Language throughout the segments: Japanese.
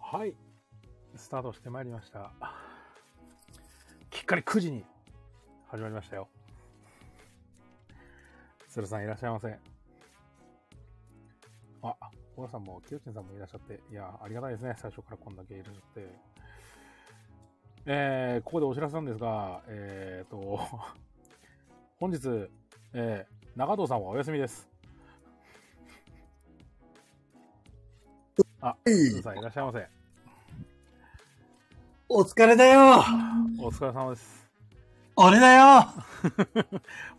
はい。スタートしてまいりました。きっかり9時に始まりましたよ。鶴さんいらっしゃいませ。あ、小原さんも、清ンさんもいらっしゃって、いや、ありがたいですね。最初からこんだけいらっしゃって。えー、ここでお知らせなんですが、えーと、 本日、えー、中藤さんはお休みです。あ、鶴さんいらっしゃいませ。お疲れだよお疲れ様です。俺だよ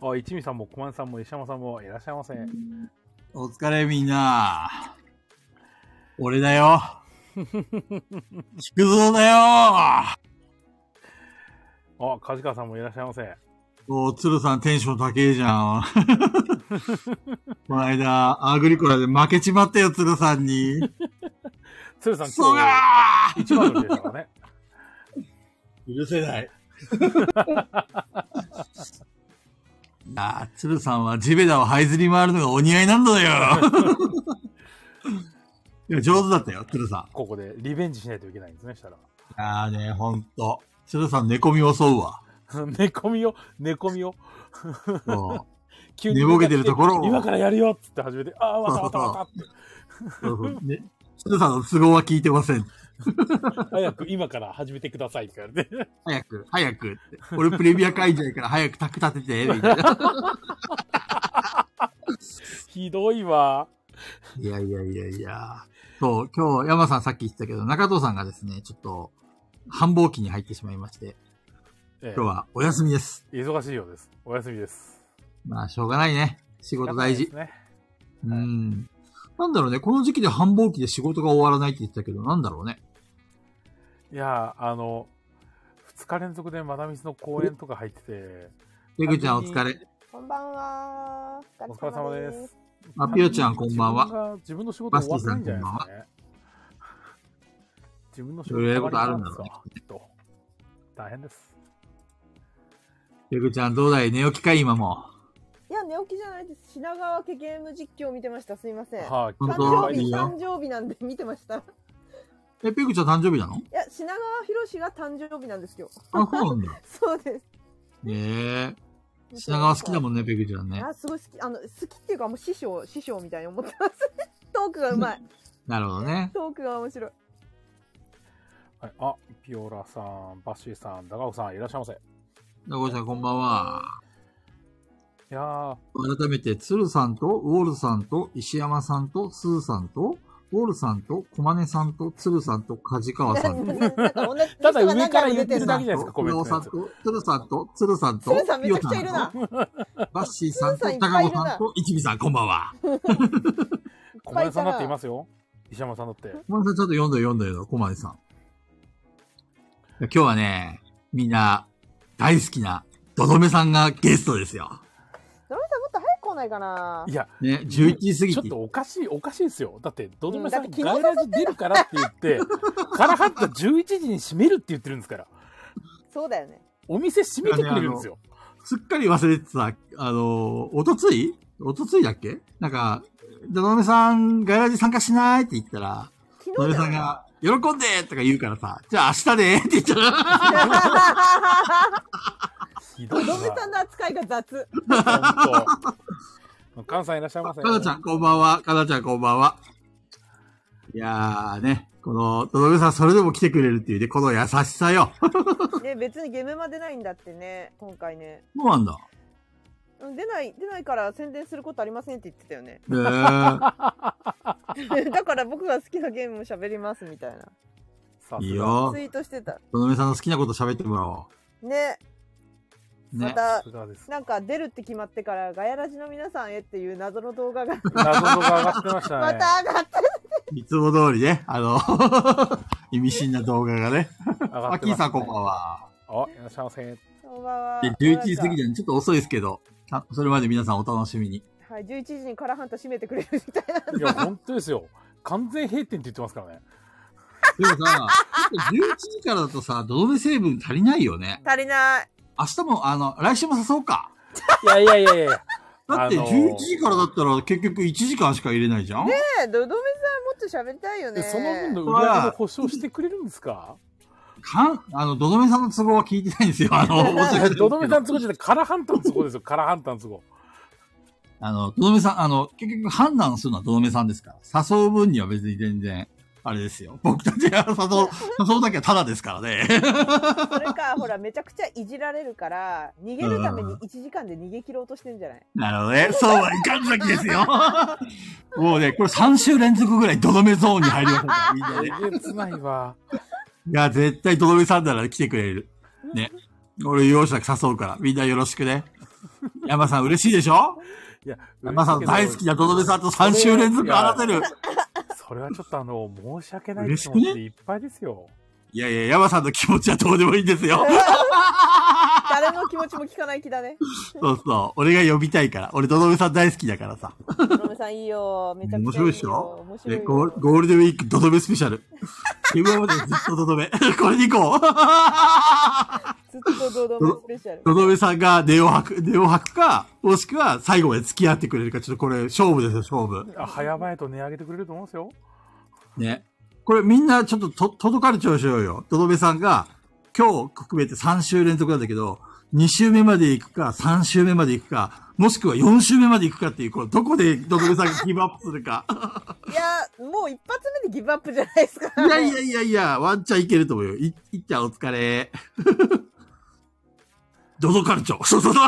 あ、一味さんも小松さんも石山さんもいらっしゃいませ。お疲れみんな俺だ よ宿蔵だよあ、梶川さんもいらっしゃいませ。お、鶴さんテンション高えじゃん。この間、アグリコラで負けちまったよ、鶴さんに。鶴さんクソ今が日ー一番乗りでしたからね。許せない。いやー鶴さんは地べたを這いずり回るのがお似合いなん だよ。でも上手だったよ、鶴さん。ここでリベンジしないといけないんですね、したら。 ああね、ほんと。鶴さん寝込みを襲うわ。寝込みを、寝込みを、そ急寝ぼけてるところを今からやるよっつって始めて、ああ、わかったわかったわうそうそうね、鶴さんの都合は聞いてません。か った。早く今から始めてくださいって言われて。 早く、早くって。俺プレビア会場やから早く宅立てて、みたいな。ひどいわ。 いやいやいやいや。そう、今日山さんさっき言ってたけど、中藤さんがですね、ちょっと、繁忙期に入ってしまいまして、ええ今日はお休みです。忙しいようです。お休みです。まあ、しょうがないね。仕事大仕事。方ないですね。うん。なんだろうね、この時期で繁忙期で仕事が終わらないって言ってたけど、なんだろうね。いやー、あの、2日連続でマダミスの公演とか入ってて、ペグちゃんお疲れ。こんばんは。お疲れ様です。。あ、ピオちゃんこんばんは。は。自分の仕事終わってんじゃないですかね。自分の仕事いろいろことあるんだろう終ねわりなんですよきっと大変です。ペグちゃんどうだい寝起きかい今も。いや、寝起きじゃないです。品川家ゲーム実況見てました。すいません。はい、本誕当生いい日、よ誕生日なんで見てました。いえ、ペグちゃん誕生日な のや、品川博士が誕生日なんですよ。 あ、そうなんだ。そうです。 ねえ。品川好きだもんね、ペグちゃんね。あ、すごい好き。あの、好きっていうか、もう師匠、師匠みたいに思ってます。 トークがうまい。なるほどね。トークが面白い。はいあ、ピオラさん、バッシーさん、ダガオさん、いらっしゃいませ。い名古屋さんこんばんは。やー、改めて、鶴さんと、ウォールさんと、石山さんと、スーさんと、ウォールさんと、小金さんと、鶴さんと、梶川さ んと、なんか同じただ上から言っ出てるだけじゃないです か、コメンウトオさんのと、鶴さんと、鶴さんと、鶴さんめちゃくちゃいるな。ピオさんとバッシーさんと、鶴さんいっ高ぱいい尾るなさんと、一味さん、こんばんは。やつ。小林さんだっていますよ。石山さんだって。小金さんちょっと読んだよ、読んだよ、小金さん。今日はね、みんな、大好きな、ドドメさんがゲストですよ。野上さんもっと早く来ないかな。いや、ね、11時過ぎちょてっ。とおかしい、おかしいですよ。だって、どどめさ、うんんだってガイラジ出るからって言って、からはった11時に閉めるって言ってるんですから、そうだよね。お店閉めてくれるんです よ。すっかり忘れてた、あの、おとついおとついだっけなんか、ドドメさん、ガイラジ参加しないって言ったら、ド昨ド日メださんよ。が、喜んでとか言うからさ、じゃあ明日でって言ったら、 ひど野いわ上さんの扱いが雑。本当。カンさんいらっしゃいませ。かなちゃんこんばんは、かなちゃんこんばんは。いやーね、この、ドドメさんそれでも来てくれるっていうね、この優しさよ。そね、別にゲームま出ないんだってね、今回ね。うなんだ。うん出ない、出ないから宣伝することありませんって言ってた よね。えー、だから僕が好きなゲームを喋りますみたいな。さすがいい。よツ。イートしてた。ドドメさんの好きなこと喋ってもらおね、う。まね。さた、すがです。なんか出るって決まってから、ガヤラジの皆さんへっていう謎の動画が謎のが上がってましたね。また上がった。いつも通りね、あの、 意味深な動画がね。上がアってますキーねさんこんばんは。あ、いらっしゃいませ。こんばんはで、11時過ぎ。なんで、ちょっと遅いですけど、あそれまで皆さんお楽しみ に。はい、11時にカラハンタ閉めてくれるみたいな。いや、本当ですよ。完全閉店って言ってますからね。でもさ、ちょっと11時からだとさ、どどめ成分足りないよね。足りない。明日も、あの、来週も誘おうか。いやいやいやいやだってあのー11時からだったら結局1時間しか入れないじゃん、ねえ、どどめさんもっと喋りたいよえね。その分の売り上げの保証してくれるんですかかん、あの、どどめさんの都合は聞いてないんですよ。あの、申し訳ないですけドドメさんの都合じゃなくて、カラハンタの都合ですよ、カラハンタの都合。あの、どどめさん、あの、結局判断するのはどどめさんですから。誘う分には別に全然、あれですよ。 僕たちが誘う、 誘うだけはタダですからね。 それか、ほら、めちゃくちゃいじられるから、逃げるために1時間で逃げ切ろうとしてんじゃないなるほどね。そうはいかん先ですよ。 もうね、これ3週連続ぐらいどどめゾーンに入りました から、みんなね。えげつないわ。いや、絶対どどめさんなら来てくれる。ね。俺容赦なく誘うから、みんなよろしくね。山さん嬉しいでしょいや、山さん大好きなどどめさんと3週連続話せる。それはちょっとあの、申し訳ない嬉し気くね持ちでいっぱいですよ。いやいや、山さんの気持ちはどうでもいいんですよ。誰の気持ちも聞かない 気だね。そうそう。俺が呼びたいから。俺、どどめさん大好きだからさ。のめさんいいよ。めちゃくちゃい面白いよ。いでしょ面白いでよゴールゴールデンウィーク、どどめスペシャル。今までずっとどどめ。これに行こう。ずっとドドメ スペシャル。どどめさんが根を吐く、根を吐くか、もしくは最後まで付き合ってくれるか、ちょっとこれ勝負ですよ、勝負。あ早々と値上げてくれると思うんですよ。ね。これみんなちょっとと、届かる調子ようよ。どどめさんが、今日含めて3週連続なんだけど、2週目まで行くか、3週目まで行くか、もしくは4週目まで行くかっていう、こう、どこでどどめさんがギブアップするか。いや、もう一発目でギブアップじゃないですか。いやいやいやいや、ワンチャンいけると思うよ。い、いっちゃんお疲れ。 ドドカルチョ。 そうそうそう。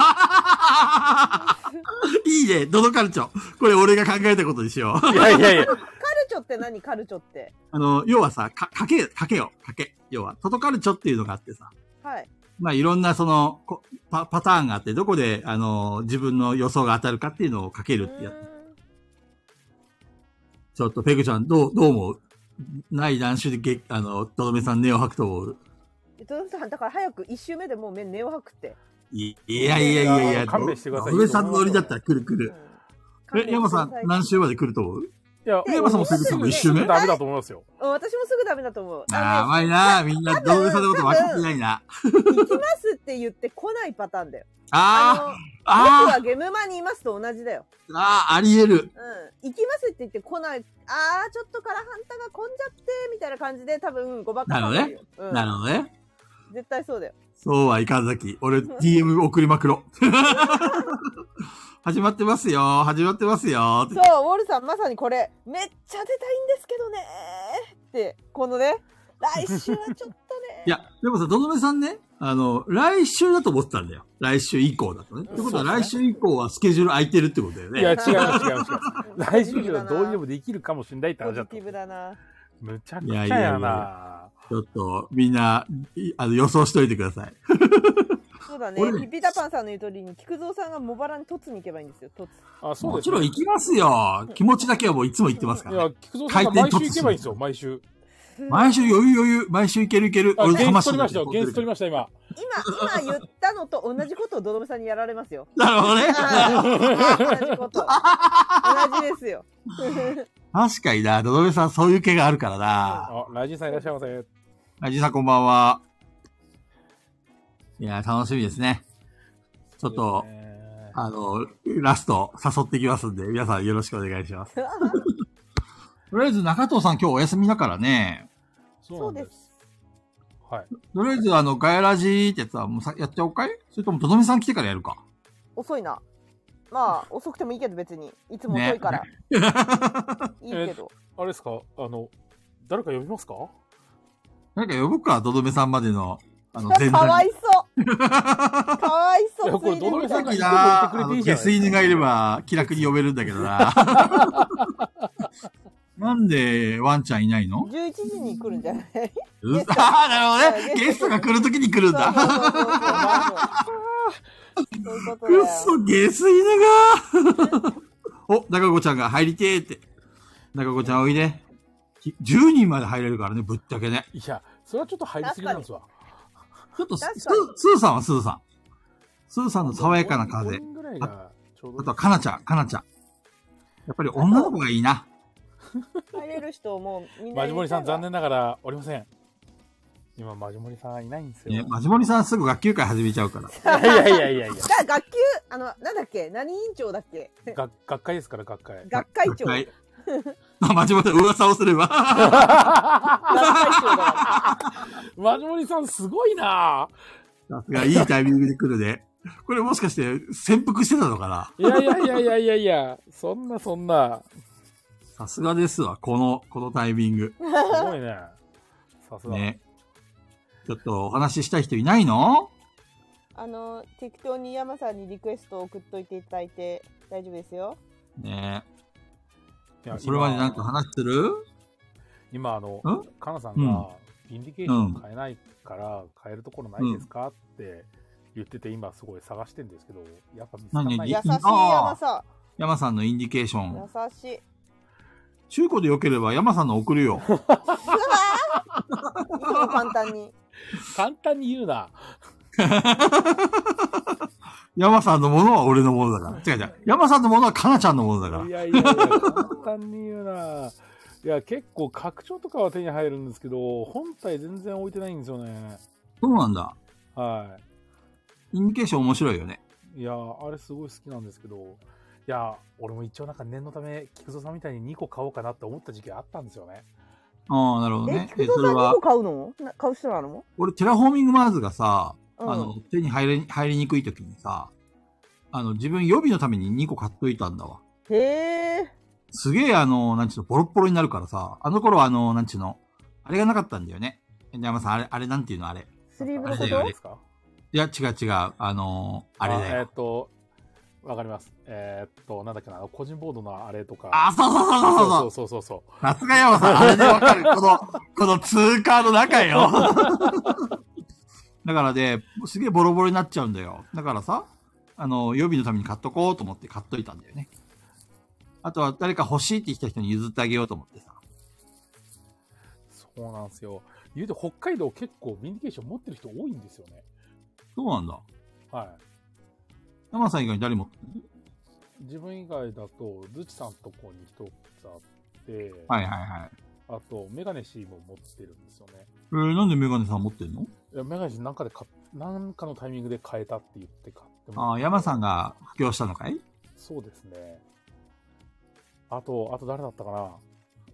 いいね、ドドカルチョ。これ俺が考えたことにしよう。 いやいやいや。カルチョって何カルチョって。あの、要はさ、か、かけ、かけよ、かけ。要は、トドカルチョっていうのがあってさ、はい。まあいろんなその、こパ、パターンがあって、どこで、あの、自分の予想が当たるかっていうのをかけうるってやつ。んちょっと、ペグちゃん、どう、どう思うない断種でげ、あの、とどめさん根を吐くと思う。ドドメさん、だから早く一周目でもう目根を吐くって。いいやいやいやいや、勘弁してください安倍さんのノリだったら来る来る。うんえ、山さん、何週まで来ると思ういや、山さんもすすぐぐすそぐの一周目ダメだと思いますよ。うん私もすぐダメだと思う。ああ、あ甘いな。みんな、どうさんのこと分かってないな。のね行きますって言って来ないパターンだよ。あああ、の、僕あはゲームマにいますと同じだよ。あ、ああ、あり得る。うん。行きますって言って来ない、あー、ちょっとカラハンタが混んじゃって、みたいな感じで、多分、ごばっかさんだよ。うんなるほどね。絶対そうだよ。そうはいかんざき。俺、DM 送りまくろ。 始まってますよ。始まってますよ。そう、ウォルさん、まさにこれ、めっちゃ出たいんですけどねって、このね、来週はちょっとねいや、でもさ、どどめさんね、あの、来週だと思ってたんだよ。来週以降だとね。ってことそうは、来です週以降はスケジュール空いてるってことだよね。いや、違う違う違う。うん来週にはどうにでもできるかもしれないってポ話だジっテたィ。ブだな。むちゃくいちゃやいやいややな。ちょっと、みんな、いあの、予想しといてください。そうだね俺。ねピピタパンさんの言う通りに、菊蔵さんが茂原に凸に行けばいいんですよ、凸。あ、そうもでちすろんね。行きますよ。気持ちだけはもういつも言ってますかいら、やね。、菊蔵さんが回毎週転行凸けばいいんですよ、毎週。毎週余裕余裕、毎週行ける行ける。あ、現実取りましたよ、持って現実る取りました、今。今、今言ったのと同じことをドドメさんにやられますよ。なるほどね。あー同じこと。同じですよ。確かにな、のどめさんそういう系があるからな。あ、ライジンさんいらっしゃいませ。あじさんこんばんは。いや、楽しみですね。ちょっと、えーあの、ラスト誘ってきますんで、皆さんよろしくお願いします。とりあえず中藤さん今日お休みだからね。そそうなうんでです。す。はい。とりあえずあの、ガヤラジーってやつはもうさやっちゃおうかいそれともどどめさん来てからやるか。遅いな。まあ、遅くてもいいけど別に。いつも遅いから。いいけど。あれですか、あの、誰か呼びますかなんか呼ぶか、どどめさんまでの、あの、前か座わに。いそう。かわいいそやう。これドドメさんがついでみたいな言っなてあくれていの、いじゃないです下か水犬がいれ ば気楽に呼べるんだけどな。なんでワンちゃんいないの11時に来るんじゃないうっああ、なるほどね。ゲスゲトストが来るときに来るんだ。そうそうそうそうそういうことだくっよ。そ、下水犬が。 お、中子ちゃんが入りてーって。中子ちゃんおいで。き10人まで入れるからね、ぶっちゃけね。いや、それはちょっと入りすぎなんですわ。ちょっとす、確すかにスーさんはスーさん。スーさんの爽やかな風5。人ぐらいがちょうどいいあとは、かなちゃん、かなちゃん。やっぱり女の子がいいな。入れる人もうみんなマジモリさん残念。念ながらおりません。今マジモリさんいないんですよ。ねいマジモリさんすぐ学級会始めちゃうから。やい やいやいやいや。だから学級、あの、なんだっけ何委員長だっけ 学学会ですから学会。学会長。学会 まあ、町森さん、噂をすれば。マジモリさんすごいなさすが、いいタイミングで来るね。これもしかして、潜伏してたのかないやいやいやいやいやいや、そんなそんな。さすがですわ、この、このタイミング。すごいね。さすが。ね。ちょっとお話ししたい人いないのあの適当に山さんにリクエストを送っといていただいて大丈夫ですよ。ねいやそれまでなんか話する今、今あの、んかなさんうんが、インディケーション買えないから、買えるところないですかって言ってて、今すごい探してんですけど、やっぱ見つからな何い優しいです。あ山さ山さんのインディケーショん。ン。優しい。中古で良ければ山さんの送るよ。いつも簡単に。簡単に言うな。山さんのものは俺のものだから。違う違う。山さんのものはかなちゃんのものだからい。やいやいや、簡単に言うな。いや、結構拡張とかは手に入るんですけど、本体全然置いてないんですよね。そうなんだ。はインディケーション面白いよね。い。いや、あれすごい好きなんですけど、いや、俺も一応なんか念のため、菊蔵さんみたいに2個買おうかなって思った時期あったんですよね。ああ、なるほどえね、。菊え蔵 それさん2は個、買うのな買う人なの俺、テラフォーミングマーズがさ、うん。あの、手に入れ、入りにくい時にさ、あの、自分予備のために2個買っといたんだわ。へえ。すげえ、あの、なんちゅうの、ボロッボロになるからさ、あの頃はあの、なんちゅうの、あれがなかったんだよね。山さん、あれ、あれなんていうのあれ。いスリーブなのんこかあれだよとですかや、違う違う。あのーあれだえーよっ。と、わかります。えーっと、なんだっけな、個人ボードのあれとか。あ、そうそうそうそうそうそそうう。そうそうそう。さすが山さん、あれでわかる。この、この通貨の中よ。だからね、すげえボロボロになっちゃうんだよ。だからさ、あの、予備のために買っとこうと思って買っといたんだよね。あとは誰か欲しいって言った人に譲ってあげようと思ってさ。そうなんですよ。言うて北海道結構ミニケーション持ってる人多いんですよね。そうなんだ。はい。山さん以外に誰も、自分以外だと、ズチさんとこに一つあって、はいはいはい。あと、メガネシーも持ってるんですよね。えー、なんでメガネさん持ってんのいやメガネシーなんかで買っ、なんかのタイミングで変えたって言って買ってあもあ、山さん。が布教したのかいそうですね。あと、あと誰だったかな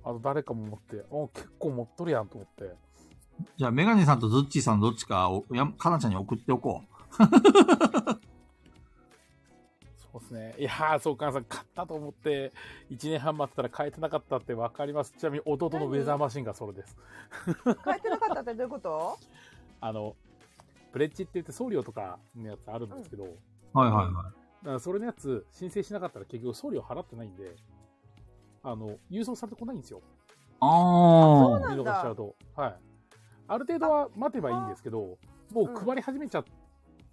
あと誰かも持って、お結構持っとるやんと思って。じゃあ、メガネさんとズッチーさんどっちかを、やかなちゃんに送っておこう。そうですね。いやー、そうか、さん、買ったと思って、1年半待ってたら買えてなかったって分かります。ちなみに弟のウェザーマシンがそれです。買えてなかったってどういうことあの、プレッジって言って送料とかのやつあるんですけど、はいはいはだからそれのやつ申請しなかったら結局送料払ってないんで、あの、郵送されてこないんですよ。そうい。あな見んだ逃しちゃうと。はい。ある程度は待てばいいんですけど、もう配り始めちゃっ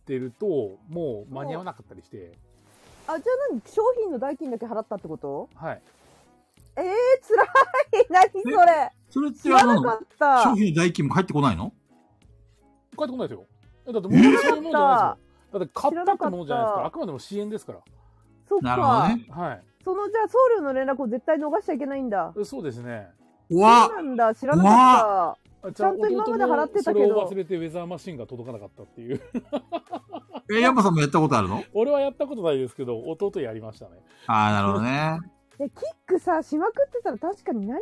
てると、もう間に合わなかったりして、あ、じゃあ何商品の代金だけ払ったってことはい。えー、辛い。何それ。あ。それっ知てあられななのかった。商品代金も返ってこないの帰ってこないですよ。えだってもうそういうも のじゃないですよ。だって買ったってものじゃないです知らなかっかたら、あくまでも支援ですから。そっなるほどか。ね。はい。そのじゃあ送料の連絡を絶対逃しちゃいけないんだ。そうですね。うそうわなんだ。知らなかっあちゃんと今まで払ってたけど弟もそれを忘れてウェザーマシンが届かなかったっていう。 え、ヤンマさんもやったことあるの俺はやったことないですけど、弟やりましたね。ああ、なるほどね。た。え、キックさ、しまくってたら確かに何、何の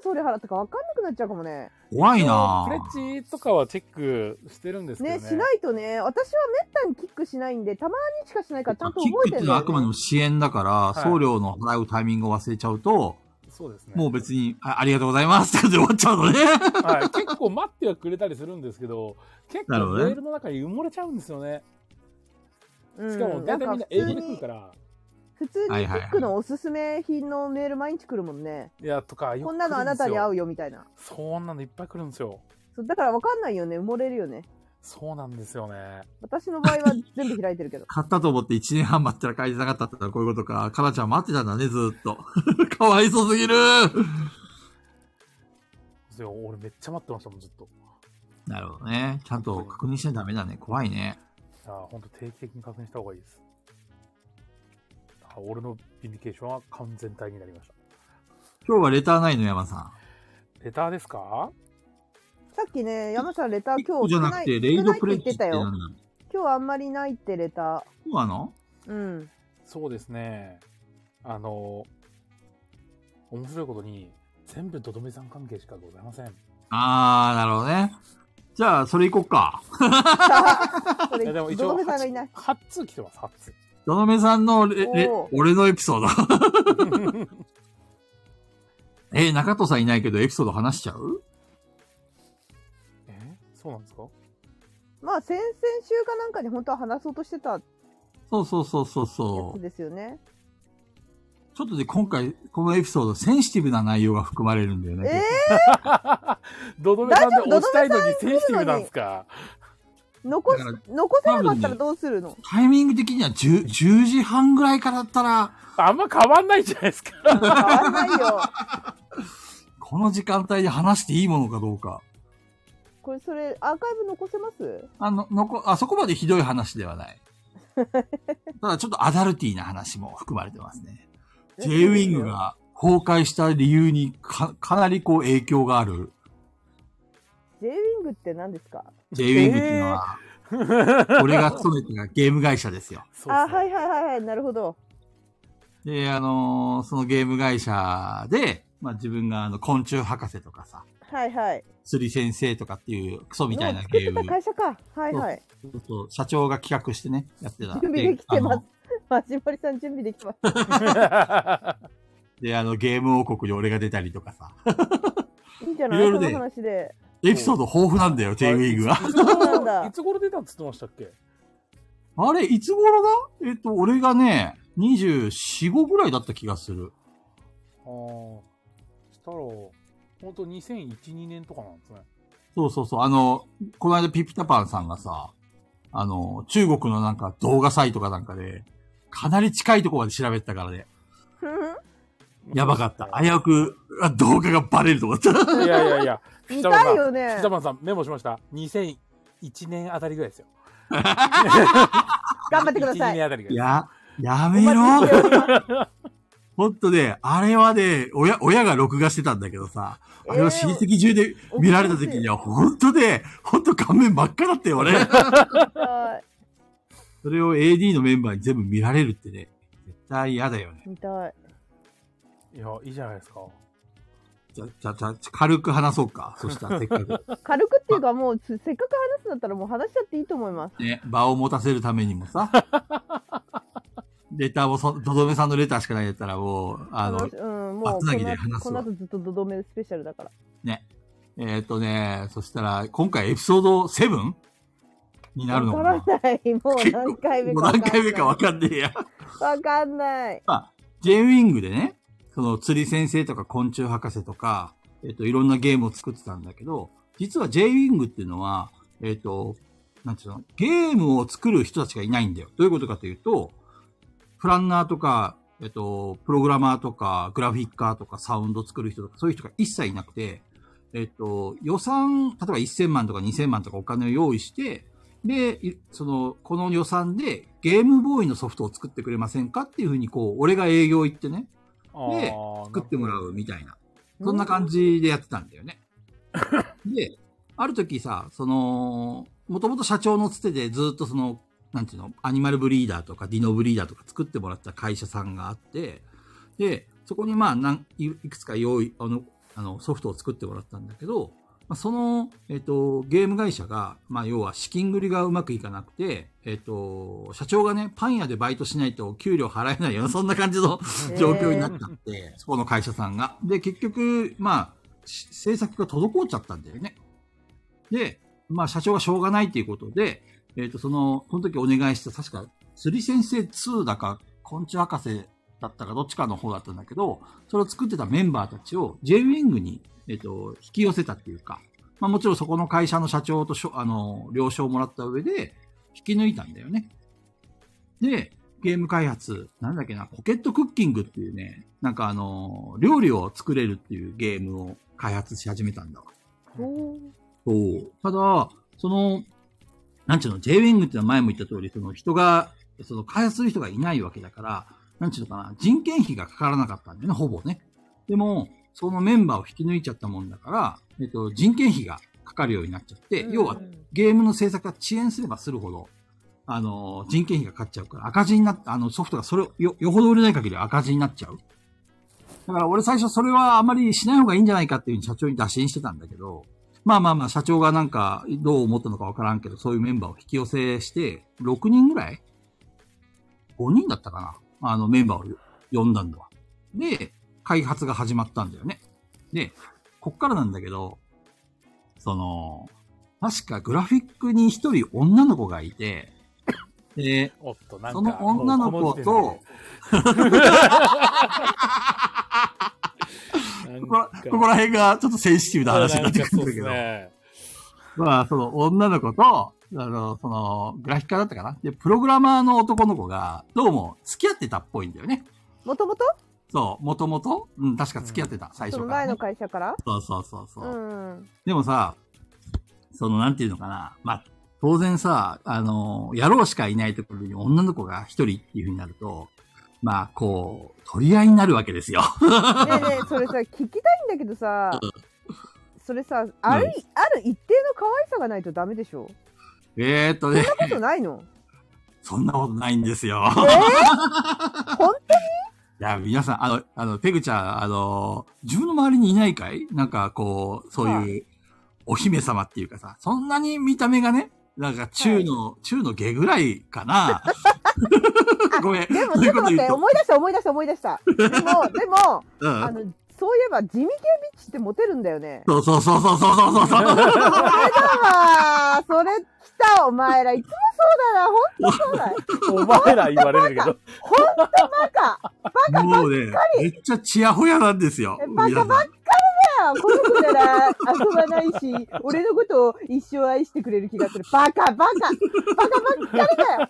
送料払ったか分かんなくなっちゃうかもね。怖いプレなッチとかはチェックしてるんですけどねね。しないとね。私はめったにキックしないんで、たまにしかしないからちゃんとキッ覚クえってていうるんのはだあくまよでねも。支援だから、はい送料の払うタイミングを忘れちゃうと、そうですね。もう別にあ、ありがとうございますって感じで終わっちゃうの ね。はい、結構待ってはくれたりするんですけど、結なるほ構どねメールの中に埋もれちゃうんですよね。うんしかも大なん体みんな英語で来るから、普通にはいキはいはい。ックのおすすめ品のメール毎日来るもんね。いや、とかよくこんなのあなたに合う。うよみたいな。そんなのいっぱい来るんですよ。そうだから分かんないよね。埋もれるよね。そうなんですよね。私の場合は全部開いてるけど 買ったと思って1年半待ったら帰りなかったってのはこういうことか。かなちゃん待ってたんだね、ずーっと。 かわいそうすぎるですよ俺めっちゃ待ってましたもん、ずっと。なるほどね。ちゃんと確認しちゃダメだね。怖いね。いや、ほんと定期的に確認した方がいいです。だから俺のビンディケーションは完全体になりました。今日はレターないの、山さん。レターですかさっきね、山さんレター今ここ日じゃ少ななくて、い少レイドないってプレ言ッっチってたよ何。なの今日はあんまりないってレタそうなの ー。うん。そうですね。あの、面白いことに、全部とどめさん関係しかございません。あー、なるほどね。じゃあ、それ行こっか。それ、いやでも一ど応どめさんがいない。 8通来てます、8通。どのめさんのレ、レおー俺のエピソード。 えー、中戸さんいないけどエピソード話しちゃうえそうなんですかまあ、先々週かなんかに本当は話そうとしてたやそうそうそうそうそつですよね。う。ちょっとで今回、このエピソード、センシティブな内容が含まれるんだよね。えどどめさんで大丈夫押したいのにセンシティブなんですかー、残しだか、残せなかっ多た分ねらどうするのタイミング的には 10, 10時半ぐらいからだったら、あんま変わんないじゃないですか。変わんないよ。この時間帯で話していいものかどうか。これ、それ、アーカイブ残せますあの、のこ、あそこまでひどい話では ない。ただちょっとアダルティーな話も含まれてますね。え J ウィングが崩壊した理由にかかなりこう影響がある。 ?J ウィングって何ですか J ウィングっていうのは、俺が勤めてたゲーム会社ですよ。そうあ、ですねはいはいはいはい、なるほど。で、あのーそのゲーム会社で、まあ自分があの昆虫博士とかさ、はいはい。釣り先生とかっていうクソみたいなの ゲー作ってたム、会社か。はいはい。そう社長が企画してね、やって た。準備できてあますの。まじまりさん準備できます。で、あのゲーム王国に俺が出たりとかさ。いいんじゃないいろいろそねの話で。エピソード豊富なん だよ、J ウィーグは。いつ頃そうなんだいつ頃出たっつってましたっけあれ、いつ頃だえっと、俺がね、24、5ぐらいだった気がする。ああ。したら、ほんと2001、2年とかなんですね。そうそうそう。あの、この間ピピタパンさんがさ、あの、中国のなんか動画サイトかなんかで、かなり近いところまで調べてたからね。やばかった。危うく、あ動画がバレると思った。いやいやいや、見たいよねピ。タマンさんメモしました。2001年あたりぐらいですよ。頑張ってくだ1さい。年あたりぐらい。や、やめろほんとね、あれはね、親、親が録画してたんだけどさ、あれを親戚中で見られた時には、ほんとね、ほんと顔面真っ赤だったよ、俺。は それを AD のメンバーに全部見られるってね、絶対嫌だよね。い見たい。いや、いいじゃないですか。じゃ、じゃ、じゃ、軽く話そうか。そしたらせっかく。軽くっていうかもうせっかく話すんだったらもう話しちゃっていいと思います。ね、場を持たせるためにもさ。レターもそ、どどめさんのレターしかないんだったらもう、あの話、うん、もう松この永で後話すこわの後ずっとドドメスペシャルだから。えーっとね、そしたら、今回エピソード 7? になるのかわなからない。もう結構何回目もかうわかんな何い。回目かわかんねえや。わかんない。 J ウィングでね、その釣り先生とか昆虫博士とか、えっと、いろんなゲームを作ってたんだけど、実は J ウィングっていうのは、えっと、なんていうの、ゲームを作る人たちがいないんだよ。どういうことかというと、プランナーとか、えっと、プログラマーとか、グラフィッカーとか、サウンド作る人とか、そういう人が一切いなくて、えっと、予算、例えば1000万とか2000万とかお金を用意して、で、いその、この予算でゲームボーイのソフトを作ってくれませんかっていうふうに、こう、俺が営業行ってね、で作ってもらうみたいな。そんな感じでやってたんだよね。で、ある時さ、その、もともと社長のつてでずっとその、なんていうの、アニマルブリーダーとかディノブリーダーとか作ってもらった会社さんがあって、で、そこにまあ、なんいいくつか用意、あの、あのソフトを作ってもらったんだけど、まあ、その、えっ、と、ゲーム会社が、まあ、要は資金繰りがうまくいかなくて、えっ、と、社長がね、パン屋でバイトしないと給料払えないような、そんな感じのえ ー状況になっちゃって、そこの会社さんが。で、結局、まあ、し制作が滞っちゃったんだよね。で、まあ、社長がしょうがないっていうことで、えっ、と、その、その時お願いした、確か、釣り先生2だか、昆虫博士だったか、どっちかの方だったんだけど、それを作ってたメンバーたちを J ウィングに、えっ、と、引き寄せたっていうか、まあ、もちろんそこの会社の社長としょ、あの、了承をもらった上で、引き抜いたんだよね。で、ゲーム開発、なんだっけな、ポケットクッキングっていうね、なんかあの、料理を作れるっていうゲームを開発し始めたんだわ。おーそう。ただ、その、なんちゅうの、J ウィングってのは前も言った通り、その人が、その開発する人がいないわけだから、なんちゅうのかな、人件費がかからなかったんだよね、ほぼね。でも、そのメンバーを引き抜いちゃったもんだから、えっと、人件費がかかるようになっちゃって、要はうんゲームの制作が遅延すればするほど、あの、人件費がかかっちゃうから、赤字になっあの、ソフトがそれをよ、よほど売れない限り赤字になっちゃう。だから俺最初それはあまりしない方がいいんじゃないかっていうふうに社長に打診してたんだけど、まあまあまあ社長がなんかどう思ったのかわからんけど、そういうメンバーを引き寄せして、6人ぐらい ?5 人だったかなあのメンバーを呼んだんだわ。で、開発が始まったんだよね。で、こっからなんだけど、その、確かグラフィックに一人女の子がいて、で、おっと、なんか。その女の子ともうこの時点でなん ここらかここら辺がちょっとセンシティブな話にななっんてかくるそうんだでけすど、ね。まあ、その女の子と、あの、その、グラフィッカーだったかなで、プログラマーの男の子が、どうも付き合ってたっぽいんだよね。もともとそう、もともと、うん、確か付き合ってた、最そ初のから前ね、の会社からそうそうそうそうう、ん。でもさ、その、なんていうのかな。まあ、当然さ、あの、野郎しかいないところに女の子が一人っていうふうになると、まあ、こう、取り合いになるわけですよ。 ねえねえ、それさ、聞きたいんだけどさ、それさ、ある、ある一定の可愛さがないとダメでしょえーっとね、そんなことない のそんなことないんですよ。えー、 い本や、皆さん、あの、あの、ペグちゃん、あの、自分の周りにいないかいなんか、こう、そうはいう、お姫様っていうかさ、そんなに見た目がね、なんか、中の、中の下ぐらいかな。 ごめん。でもそうちいうょっことと待言っうて、と。思い出した思い出した思い出した。 でも、でも、うあん。の、そういえば地味系ビッチってモテるんだよね。 そうそうそうそうそうそうそう。それだわーそれ来たお前らいつもそうだなほんとそうお前ら言われるけど。だバカもうね、めっちゃチヤホヤなんですよえ。バカばっかだよこの子なら遊ばないし俺のことを一生愛してくれる気がするバカバカバカばっかりだよ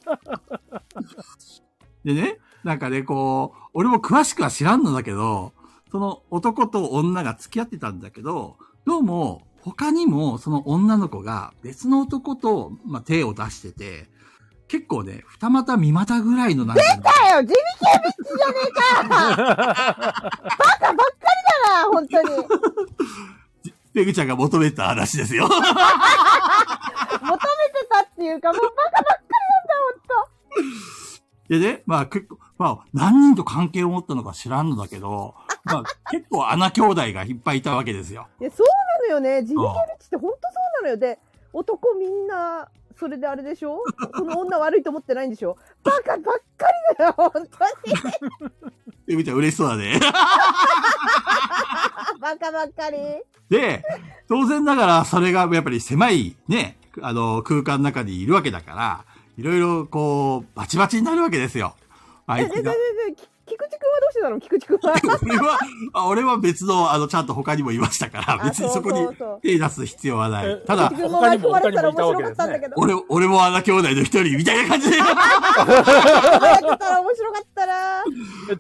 でね、なんかね、こう、俺も詳しくは知らんのだけど、その男と女が付き合ってたんだけど、どうも、他にもその女の子が別の男と、まあ、手を出してて、結構ね、二股三股ぐらいのなんかね、だよ地味系ビッチじゃねえかバカばっかりだな本当に求めペグちゃんが求めた話です よ。てたっていうかもうバカばっかりなんだほんとでね、まあ結構、まあ何人と関係を持ったのか知らんのだけど、まあ結構穴兄弟がいっぱいいたわけですよ。いやそうなのよね地味系ビッチって本当そうなのよで男みんなそれであれでしょこの女悪いと思ってないんでしょバカばっかりだよ本当にペグちゃん嬉しそうだね。あバカばっかりで、当然ながらそれがやっぱり狭いね、あの空間の中にいるわけだから、いろいろこう、バチバチになるわけですよ。あえいえええつが。えき菊池君はどうしてたの菊池君は俺は、あ俺は別の、あの、ちゃんと他にもいましたから、あ別にそこうにうそう手出す必要はない。ただ菊池、君も巻き込まれてたら面白かったんだけど俺、俺も穴兄弟の一人みたいな感じで、巻き込まれてたら面白かったな違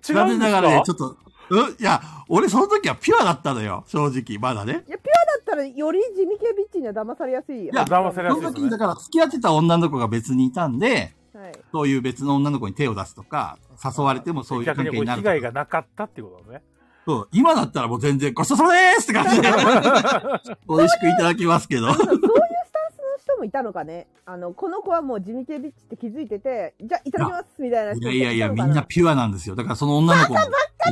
残うん念ですながからね、ちょっと、うん、いや、俺その時はピュアだったのよ、正直、まだね。いやピュアだったらより地味系ビッチには騙されやすいいや騙されやそすいでのす時ねにだから付き合ってた女の子が別にいたんで、はい、そういう別の女の子に手を出すとか、誘われてもそういう逆関に係こにうな被る害とがか。なかったってことだね。そう、今だったらもう全然ごちそうさまでーすって感 じで、美味しくいただきますけど。そうそういうスタンスの人もいたのかねあのこの子はもう地味系ビッチって気づいててじゃあいただきますみたいない人やもいやいや、たのみかんなピュアなんですよ。だからその女の子も。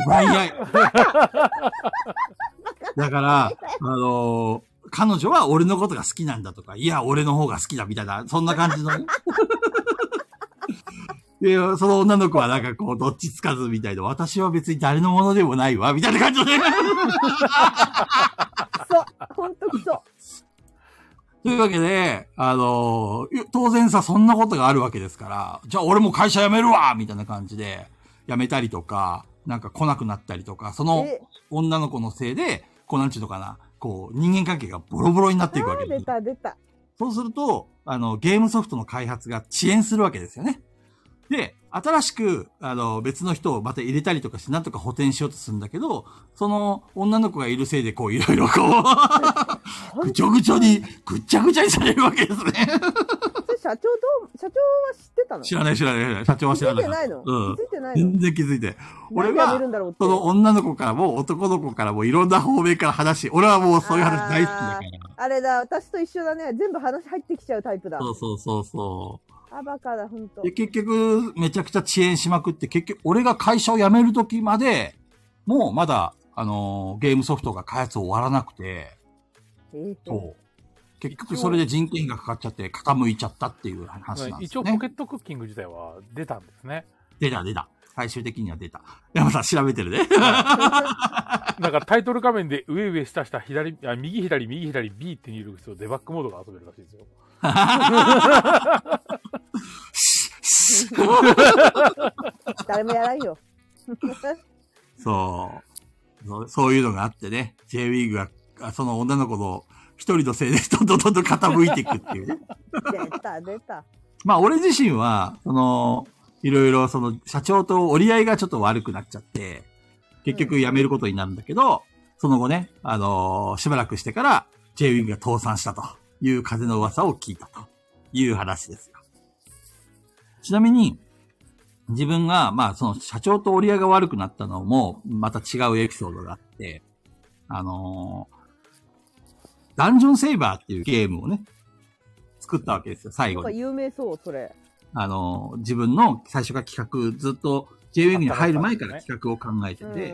奪い合い。だから、あのー彼女は俺のことが好きなんだとか、いや、俺の方が好きだみたいな、そんな感 じのね。で、その女の子はなんかこう、どっちつかずみたいで、私は別に誰のものでもないわ、みたいな感じで。クソ本当クソ というわけで、あのーい当然さ、そんなことがあるわけですから、じゃあ俺も会社辞めるわみたいな感じで、辞めたりとか、なんか来なくなったりとか、そのえ女の子のせいで、こうなんちゅうのかな、こう人間関係がボロボロになっていくわけで出す。た出たそうすると、あの、ゲームソフトの開発が遅延するわけですよね。で、新しく、あの、別の人をまた入れたりとかして、なんとか補填しようとするんだけど、その女の子がいるせいで、こう、いろいろこう、ぐちょぐちょに、ぐっちゃぐちゃにされるわけですね。それ社長どう社長は知ってたの知らない知らない知らない。社長は知気らづいな。てないいの、うん気づいてないの全然気づいて。俺なんでやめはる、んだろうってその女の子からも男の子からもいろんな方面から話し、俺はもうそういう話大好きだから。あれだ、私と一緒だね。全部話入ってきちゃうタイプだ。そうそうそうそう。あ、バカだ、ほんとで、。結局、めちゃくちゃ遅延しまくって、結局、俺が会社を辞める時まで、もうまだ、あのーゲームソフトが開発終わらなくて、ええそう。結局それで人件費がかかっちゃって傾いちゃったっていう話なんです一よ応ねポケ。ットクッキング自体は出たんですね。出た出た。最終的には出た。山さん調べてる ね。なんかタイトル画面で上上下下左、あ右左右左 B って入力するとデバッグモードが遊べるらしいですよ。誰もやら んよ。そうそう。そういうのがあってね、J ウィーグが、あその女の子の一人のせいでどんどんどんどん傾いていくっていうね。出た、出た。まあ俺自身は、その、いろいろその社長と折り合いがちょっと悪くなっちゃって、結局辞めることになるんだけど、その後ね、あのーしばらくしてから J ウィングが倒産したという風の噂を聞いたという話ですよ。ちなみに、自分が、まあその社長と折り合いが悪くなったのも、また違うエピソードがあって、あのーダンジョンセイバーっていうゲームをね、作ったわけですよ、最な後んかに。有名そう、それ。あの、自分の最初が企画、ずっと JWing に入る前から企画を考えてうて、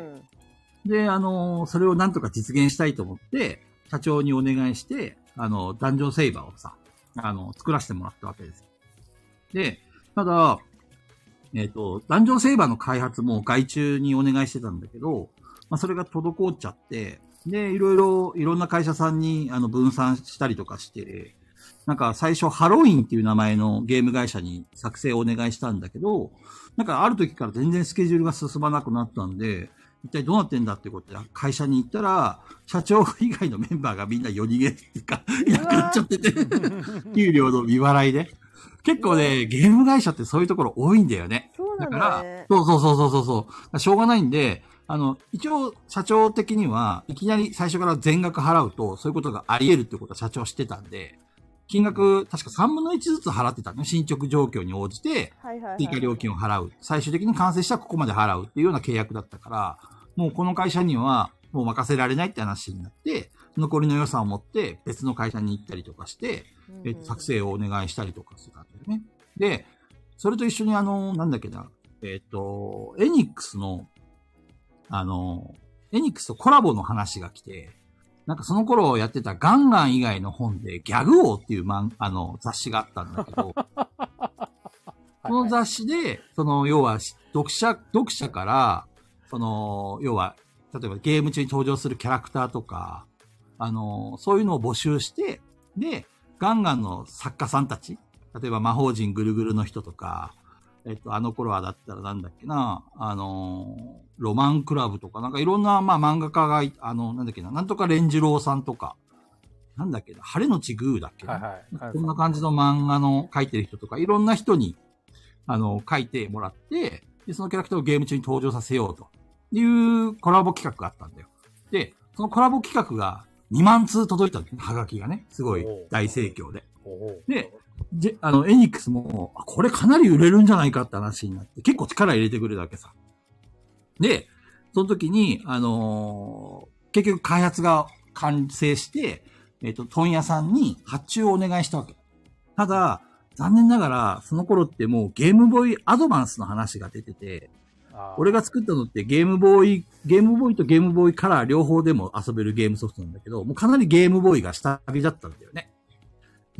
ん。で、あの、それをなんとか実現したいと思って、社長にお願いして、あの、ダンジョンセイバーをさ、あの、作らせてもらったわけです。で、ただ、えっ、と、ダンジョンセイバーの開発も外注にお願いしてたんだけど、まあ、それが滞っちゃって、で、いろいろ、いろんな会社さんに、あの、分散したりとかして、なんか最初ハロウィンっていう名前のゲーム会社に作成をお願いしたんだけど、なんかある時から全然スケジュールが進まなくなったんで、一体どうなってんだってことで、会社に行ったら、社長以外のメンバーがみんな夜逃げっていうか、いなくなっちゃってて、給料の未払いで。結構ね、ゲーム会社ってそういうところ多いんだよね。そうなだかんら、だね。そうそうそうそうそうそう。しょうがないんで、あの、一応、社長的には、いきなり最初から全額払うと、そういうことがあり得るってことは社長知ってたんで、金額、確か3分の1ずつ払ってたのね。進捗状況に応じて、はいはいはい。追加料金を払う。最終的に完成したらここまで払うっていうような契約だったから、もうこの会社にはもう任せられないって話になって、残りの予算を持って別の会社に行ったりとかして、うんえっと、作成をお願いしたりとかするんだよね。で、それと一緒にあの、なんだっけな、えっ、と、エニックスの、あの、エニックスとコラボの話が来て、なんかその頃やってたガンガン以外の本でギャグ王っていうマンあの雑誌があったんだけ ど、はいこはのい雑誌で、その、要は、読者、読者から、その、要は、例えばゲーム中に登場するキャラクターとか、あの、そういうのを募集して、で、ガンガンの作家さんたち、例えば魔法陣ぐるぐるの人とか、えっと、あの頃はだったらなんだっけな、あの、ロマンクラブとか、なんかいろんな、まあ、漫画家がい、あの、なんだっけな、なんとかレンジローさんとか、なんだっけな、晴れのちグーだっけな、はいはい。こんな感じの漫画の書いてる人とか、いろんな人に、あの、書いてもらって、で、そのキャラクターをゲーム中に登場させようと。いうコラボ企画があったんだよ。で、そのコラボ企画が2万通届いたんだよね、はがきがね。すごい大盛況で。おおで、で、あの、エニックスも、あこれかなり売れるんじゃないかって話になって、結構力入れてくれたわけさ。で、その時に、あのー結局開発が完成して、えっ、と、問屋さんに発注をお願いしたわけ。ただ、残念ながら、その頃ってもうゲームボーイアドバンスの話が出てて、あー俺が作ったのってゲームボーイ、ゲームボーイとゲームボーイカラー両方でも遊べるゲームソフトなんだけど、もうかなりゲームボーイが下火だったんだよね。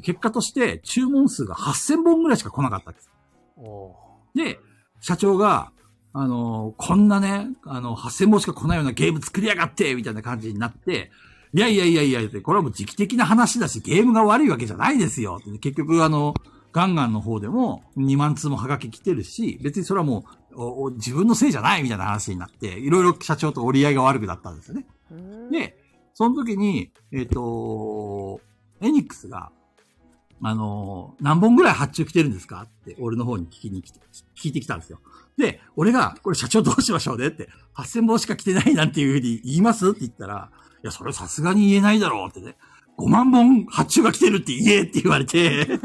結果として注文数が8000本ぐらいしか来なかったんです。おで、社長が、あのーこんなね、あの、8000本しか来ないようなゲーム作りやがってみたいな感じになって、いやいやいやいや、これはもう時期的な話だし、ゲームが悪いわけじゃないですよ。って結局、あの、ガンガンの方でも2万通もハガキ来てるし、別にそれはもうおお自分のせいじゃないみたいな話になって、いろいろ社長と折り合いが悪くなったんですよね。うんで、その時に、えっ、と、エニックスが、あのー何本ぐらい発注来てるんですかって、俺の方に聞きに来て、聞いてきたんですよ。で、俺が、これ社長どうしましょうねって、8000本しか来てないなんていうふうに言いますって言ったら、いや、それさすがに言えないだろうってね。5万本発注が来てるって言えって言われて、で、エ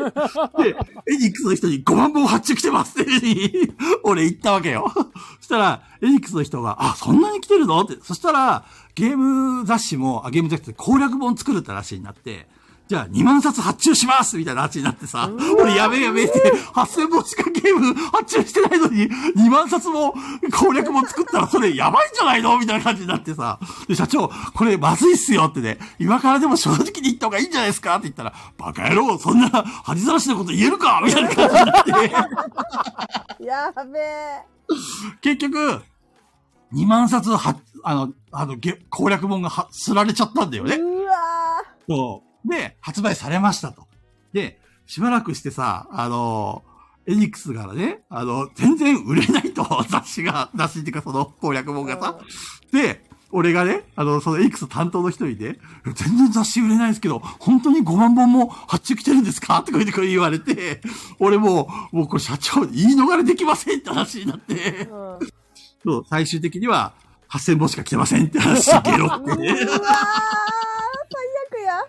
ニックスの人に5万本発注来てます っていうふうに俺言ったわけよ。そしたら、エニックスの人が、あ、そんなに来てるのって。そしたら、ゲーム雑誌も、あ、ゲーム雑誌って攻略本作るって話になって、じゃあ2万冊発注しますみたいな話になってさ、俺やべえやべえって、8000本しかゲーム発注してないのに、2万冊も攻略も作ったらそれやばいんじゃないのみたいな感じになってさ、で、社長、これまずいっすよってね、今からでも正直に言った方がいいんじゃないですかって言ったら、バカ野郎、そんな恥ざらしなこと言えるかみたいな感じになって、 やべえ。結局、2万冊は、あの、あの、げ攻略本がは、すられちゃったんだよね。うわそう。で、発売されましたと。で、しばらくしてさ、あのーエニックスからね、あの、全然売れないと、 雑誌が、雑誌っていうかその攻略本ーがさ。で、俺がね、あの、そのエニックス担当の人にね、全然雑誌売れないんですけど、本当に5万本も発注来てるんですかとか言ってこう言われて、俺もう、もうこれ社長に言い逃れできませんって話になって、うん。うわそう、最終的には、8000本しか来てませんって話しゲロって ね。ー最悪や。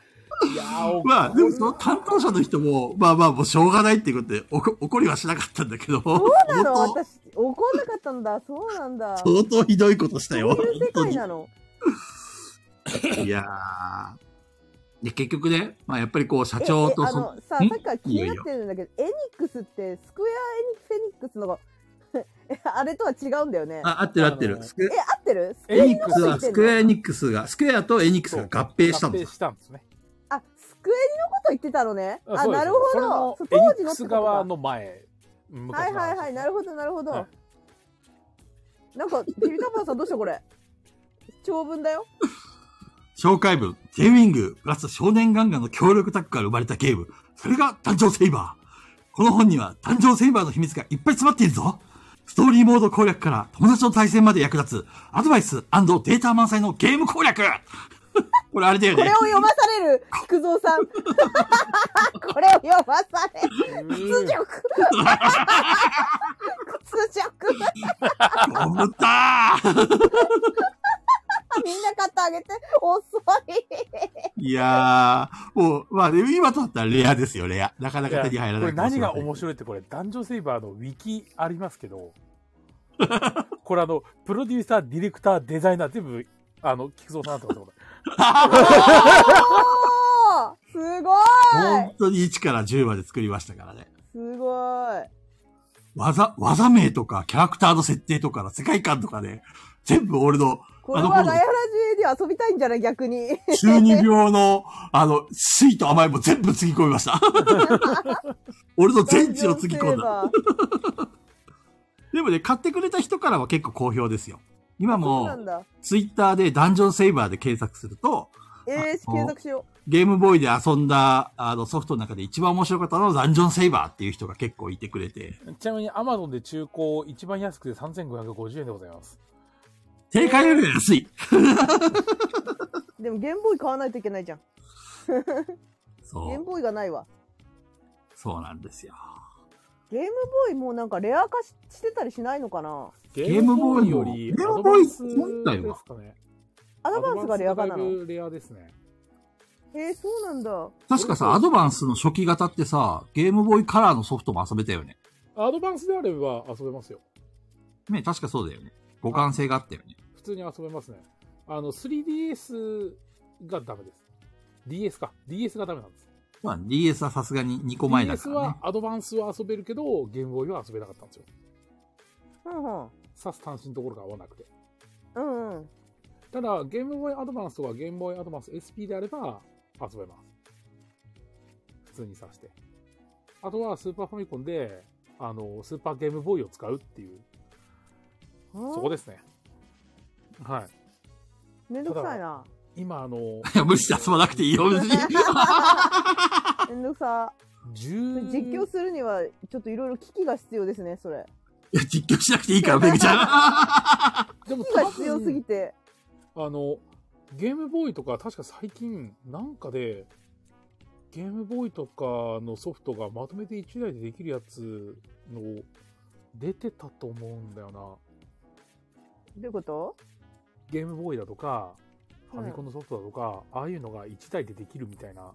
いやー、おまあ、でもその担当者の人も、まあまあ、もうしょうがないっていうことで、おこ怒りはしなかったんだけど、そうなの相当私、怒んなかったんだ。そうなんだ。そう相当ひどいことしたよ。いう世界なの。本当にいやーで、結局ね、まあやっぱりこう、社ええ長とあそのさ、さんっきから気になってるんだけど、エニックスって、スクエア・エニックス・フェニックスのが、 えあれとは違うんだよね。あ、合ってる合ってある。のスクエえ、合ってるスクエエアニックスは、ススククエエアアエニックスが、スクエアとエニックスが合併したの合併したんですね。あ、スクエニのこと言ってたのね。ああ、そうですなるほそれどの。そうエニ当時ッのクってスこと側か。の前。昔はいの話はいはい、なるほど、なるほはどい。なんか、キルタパンさんどうしたこれ。長文だよ。紹介文、J ウィング、プラス少年ガンガンの協力タッグから生まれたゲーム。それが誕生セイバー。この本には誕生セイバーの秘密がいっぱい詰まっているぞ。ストーリーモード攻略から友達の対戦まで役立つ、アドバイスデータ満載のゲーム攻略 これあれだよこれねを。読まされる、菊蔵さ ん。これを読まされる。屈辱。屈辱。おぶった ーみんな買ってあげて。遅い。いやー、もう、まあ、ね、今となったらレアですよ、レア。なかないやか手に入らこなれいかもし何れない。が面白いってこれ、ダンジョンセイバーのウィキありますけど、 これあの、プロデューサー、ディレクター、デザイナー、全部、あの、菊蔵さんとかそうだ。おーすごい 本当に1から10まで作りましたからね。すごい。技、技名とか、キャラクターの設定とか、世界観とかね、全部俺の、これはガヤラジで遊びたいんじゃない逆に。中二病の、あの、酸いと甘いも全部つぎ込みま した。俺の全知をつぎ込んだ。だ。でもね、買ってくれた人からは結構好評ですよ。今そうなんも、だ。ツイッターでダンジョンセイバーで検索すると、えー、検索しよゲームボーイで遊んだあのソフトの中で一番面白かったのはダンジョンセイバーっていう人が結構いてくれて、ちなみに、アマゾンで中古、一番安くて3550円でございます。定価より安い。う。でも、ゲームボーイ買わないといけないじゃん。そゲームう、ボーイがないわ。そうなんですよ。ゲームボーイもうなんかレア化ししてたりしないのかなゲームボーイよりゲームボーイ本体ではすかね。アドバンスがレア化なアドバンスがのだいぶレアですね。えー、そうなんだ。確かさ、アドバンスの初期型ってさ、ゲームボーイカラーのソフトも遊べたよね。アドバンスであれば遊べますよ。ね、確かそうだよね。互換性があったよね。普通に遊べますね。あの、3DS がダメです。DS か。DS がダメなんです。まあ、DS はさすがに2個前だ DS からねは。アドバンスは遊べるけど、ゲームボーイは遊べなかったんですよ。うんうん。さす単身のところが合わなくて。うんうん。ただ、ゲームボーイアドバンスとかゲームボーイアドバンス SP であれば遊べます。普通にさして。あとはスーパーファミコンで、あの、スーパーゲームボーイを使うっていう、そこで。ですね。はい。めんどくさいな。今、あの、いや、無視して遊ばなくていい よ、別に。 めんどくさ。 10実況するには、ちょっといろいろ機器が必要ですね、それ。いや実況しなくていいから、ペグちゃでも機器が必要すぎて。あの、ゲームボーイとか、確か最近、なんかで、ゲームボーイとかのソフトがまとめて1台でできるやつの、出てたと思うんだよな。どういうことゲームボーイだとか、フうんァミコンのソフトだとか、ああいうのが1台でできるみたいな、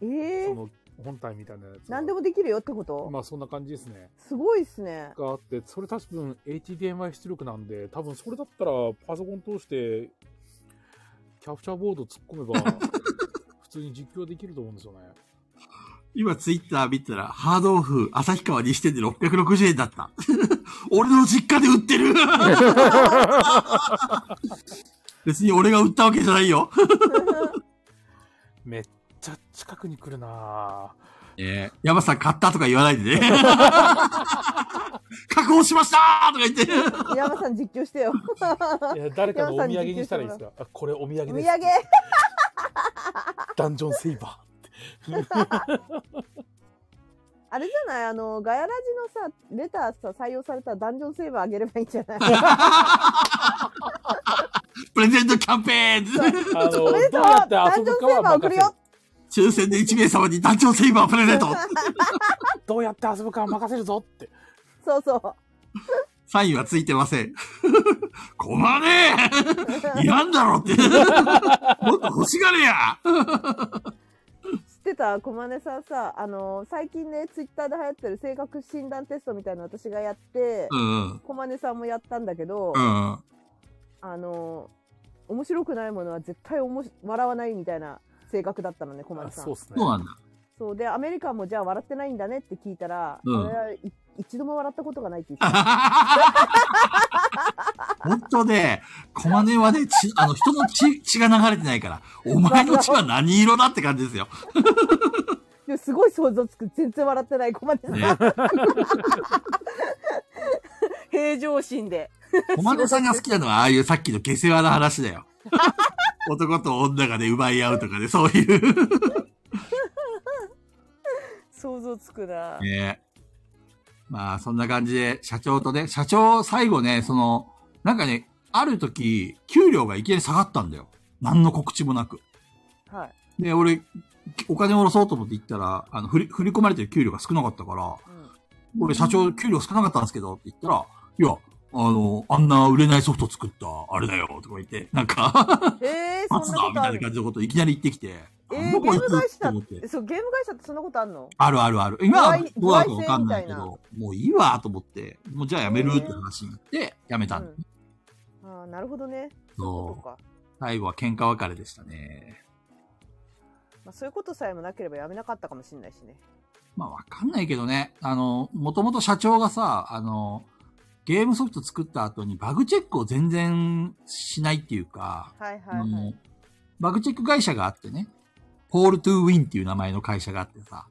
ええそー。の本体みたいなやつが。何でもできるよってことまあそんな感じですね。すごいっすね。があって、それ多分 HDMI 出力なんで、多分それだったらパソコン通して、キャプチャーボード突っ込めば、普通に実況できると思うんですよね。今ツイッター見たら、ハードオフ、旭川にしてで660円だった。 俺の実家で売って る別に俺が売ったわけじゃないよ。めっちゃ近くに来るなぁえー、山さん買ったとか言わないでね。 確保しましたとか言って。山さん実況し てよ。いや、誰かのお土産にしたらいいですかあこれお土お土産です。産。ダンジョンセイバあれじゃないあの、ガヤラジのさ、レターさ、採用されたらダンジョンセーバーあげればいいん じゃないプレゼントキャンペーンー。あの、どおうめでとうやってダ遊ンジョぶンかセーバはー送任るせるよ。抽選で1名様に団長セイバープレゼント。どうやって遊ぶかは任せるぞって。そ うそう。サインはついてません。困ねえいらんだろって。もっと欲しがれや知ってた小金さんさあの最近ねツイッターで流行ってる性格診断テストみたいなの私がやって、うんうん。小金さんもやったんだけど、うんうん。あの面白くないものは絶対おもし笑わないみたいな性格だったのね小あ金さんそうですねそう。なんだ。そうでアメリカンもじゃあ笑ってないんだねって聞いたら、うん俺はい一度も笑ったことがないって言ってた本当ね、コマネはね、血、あの、人の血、血が流れてないから、お前の血は何色だって感じですよ。でもすごい想像つく全然笑ってない小金さん、ね。平常心でコマネさんが好きなのは、ああいうさっきの下世話な話だよ。男と女がね、奪い合うとかね、そういう。想像つくな、ねまあ、そんな感じで、社長とね、社長、最後ね、その、なんかね、ある時、給料がいきなり下がったんだよ。何の告知もなく。はいで、俺、お金を下ろそうと思って行ったら、あの、振り、振り込まれてる給料が少なかったから、うん俺、社長、給料少なかったんですけど、って言ったら、いや、あの、あんな売れないソフト作った、あれだよ、とか言って、なん か、えー、そ罰んだなこみとたあいなる感じのことをいきなり言ってきて、えなんー、だゲーム会社と思ってだそうゲーム会社ってそんなことあんのあるあるある。今は具合どうなるかわかんないけ具合性ど、もういいわと思って、もうじゃあやめるって話になって、やめたんだ、うん、ああなるほどねそういうことそう。か、最後は喧嘩別れでしたね。まあ、そういうことさえもなければやめなかったかもしれないしねまあわかんないけどね、あの、もともと社長がさ、あの、ゲームソフト作った後にバグチェックを全然しないっていうか、はいはいあはい、のバグチェック会社があってね、ポールトゥーウィンっていう名前の会社があってさ、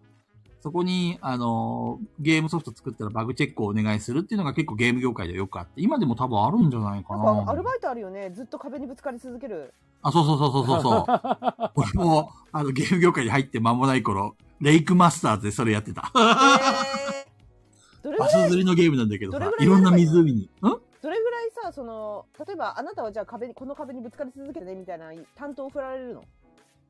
そこに、あの、ゲームソフト作ったらバグチェックをお願いするっていうのが結構ゲーム業界ではよくあって、今でも多分あるんじゃないかなんかアな。ルバイトあるよねずっと壁にぶつかり続け るあ、そうそうそうそうそうそう。 俺も、あの、ゲーム業界に入って間もない頃、レイクマスターズでそれやってた。えー、どれぐ場ら所い釣りのゲームなんだけどどされぐ、らいいろんな湖に。んどれぐらいさその例えばあなたはじゃあ壁にこの壁にぶつかり続けてねみたいな担当を振られるの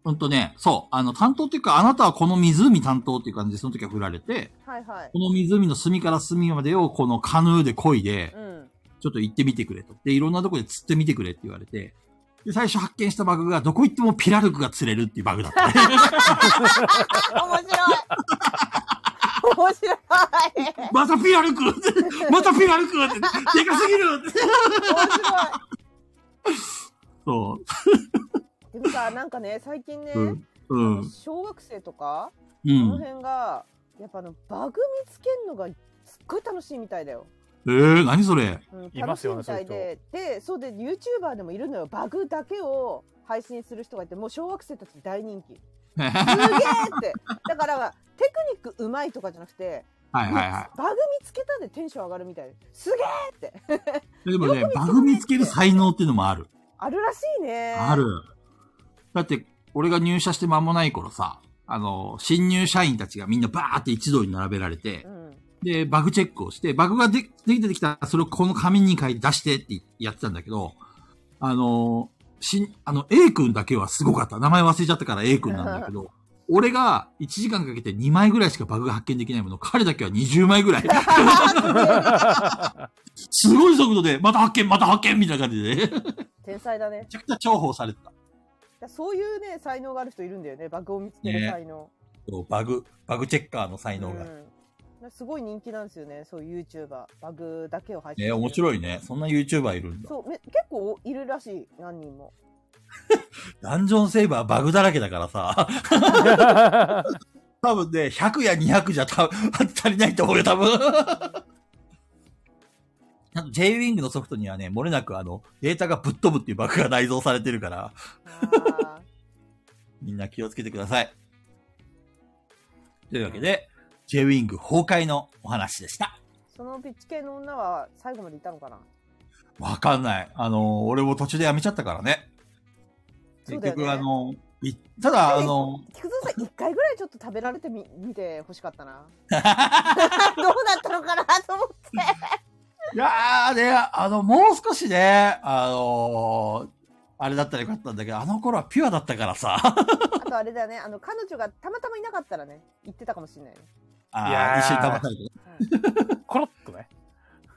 うんとね、そう。あの、担当っていうか、あなたはこの湖担当っていう感じで、その時は振られて、はいはいこの湖の隅から隅までをこのカヌーで漕いで、うんちょっと行ってみてくれと。で、いろんなとこで釣ってみてくれって言われて、で、最初発見したバグが、どこ行ってもピラルクが釣れるっていうバグだった ね。あ面白い面白いまたピラルク またピラルクって、でかすぎる って面白そいでもさなんかね最近ね、う。うん。うん。小学生とかうこのん。辺がやっぱあのバグ見つけるのがすっごい楽しいみたいだよ。えー、何それ うん、いま楽しすいよみねたいで、で、そうで YouTuber でもいるのよ。バグだけを配信する人がいて、もう小学生たちに大人気。すはいげーって。 だからテクニックうまいとかじゃなくて、はいもうはバグ見つけたでテンション上がるみたいで、すげーって。い。でもね、バグ見つける才能っていうのもある。あるらしいね。ある。。だって、俺が入社して間もない頃さ、あの、新入社員たちがみんなバーって一堂に並べられてう、ん。 で、バグチェックをして、バグがでで出てきたら、それをこの紙に書いて出してってやってたんだけど、あの、しん、あの、A 君だけはすごかった。名前忘れちゃったから A 君なんだけ ど、俺が1時間かけて2枚ぐらいしかバグが発見できないもの、彼だけは20枚ぐ らい。すごい速度で、また発見、また発見みたいな感じでね、 め天才だね。ちゃくちゃ重宝されてた。だそういうね、才能がある人いるんだよね。バグを見つけねる才能。そうバグ、バグチェッカーの才能が。うん、すごい人気なんですよねそういう YouTuber バグだけを配信ね面い白いね。そんな YouTuber いるんだ。そうめ結構いるらしい何人もダンジョンセイバーバグだらけだからさ、多分ね、100や200じゃ多分 足りないと思うよ、多分。 あと J-Wing のソフトにはね、漏れなくあの、データがぶっ飛ぶっていうバグが内蔵されてるから、 あみんな気をつけてください。というわけで、J-Wing 崩壊のお話でした。ーそのピッチ系の女は最後までいたのかなわかんない。あの、俺も途中でやめちゃったからね。そう結だよね局、あの、いただ、あの、菊蔵さん一回ぐらいちょっと食べられてみ見てほしかっ たなどうだったのかなと思っていやー、ね、あの、もう少しね、あのーあれだったらよかったんだけど、あの頃はピュアだったからさ、あとあれだよねあの彼女がたまたまいなかったらね言ってたかもしれないね、あいやーー一緒に騙されて、うん コロッとね。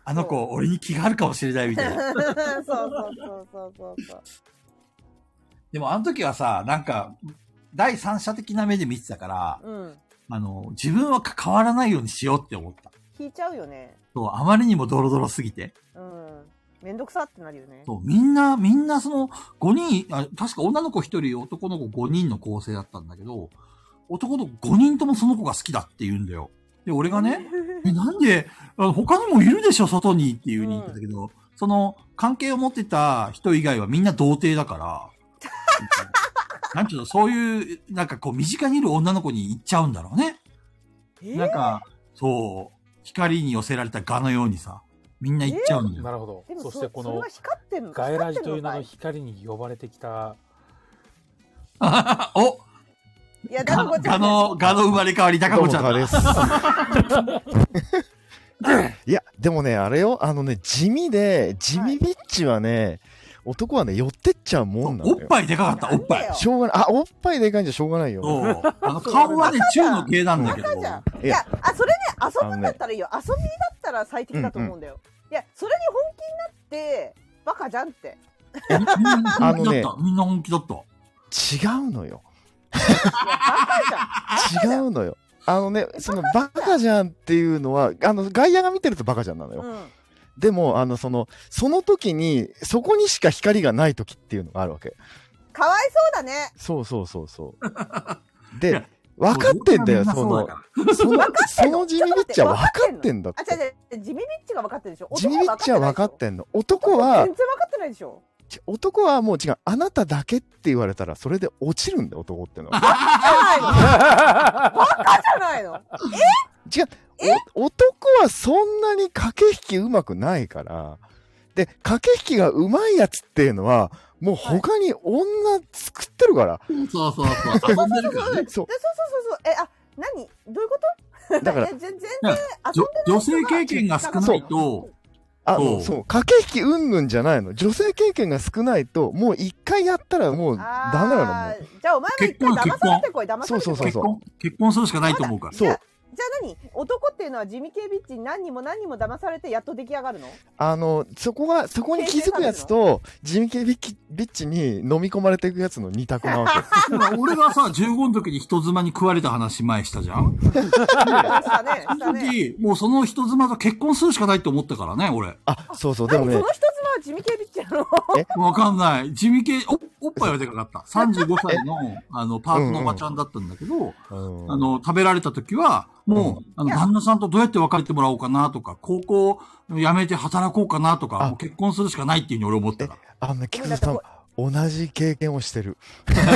あの子、俺に気があるかもしれないみた いな。 そうそうそうそうそうそうでも、あの時はさ、なんか、第三者的な目で見てたから、うんあの、自分は変わらないようにしようって思った。引いちゃうよねそう、あまりにもドロドロすぎて。うんめんどくさってなるよねそう、みんな、みんなその、5人、あ確か女の子1人、男の子5人の構成だったんだけど、男の子5人ともその子が好きだって言うんだよ。で、俺がね、え、なんで、あの他にもいるでしょ、外にっていう風に言ってたけど、その、関係を持ってた人以外はみんな童貞だから、なんちゅうの、そういう、なんかこう、身近にいる女の子に行っちゃうんだろうね。 えなんか、そう、光に寄せられた蛾のようにさ、みんな行っちゃうんだよ。なるほでど。もそそしてこそれのが、光ってんのガエラジという名の光ってん光に呼ばれてき た、あおかいいやだガんごちゃんの、ガの生まれ変わり、高子ちゃんどうもだ。彼ですいや、でもね、あれよ、あのね、地味で、地味ビッチはね、男はね、寄ってっちゃうもんなのおっよ。ぱいでかかった、おっぱなんだいよ。しょうがない。あ、おっぱいでかいんじゃしょうがないよ。そう。あの、顔はね、中の系なんだけど。赤じゃん。いいやや、あ、それね、遊ぶんだあのっねたらいいよ。遊びだったら最適だと思うんだよ。いや、それに本気になって、バカじゃんって。みんなあ本気のねだった。みんな本気だった。違うのよ。いやバカじゃん。違うのよ。あのね、そのバカじゃんっていうのは、あの、外野が見てるとバカじゃんなのよ。 うん。でも、あの、その、その時に、そこにしか光がない時っていうのがあるわけ。かわいそうだね。そうそうそ うそう。いでや、分かってんだよ、みそなうのだ、かその、 その地味ビッチは分かってんだっあ、違て。う違う、地味ビッチが分かってるでしょ。地味ビッチは分かってる。んの。男は全然、分かってないでしょ。男はもう違う、あなただけって言われたら、それで落ちるんだよ、男ってのは。バカじゃないの。バカじゃないの。違う、お男はそんなに駆け引きうまくないから、で、駆け引きがうまいやつっていうのは、もう他に女作ってるから、らそうそうそう。遊んでるからね。そうで、そうそうそうそう。え、あ、何どういうことだか らえ全然だ遊かん女で女性経験が少ないと、あそうそう、駆け引きうんぬんじゃないの。女性経験が少ないと、もう一回やったらもうあーダメなのもう。じゃあお前も一回結婚騙されてこい、騙されてこい。そうそう結婚、結婚するしかないと思うから。そう。じゃあ何男っていうのは地味系ビッチに何にも何にも騙されてやっと出来上がるのあの、そこが、そこに気づくやつと、地味系ビッキビッチに飲み込まれていくやつの二択なわ け。だから俺がさ、15の時に人妻に食われた話前したじゃん。そしたね、したのね。時、もうその人妻と結婚するしかないと思ったからね、俺。あ、そうそう、で何もそねの、一つは地味系ビッチなのわかんない。地味系、お、おっぱいはでかか った。35歳の、あの、パートのおばちゃんだったんだけど、あのあの、食べられた時は、もう、あの、いや旦那さんとどうやって別れてもらおうかなとか、高校辞めて働こうかなとか、あもう結婚するしかないっていうふうに俺思ったから。あのね、菊池さん、同じ経験をしてる。何の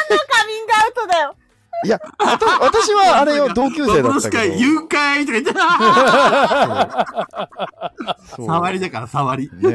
カミングアウトだよいや、 わた私はあれよ、同級生だっかたけいど。誘拐とか言って、あそー う触りだから触り。ね。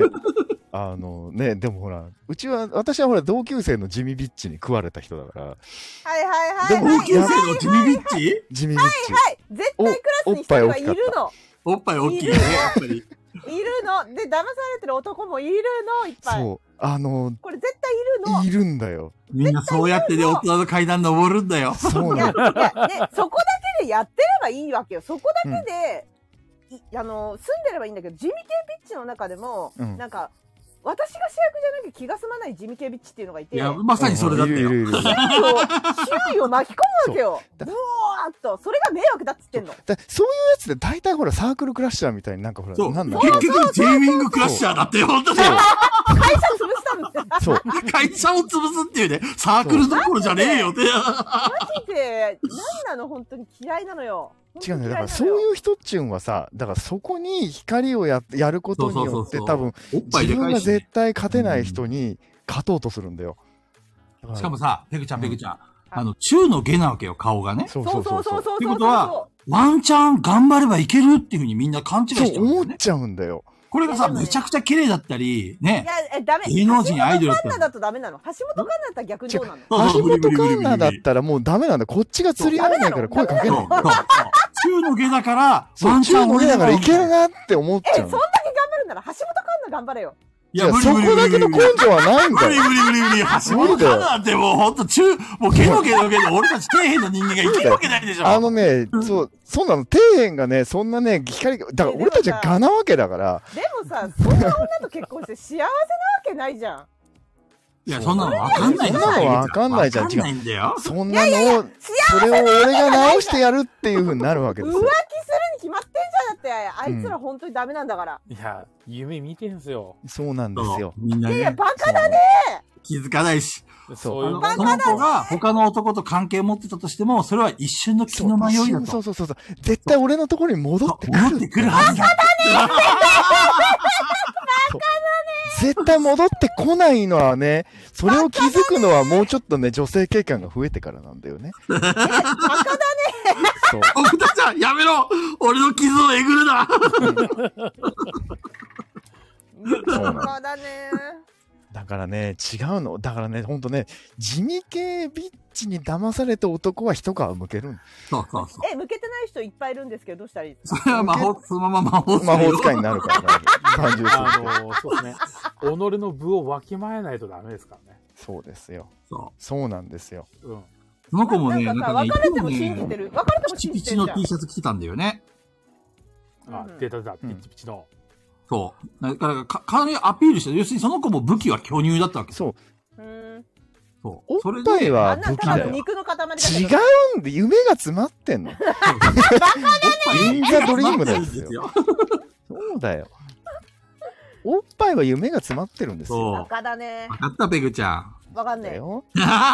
あのね、でもほら、うちは、私はほら、同級生の地味ビッチに食われた人だから、はいはいはでいも同はい級生の地味ビッチ地味ビッチ。はい絶対クラスに一人はいるのおっぱい大きいね、やっぱり。いるので騙されてる男もいるのいっぱいそう。あの、これ絶対いるのいるんだよ。みんなそうやってね、大人の階段登るんだよ。そういやないの。やね、そこだけでやってればいいわけよ。そこだけで、いあの住んでればいいんだけど、地味系ビッチの中でも、うんなんか私が主役じゃなきゃ気が済まない地味系ビッチっていうのがいて、いや、まさにそれだったいるいよ。るいる。周囲を巻き込むわけよ。そうだブワーっと、それが迷惑だっつってんの。だそういうやつで大体ほら、サークルクラッシャーみたいになんかほら、そう。なん結だろう局、J ウィングクラッシャーだってよ、本当に。会社潰したそう。 会社を潰すっていうね、サークルどころじゃねえよって。マジで、何なの本当に嫌いなのよ。違うね。だからそういう人っちゅうんはさ、だからそこに光をややることによって多分、おっぱい自でか分いがしね、絶対勝てない人に勝とうとするんだよ。だらしかもさ、ペグちゃんペグちゃん。うんあの、中の下なわけよ、顔がね。そうそそううそそううそそうう。そう。ってことはワンチャン頑張ればいけるっていうふうにみんな勘違いそしてうるんだ思よっね。ちゃうんだよ。これがさ、いやでもねめちゃくちゃ綺麗だったり、いねや。、え、ダメ。芸能人アイドルだったら橋本環奈だとダメなの。橋本環奈だったら逆にどうなのそ橋うそう本環奈だっブリブリブリブリたらもうダメなんだよ。こっちが釣り合わないから声か けそうないそう。そう中の下だから、そワう、ンチャ中ンの俺上らだからいけるいなって思っえ、ちそゃんだけう頑。張るなら橋本環奈頑張れよ。いや、や、無理そ無理こ無だ理けの無根理。性はないん無だ理よ。無理無理無理。橋本環奈なんてもうほんと中、もう毛の毛の毛の俺たち底辺の人間がいけるわけないでしょ。あのね、そう、そんなの、底辺がね、そんなね、光が、だから俺たちはガなわけだから、でもさ、そんな女と結婚して幸せなわけないじゃん。いや、そんなのわかんないんだよそんなのわかんないじゃんわかんないんだよ。そんなのを、それを俺が直してやるっていう風になるわけ浮で気すす るよ。に決まってんじゃんだって、あいつら本当にダメなんだから。いや、夢見てんすよ。そうなんですよそう。みんないや、ね、バカだね。気づかないし。そうそいううあのもんその子が他の男と関係を持ってたとしても、それは一瞬の気の迷いだそとう。そうそうそう。絶対俺のところに戻ってく戻っる。てくるはずだ。絶対戻ってこないのはね、それを気づくのはもうちょっとね、女性経験が増えてからなん だよね。そう。奥田ちゃん、やめろ俺の傷をえぐるなそうなバのカだね。だからね、違うの。だからね、ほんとね、地味系ビッチに騙された男は一皮むけるんだそうそうそう。え、向けてない人いっぱいいるんですけど、どうしたらいいですかそれは魔法、そのまま魔法使い魔よ。法使いになるからね。感情する あの、そうですね。己の部をわきまえないとダメですからね。そうですよ。そう。そうなんですよ。うん。その子もね、ななんんかさ、かね、別れてもいつ信じもてね、る。別れてピもチ信ピじてチるのじゃん T シャツ着てたんだよね。あうん、出た出た、ピうんッチピチの。そう。だから、か、かなりアピールしてる、要するにその子も武器は巨乳だったわけです。そうう。ん。そう。そおれっでぱいはあんな武ん器ただだのよ。肉の塊だけ違ど。うんで、夢が詰まってんの。イインザドリームですよ。そうだよ。おっぱいは夢が詰まってるんですよ。 そバう。カだね。分かった、ペグちゃん。わかんだねえ。よ。一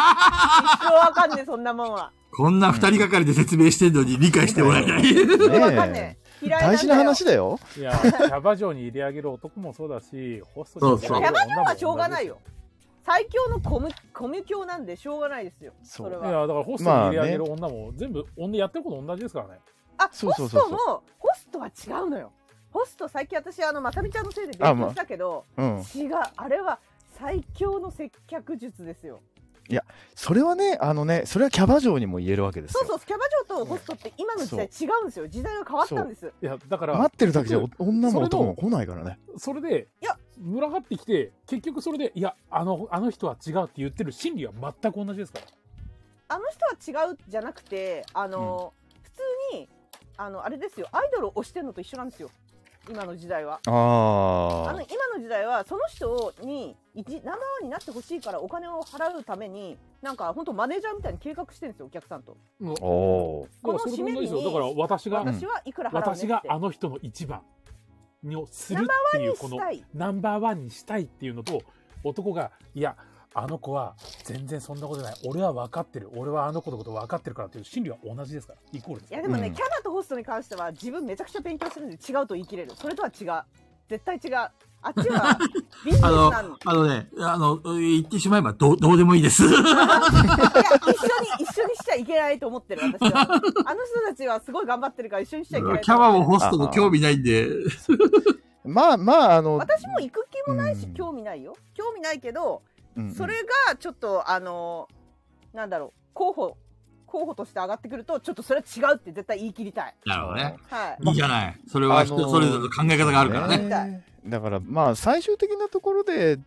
生わかんねえ、そんなもんは。こんな二人がかりで説明してんのに理解してもらえない。 一生わかんねねえ。嫌いなんだよ。大事な話だよ。いや、キャバ嬢に入れ上げる男もそうだし、ホストにそうそ入れ上うキャげるバ嬢女も同じはしょうがないよ。最強のコム、コミュ教なんでしょうがないですよ。そそうれいや、は。だからホストに入れ上げる女も全部、女やってること同じですからね。あ、そうホそうスそうトそうも、ホストは違うのよ。ホスト最近私、あの、まさみちゃんのせいであ勉まあ強したけど、うん。違う。あれは最強の接客術ですよ。それはね、あのね、それはキャバ嬢にも言えるわけですそうそよ。う、キャバ嬢とホストって今の時代違うんですよ。時代が変わったんです。いや、だから、待ってるだけじゃお女もそれと男も来ないからね。それで、いや、群がってきて、結局それで、いや、あの、あの人は違うって言ってる心理は全く同じですから。あの人は違うじゃなくて、あの、普通に、あの、あれですよ。アイドルを推してるのと一緒なんですよ。今の時代は。ああの今の時代はその人に一生になってほしいからお金を払うためになんか本当マネージャーみたいに計画してるんですよお客さんともうあ。おこのだからそれと同じです締めよ。だにから、私が、私はいくら払うねって私があの人の一番をするっていう、このした、いナンバーワンにしたいっていうのと、男が、いや、あの子は全然そんなことない。俺は分かってる。俺はあの子のこと分かってるからっていう心理は同じですから。イコールですいかやら。でもね、うんキャバとホストに関しては自分めちゃくちゃ勉強するんで違うと言い切れるそれとは違う絶対違うあっち はビジネスあのなん、あのね、あの、言ってしまえばどう、どうでもいい です。いや一緒に一緒にしちゃいけないと思ってる私はあの人たちはすごい頑張ってるから一緒にしちゃいけないキャバもホストも興味ないんで。まあまあ、あの、私も行く気もないし、うん興味ないよ興味ないけどうんうんそれがちょっとあのなんだろう候補候補として上がってくるとちょっとそれは違うって絶対言い切りたい。なるほどね。はいいいじゃない。それは人それぞれの考え方があるからね。ねだからまあ最終的なところで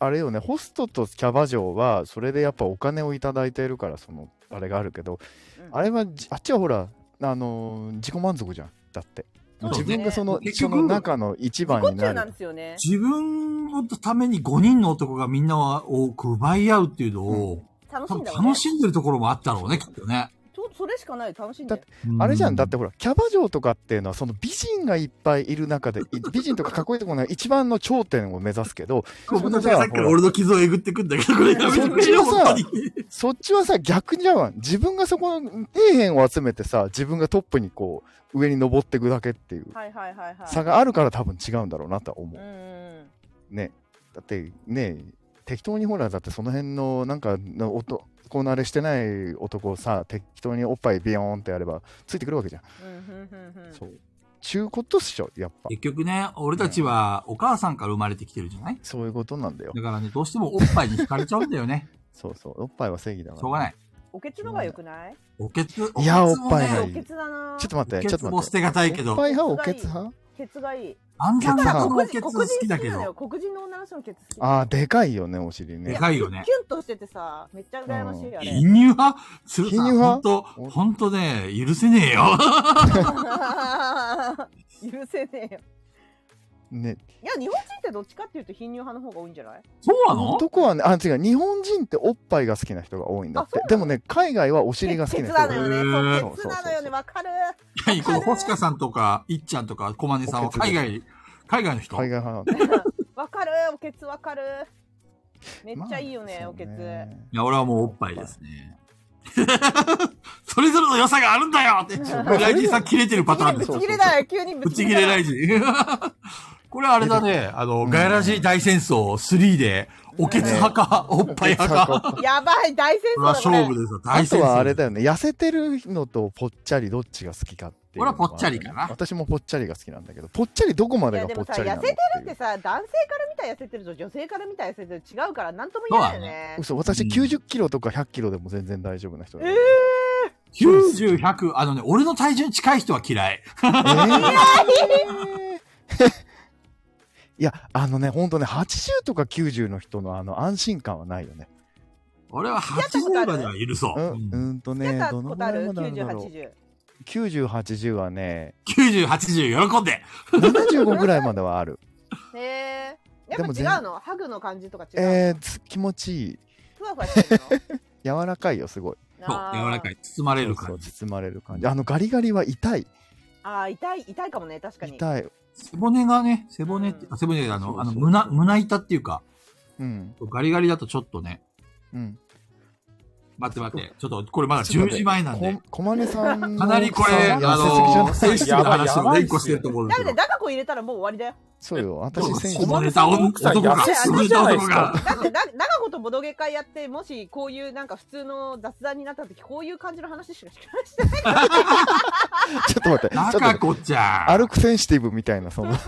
あれよねホストとキャバ嬢はそれでやっぱお金をいただいているからそのあれがあるけど、うんあれはじあっちはほらあのー自己満足じゃんだってそうね自分がその,、結そ局の中の一番い。に自己中ななんるですよね。自分のために5人の男がみんなを奪い合うっていうのを、楽し多い分んだもんね。楽しんでるところもあったろうね、きっとね。そうそれしかない楽しんでだっあれじゃん、だってほら、キャバ嬢とかっていうのは、その美人がいっぱいいる中で、い美人とかかっこいいところが一番の頂点を目指すけど、こう。僕たちはさっきから俺の傷をえぐってくんだけど、これやめてくれよ、そ本っちのさ当に。そっちはさ、逆じゃん。自分がそこの底辺を集めてさ、自分がトップにこう、上に登っていくだけっていうはいはいはいはい差があるから多分違うんだろうなとは思うんう。うんね。だって、ね、適当にほら、だってその辺の、なんか、の音、このあれしてない男をさ、適当におっぱいビヨーンってやれば、ついてくるわけじゃん。うんふんふんふんそう。ちゅうことっしょ、やっ ぱ。結局ね、俺たちはお母さんから生まれてきてるじゃないそういうことなんだよだ。からね、どうしてもおっぱいに惹かれちゃうんだよ ね。そうそう。おっぱいは正義だから。しょうがない。おけつのが良くないおけつ、いやおけつもねおっぱいがおいいけつだなちょっと待って、おちょけっつとも待捨って。てがたいけおっど、ぱい派、おけつ派ケツがいいあんさんだからがこのお黒人けつ黒好人き好だきけなのよど、黒人の女の人のケツ好きああ、でかいよね、お尻でね。かいよねキュンとしててさめっちゃ羨ましいあれ貧乳派鶴さん、貧乳ほん派と、ほんとね、許せねえよ。 許せねえよね。いや日本人ってどっちかっていうと貧乳派の方が多いんじゃないそうなの男はね、あ、違う、日本人っておっぱいが好きな人が多いんだっあそうてな。のでもね、海外はお尻が好きなケ人ツながの多よい。ねへそうーケツなのよねわかる何この星香さんとか、いっちゃんとか、こまねさんは海外、海外の人海外派なんだ。わかるおけつわかるめっちゃいいよね、まあおけつ、そうねいや、俺はもうおっぱいですね。 それぞれの良さがあるんだよって、ライジンさん切れてるパターンぶでちす。切れだよ急にぶぶちち切れ切れだラよイジン。これあれだね、あの、うんガヤラジ大戦争3で、おけつ派か、おっぱい派か。 やばい大戦これは争だ勝こ負ですよ、大あ戦と争。はあれだよね、痩せてるのとぽっちゃりどっちが好きかっていうのがある。俺はぽっちゃりかな私もぽっちゃりが好きなんだけど、ぽっちゃりどこまれいでやでがぽもっさちゃ痩りなのせてるっっていてうさ男性から見たら痩せてると女性から見たら痩せてる違うから何とも言えないよね嘘、私90キロとか100キロでも全然大丈夫な人だよえ90、100、あのね、俺の体重に近い人は嫌い。えー いや、あのね、ほんとね、80とか90の人のあの安心感はないよね。俺は80までは許そうう。ん、うんうんと出ね、たこどのぐとあらいるまであるんだろう。 9080 90、80は ね、 90、80、喜んで。 75ぐらいまではある。へえやでもっ全ぱ違うのハグの感じと か違うの、えーつ、気持ちいい。ふわふわして る柔らかいよ、すごい。のそう、柔らかい。包まれるそ感うじ。包まれる感じ。あの、ガリガリは痛い。あー痛い痛いかもね確かに痛い。背骨がね、背骨って、うんあ背骨があそうその、うあの、胸、胸板っていうか、うん、ガリガリだとちょっとね、うん。待って待って、ちょっとこれまだ10時前なんでこ、、こまねさんの。かなりこれ、あさ痩の、せ選すぎじ手ゃのない話を連呼してると思うんだだけめどだ、ダカ子入れたらもう終わりだよそうよ、ど私う選ぞ手こまねた男が、こまねた男が、だってだ ダカ子とボドゲ会やってもしこういうなんか普通の雑談になった時こういう感じの話しかしてないしてないちょっと待って、ちょっと待中って。子ちゃん。歩くセンシティブみたいな、その。な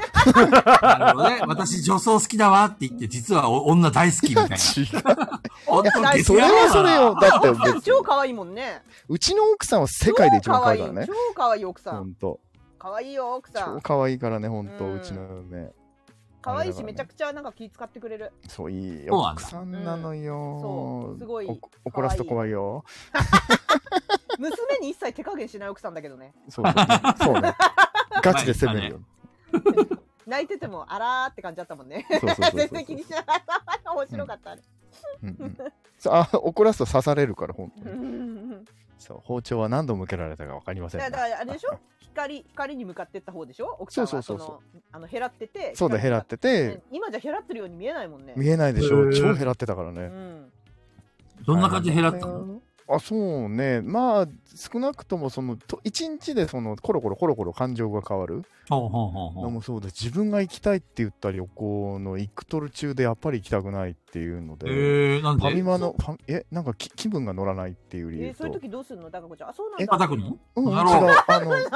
るほどね。私女装好きだわって言って、実はお女大好きみたいな。 違う本女大好きそれはそ れよ。だって別に、超可愛いもんねうちの奥さんは世界で一番可愛いからね超。可愛い奥さほんんと。可愛いよ奥さ超ん可愛いからね、ほんと、うんうちの嫁。可愛いしあれめちだゃからねくちゃなんか気使ってくれるそう、いいそうなんだ奥さんなのよ。うんそうすごいお怒らすと怖いよ。娘に一切手加減しない奥さんだけどねそうそうそ うね。ガチで攻めるよ。泣いてても あらーって感じだったもんねそうそうそうそう全然気にしなかった面白かった、あれうんうんそうあ怒らすと刺されるから、ほんとに。うんそう、包丁は何度向けられたかわかりませんだね。からあれでしょ光光に向かってった方でしょ奥さんはそそううそそううそそうそうのあの減らっててそうだ、減らっててね、今じゃ減らってるように見えないもんね見えないでしへょ。ー超減らってたからね。うんどんな感じで減らったのあそうねまあ少なくともそのと一日でそのコロコロコロコロ感情が変わるほうほうほうほのう。もそうで自分が行きたいって言った旅行の行くとる中でやっぱり行きたくないっていうのえで、ー、なんファミでマのファミえなんかき気分が乗らないっていう理え由ーそと、ういう時どうするの高子ちゃんあそうなんえだ叩くのうん違うなるほどあの引っ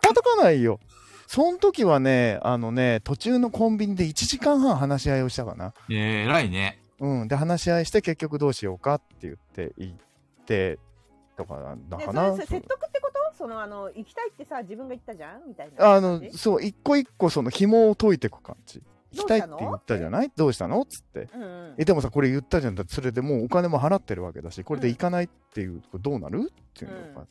叩かないよその時はねあのね途中のコンビニで1時間半話し合いをしたかなえー、偉いね。うんで話し合いして結局どうしようかって言って行ってとかなんだねかそなれそれ説得ってことそのあの行きたいってさ自分が言ったじゃんみたいなあの感、じそう、一個一個その紐を解いていく感じ。行どきうしたのたいって言ったじゃないどうしたのっつって。うんうんえ、でもさ、これ言ったじゃん。だってそれでもうお金も払ってるわけだし、これで行かないっていう、これどうなるっていうのが、うん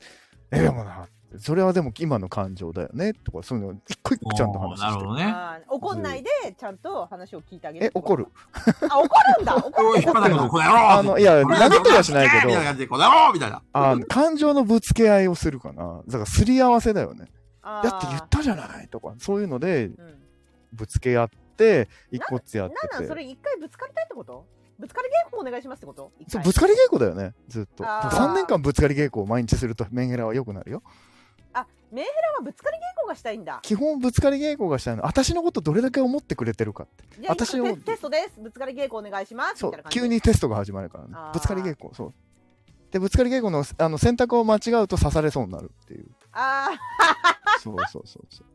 え、でもな、それはでも今の感情だよね、とか、そういうの、一個一個ちゃんと話して。なるほどね。あー怒んないで、ちゃんと話を聞いてあげる。え、怒る。あ、怒るん だ。怒おい、引っ張らなこの野郎あのいや投げてはしないけどみたいな感じで、この野郎みたいな。あの感情のぶつけ合いをするかな。だから、すり合わせだよね。あーだって言ったじゃないとか、そういうので、うんぶつけ合って、一個つやっなんなてんてそ。れ一回ぶつかりたいってことぶつかり稽古お願いしますってこと一そう回ぶつかり稽古だよね、ずっと。あー3年間ぶつかり稽古を毎日するとメンヘラは良くなるよ。あメンヘラはぶつかり稽古がしたいんだ基本ぶつかり稽古がしたいの。私のことどれだけ思ってくれてるかって。じゃあ私一を回テテストですぶつかり稽古お願いしますそみうたいな感じ急にテストが始まるからねあーぶつかり稽古そうでぶつかり稽古のあの選択を間違うと刺されそうになるっていうああそうそうそうそう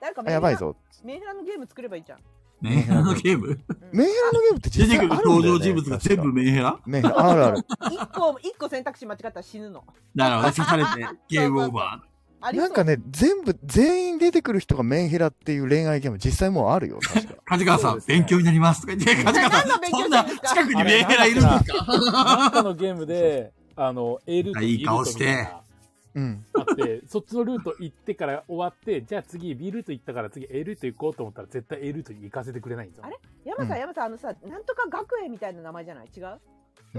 誰 かメあンやヘラばいぞメンヘラのゲーム作ればいいじゃんメンヘラのゲームメンヘラのゲームって出実て際あくるるんだよ、ね、登場人物が全部確かメンヘラメンヘラあるある一個一個選択肢間違ったら死ぬのなるほどね、刺されて、ゲームオーバありそうなんかね全部全員出てくる人がメンヘラっていう恋愛ゲーム実際もうあるよ確かー。梶川さそうんで、すね勉強になりますとか言って、梶川さん、何の勉強そんしてなんですか近くにメンヘラいるんですかなんかのゲームで、あの、A ルート、いい顔して B ルートみたいな うんあって、そっちのルート行ってから終わって、じゃあ次 B ルート行ったから次 A ルート行こうと思ったら絶対 A ルートに行かせてくれないんですよ。あれ山さうんん山さんあのさなんとか学園みたいな名前じゃない違う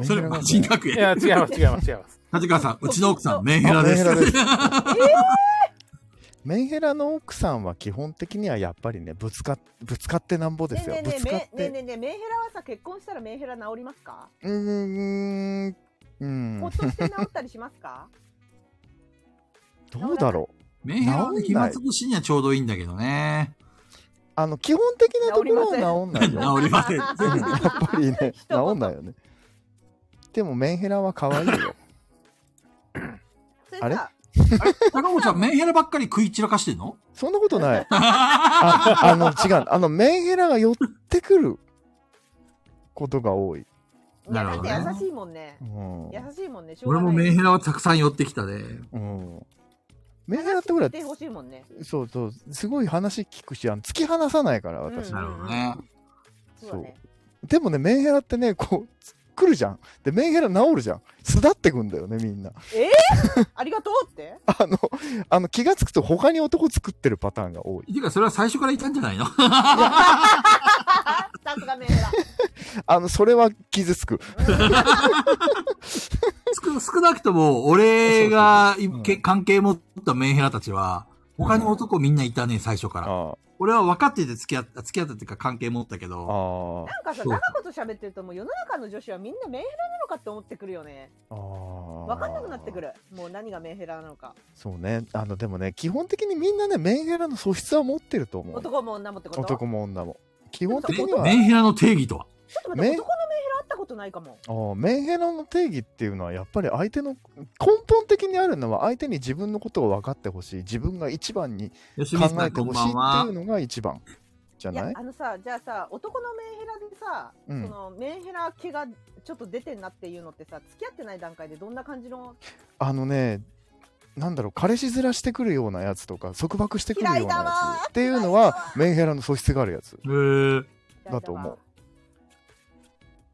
それ、メンヘラなんマだジン学い園。や、違います、違います、違います。梶川さん、うちの奥さん、メンヘラあメでンヘす。ラですメンヘラの奥さんは基本的にはやっぱりねぶつかぶつかってなんぼでねすえよ、ねえねぶつかえっねえて、ねえねえメンヘラはさ結婚したらメンヘラ治りますかうーんうんほっとして治ったりします かどうだろ うメンヘラの暇つぶしにはちょうどいいんだけどね。あの基本的なところは治んな治いよ。やりません。っぱり ね、言治んないよね。でもメンヘラは可愛いよ。それあれさ高本ちゃん、メンヘラばっかり食い散らかしてんのそんなことない。ああの違う、あのメンヘラが寄ってくることが多い。いやなるほだっどてね優しいもんねうん。優しいもんねしょう俺がもないメンヘラはたくさん寄ってきたで。うん、メンヘラって俺話聞いてほしいもんねそうそう、すごい話聞くし、あの突き放さないから私。うんなるほどね。そうだねでもね、メンヘラってね、こう来るじゃん。で、メンヘラ治るじゃん。巣立ってくんだよね、みんな。ありがとうって あの、あの気がつくと他に男作ってるパターンが多い。ていうか、それは最初からいたんじゃないのさすがメンヘ ラあの、それは傷つく。少少なくとも、俺がそうそうそうけうん関係持ったメンヘラたちは、他に男みんないたね、最初から。あ俺は分かってて付き合った、付き合ったっていうか関係持ったけあ。ど、あなんかさそう長子と喋ってるともう世の中の女子はみんなメンヘラなのかって思ってくるよねあ。わかんなくなってくる。るもう何がメンヘラなのかそうね。あの、でもね、基本的にみんなね、メンヘラの素質は持ってると思う。男も女もってこと男も女も。基本的メには、メンヘラの定義とは。ちょっと待ってメン男のメンヘラ会ったことないかもあーメンヘラの定義っていうのは、やっぱり相手の、根本的にあるのは、相手に自分のことを分かってほしい。自分が一番に吉考見さえん、てこんほしばいんってはいう。のが一番。じゃいなやいあのさじゃあさ男のメンヘラでさ、うんそのメンヘラ系がちょっと出てんなっていうのってさ付き合ってない段階でどんな感じのあのね、なんだろう、彼氏面してくるようなやつとか、束縛してくるような嫌いだわやーつっていうのは、メンヘラの素質があるやつ。へーだと思う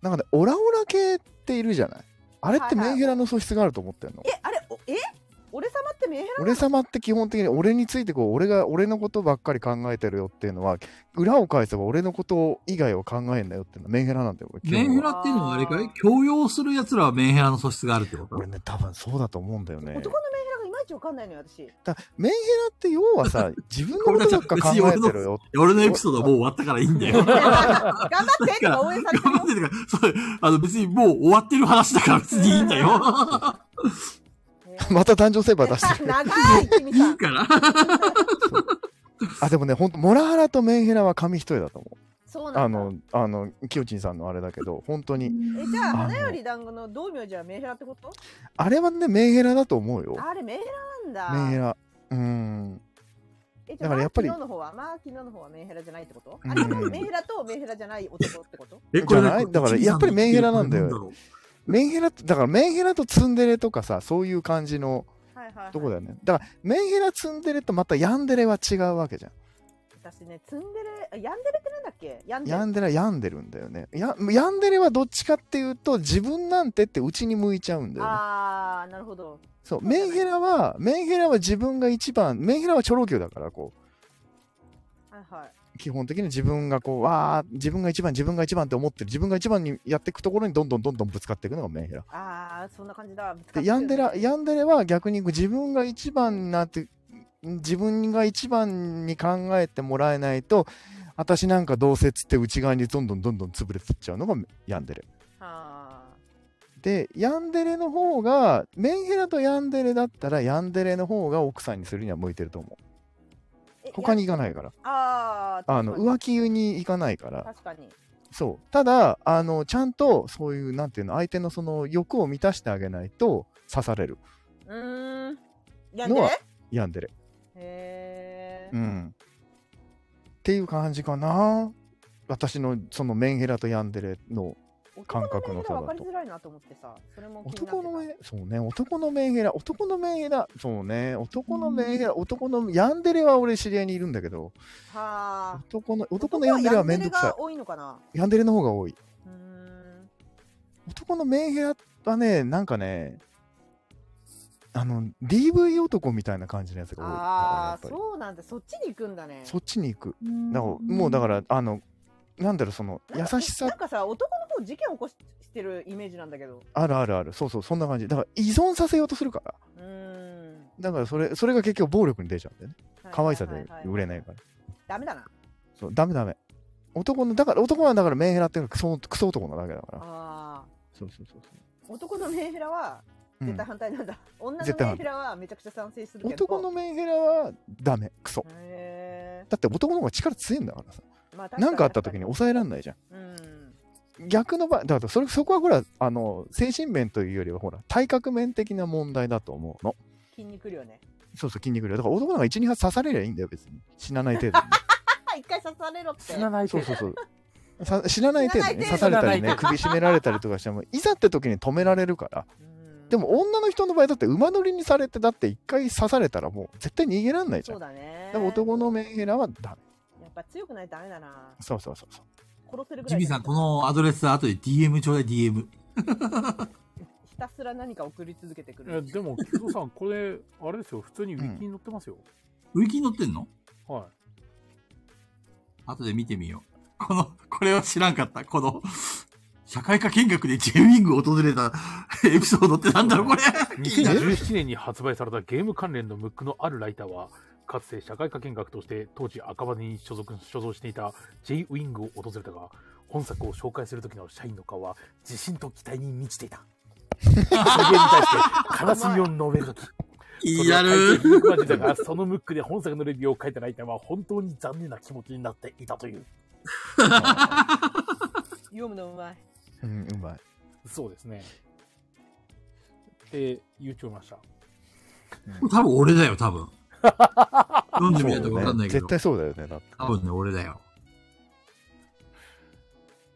なんかね、オラオラ系っているじゃない。あれってメンヘラの素質があると思ってんの。えあれおえ俺様ってメンヘラ俺様って基本的に俺についてこう、俺が、俺のことばっかり考えてるよっていうのは、裏を返せば俺のこと以外を考えんだよっていうのはメンヘラなんだよ。俺基メン本ヘはラっていうのはあれかい強要する奴らはメンヘラの素質があるってこと俺ね、多分そうだと思うんだよね。男のメンヘラがいまいちわかんないのよ 私だメンヘラって要はさ、自分のことばっか考えてるよ。俺のエピソードはもう終わったからいいんだ よ。頑張ってとか応援されて頑る張よっててか、それ、あの別にもう終わってる話だから別にいいん だよ。ねまた誕生セーバー 出してくる。長い君いさ んいから。あ、でもね、ほんと、モラハラとメンヘラは紙一重だと思う。そうなあんだの、あの、清ちんさんのあれだけど、本当に。えじゃああの花より団子の道明寺はメンヘラってことあれはね、メンヘラだと思うよ。あれメンヘラなんだメンヘラ。うーん。えじゃだあからやっぱりマーキーノの方はマーキーノの方はメンヘラじゃないってことうんあれでもメンヘラとメンヘラじゃない男ってことえじゃないだからやっぱりメンヘラなんだよ。メンヘラって、だからメンヘラとツンデレとかさ、そういう感じのはいはいはいとこだよね。だからメンヘラツンデレとまたヤンデレは違うわけじゃん。私ね、ツンデレ、あヤンデレってなんだっけヤンデレヤ。ンデレは病んでるんだよね。やヤンデレはどっちかっていうと、自分なんてってうちに向いちゃうんだよね。あー、なるほど。そう、メンヘラは、メンヘラは自分が一番、メンヘラはチョロ Q だから、こはいはい。う、基本的に自分がこう、わー、自分が一番、自分が一番って思ってる、自分が一番にやっていくところにどんどんどんどんぶつかっていくのがメンヘラ。あー、そんな感じだ。ぶつかってるで、ヤよねンデラ、ヤンデレは逆に自分が一番になって、自分が一番に考えてもらえないと、私なんかどうせっつって内側にどんどんどんどん潰れてっちゃうのがヤンデレ。はで、ヤンデレの方が、メンヘラとヤンデレだったら、ヤンデレの方が奥さんにするには向いてると思う。ー。え他に行やかないから。あー、あの、確かに浮気に行かないから。確かに。そう。ただ、あの、ちゃんと、そういう、なんていうの、相手のその欲を満たしてあげないと、刺される。うーん。ヤンデのはレヤンデレ。へうー。ん。っていう感じかな。私の、そのメンヘラとヤンデレの、感覚の差だ男メンヘラと分かりづらいなと思ってさ、それも気になってた男のメン、そうね、男のメンヘラ、男のメンヘラ、そうね、男のメンヘラ、男の、ヤンデレは俺知り合いにいるんだけど、はあ。男の、男のヤンデレはめんどくさ男はヤンデレが多いのかな。い。ヤンデレの方が多い。うーん。男のメンヘラはね、なんかね、あの、DV 男みたいな感じのやつが多いから。やあっあ、ぱりそうなんだ。そっちに行くんだね。そっちに行く。だなからもうだから、あの、なんだろう、その、優しさなんかさ、男の方事件起こししてるイメージなんだけど。あるあるある。そうそう、そんな感じ。だから依存させようとするから。うーん。だからそれ、それが結局暴力に出ちゃうんだよね。可愛さはいではいはいはい売れないから。ダメだな。そう、ダメダメ。男の、だから、男はだからメンヘラっていうのはクソ、クソ男なだけだから。ああ。そうそうそうそう。男のメンヘラはうん絶対反対なんだ。女の絶対メ反対ンヘラはめちゃくちゃ賛成するけど。男のメンヘラはダメ、クソ。へだって男の方が力強いんだからさ。ーまあ確になんかあった時に抑えらんないじゃん。うん。逆の場合、だからそれそこはほら、あの、精神面というよりはほら、体格面的な問題だと思うの。筋肉量ね。そうそう、筋肉量。だから男の方が1、2発刺されりゃいいんだよ、別に。死なない程度に。あ、一回刺されろって。死なないそう程そ度うそう。さ死なない程度ね、刺死さなれない程度たりね、首絞められたりとかしても、いざって時に止められるから。うんでも女の人の場合だって馬乗りにされて、だって一回刺されたらもう絶対逃げらんないじゃ。そうんだね。でも男のメンヘラはダメ。やっぱ強くないとダメだな。そうそうそうそう。殺せるぐジらい。ミーさん、こ。のアドレス後で DM ちょうだい DM。ひたすら何か送り続けてくえる。でも、菊蔵さん、これ、あれですよ、普通にウィキに載ってますよ。ウィキに載ってんのはい。後で見てみよう。 この、これは知らんかった。この、社会科見学でジェウィングを訪れた エピソードってなんだろうこれ。気になる2017年に発売されたゲーム関連のムックのあるライターは、かつて社会科見学として当時赤羽に所属所蔵していた J ウィングを訪れたが、本作を紹介する時の社員の顔は自信と期待に満ちていた。それに対して悲しみを述べる時気そ れになはる大。抵ムックマジだが、そのムックで本作のレビューを書いたライターは本当に残念な気持ちになっていたという。読むのうまい。うん、うまい。そうですね。で、言うちょいました。多分俺だよ、多分。読んでみないとわかんないけ絶ど。対そうだよね。だって多分ね、俺だよ。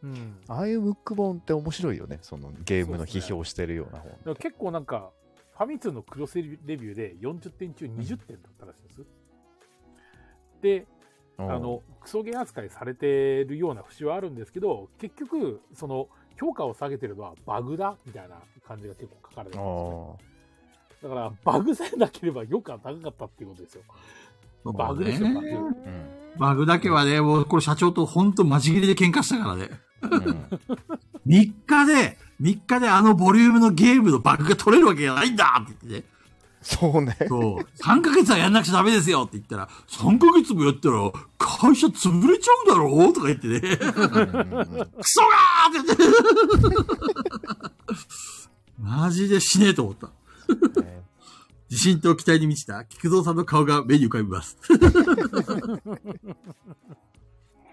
うん。ああいうムック本って面白いよね。そのゲームの批評してるような本。だから結構なんか、ファミ通のクロスレビューで40点中20点だったらしいんです。で、ああ、の、クソゲー扱いされてるような節はあるんですけど、結局、その、評価を下げてるのはバグだみたいな感じが結構書かれてるんですあよ、ーね。だから、バグさえなければ評価は高かったっていうことですよ。バグですよ、バグ。んバグだけはね、もうこれ社長とほんとマジ切れで喧嘩したからね。うん3日で、3日であのボリュームのゲームのバグが取れるわけがないんだって言ってね。そうね。そう。3ヶ月はやんなくちゃダメですよって言ったら、3ヶ月もやったら会社潰れちゃうだろうとか言ってね。クソがーって言って。マジで死ねえと思った。自信と期待に満ちた菊蔵さんの顔が目に浮かびます。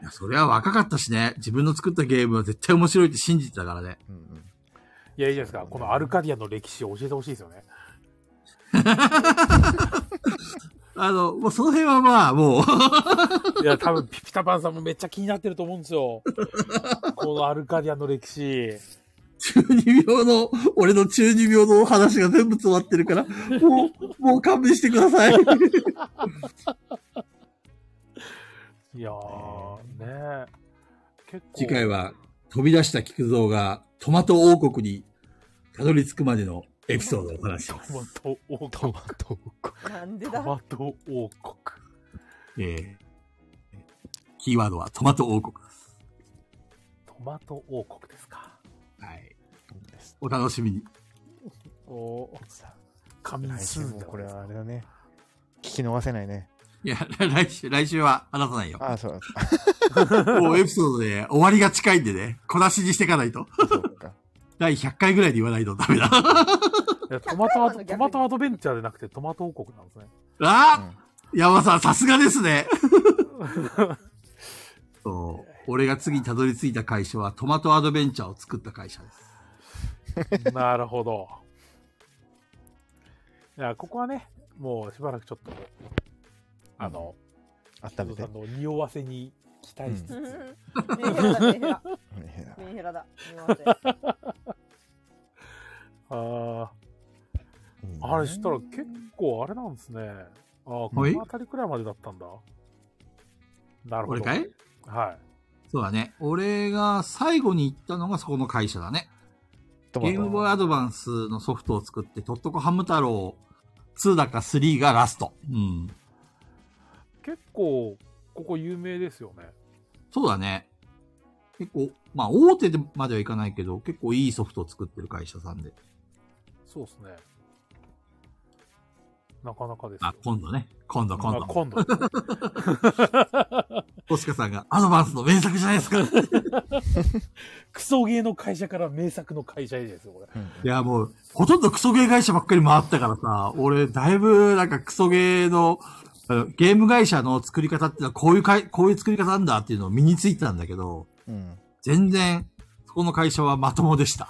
いや、それは若かったしね。自分の作ったゲームは絶対面白いって信じてたからね。いや、いいじゃないですか。このアルカディアの歴史を教えてほしいですよね。あの、もうその辺はまあ、もう、いや、多分、ピピタパンさんもめっちゃ気になってると思うんですよ。このアルカディアの歴史。中二病の、俺の中二病の話が全部詰まってるから、もう、もう勘弁してください。いやー、ねえ結構。 次回は飛び出した菊蔵がトマト王国にたどり着くまでのエピソードをお話ししトまマす。ト王国。トマトなんでトだマト王国。えーキーワードはトマト王国です。トマト王国ですか。はい。です。お楽しみに。おー、さあ仮眠来す週るんもだ。これはあれだね。聞き逃せないね。いや、 来週、来週は話さないよ。ああ、そうだもうエピソードで終わりが近いんでね、小出しにしていかないと。そうか。第100回ぐらいで言わないとダメだ。 いやトマトアド、高山の逆にトマトアドベンチャーでなくてトマト王国なんですね。うあん山さん、さすがです ね。そう。俺が次にたどり着いた会社はトマトアドベンチャーを作った会社です。なるほど。いや、ここはね、もうしばらくちょっと、あの、温めてさ。んの匂わせに期待しつつ、うん メンヘラだメンヘラねメンヘラだ匂わせあいいねあ、あれしたら結構あれなんですね。ああ、こはいの辺りくらいまでだったんだ。なるほど。俺かいはい。そうだね。俺が最後に行ったのがそこの会社だね。トマゲトームボーイアドバンスのソフトを作って、とっとこハム太郎2だか3がラスト。うん。結構、ここ有名ですよね。そうだね。結構、まあ大手まではいかないけど、結構いいソフトを作ってる会社さんで。そうですね。なかなかですよあ、今度ね。今度、今あ度。今度ですね。コシカさんがアドバンスの名作じゃないですか。い クソゲーの会社から名作の会社へですよ、これ。うんや、もう、ほとんどクソゲー会社ばっかり回ったからさ、俺、だいぶ、なんかクソゲーの、あのゲーム会社の作り方ってのはこういうかい、こういう作り方なんだっていうのを身についたんだけど、うん。全然、そこの会社はまともでした。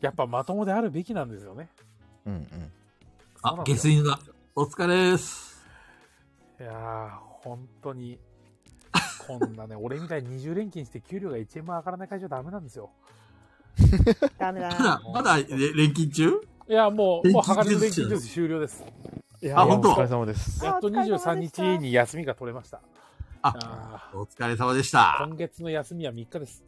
やっぱまともであるべきなんですよね。うんうん。そうなあん、でゲすスよ犬だ。お疲れです。いやー、本当に、こん なね、俺みたいに20連勤して給料が1円も上がらない会社はダメなんですよ。ダメだまだ、まだ、れ連勤中いや、もう、もう、連勤はがれの連です よ勤です終了です。いやあ本当お疲れ様です。やっとお疲れ様23でした日に休みが取れました。あ、あお疲れ様でしーた。今月の休みは3日です。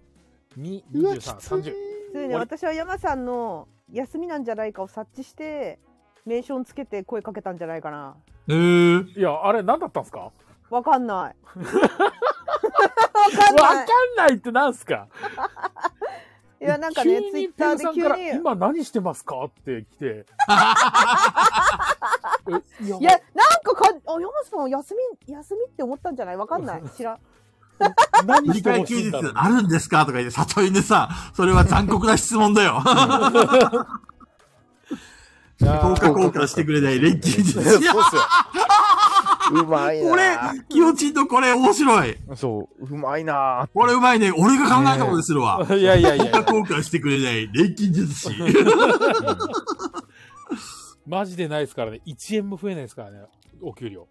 2、うわ、 23き、つい30。。それね私は山さんの休みなんじゃないかを察知してメンションつけて声かけたんじゃないかなえー、いや、あれ、何だったんですかわわか んないわかんかないんないってなんすかいやなんかね急にツイッターでペ急グさんからに今何してますかって 来て。えいやいやなんかかあ山さん休み休みって思ったんじゃないわ かんない知らん何振しりて替えほ休しいん日だろうあるんですかとか言って、里犬さん、それは残酷な質問 だよ。いやー効果効果してくれない連 勤日。いや、うまいな。これ、清ちんのこれ面白い。そう、うまいな。これうまいね。俺が考えたことでするわ。いやいやいやい効や果、効果してくれない錬金術 師。マジでないですからね。1円も増えないですからね、お給料。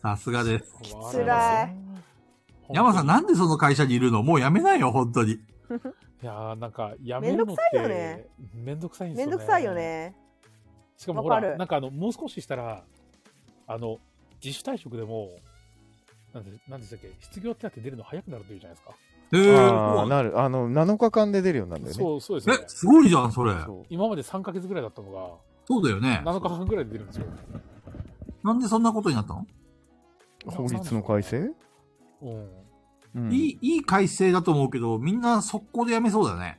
さすがです。つらい山さん、なんでその会社にいるのもうやめないよ、本当に。いやーなんか、やめるのって、めんどくさいよねめんどくさいんですよね。めんどくさいよ。ねしかもほらわか、るなんかあの、もう少ししたら、あの、自主退職でも、なんで、なんでしたっけ、失業手当出るの早くなるというじゃないですか。えああ、ー、なる。あの、7日間で出るようになるんだよね。そう、そうですよねえ、。すごいじゃん、それ。そう今まで3ヶ月ぐらいだったのが、そうだよね。 7日半ぐらいで出るんですよ。なんでそんなことになったの法律の改正うん。うんいい、いい改正だと思うけど、みんな速攻でやめそうだよね。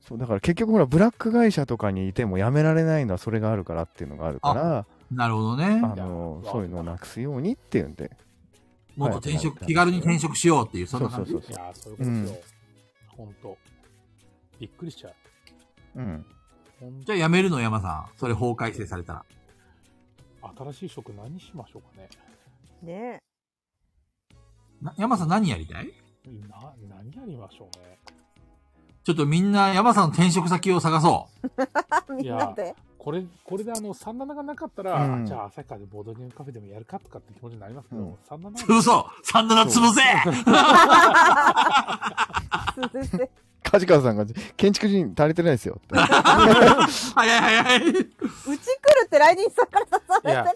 そうだから結局ほらブラック会社とかにいても辞められないのはそれがあるからっていうのがあるからなるほどねあ。のいやそういうのをなくすようにっていうんでもっと転職、はい気軽に転職しようっていう、そんな感じ。そういやーそういうことですよ。ほんと。びっくりしちゃう。うんほんじとゃあやめるの、山さん。それ法改正されたら。新しい職何しましょうかね。ねな山さん何やりたいな、何やりましょうね。ちょっとみんな山さんの転職先を探そえみんなでこれ、これであの、37がなかったら、うんじゃあ、朝からボードゲームカフェでもやるかとかって気持ちになりますけど、うん37う。嘘 !37 潰せ 梶川さんが建築人足りてないですよって早い早い早い。 うち来るって来人さんから誘われたね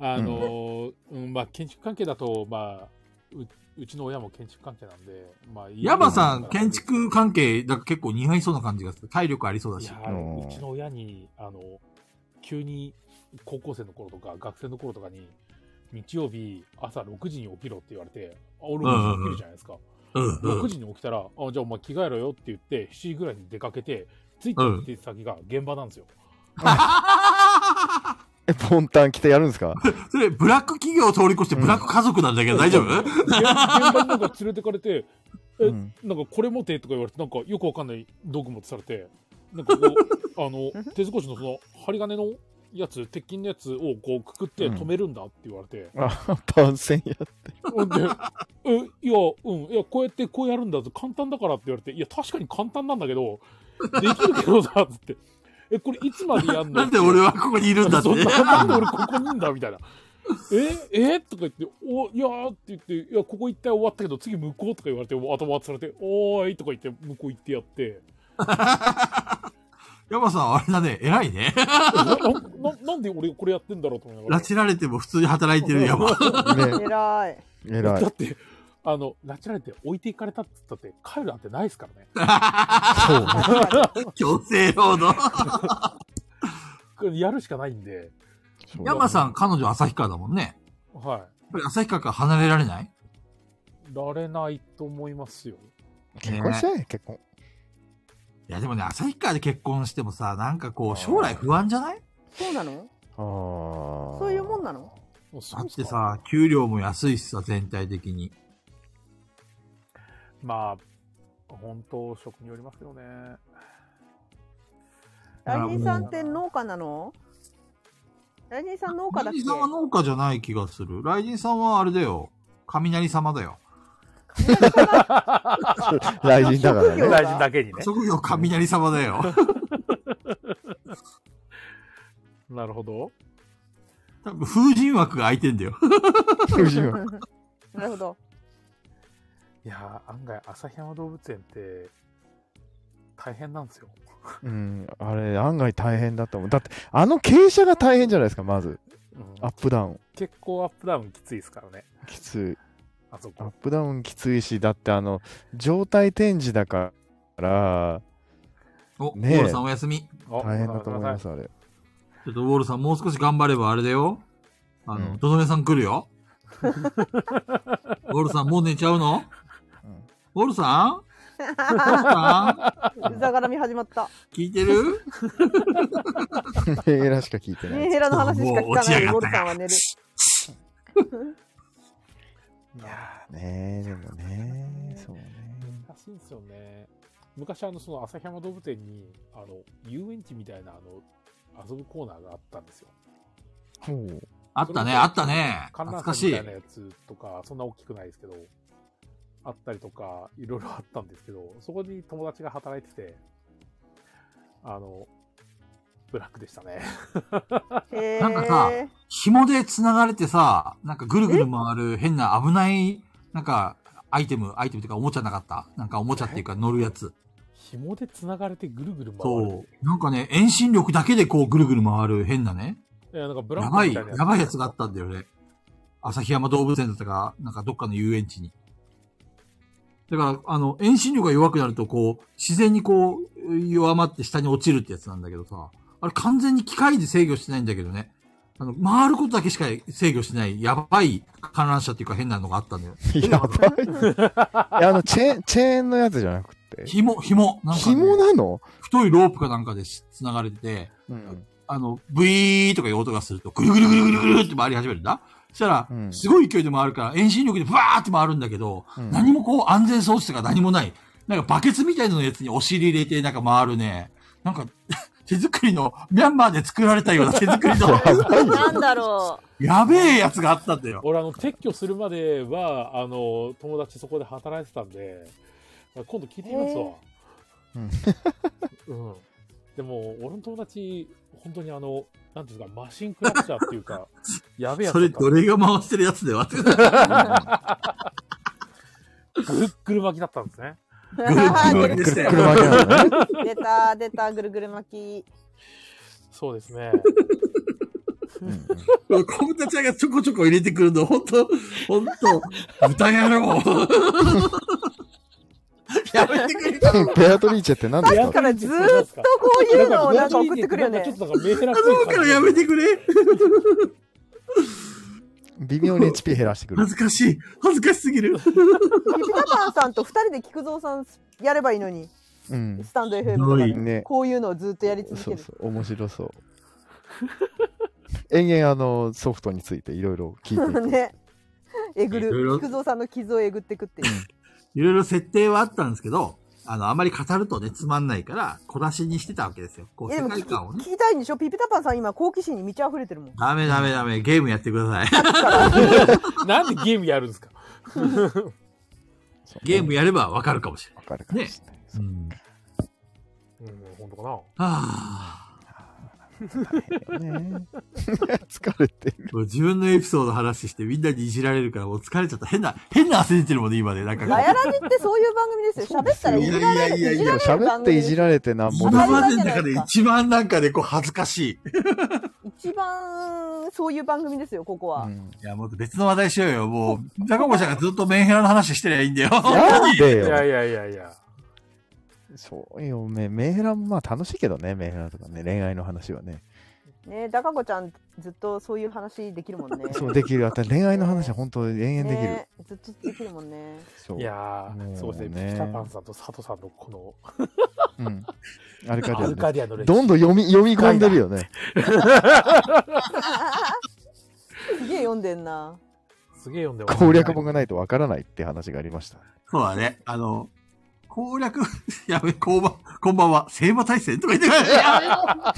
あのーうんうん、まあ、建築関係だと、まあ、ううちの親も建築関係なんで、まあ、ヤバさん、建築関係、だから結構似合いそうな感じがする。体力ありそうだいしや。うんー、うちの親に、あの、急に高校生の頃とか学生の頃とかに、日曜日朝6時に起きろって言われて、あ俺うんうんもうん起きるじゃないですか。うん、う6ん。時に起きたら、あじゃあお前着替えろよって言って、7時ぐらいに出かけて、着いたって先が現場なんですよ。え、ポンタン来てやるんですかそれ、ブラック企業を通り越してブラック家族なんだけど、大丈夫現現場になんか連れてかれて、えうんなんかこれ持てとか言われて、なんかよくわかんない道具持ってされて、なんかこ う、あの、手少しのその、針金のやつ、鉄筋のやつをこうくくって止めるんだって言われて、あ、番宣や。ほんで、え、いや、うん、いや、こうやってこうやるんだぞ、簡単だからって言われて、いや、確かに簡単なんだけど、できるけどさ、つって、え、これいつまでやんのなんで俺はここにいるんだって そ。んななんで俺ここにいんだみたいな。ええとか言って、おいやーって言って、いや、ここ一体終わったけど、次向こうとか言われて、頭渡されて、おーいとか言って、向こう行ってやって、ヤバさん、あれだね、偉いね。なななんで俺これやってんだろうと思いなが拉ら。致られても普通に働いてる ヤバ。 ね、偉い。偉だいっ。て、あの、拉致られて置いていかれたって言ったって、帰るなんてないですからね。そう。強制労働。こ れやるしかないんで、そうヤバさん、彼女旭川だもんね。はやっぱり旭川から離れられないい。られないと思いますよ。結婚しちゃえ、結婚。いや、でもね、旭川で結婚してもさ、なんかこあーう、将来不安じゃないそうなのああ。そういうもんなのもうそだうっすかてさ、給料も安いしさ、全体的に。まあ、本当、職によりますけどね。大臣さんって農家なの大臣さん農家だラっイジンさんはけ農家じゃない気がする。ライジンさんはあれだよ。雷様だよ。 雷神だから職業ね。が大臣だけにね。職業雷様だよ。 なるほど。多分風神枠が空いてんだよ。藤村 なるほど。いやー、案外、旭山動物園って、大変なんですよ。うん、あれ、案外大変だと思う。だって、あの傾斜が大変じゃないですか、まず。うんアップダウン。結構アップダウンきついですからね、きつい。あそアッこ。プダウンきついし、だって、あの、状態展示だから、お、ウねえォールさんお休み。大変だと思います、あれ。ちょっとウォールさんもう少し頑張ればあれだよ。あうの、んドドメさん来る よ。ウォールさんもう寝ちゃうのうんウォールさんウォールさうざがらみ始まった。ん聞いてる ヘイラしか聞いてなメンい。ヘラの話しか聞かなもいゴう落ちルやがったさんは寝る。いやねえ、でもね、そうね。ー、難しいんですよね。昔、あの、その旭山動物園に、あの、遊園地みたいな、あの、遊ぶコーナーがあったんですよ。ほう。あったね、あったね。観懐覧か車しみいたい。なやつとか、そんな大きくないですけど、あったりとか、いろいろあったんですけど、そこに友達が働いてて、あの、ブラックでしたね。へなんかさえ。紐で繋がれてさ、なんかぐるぐる回る変な危ない、なんか、アイテム、アイテムっていうかおもちゃなかったなんかおもちゃっていうか乗るやつ。紐で繋がれてぐるぐる回る。そう。なんかね、遠心力だけでこうぐるぐる回る変なね。いや、なんかブラやンコばみい、たやいなばいやつがあったんだよね。旭山動物園だったか、なんかどっかの遊園地に。だから、あの、遠心力が弱くなると、こう、自然にこう、弱まって下に落ちるってやつなんだけどさ、あれ完全に機械で制御してないんだけどね。あの、回ることだけしか制御してない、やばい観覧車っていうか変なのがあったんだよ。 やばい。いやあの、チェーン、チェーンのやつじゃなくて。紐、紐、なんかね、紐なの太いロープかなんかでし繋がれてて、うん。あの、ブイーとかいう音がすると、ぐるぐるぐるぐるぐるって回り始めるんだ。そしたらう、んすごい勢いで回るから、遠心力でブワーって回るんだけど、うん何もこう安全装置とか何もない。なんかバケツみたいなやつにお尻入れて、なんか回るね。なんか、手作りの、ミャンマーで作られたような手作りの、なんだろやべえやつがあったんだよ。俺、あの、撤去するまでは、あの、友達そこで働いてたんで、今度聞いてみますわ。うん。でも、俺の友達、本当にあの、なんていうんですか、マシンクラッシャーっていう か、やべえやつそれ、だったどれが回してるやつだよ。ってぐるぐるっぐる巻きだったんですね。う。ぐるでしたよ。車じゃないのね。 出た出たぐるぐる巻き。そうですね。うんうんこんたちゃんがちょこちょこ入れてくるの、ほんと、ほんと、豚野郎 やめてくれたのペアトリーチェって何ですかからずーっとこういうのをなんか送ってくるよなんかねちょっ。となんかメンヘラっぽい頼むからやめてくれ微妙に HP 減らしてくる恥。ずかしい恥ずかしすぎるピピタパンさんと二人で菊蔵さんやればいいのに、うん。スタンド FM とかでね。こういうのをずっとやり続そけうる。そう、面白そう。延々あのソフトについていろいろ聞いていく。ね。えぐいろいる。ろ菊蔵さんの傷をえぐってくっていう。いろいろ設定はあったんですけど、あの、あまり語るとね、つまんないから、小出しにしてたわけですよ。こう、え、で世も界聞き観をね。聞きたいんでしょピピタパンさん今好奇心に満ち溢れてるもん。ダメダメダメ、ゲームやってください。 なんでゲームやるんですか ゲームやればわかるかもしれない。わかるかもしれない。うん。うん、本当かな。はあ、ね、疲れてる。もう自分のエピソード話してみんなにいじられるからもう疲れちゃった。変な、変な汗出てるもんね、今ね。なんかこガう。ヤラジってそういう番組ですよ。喋ったらいじられる。いいやいやいやいやじられる喋番って組いじられてなんも今ない。までの中で一番なんかね、こう恥ずかしい。い一番そういう番組ですよ、ここは。うんや、もっと別の話題しようよ。もう、中越さんがずっとメンヘラの話してりゃいいんだよ。なんいでやよ。いやいやいや。そうよ、メメンヘラもまあ楽しいけどね、メンヘラとかね、恋愛の話はね。ねダカ子ちゃんずっとそういう話できるもんね。そう、できる。あと恋愛の話は本当延々できる。ねずっとできるもんね。そう。いやもうー、そうですねね。ピタパンさんと佐藤さんのこのうん。アルカデアィアルねカディアの歴史。どんどん読み、読み込んでるよね。すげえ読んでんな。すげえ読んでます攻略本がないとわからないって話がありました。 そうだね。あの、攻略、 やべ、こんばん、こんばんは、聖馬大戦とか言ってくれ。や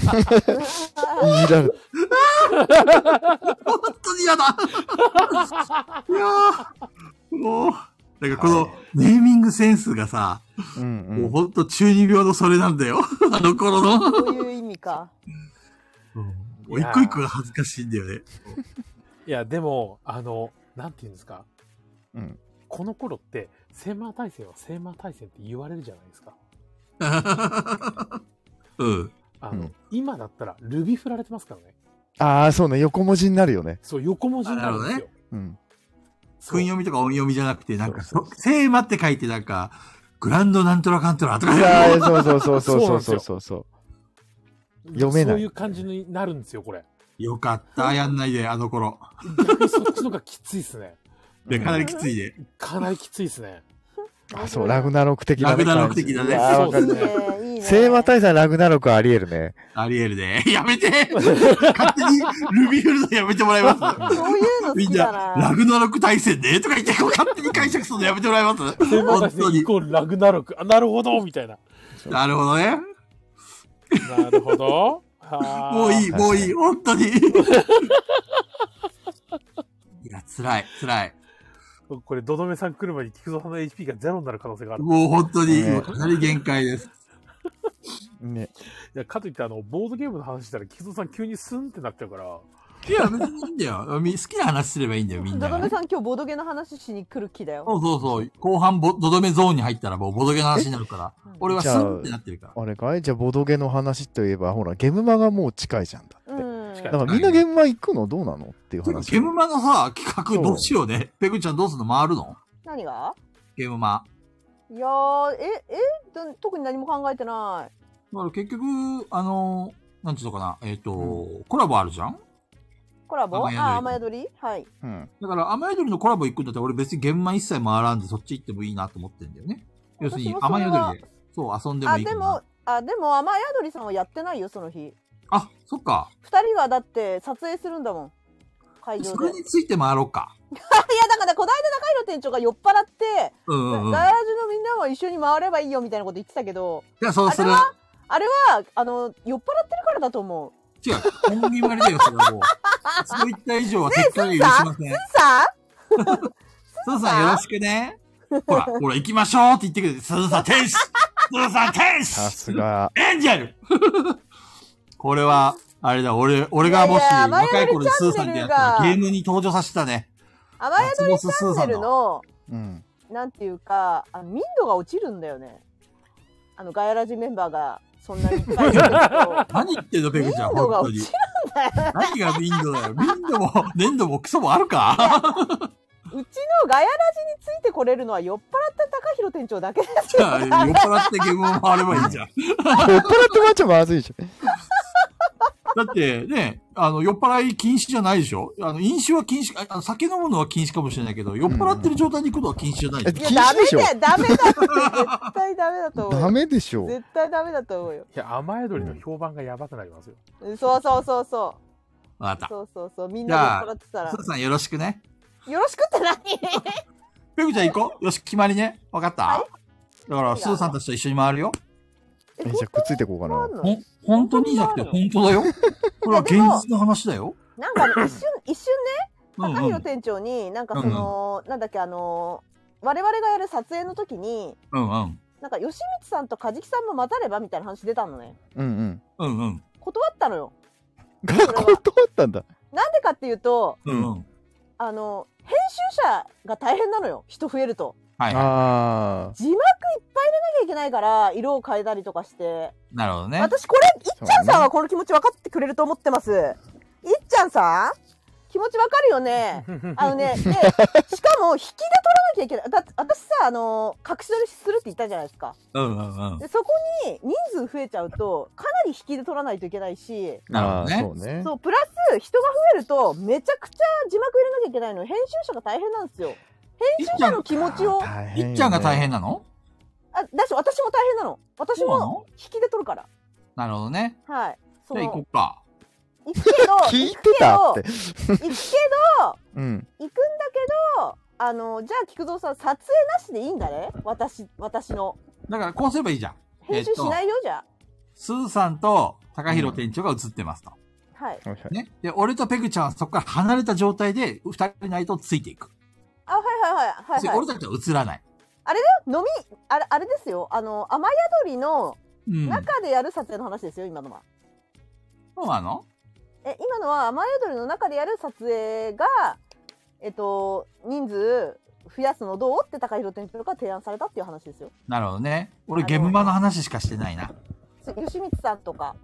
べいじられ本当に嫌 だ。いやーもう、なんかこのネーミングセンスがさ、うんう。もうんほんと中二病のそれなんだよ。 あの頃の。そういう意味か。もう一個一個が恥ずかしいんだよね。いや、でも、あの、なんていうんですか。うんこの頃って、セーマー大戦はセーマー大戦って言われるじゃないですか。 うん。あの、うん今だったら、ルビ振られてますからね。ああ、そうね、横文字になるよね。そう、横文字になるんですよ。うん。そう訓読みとか音読みじゃなくて、なんか、そうそ聖馬って書いてなんか、グランドなんとらかんとらとか。ああ、そうそうそうそうそうそうそう。読めないそういう感じになるんですよ、これ。 よかった、やんないで、あの頃。逆にそっちの方がきついっすね。で、かなりきついで。かなりきついっすね。あ、そう、ラグナロク的なね。ラグナロク的なね感じああ、わかいいる。ね、いいね。聖和大祭ラグナロクあり得るね。ありえるね。 やめて勝手にルビーフルドやめてもらいまそういうの好すみきんだな、ラな。グナロク対戦ねとか言って、こう勝手に解釈するのやめてもらいますセーマー大 本当戦イに。コールラグナロク。あ、なるほどみたいな。なるほどね。なるほ ど。はーもういい、あーもういい、本当に。いや、辛い、辛い。これ、どどめさん来る前に菊蔵さんの HP がゼロになる可能性がある。いもう本当に、ねもうかなり限界です。ね。や、かといって、あの、ボードゲームの話したら、菊蔵さん急にスンってなっちゃうから。いや、別にいいんだよ。 み好きな話すればいいんだよ、みんドなドがメね。さん今日ボードゲーの話しに来る気だよ。そうそうそう。後半ぼ、どどめゾーンに入ったらもうボドゲの話になるから。俺はスンってなってるから。あれかいじゃあ、ボドゲの話といえば、ほら、ゲムマがもう近いじゃんだって。うん。近だいからみんなゲムマ行くのどうなのっていうてか話。ゲムマのさ、企画どうしようね。ペグちゃんどうすんの回るの何がゲームマ。いやー、え、えど特に何も考えてなだから結局、あの、なんちゅうのかな、えっ、と、コラボあるじゃんい。コラボ雨宿りあ、雨宿りはい。うん。だから、雨宿りのコラボ行くんだったら俺別にゲームマ一切回らんでそっち行ってもいいなと思ってんだよね。要するに私、もそ雨れは宿りで、そう、遊んでもあ、いいかでなも。、あ、でも雨宿りさんはやってないよ、その日。あ、そっか。二人はだって撮影するんだもん。会場そ で。いれや、について回ろうか。だからこの間高井の店長が酔っ払って、うんうんうん。ガヤラジのみんなは一緒に回ればいいよみたいなこと言ってたけど、じゃあ、そうする。あれは、あの、酔っ払ってるからだと思う。違う。コンビマリだよ、それはもう。そういった以上は撤回は許しません。さすずさんよろしくね。ほら、ほら、行きましょうって言ってくれて、すずさん天使すずさん天さす使が。エンジェルこれは、あれだ、俺、俺がもしいやいや若い頃にスーさんでやったら前ゲよりチャンネルーがムに登場させたね。あ、雨宿りスチャンネル。の、 うん。なんていうか、あの民度が落ちるんだよね。あの、ガヤラジメンバーが、そんなにいっぱいいるんだけど 何言ってんの、ペグちゃん、民度が本当落にち。るん何がミンドだよ。ミンドも、粘土もクソもあるか うちのガヤラジについてこれるのは酔っ払った高弘店長だけですじ よゃあ、酔っ払ってゲームを回ればいいじゃん。酔っ払ってもらっちゃまずいでしょ。だってね、あの、酔っ払い禁止じゃないでしょあの、飲酒は禁止、ああの酒飲むのは禁止かもしれないけど、酔っ払ってる状態に行くのは禁止じゃないでしょうんい禁やダ止メだよダメだでしょって絶対ダメだと思ダうよメでしょ。絶対ダメだと思うよいや、甘え鳥の評判がやばくなりますよ。うんそうそうそうそわうかっそうそうそうみんな酔っ払ってたた。らすずさんよろしくね。よろしくって何 ペグちゃん行こう。よし、決まりね。わかっただから、いすずさんたちと一緒に回るよ。ええじゃあくっついていこうかな本。当ほにん、本当にじゃなくて、本当だよ。これは現実の話だよ。なんかね一瞬一瞬うん高うん。弘店長になんかその、なんだっけあのー我々がやる撮影の時にうんうん。なんか吉光さんと梶木さんも混ざればみたいな話出たのねうんうん。うんうん。断ったのよ学校断ったんだ。なんでかっていうとうんうん。あの編集者が大変なのよ人増えるとはいはああ。字幕いっぱい入れなきゃいけないから色を変えたりとかしてい。なるほどね。私これいっちゃんさんそうねはこの気持ち分かってくれると思ってますいっちゃんさん気持ち分かるよねあのね、 で、しかも、引きで取らなきゃいけない。だって、私さ、あのー隠し撮りするって言ったじゃないですか。うんうんうん。で、そこに人数増えちゃうと、かなり引きで取らないといけないし、なるほどねあーそうね。そう、プラス、人が増えると、めちゃくちゃ字幕入れなきゃいけないの。編集者が大変なんですよ。編集者の気持ちを、大変よいねっちゃんが大変なのあ、だし、私も大変なの。私そうなもの引きで取るから。なるほどね。はい。そじゃあ行この、うか。行く けど、聞いてたって。行くけど、行くけうん。ど行くんだけど、あのじゃあ菊蔵さん撮影なしでいいんだね私私のだから、こうすればいいじゃん。編集しないよ、じゃすずさんと高弘店長が映ってますと。あ。はい。はいはいね。で、俺とペグちゃんはそこから離れた状態で、二人いないとついていく。あ、はいはいはい。はい、ではい俺。たちは映らない。飲み、あれ、あれですよ。あの、雨宿りのうん。中でやる撮影の話ですよ、今のは。そうなのえ、今のは雨宿りの中でやる撮影が、えっと、人数増やすのどうって高弘店長が提案されたっていう話ですよ。なるほどね。俺、ゲームマの話しかしてないな。そ吉光さんとか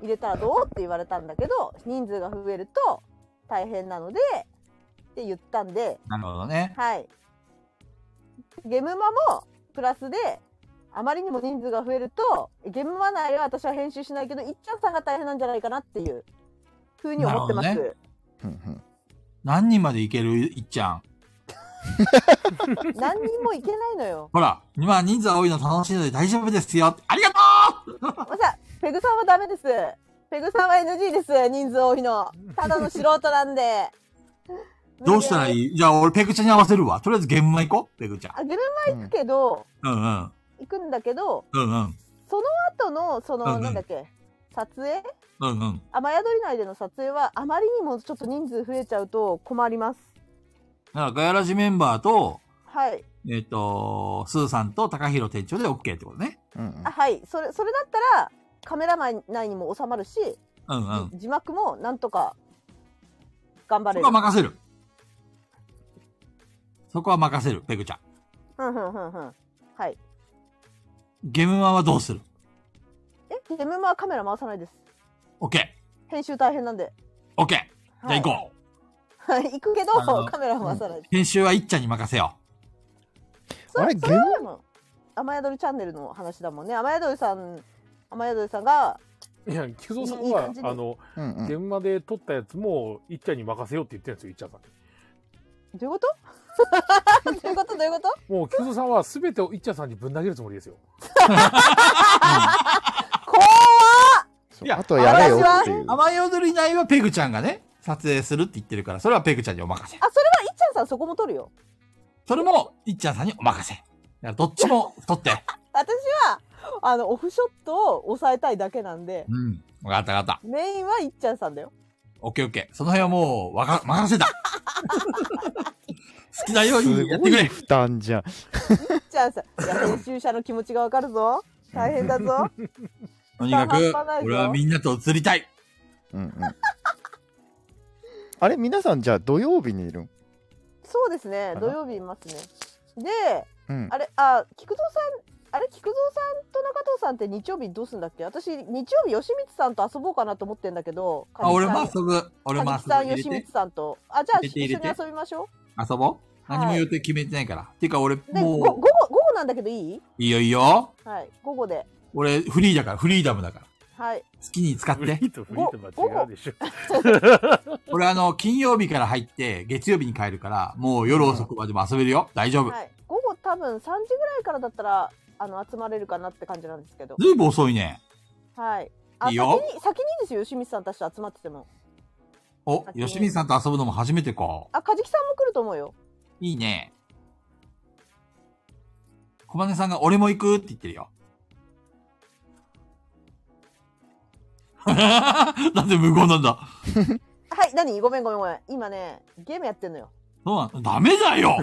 入れたらどうって言われたんだけど、人数が増えると大変なので、って言ったんで、なるほどね。はい。ゲムマもプラスで、あまりにも人数が増えると、ゲムマ内は私は編集しないけど、いっちゃんさんが大変なんじゃないかなっていうふうに思ってまなす。るほうん何人までいけるいっちゃん。何人もいけないのよ。ほら、今人数多いの楽しいので大丈夫ですよ。ありがとうまさ、ペグさんはダメです。ペグさんは NG です。人数多いの。ただの素人なんで。 どうしたらいいいじゃあ俺ペグちゃんに合わせるわ。とりあえずゲームマ行こう。ペグちゃん。あ、ゲムうんマ行くけど、うんうん。行くんだけど、うんうん。その後の、そうんうの、んなんだっけ、撮影うんうん。雨宿り内での撮影はあまりにもちょっと人数増えちゃうと困りますだからガヤラジメンバーと、はいえっ、と、スーさんと高弘店長で OK ってことね。うんうんあはいそれそれだったらカメラマン内にも収まるし、うんうん。字幕もなんとか頑張それこるは任せる。そこは任せる、ペグちゃん。ふんふんふんふんはいゲームマはどうするえゲムマはカメラ回さないです ?OK。OK。じ編集大変なんでゃあ行こう、はい、 行くけあのどカメラは回さないです、う。編集はいっちゃんに任せよそあれそゲムはでも雨宿りチャンネルの話だもんね雨宿りさん雨宿りさんがいや、木造さんいいは感じ、であの、うんうん現場で撮ったやつも、いっちゃんに任せようって言ってるんですよ、いっちゃんさんに。どういうこと どういうことどういうこともう、木造さんは全てをいっちゃんさんにぶん投げるつもりですよ。怖っそいうやあとはやれよっていうう。。甘い踊り内はペグちゃんがね、撮影するって言ってるから、それはペグちゃんにお任せ。あ、それはいっちゃんさんそこも撮るよ。それも、いっちゃんさんにお任せ。だからどっちも撮 って。私は、あの、オフショットを抑えたいだけなんで、うん。わかったわかった。メインはいっちゃんさんだよ。オッケーオッケー。その辺はもう、わか、任せた。 好きなようすにやってごくいれ。負担じゃん。いっちゃんさん。いや、編集者の気持ちがわかるぞ。大変だぞ。とにかく半端ない、ぞ俺はみんなと映りたい。うんうん。あれ皆さんじゃあ土曜日にいるんそうですねあら。土曜日いますね。で、うん。あれ、あ、菊蔵さんあれ菊蔵さんと中藤さんって日曜日どうすんだっけ私日曜日吉光さんと遊ぼうかなと思ってんだけどあ、俺もも遊ぶ。俺も遊ぶ。さん入れ吉光てさんとあじゃあ入れて一緒に入れて遊びましょ遊ぼう。はい何も予定決めてないから。ていうか俺、うでご午も、後午後なんだけどいいういいよいいよ。はい午後で俺、フリーだから、フリーダムだから。はい好きに使っフリ て。ーとフリーとは違うでしょ。俺、あの、金曜日から入って、月曜日に帰るから、もう夜遅くまでも遊べるよ。大丈夫。はい午後多分3時ぐらいからだったらあの集まれるかなって感じなんですけどずいぶん遅いね。はいあいいよ先に先にですよ吉光さんたちと集まっててもお、あそう吉見さんと遊ぶのも初めてか。あ梶木さんも来ると思うよいいね。小金さんが俺も行くって言ってるよ。 なんで無言なんだ。はい何ごめんごめんごめん今ねゲームやってんのよそうなのダメだ よ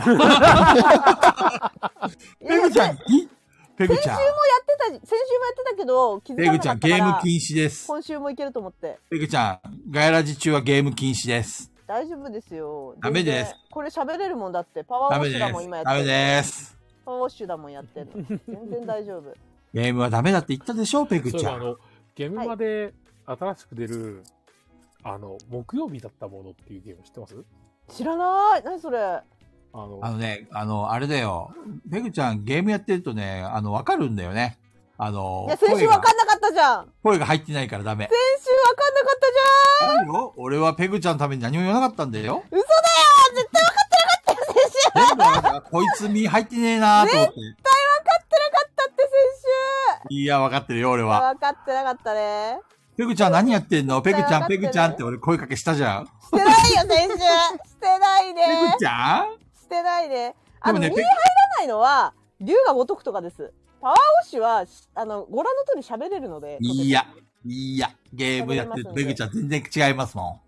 ペいやいやグちゃん、でいペグちゃん、やってた先週もやってたけど気づペかグなちかゃっん、たかゲームら禁止です。今週もいけると思ってペグちゃん、ガヤラジ中はゲーム禁止です。大丈夫ですよ。ダメです全然。これ喋れるもんだって。パワーダウォメッシですュだもん今や。ってダメる。です。パワーウォッシュだもんやってんの。全然大丈夫。ゲームはダメだって言ったでしょ、ペグそういちえばゃあん。の、ゲームまで新しく出る、あの、木曜日だったものっていうゲーム知ってます知らない。何それ。ああの、あのね、あの、あれだよ。ペグちゃん、ゲームやってるとね、あの、わかるんだよね。あの、いや、先週声わがかんなかったじゃん。先声が入ってないからダメ。週わかんなかったじいいよ俺はペグちゃんのために何も言わなかったんだよ。ゃん。先週わ全部なんか こいつ身入ってねえなーと思って。かってなかったって先いや、分かってるよ、俺週。は。わかってなかったね。ペグちゃん何やってんのペグちゃわかん、ってペるグちゃんって俺声かけしたじゃん。してないよ、先週。してなペいねグ。ちゃんしてないね。あの、で見もねペえ入らないのは、竜が如くとかです。パワーウォッシュは、しあの、ご覧の通り喋れるので。いや、いや、ゲームやってるとペグちゃん全然違いますも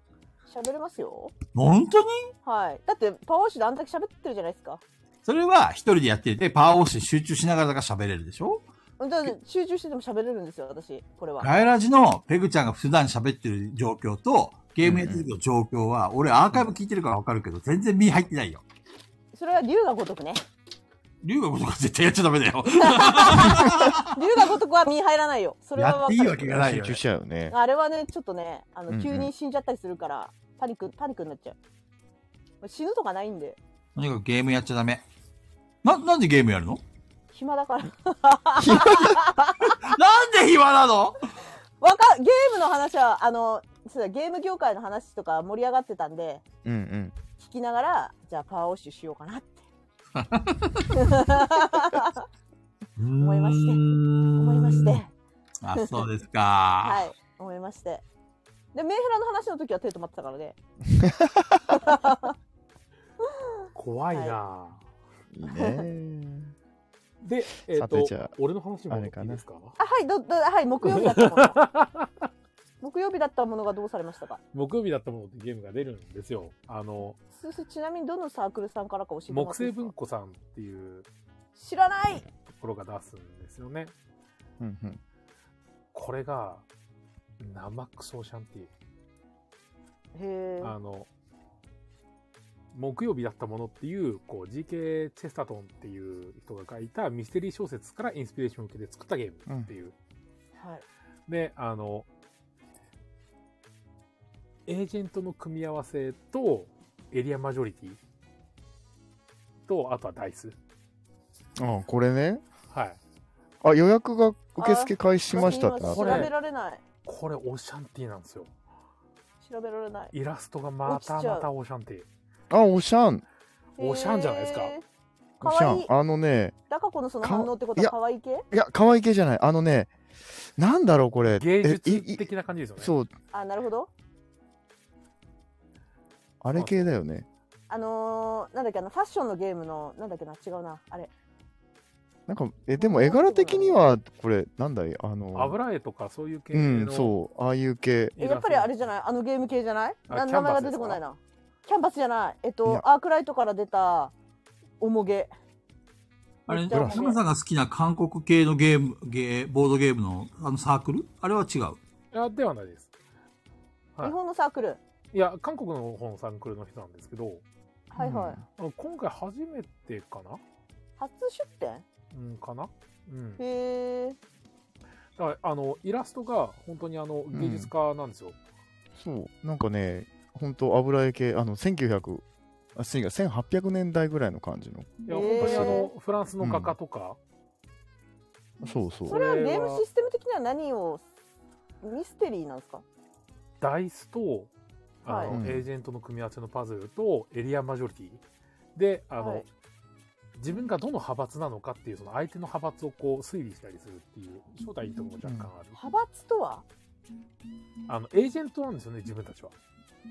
喋れますよ。ん。本当にはい。だって、パワーウォッシュであんだけ喋ってるじゃないですか。それは一人でやってて、パワーオッシュに集中しながらだから喋れるでしょだって集中してても喋れるんですよ、私、これは。ガイラジのペグちゃんが普段喋ってる状況と、ゲームやってる時の状況は、俺アーカイブ聞いてるから分かるけど、全然身入ってないよ。それは竜が如くね。龍がことか絶対やっちゃダメだ よ。竜が如くは身入らないよ。それはやっわかてるいいわけがない集よね、中しちゃうよね。あれはね、ちょっとね、あうんうの、ん急に死んじゃったりするから、パニック、パニックになっちゃう。死ぬとかないんで、とにかくゲームやっちゃダメ。な、なんでゲームやるの暇だから。なんで暇なのわか、ゲームの話は、あの、そうだ、ゲーム業界の話とか盛り上がってたんで、うんうん。聞きながら、じゃあパワーウォッシュしようかなって思いまして思思いまして、あ、そうですか。はい、思いまして。で、メンヘラの話の時は手止まってたからね。怖いな、いいね。 で、えっ、さてじゃあと、俺の話もいいですかあはいどどはい木曜日だったもの 木曜日だったものがどうされましたか木曜日だったものってゲームが出るんですよ。あの、すすちなみにどのサークルさんからか教えてもら木って星いいです文か庫さんっていうと知らないころが出すんですよね。うんうん。これが、生クソシャンティへえあの、木曜日だったものっていう、こう、GK チェスタトンっていう人が書いたミステリー小説からインスピレーションを受けて作ったゲームっていう。はいで、あの、エージェントの組み合わせと、エリアマジョリティと、あとはダイス。あ、これね。はい。あ、予約が受付開始しましたって今なっ調てこべれられないこれ、オシャンティなんですよ。調べられないイラストがまた落ちちゃうまたオシャンティ。あ、おしゃん。おしゃんじゃないですかへーかおしゃわいんい。あのね、だからこのその反応ってことはかかわいい系いや、可愛い系じゃない。あのね、なんだろう、これ。芸えい術い的な感じですよね。そう、あなるほどあれ系だよね。あのー、なんだっけあのファッションのゲームのなんだっけな違うなあれなんか、え、でも絵柄的には、これ、なんだい、あの、油絵とかそういう系うの。ん、そう、ああいう系。えやっぱりあれじゃないあのゲーム系じゃないあなキャ名ン前バがス出ですかてこないなキャンバスじゃないえっいとやアークライトから出たおもげあれ、じゃあ山さんが好きな韓国系のゲーム、ゲー、ボードゲームのあのサークルあれは違う。いや、ではないです。は日本のサークルい。いや、韓国の方のサンクルの人なんですけど、はいはい、うんあの今回初めてかな初出店うん、かなうん。だへえ。から、あの、イラストが本当にあの、芸術家なんですよ。そう、なんかね、本当油絵系、あの、1900、あ、すいません、1800年代ぐらいの感じの。いや、へー本当にあの、フランスの画家とか、そうそうそ。れはゲーこれはムシステム的には何をミステリーなんですかダイスと、あの、はいエージェントの組み合わせのパズルと、エリアマジョリティ。で、あの、はい自分がどの派閥なのかっていう、その相手の派閥をこう推理したりするっていう、正体いいとこも若干ある。派閥とはあの、エージェントなんですよね、自分たちは。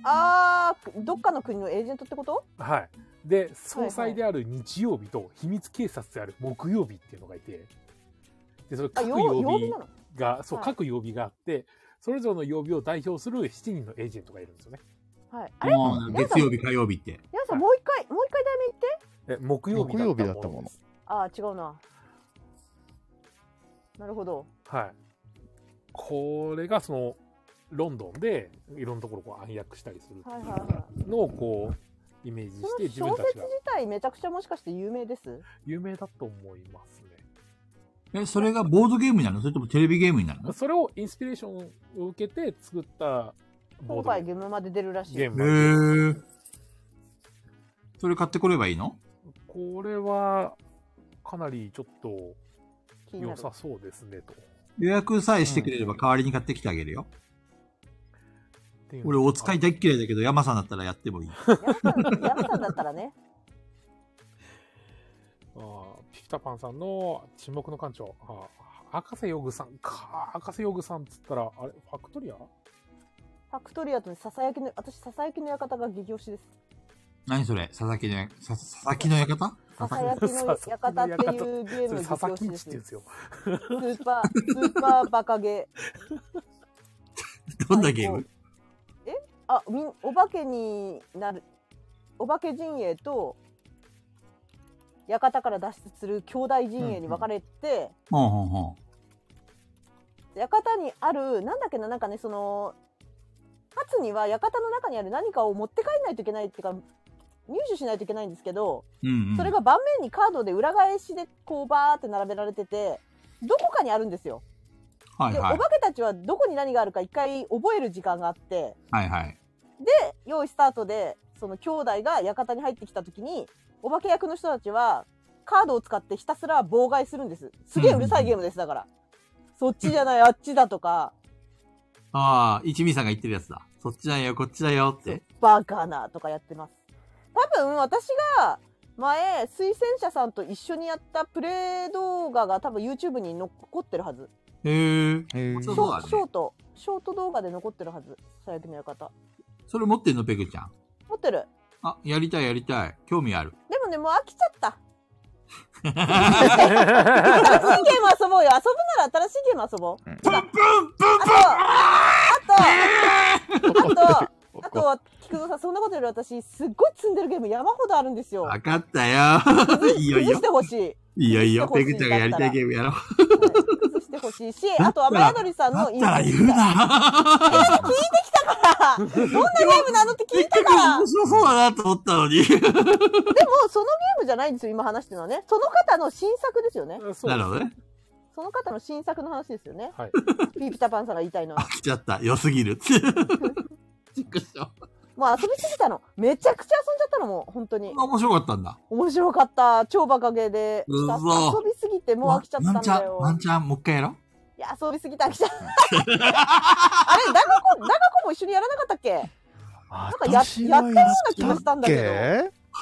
あーどっかの国のエージェントってことはい。で、総裁である日曜日と、秘密警察である木曜日っていうのがいて、で、それあ各曜曜曜日日なのが、そう、はい各曜日があって、それぞれの曜日を代表する7人のエージェントがいるんですよね。はいあれもう月曜日、火曜日って。皆さんもう一回もう一回題名言ってえ、木曜日だったもの木曜日だったものですああ違うななるほどはい。これがその、ロンドンでいろんなところをこう暗躍したりするってはいはいいはいうのをこう、イメージして自そ分の小たち説が自体めちゃくちゃもしかして有名です有名だと思いますね。え、それがボードゲームになるのそれともテレビゲームになるのそれをインスピレーションを受けて作ったボ今ード回ゲームまで出るらしいゲーム。へえ。それ買ってこればいいのこれは、かなりちょっと気にな良るさそうですね、と。予約さえしてくれれば代わりに買ってきてあげるよ。っていうの俺、お使い大っ嫌いだけど、山さんだったらやってもいい。山さん山さんだったらねあーピピタパンさんの沈黙の館長。あー博士ヨグさんか。博士ヨグさんっつったら、あれ、ファクトリアファクトリアとねささやきの私ささやきの館が激推しです何それ佐々木のや、さ佐々木の館ささやきの館っていうゲ ーそムれの佐々木激ん推ちっして言うんでですすよ。スーパースーパーバカゲーどんなゲームあみんお化けになるお化け陣営と館から脱出する兄弟陣営に分かれて、ほんほんほん。館にあるなんだっけななんかねその勝つには館の中にある何かを持って帰らないといけないっていうか入手しないといけないんですけど、うん、うん。それが盤面にカードで裏返しでこうバーって並べられててどこかにあるんですよ。はいで、はいお。化けたちはどこに何があるか一回覚える時間があって。はいはい。で用意スタートでその兄弟が館に入ってきた時にお化け役の人たちはカードを使ってひたすら妨害するんですすげえうるさいゲームですだから、そっちじゃないあっちだとかああ、一味さんが言ってるやつだ。そっちだよ、こっちだよって。バカなとかやってます多分私が前推薦者さんと一緒にやったプレイ動画が多分 YouTube に残ってるはずへえ。へーそうシそうョだねショートショート動画で残ってるはず最悪の館それ持ってんの、ペグちゃん。持ってるあ、やりたいやりたい。興味ある。でもねもう飽きちゃった新しいゲーム遊ぼうよ。遊ぶなら新しいゲーム遊ぼう。ブンブンブンあと、あと、あと、あとこは、菊蔵さん、そんなことより私、すっごい積んでるゲーム山ほどあるんですよ。わかった よ。いいよいい崩よし。てほしい。いいよいいよ。崩ペしグてほしいちゃんがやりたいゲームやろう。 崩してほしいし、あと、雨宿りさんだのっインたら言うだな。から、どんなゲームなのって聞せっいたかく から。で面も、白そうだなと思ったのに。そのゲームじゃないんですよ、今話してるのはね。その方の新作ですよね。そうなるほどね。その方の新作の話ですよね。はい。ピーピタパンさんが言いたいのは。飽きちゃった。良すぎ る。ちっくしょもう遊びすぎたの。めちゃくちゃ遊んじゃったの、もう、本当にそん。な面白かったんだ。面白かった。超バカゲーで。うそ遊びすぎてもう飽きちゃったんだよ。ワンチャン、ワンチャン、もう一回やろう。いや、遊びすぎた飽きちゃった。あれ、ダガコ、ダガコも一緒にやらなかったっ けなんかややったような気がしたんだけ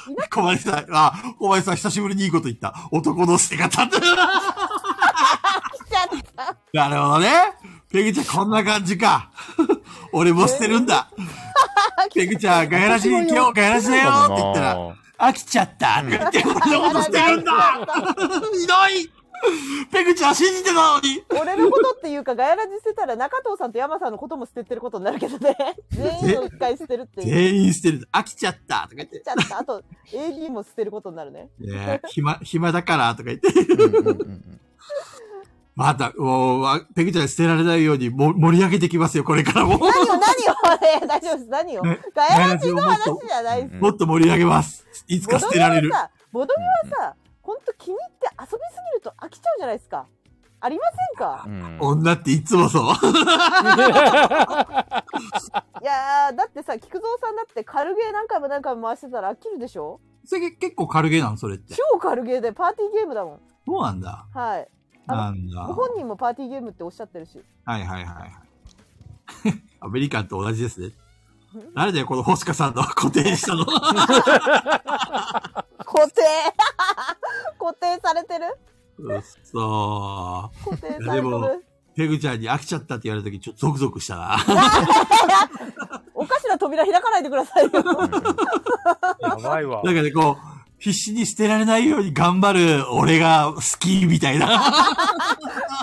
ど小林さん、あ、小林さん、久しぶりにいいこと言った。男の捨て方 って。飽きちゃった。なるほどね。ペグちゃん、こんな感じか。俺も捨てるん だ。飽ペきグちちゃっゃん、ガヤラジ今日ガヤラジだよって言 ったら、飽きちゃ った。って言って、俺のこと捨てるんだ。ひどい。ペグちゃん、信じてたのに。た。俺のことっていうか、ガヤラジ捨てたら中藤さんと山さんのことも捨ててることになるけどね。全員を一回捨てるっていう。全員捨てる。飽きちゃった。とか言ってち。ゃった。あと、AD も捨てることにな るね。ねえ暇、暇だから、とか言って。また、おーペグちゃん捨てられないようにも盛り上げてきますよ、これからも。何を、何を、ね、大丈夫です。何を。ねガヤラジの話じゃないです。もっと盛り上げます。いつか捨てられる。ボドゲはさ、ボドゲはさ、ほんと気に入って遊びすぎると飽きちゃうじゃないですか。ありませんかうん女っていつも そう。いやー、だってさ、菊蔵さんだって軽ゲー何回も何回も回してたら飽きるでしょそれ結構軽げなの、それって。超軽ゲーでパーティーゲームだもん。そうなんだ。はい。なあんだ。ご本人もパーティーゲームっておっしゃってるし。はいはいはいはい。 アメリカンと同じですね。誰だよ、この星香さんの 固定した の。固定 固定されてるうっそ固定いやさでれてもる。ー。ペグちゃんに飽きちゃったって言われた時、ちょっとゾクゾクしたな。おかしな扉開かないでください よ。やばいわ。なんかね、こう、必死に捨てられないように頑張る俺が好きみたいな。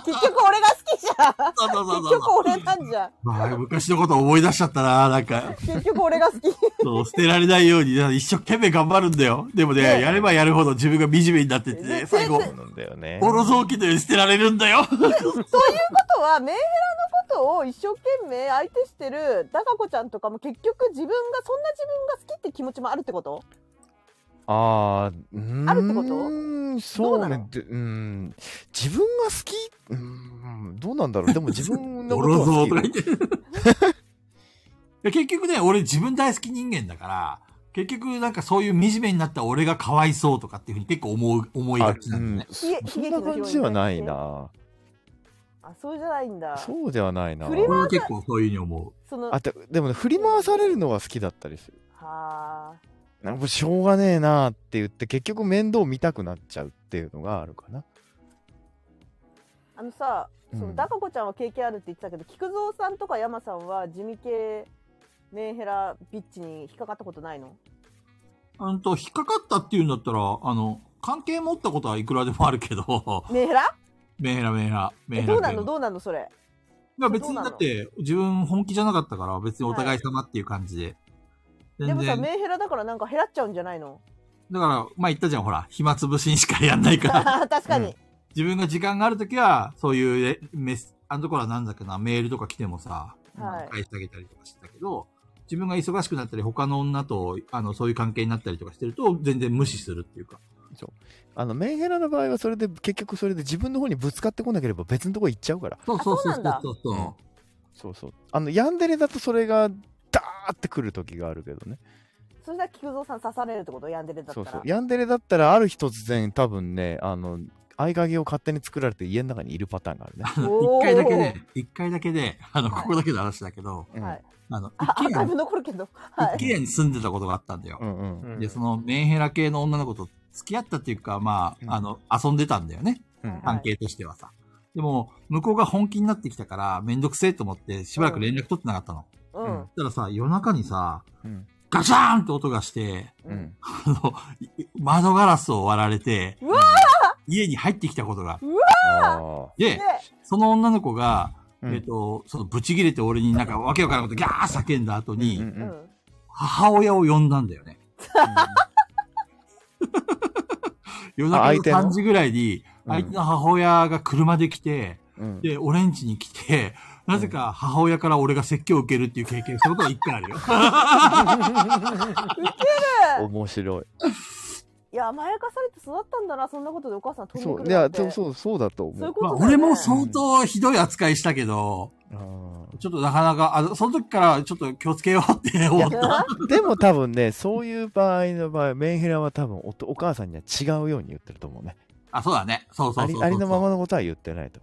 結局俺が好きじゃん。 そうそうそうそ結う局俺なんじゃん。 まあ、昔のこと思い出しちゃったな。なんか、結局俺が好き。そう、捨てられないように、一生懸命頑張るんだよ。でもね、ねやればやるほど自分が惨めになってってね、最後全、なんだよね。ボロ雑巾のように捨てられるんだよ。あとはメンヘラのことを一生懸命相手してるダカ子ちゃんとかも結局自分がそんな自分が好きって気持ちもあるってことあーうーんあるってことそうどうなねのでうーん自分が好きうーんどうなんだろうでも自分 のボことロは雑好とか言きって。いや 結局ね、俺自分大好き人間だから、結局なんかそういう惨めになった俺がかわいそうとかっていうふうに結構思う、思いがあちなんだね。うんそそんな感じではないなあ、そうじゃないんだ。そうではないな振り回俺も結構そういうふうに思その、あはででもね振り回されるのは好きだったりするあ。なんかもうしょうがねえなって言って結局面倒見たくなっちゃうっていうのがあるかなあのさ、うんそのダカ子ちゃんは経験あるって言ってたけど、菊蔵さんとか山さんは地味系メンヘラビッチに引っかかったことないの？う。うんと、引っかかったっていうんだったら、あの、関係持ったことはいくらでもあるけど、 メンヘラ？メンヘラメンヘラ、メンえヘラ。どうなメンのヘラどうなのそれ？いや別にだって、自分本気じゃなかったから、別にお互い様っていう感じで。で全も然。さだかメンヘラだからなんか減らっちゃうんじゃないの？ら、まあ言ったじゃん、ほら、暇つぶしにしかやんない から。確かに。自分が時間があるときは、そういうえメス、あのところはなんだっけな、メールとか来てもさ、はい返してあげたりとかしてたけど、自分が忙しくなったり、他の女と、あの、そういう関係になったりとかしてると、全然無視するっていうか。あのメンヘラの場合はそれで結局それで自分の方にぶつかってこなければ別のとこ行っちゃうからそうそうそうそうあそそうそそうそうあのヤンデレだとそれがダーってくる時があるけどねそれだ菊蔵さん刺されるってことヤンデレだったそうら。そうヤンデレだったらある日突然多分ねあの合鍵を勝手に作られて家の中にいるパターンがあるね、う。お一ー回だけね、一回だけで、あの、はいここだけの話だけど、うんはい。あの、あ、ア一ーカイブ軒残るけど。はい。家に住んでたことがあったんだよう。んうんで、そのメンヘラ系の女の子と付き合ったっていうか、まうんあ、あの、遊んでたんだよね。うんはい関係としてはさ。でも、向こうが本気になってきたから、めんどくせえと思って、しばらく連絡取ってなかったの。う。うんそしたらさ、夜中にさ、うんガシャーンって音がして、う。んあの、い窓ガラスを割られて、うわ家に入ってきたことが。あでね、その女の子が、ーえっと、その、ブチ切れて俺になんかわけわからんことギャー叫んだ後うに、んううんん。母親を呼んだんだよ ね。夜中のあ相手の3時ぐらいに、うん相手の母親が車で来て、うんで、俺ん家に来て、なぜか母親から俺が説教を受けるっていう経験したことが一回あ るよ。面白いいや甘やかされて育ったんだなそんなことでお母さん飛んでそくうるいなやんて。でもそうそうだと思うそういうこまあ、とだよね俺も相当ひどい扱いしたけど、あーちょっとなかなか、あの、その時からちょっと気をつけようって思った。でも多分ねそういう場合の場合メンヘラは多分おとお母さんには違うように言ってると思うねあ、そうだね。そうそうあそうりそうありのままのことは言ってないと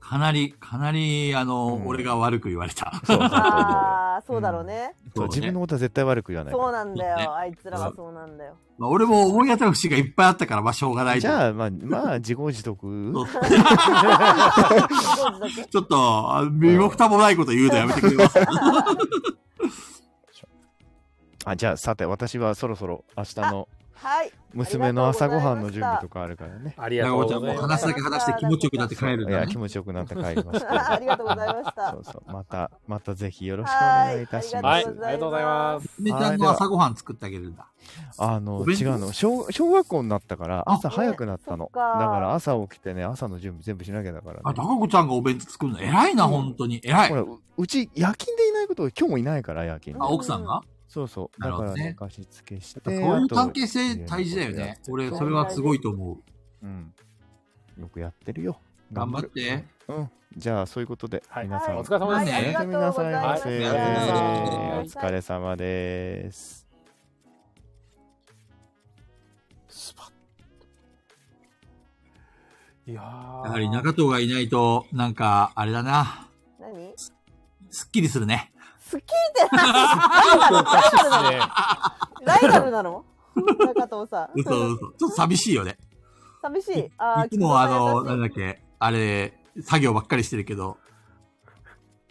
かなり、かなり、あの、うん俺が悪く言われた。そうそうそうそう ああそうだろうね。そう自分のことは絶対悪く言わないからそうなんだねよ。あいつらはそうなんだよ。まあ、俺も思い当たる節がいっぱいあったから、まあ、しょうがないじあ、ゃあ、まあ、まあ、自業自得そうご存知だけちょっと、あ身も蓋もないこと言うのやめてくれます。あ、じゃあ、さて、私はそろそろ明日のはい。娘の朝ごはんの準備とかあるからね。 ありが長とうござい尾ちゃんもうま話す。だけ話して気持ちよくなって帰るんいだや、ね気。持ちよくなって帰りま しああたり。がとうございました。そうそう、また、またぜひよろしくお願いいたしはまい、す。ありがとうございます。めちゃんの朝ごはん作ってあげるんだ。あおの、弁違当うの小、小学校になったから、朝早くなったねの。だそっかから、朝起きてね、朝の準備全部しなきゃだからあ、ね。高子ちゃんがお弁当作るの偉いな、うん本当に。偉いほ。ら、ううち、夜勤でいないこと、今日もいないから、夜勤であ、奥さんがそうそう。なだるほかどらねね、貸し付けして。こういう関係あ性と大事だよね。俺、そうそれはすごいと思う。うん。よくやってるよ。頑張っる。て。うん。じゃあ、そういうことで、はい皆さん、お疲れ様ですねはい、あおりやすがみとうなござさいいままはす。せ。いおありがとうございます疲れ様です。スパッいやーやはり中藤がいないと、なんか、あれだな。何すっきりするね。スッキリって何ライバルライバルなのライバルなの中藤 さん。嘘嘘。ちょっと寂しいよね。寂しい。あーいつもあ菊の、蔵さなんん優だっけ、あれ、作業ばっかりしてるけど。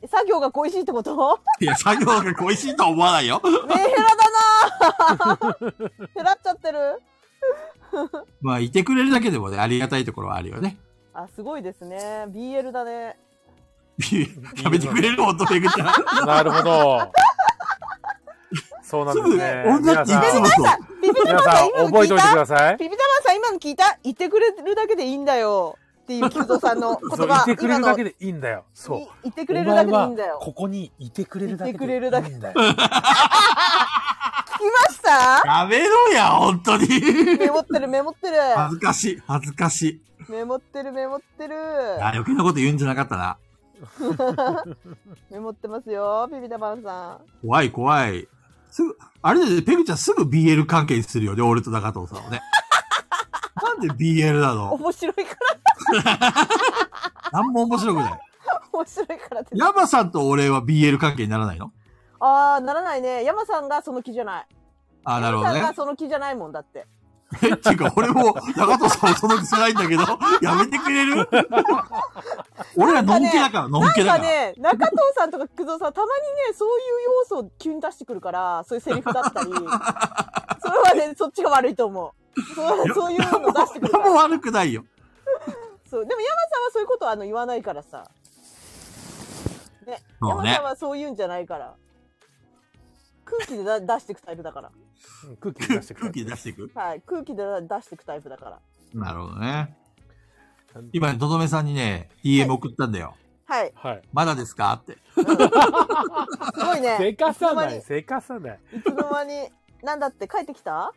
しい作業が恋しいってこと いや、作業が恋しいとは思わないよ。メンヘラだなぁ減らっちゃってる。まあ、いてくれるだけでもね、ありがたいところはあるよね。あ、すごいですね。BL だね。 やめてくれ る音めぐちゃん。なるほど。そうなんすでぐ、すね。女っていつも皆さんそう。ピピタマ皆ンささんん覚今のえ聞ておいいてくたださい。ピピタマンさん今の聞いた言ってくれるだけでいいんだよ。っていう菊蔵さんの言そう、葉。いてくれるだけで。でいいんだよ。そう。い言ってくれるだけでいいんだお前はよ。ここにいてくれるだけでいいてくれるだけいんだよ。聞きましたやめろや、本当に。メモってるメモってる。恥ずかしい、恥ずかしい。メモってるメモってる。あ、余計なこと言うんじゃなかったな。メモってますよ、ピピタパンさん。怖い、怖い。すぐ、あれだよね、ペグちゃんすぐ BL 関係にするよね、俺と中藤さんをね。 なんで BL なの面白いから、なんも面白くない。面白いからって。ヤマさんと俺は BL 関係にならないのああ、ならないね。山さんがその気じゃない。あ、なるほど山さんねが。その気じゃないもんだって。え っていうか、俺も中藤さんをその気せないんだけど、やめてくれ る俺らのんけだから、のんけだか。なんからね、中藤さんとか久蔵さん、たまにね、そういう要素を急に出してくるから、そういうセリフだった り。それはね、そっちが悪いと思う。そうそういうの出してくるか何もら。悪くないよ。そうでも山さんはそういうことはあの言わないからさ。ね。そう山ねさん。はそういうんじゃないから。空気でだ出していくタイプだから。うん空気出してく空れ気出していく。はい。空気で出していくタイプだから。なるほどね。今、とどめさんにね、DM 送ったんだよ。 はい。はい。まだですかって。すごいせね。かさいつの間なにい、せかさない。いつの間に。なんだって帰ってきた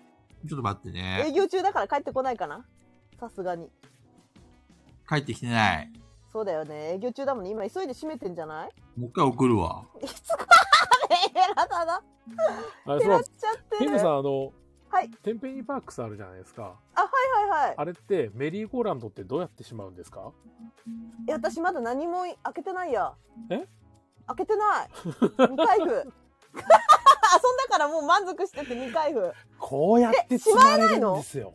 ちょっと待って営ね。業中だから帰ってこないかなさすがに。帰ってきてない。そうだよね。営業中だもんね。今急いで閉めてんじ ゃない もう一回送るわ。いつかえらだな。あれ、てそらっのち、ゃってペる。ムさはん、あの、はいテンペニーパークスあるじゃないですか。いはい。あれって、メリーゴーランドってどうやってしまうんですかいや私まだ何も開けてないや。え開けてない。未開封。 遊んだからもう満足してて未開封。なこうやってしまえれないるんのですよ。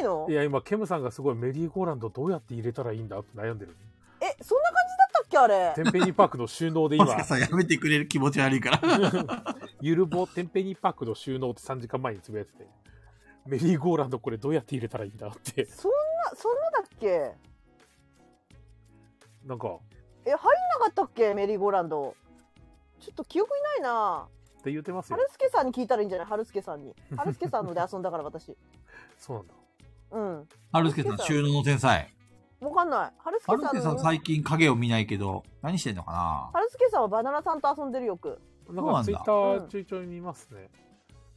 いのいや、今、ケムさんがすごいメリーゴーランドどうやって入れたらいいんだって悩んでる。え、そんな感じだったっけあれテ。ンペニーパークの収納でマ今スカ、さんやめてくれる気持ち悪い から。ゆるぼテンペニーパークの収納って3時間前につぶやいてて、メリーゴーランドこれどうやって入れたらいいんだって、そんな、そんなだっけなんか、え、入んなかったっけメリーゴーランド。ちょっと記憶にないな。って言ってますよ春。助さんに聞いたらいいんじゃない春助さんに。春助さんので遊んだか ら私。そうなんだ。うん。春介さん、収納の天才。わかんない。春助春さん介さんの。最近影を見ないけど、何してんのかな春助さんはバナナさんと遊んでるよく。なそうなんかんだツイッターちょいちょい見ますね。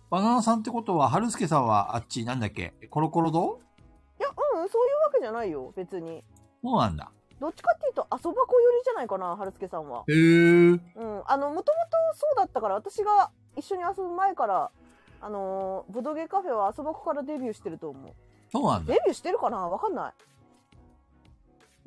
バナナさんってことは、春介さんはあっち、なんだっけコロコロ堂いや、うん、そういうわけじゃないよ、別に。そうなんだ。どっちかっていうと、遊ば子寄りじゃないかな、春助さんは。へー。うん、あの、もともとそうだったから、私が一緒に遊ぶ前から、あのーボドゲカフェは遊ば子からデビューしてると思う。そうなんだデ。ビューしてるかなわかんない。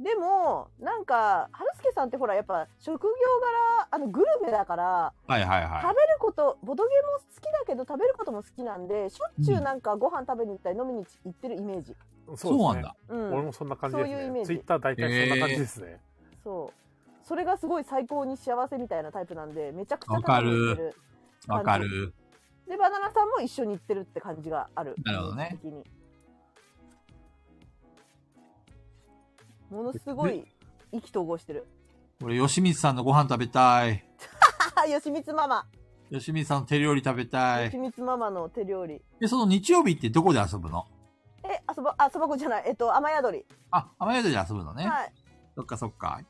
でも、なんか、春助さんってほら、やっぱ、職業柄、あの、グルメだから、はいはい食べはること、ボドゲも好きだけど、食べることも好きなんで、しょっちゅうなんかご飯食べに行ったり飲みに行ってるイメージ。そうい。そうなんだ。。う俺ん。もそんな感じですそういうイメーね。ジツイッター大体そんな感じですね。そう。それがすごい最高に幸せみたいなタイプなんで、めちゃくちゃわかる楽しんでる。わかる。で、バナナさんも一緒に行ってるって感じがある。なるほどね的に。ものすごい意気投合してる。俺、吉光さんのご飯食べたい。あ、よしみつママ。吉光さんの手料理食べたよしい。みつママの手料理。で、その日曜日ってどこで遊ぶのえ、あそば、あそばこじゃない。えっと、雨宿り。あ、雨宿りで遊ぶのね。はい。そっかそっか。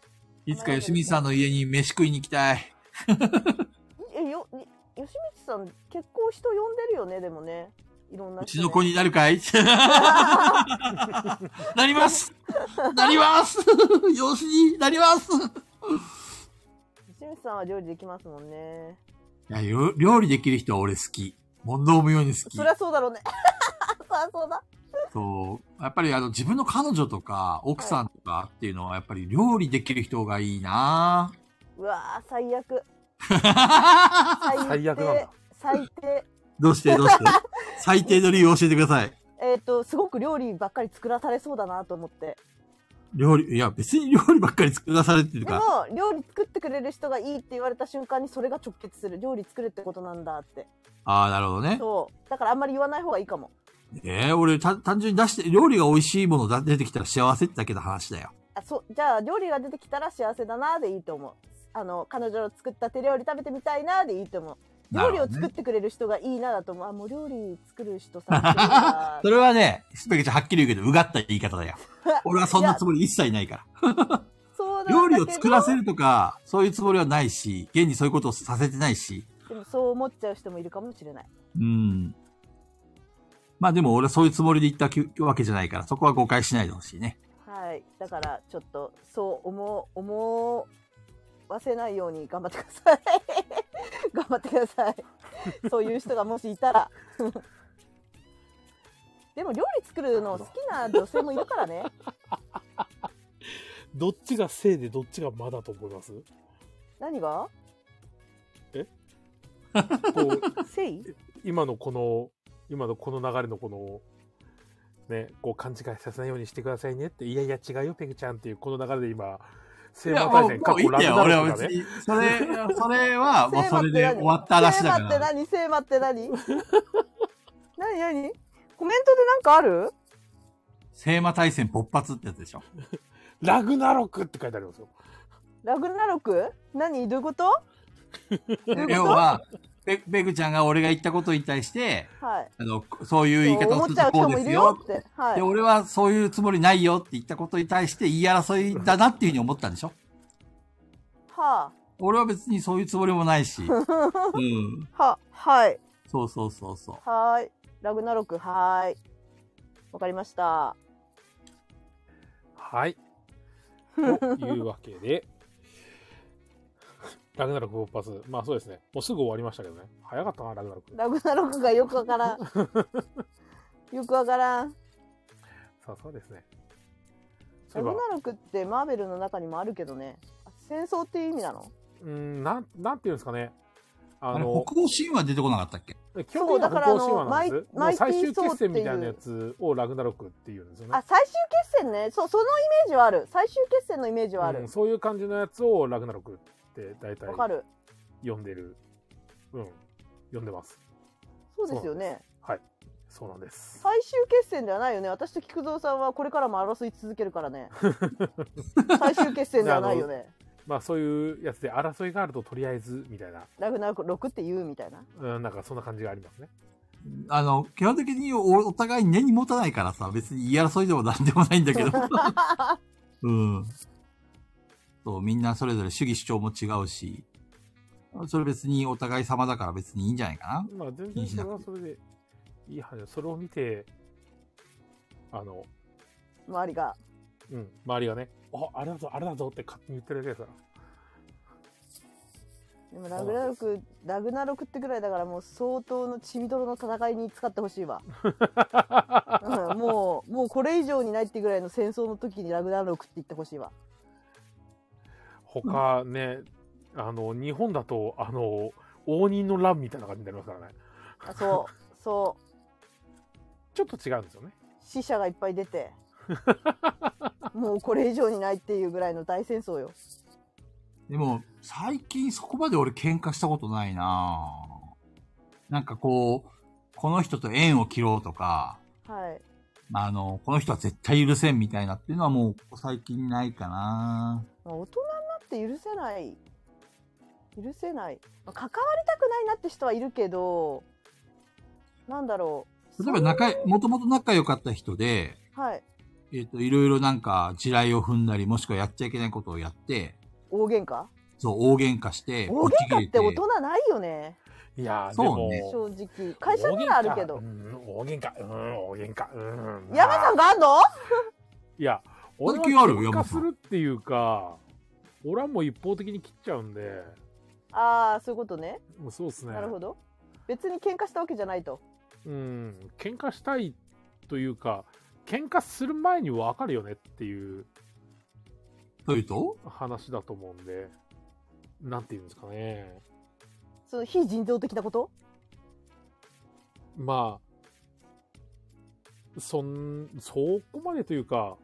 いつか吉光さんの家に飯食いに行きたい。え、よ、に吉光さん結構人呼んでるよねでもねいろんなう人ちね、の子になる かいなりますなります 養子になります吉光さんは料理できますもんねいや、よ料理できる人は俺好き。問答無用に好きそり。ゃそうだろうね そりゃそうだそう。やっぱりあの、自分の彼女とか、奥さんとかっていうのは、やっぱり料理できる人がいいな うわー最悪ぁ最低最悪なんだ最低どうしてどう して最低の理由を教えてください。えっ、とすごく料理ばっかり作らされそうだなと思って料理、いや、別に料理ばっかり作らされてるでかもら。料理作ってくれる人がいいって言われた瞬間にそれが直結する料理作るってことなんだってああ、なるほどね。そうだからあんまり言わない方がいいかもええ俺た、単純に出して、料理が美味しいものだ出てきたら幸せってだけの話だよ。あそうじゃあ料理が出てきたら幸せだなでいいと思うあの彼女の作った手料理食べてみたいなでいいと思うな料る理ほをどね作ってくれる人がいいなだと思う、あもう料理作る人さんすごいな それはね、スペケちゃんはっきり言うけど、うがった言い方だ よ。俺はそんなつもり一切ないから。そうなんだけ料ど理を作らせるとか、そういうつもりはないし、現にそういうことをさせてないし。でもそう思っちゃう人もいるかもしれないうん。まあでも俺はそういうつもりで言ったきわけじゃないから、そこは誤解しないでほしいね。はいだからちょっとそう思う思わせないように頑張ってください 頑張ってくださいそういう人がもしいたら でも料理作るの好きな女性もいるからねどっちがせいでどっちがまだと思います何がこうせい今のこの今のこの流れのこのねこう勘違いさせないようにしてくださいねっていやいや違うよペグちゃんっていうこの流れで今い聖や、馬も大戦うもういいんだよ。ダ俺ルはとか別に。それ、それ は、もうセーそマっれてで何終わった話だかセーマら。って何セーマって何 何何コメントでなんかある聖馬大戦勃発ってやつでしょ。ラグナロクって書いてありますよラグナロク何どういうことどういう要こは、ペペグちゃんが俺が言ったことに対して、とはい。あの、そういう言い方思をっするちとゃうこ人うもでいするよよ。って。はいで、。俺はそういうつもりないよって言ったことに対して言い争いだなっていうふうに思ったんでしょは俺は別にそういうつもりもない し。うん。あ、は、はい。そうそうそうそう。はーい。ラグナロク、はーい。わかりました。はいというわけでラグナロク勃発まあそうですねもうすぐ終わりましたけどね早かったなラグナロクラグナロクがよく わからん。よくわからん。さあそうですねそラういえグナばロクってマーベルの中にもあるけどね。あ戦争っていう意味なのうーんなんなんていうんですかねああれ、の北欧神話出てこなかったっけ基本的には北欧神話なんですそうだからあのマもイう最終決戦マイみティたいーソーっていうなやつをラグナロクっていうんですよねあ、最終決戦ね。そう、そのイメージはある。最終決戦のイメージはあうるん。そういう感じのやつをラグナロクって大体わかる。読んでるうん読んでますそうですよね。そうなんです最終決戦ではないよね。私と菊蔵さんはこれからも争い続けるから ね。最終決戦ではないよね。まあそういうやつで争いがあるととりあえずみたいな、ラグナロク6って言うみたいな。うん、なんかそんな感じがあり ますねあの、基本的におお互い根に持たないからさ、別に言い争いでもなんでもないんだけど。 うん。そう、みんなそれぞれ主義主張も違うし、それ別にお互い様だから別にいいんじゃないかな。まあ全然それはそれでいい話それを見てあの周りが。うん周りがねああれだぞあれだぞって勝手に言ってるだけですからでもラグナロク、ラグナロクってぐらいだからもう相当の血みどろの戦いに使ってほし いわ、うんもう、もうこれ以上にないってぐらいの戦争の時にラグナロクって言ってほしいわ。他ね、あの日本だとあの応仁の乱みたいな感じになりますからねあそう、そう、ちょっと違うんですよね死者がいっぱい 出て。もうこれ以上にないっていうぐらいの大戦争よ。でも、最近そこまで俺喧嘩したことないなぁなんかこう、この人と縁を切ろうとか、はい。まあ、あの、この人は絶対許せんみたいなっていうのはもうここ最近ないかなまあ、大人になって許せない許せない、まあ、関わりたくないなって人はいるけどなんだろう例えば仲い、もともと仲良かった人で、はいえっ、と、いろいろなんか、地雷を踏んだり、もしくはやっちゃいけないことをやって、大喧嘩そう、大喧嘩して、大喧嘩って大落ち切れ人ないよねいやー、でそうもね、正直。会社ならあるけうど。ん、大喧嘩、うん、大喧嘩、うん。山さんがあんのいや、俺は関係ある喧嘩山すさんるっていうか、俺はもう一方的に切っちゃうんで、ああ、そういうことね。もうそうですね。なるほど。別に喧嘩したわけじゃないと。うん、喧嘩したいというか、喧嘩する前に分かるよねっていうというと話だと思うんで、なんていうんですかね。その非人道的なことまあ、そん、そこまでというか、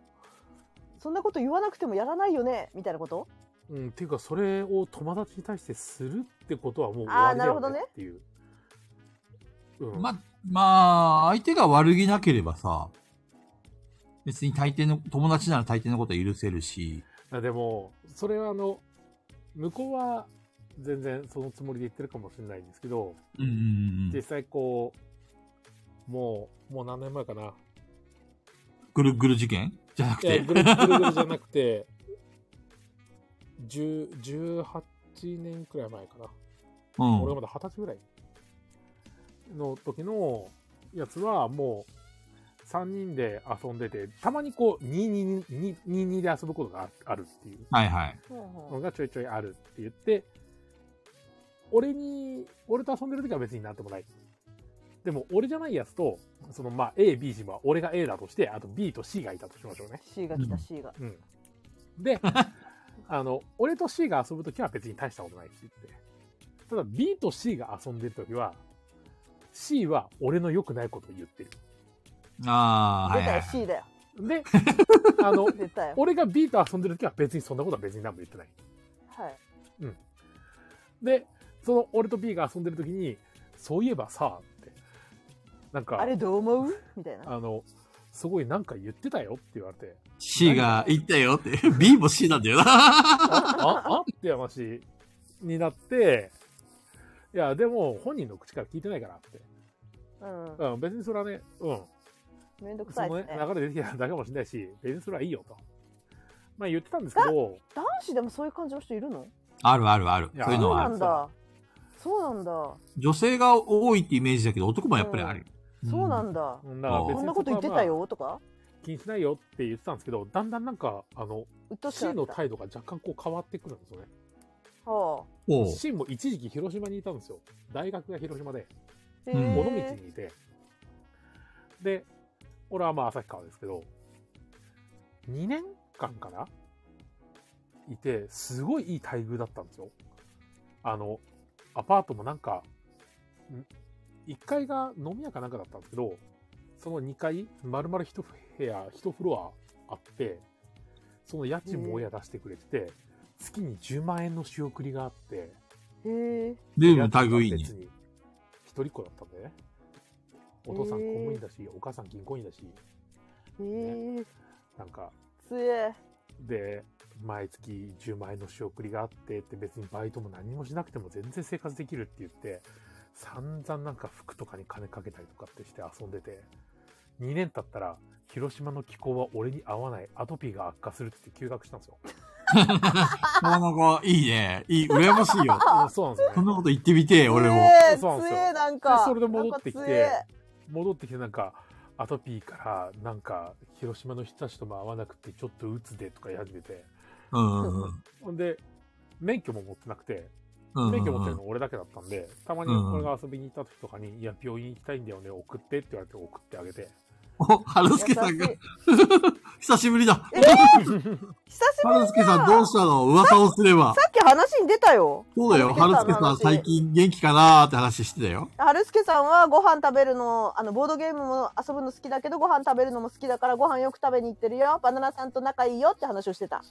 そんなこと言わなくてもやらないよねみたいなことうん、っていうか、それを友達に対してするってことはもう終あわーりなだるほよどねねっていう。うん、ま、まあ、相手が悪気なければさ、別に大抵の、友達なら大抵のことは許せるし、あでも、それはあの、向こうは全然そのつもりで言ってるかもしれないんですけど、うんうんうん実。際こう、もう、もう何年前かな。ぐるぐる事件じゃなくいや、て、ぐるぐるぐるじゃなくて、10 18年くらい前かな。うん。俺がまだ二十歳ぐらいの時のやつはもう3人で遊んでてたまにこう222で遊ぶことがああるっていうはいはい。のがちょいちょいあるって言って俺に俺と遊んでる時は別になんともないでも俺じゃないやつとそのまあ AB チームは俺が A だとしてあと B と C がいたとしましょうね C が来うたん C が。うんで あの俺と C が遊ぶ時は別に大したことないって言ってただ B と C が遊んでる時は C は俺の良くないことを言ってるああ、は出いはたいよ。C だよ。 であの出たよ。俺が B と遊んでる時は別にそんなことは別に何も言ってないはい。でその俺と B が遊んでる時にそういえばさってなんかあれどう思うみたいな。あのすごいなんか言ってたよって言われ て C が言ったよって。B も C なんだよな。 ああって話になって、いや、でも本人の口から聞いてないからって。うん。うん、別にそれはね、うん、めんどくそさいのでねすね。流れ出てきただけかもしれないし、別にそれはいいよと。まあ言ってたんですけど、男子でもそういう感じの人いるのあるあるあるい。やそういうのそうはあなる。んだ。そうなんだ。女性が多いってイメージだけど、男もやっぱりある。そうなだ。んだ。うんだから別こにんなそこことは言まあってたよとか気にしないよって言ってたんですけど、だんだんなんか、あの、うっとうし C くなのってき態度が若干こう変わってくるんですよね。た。はおう C も一時期広島にいたんですよ。大学が広島で。あ。へうん尾道ーにいて、で、俺はまあ旭川ですけど、2年間かないて、すごいいい待遇だったんですよ。あの、アパートもなんか、ん1階が飲み屋かなんかだったんですけど、その2階、丸々1部屋、1フロアあって、その家賃も親出してくれてて、月に10万円の仕送りがあって、へえ。でも待遇いいね別。に一人っ子だったんでね。お父さん公務員だし、お母さん銀行員だし、へえ。なんか、つえ。で、毎月10万円の仕送りがあってって別にバイトも何もしなくても全然生活できるって言って、散々なんか服とかに金かけたりとかってして遊んでて、2年経ったら、広島の気候は俺に合わない、アトピーが悪化するって言って休学したんですよ。なかなかいいね。いい、羨ましいよ。うんそうなんですよね、そんなこと言ってみてえ、俺も。つえそうなんですつよえなんか。でそれで戻ってきてなんかつえ戻ってきてなんかアトピーからなんか広島の人たちとも会わなくてちょっと鬱でとか言い始めてうんうんうん。ほんで免許も持ってなくてうん免許持ってうるんの俺だけだったんでたまにうんうん俺が遊びに行った時とかに「いや病院行きたいんだよね送って」って言われて送ってあげてお、春優しい助さんが、久しぶりだ。久しぶり春助さんどうしたの噂をすれば。さっき話に出たよ。そうだよ。春春助助ささんんの話最近元気かなーって話してたよ。春輔さんはご飯食べるの、あの、ボードゲームも遊ぶの好きだけど、ご飯食べるのも好きだから、ご飯よく食べに行ってるよ。バナナさんと仲いいよって話をしてた。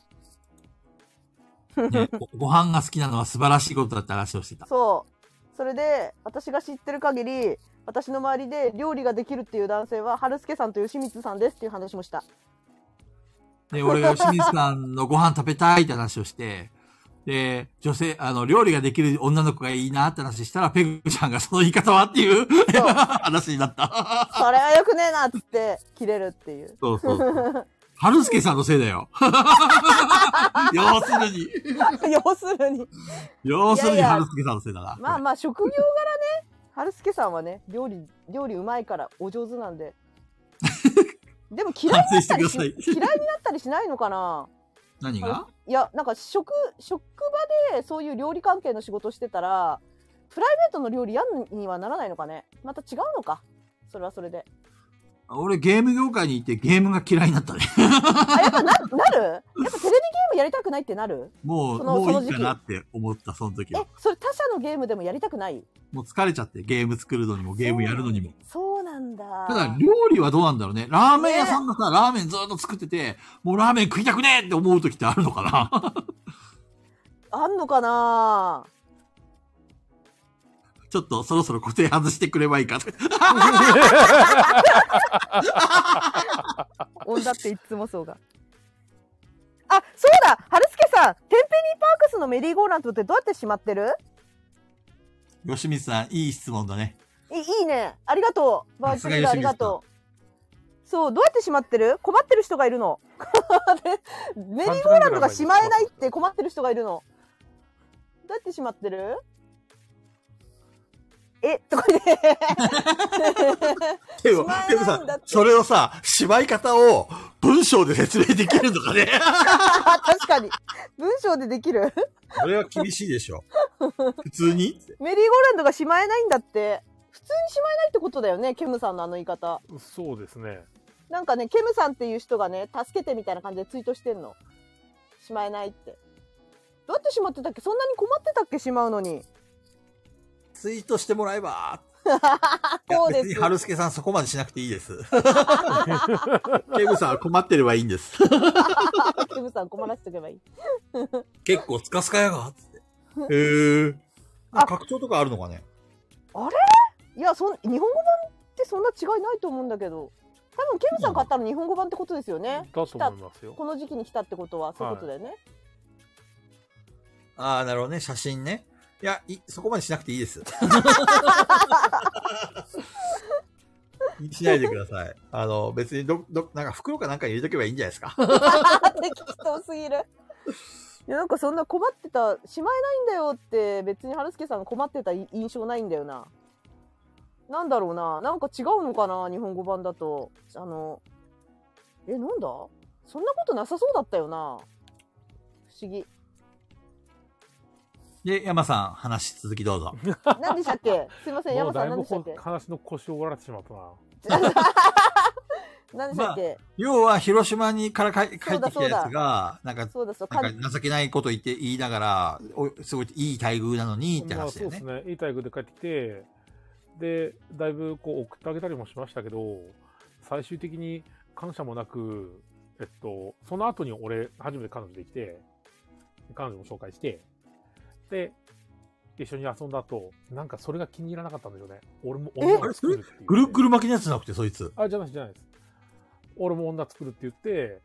ね、ごご飯が好きなのは素晴らしいことだって話をしてた。そう。それで、私が知ってる限り、私の周りで料理ができるっていう男性は、春輔さんと吉光さんですっていう話もした。で、俺が吉水さんのご飯食べたいって話をして、で、女性、あの、料理ができる女の子がいいなって話したら、ペグちゃんがその言い方はっていう 話になった。それはよくねえなっつって、切れるっていう。 そうそうそう。春助さんのせいだよ。要するに。要するに。要するいにやいや春助さんのせいだな。まあまあ、職業柄ね。春助さんはね、料理、料理うまいからお上手なんで。でも嫌いにな 反省しってたくりだしさい。嫌いになったりしないのかな何がいや、なんか職、職場でそういう料理関係の仕事してたら、プライベートの料理やんにはならないのかねまた違うのかそれはそれで。俺ゲーム業界に行ってゲームが嫌いになったね。あ、やっ ぱな、なるやっぱテレビゲームやりたくないってなるもう、そのもうそのいい時期かなって思った、その時えは。、それ他社のゲームでもやりたくないもう疲れちゃって、ゲーム作るのにも、ゲームやるのにも。そうなんだ。ただ、料理はどうなんだろうね。ラーメン屋さんがさ、ラーメンずっと作ってて、もうラーメン食いたくねえって思う時ってあるのかな あんのかなちょっとそろそろ固定外してくればいいか と。女っていつもそうが。あ、そうだ春助さんテンペニーパークスのメリーゴーランドってどうやってしまってる吉光さん、いい質問だね。いいいね。ありがとう。バーチャルさあすが吉水りがとう。そう、どうやってしまってる困ってる人がいるの。 でメリーゴーランドがしまえないって困ってる人がいるの。どうやってしまってるえ、とかね。 でもでしま、えないもんだってさ、それをさ、しまい方を文章で説明できるのかね確かに。文章でできる それは厳しいでしょ。普通にメリーゴーランドがしまえないんだって。普通にしまえないってことだよね、ケムさんのあの言い方。そうですね。なんかね、ケムさんっていう人がね、助けてみたいな感じでツイートしてんの。しまえないって。どうやってしまってたっけそんなに困ってたっけしまうのに。ツイートしてもらえば。そうでいや別に す。春助さんそこまでしなくていいです。ケムさんは困ってればいいんです。ケムさん困らせておけばいい。結構スカスカやが、つって。へえ。あ拡張とかあるのかねいや、そん、日本語版ってそんな違いないと思うんだけど。多分ケムさん買ったの日本語版ってことですよだね。と思いますよ。この時期に来たってことは、そういうことだよね。ああ、なるほどね。写真ね。いや、い、そこまでしなくていいです。しないでください。あの、別にど、ど、なんか袋かなんかに入れとけばいいんじゃないですか。 適当すぎる。いやなんかそんな困ってたしまえないんだよって別に春輔さん困ってたい印象ないんだよな。なんだろうななんか違うのかな日本語版だと。あのえなんだそんなことなさそうだったよな不思議。で、山さん、話続きどうぞ。何でしたっ けすいませんも山うさだんい何ぶでしたっけ話の腰を折られてしまったな。何でしたっけ、要は、広島にからかい帰ってきたやつそうが、なんか、そうだそうだ。なんか情けないこと言って、言いながら、おすごいいい待遇なのにってまあそ話だうよですね。ね。いい待遇で帰ってきて、で、だいぶこう送ってあげたりもしましたけど、最終的に感謝もなく、えっと、その後に俺、初めて彼女できて、彼女も紹介して、で、一緒に遊んだ後、なんかそれが気に入らなかったんですよね。俺も俺も女作るっていう、ぐるっぐる巻きのやつじゃなくて、そいつ。あ、じゃないです、じゃないです。俺も女作るって言って、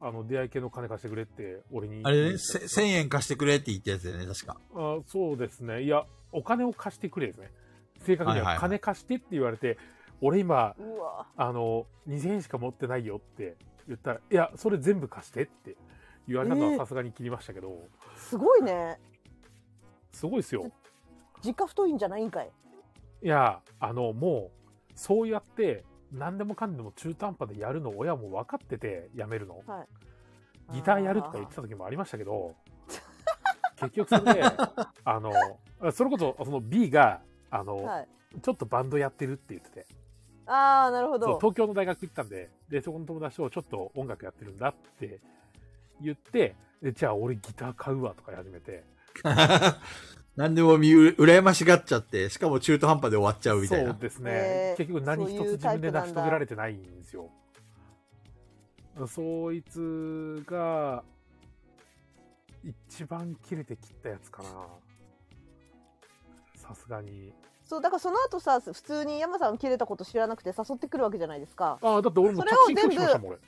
あの、出会い系の金貸してくれって、俺に。あれね、せ1000円貸してくれって言ったやつだよね、確か。あそうですね。いや、お金を貸してくれですね。正確にはいはいははい金貸してって言われて、俺今、うわあの、2000円しか持ってないよって言ったら、いや、それ全部貸してって言われたのえはーさすがに切りましたけど、すごいね。すごいですよ。実家太いんじゃないんかい。いや、あの、もう、そうやって、何でもかんでも中途半端でやるの親も分かっててやめるの。ギターやるとか言ってた時もありましたけど、結局それで、あの、それこそ、その B が、あの、はい。ちょっとバンドやってるって言ってて、ああなるそほうど。東京の大学行ったんで、で、そこの友達とちょっと音楽やってるんだって言って、でじゃあ俺ギター買うわとか言い始めて、何でも見う、羨ましがっちゃって、しかも中途半端で終わっちゃうみそたいなう。ですね、へー結局何一そうついう自分でタ成イプなんしだ遂げられてないんですよ。そいつが、一番切れて切ったやつかな。さすがに。そうだからその後さ普通に山さん切れたこと知らなくて誘ってくるわけじゃないですかああ、だって俺もそ着れ信を拒否しましたもん、俺。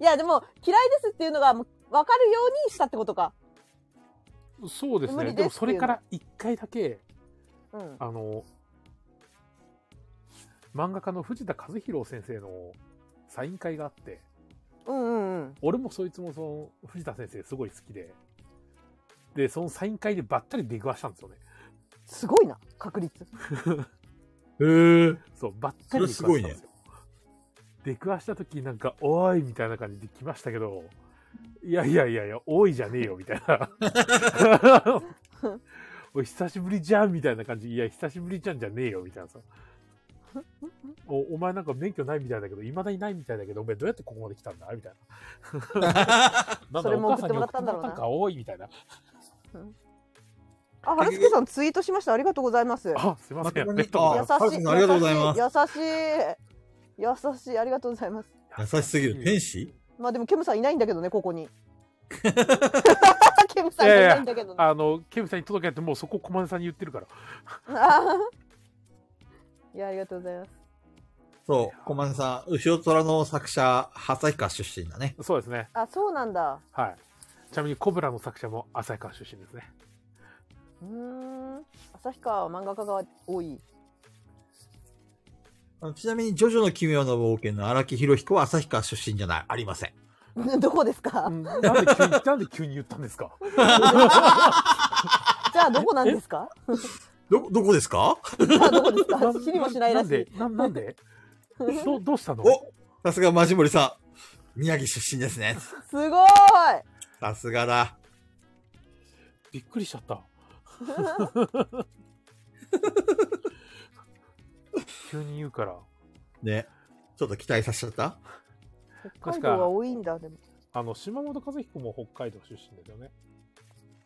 いやでも嫌いですっていうのがもう分かるようにしたってことかそうです無ね。理ででもすそれから一回だけ、うんあの、漫画家の藤田和弘先生のサイン会があって、うんうんうん。俺もそいつもその藤田先生すごい好きで、で、そのサイン会でばったり出くわしたんですよね。すごいな、確率。へー。そう、ばったり出くわしたんですよ。出くわした時なんか、おいみたいな感じで来ましたけど、いやいやいやいや、多いじゃねえよ、みたいな。 おい、久しぶりじゃんみたいな感じ。いや、久しぶりじゃんじゃねえよ、みたいなさ。おお前なんか免許ないみたいだけど、いまだにないみたいだけど、お前どうやってここまで来たんだみたい な。なんそだれおも母さん送ってに送もらっってたんだもらったろうんなか、多いみたいな。あ、原助さんツイートしました。ありがとうございます。優あ、すいません。誠にベッドがあ原しい。。助さんありがとうございます優しい。優しい。ありがとうございます。優しすぎる。天使まあでもケムさんいないんだけどね、ここに。ケムさんいいやいなやいんだけどね。あの、ケムさんに届けってもうそこコマネさんに言ってるから。あーいや、ありがとうございます。そう、コマネさん、後ろ虎の作者、旭川出身だね。そうですね。あ、そうなんだ。はい。ちなみにコブラの作者も旭川出身ですね。うーん。旭川は漫画家が多い。あのちなみに、ジョジョの奇妙な冒険の荒木博彦は旭川出身じゃない、ありません。 どこですか、うんなんで急に、 なんで急に言ったんです かじゃあどこなんですかど、どこですかじゃあど こですかな知りもしないらしい。ななん でなんでどどうしたのおさすがマジモリさん。宮城出身ですね。すごーいさすがだ。びっくりしちゃった。 急に言うから。ね。ちょっと期待させちゃった北海道は多いんだ、でも。あの、島本和彦も北海道出身ですよね。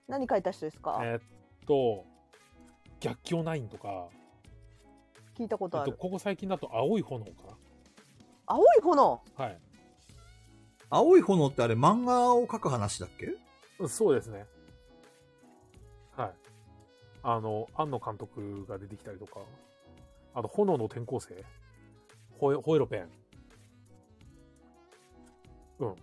何書いた人ですか、えーっと、逆境ナインとか、聞いたことえっあと、る。ここ最近だと青い炎か青い炎な。はい。青い炎ってあれ漫画を描く話だっけそうですね。はい。あの、庵野監督が出てきたりとか、あと、炎の転校生、ホエホエロペン。うん。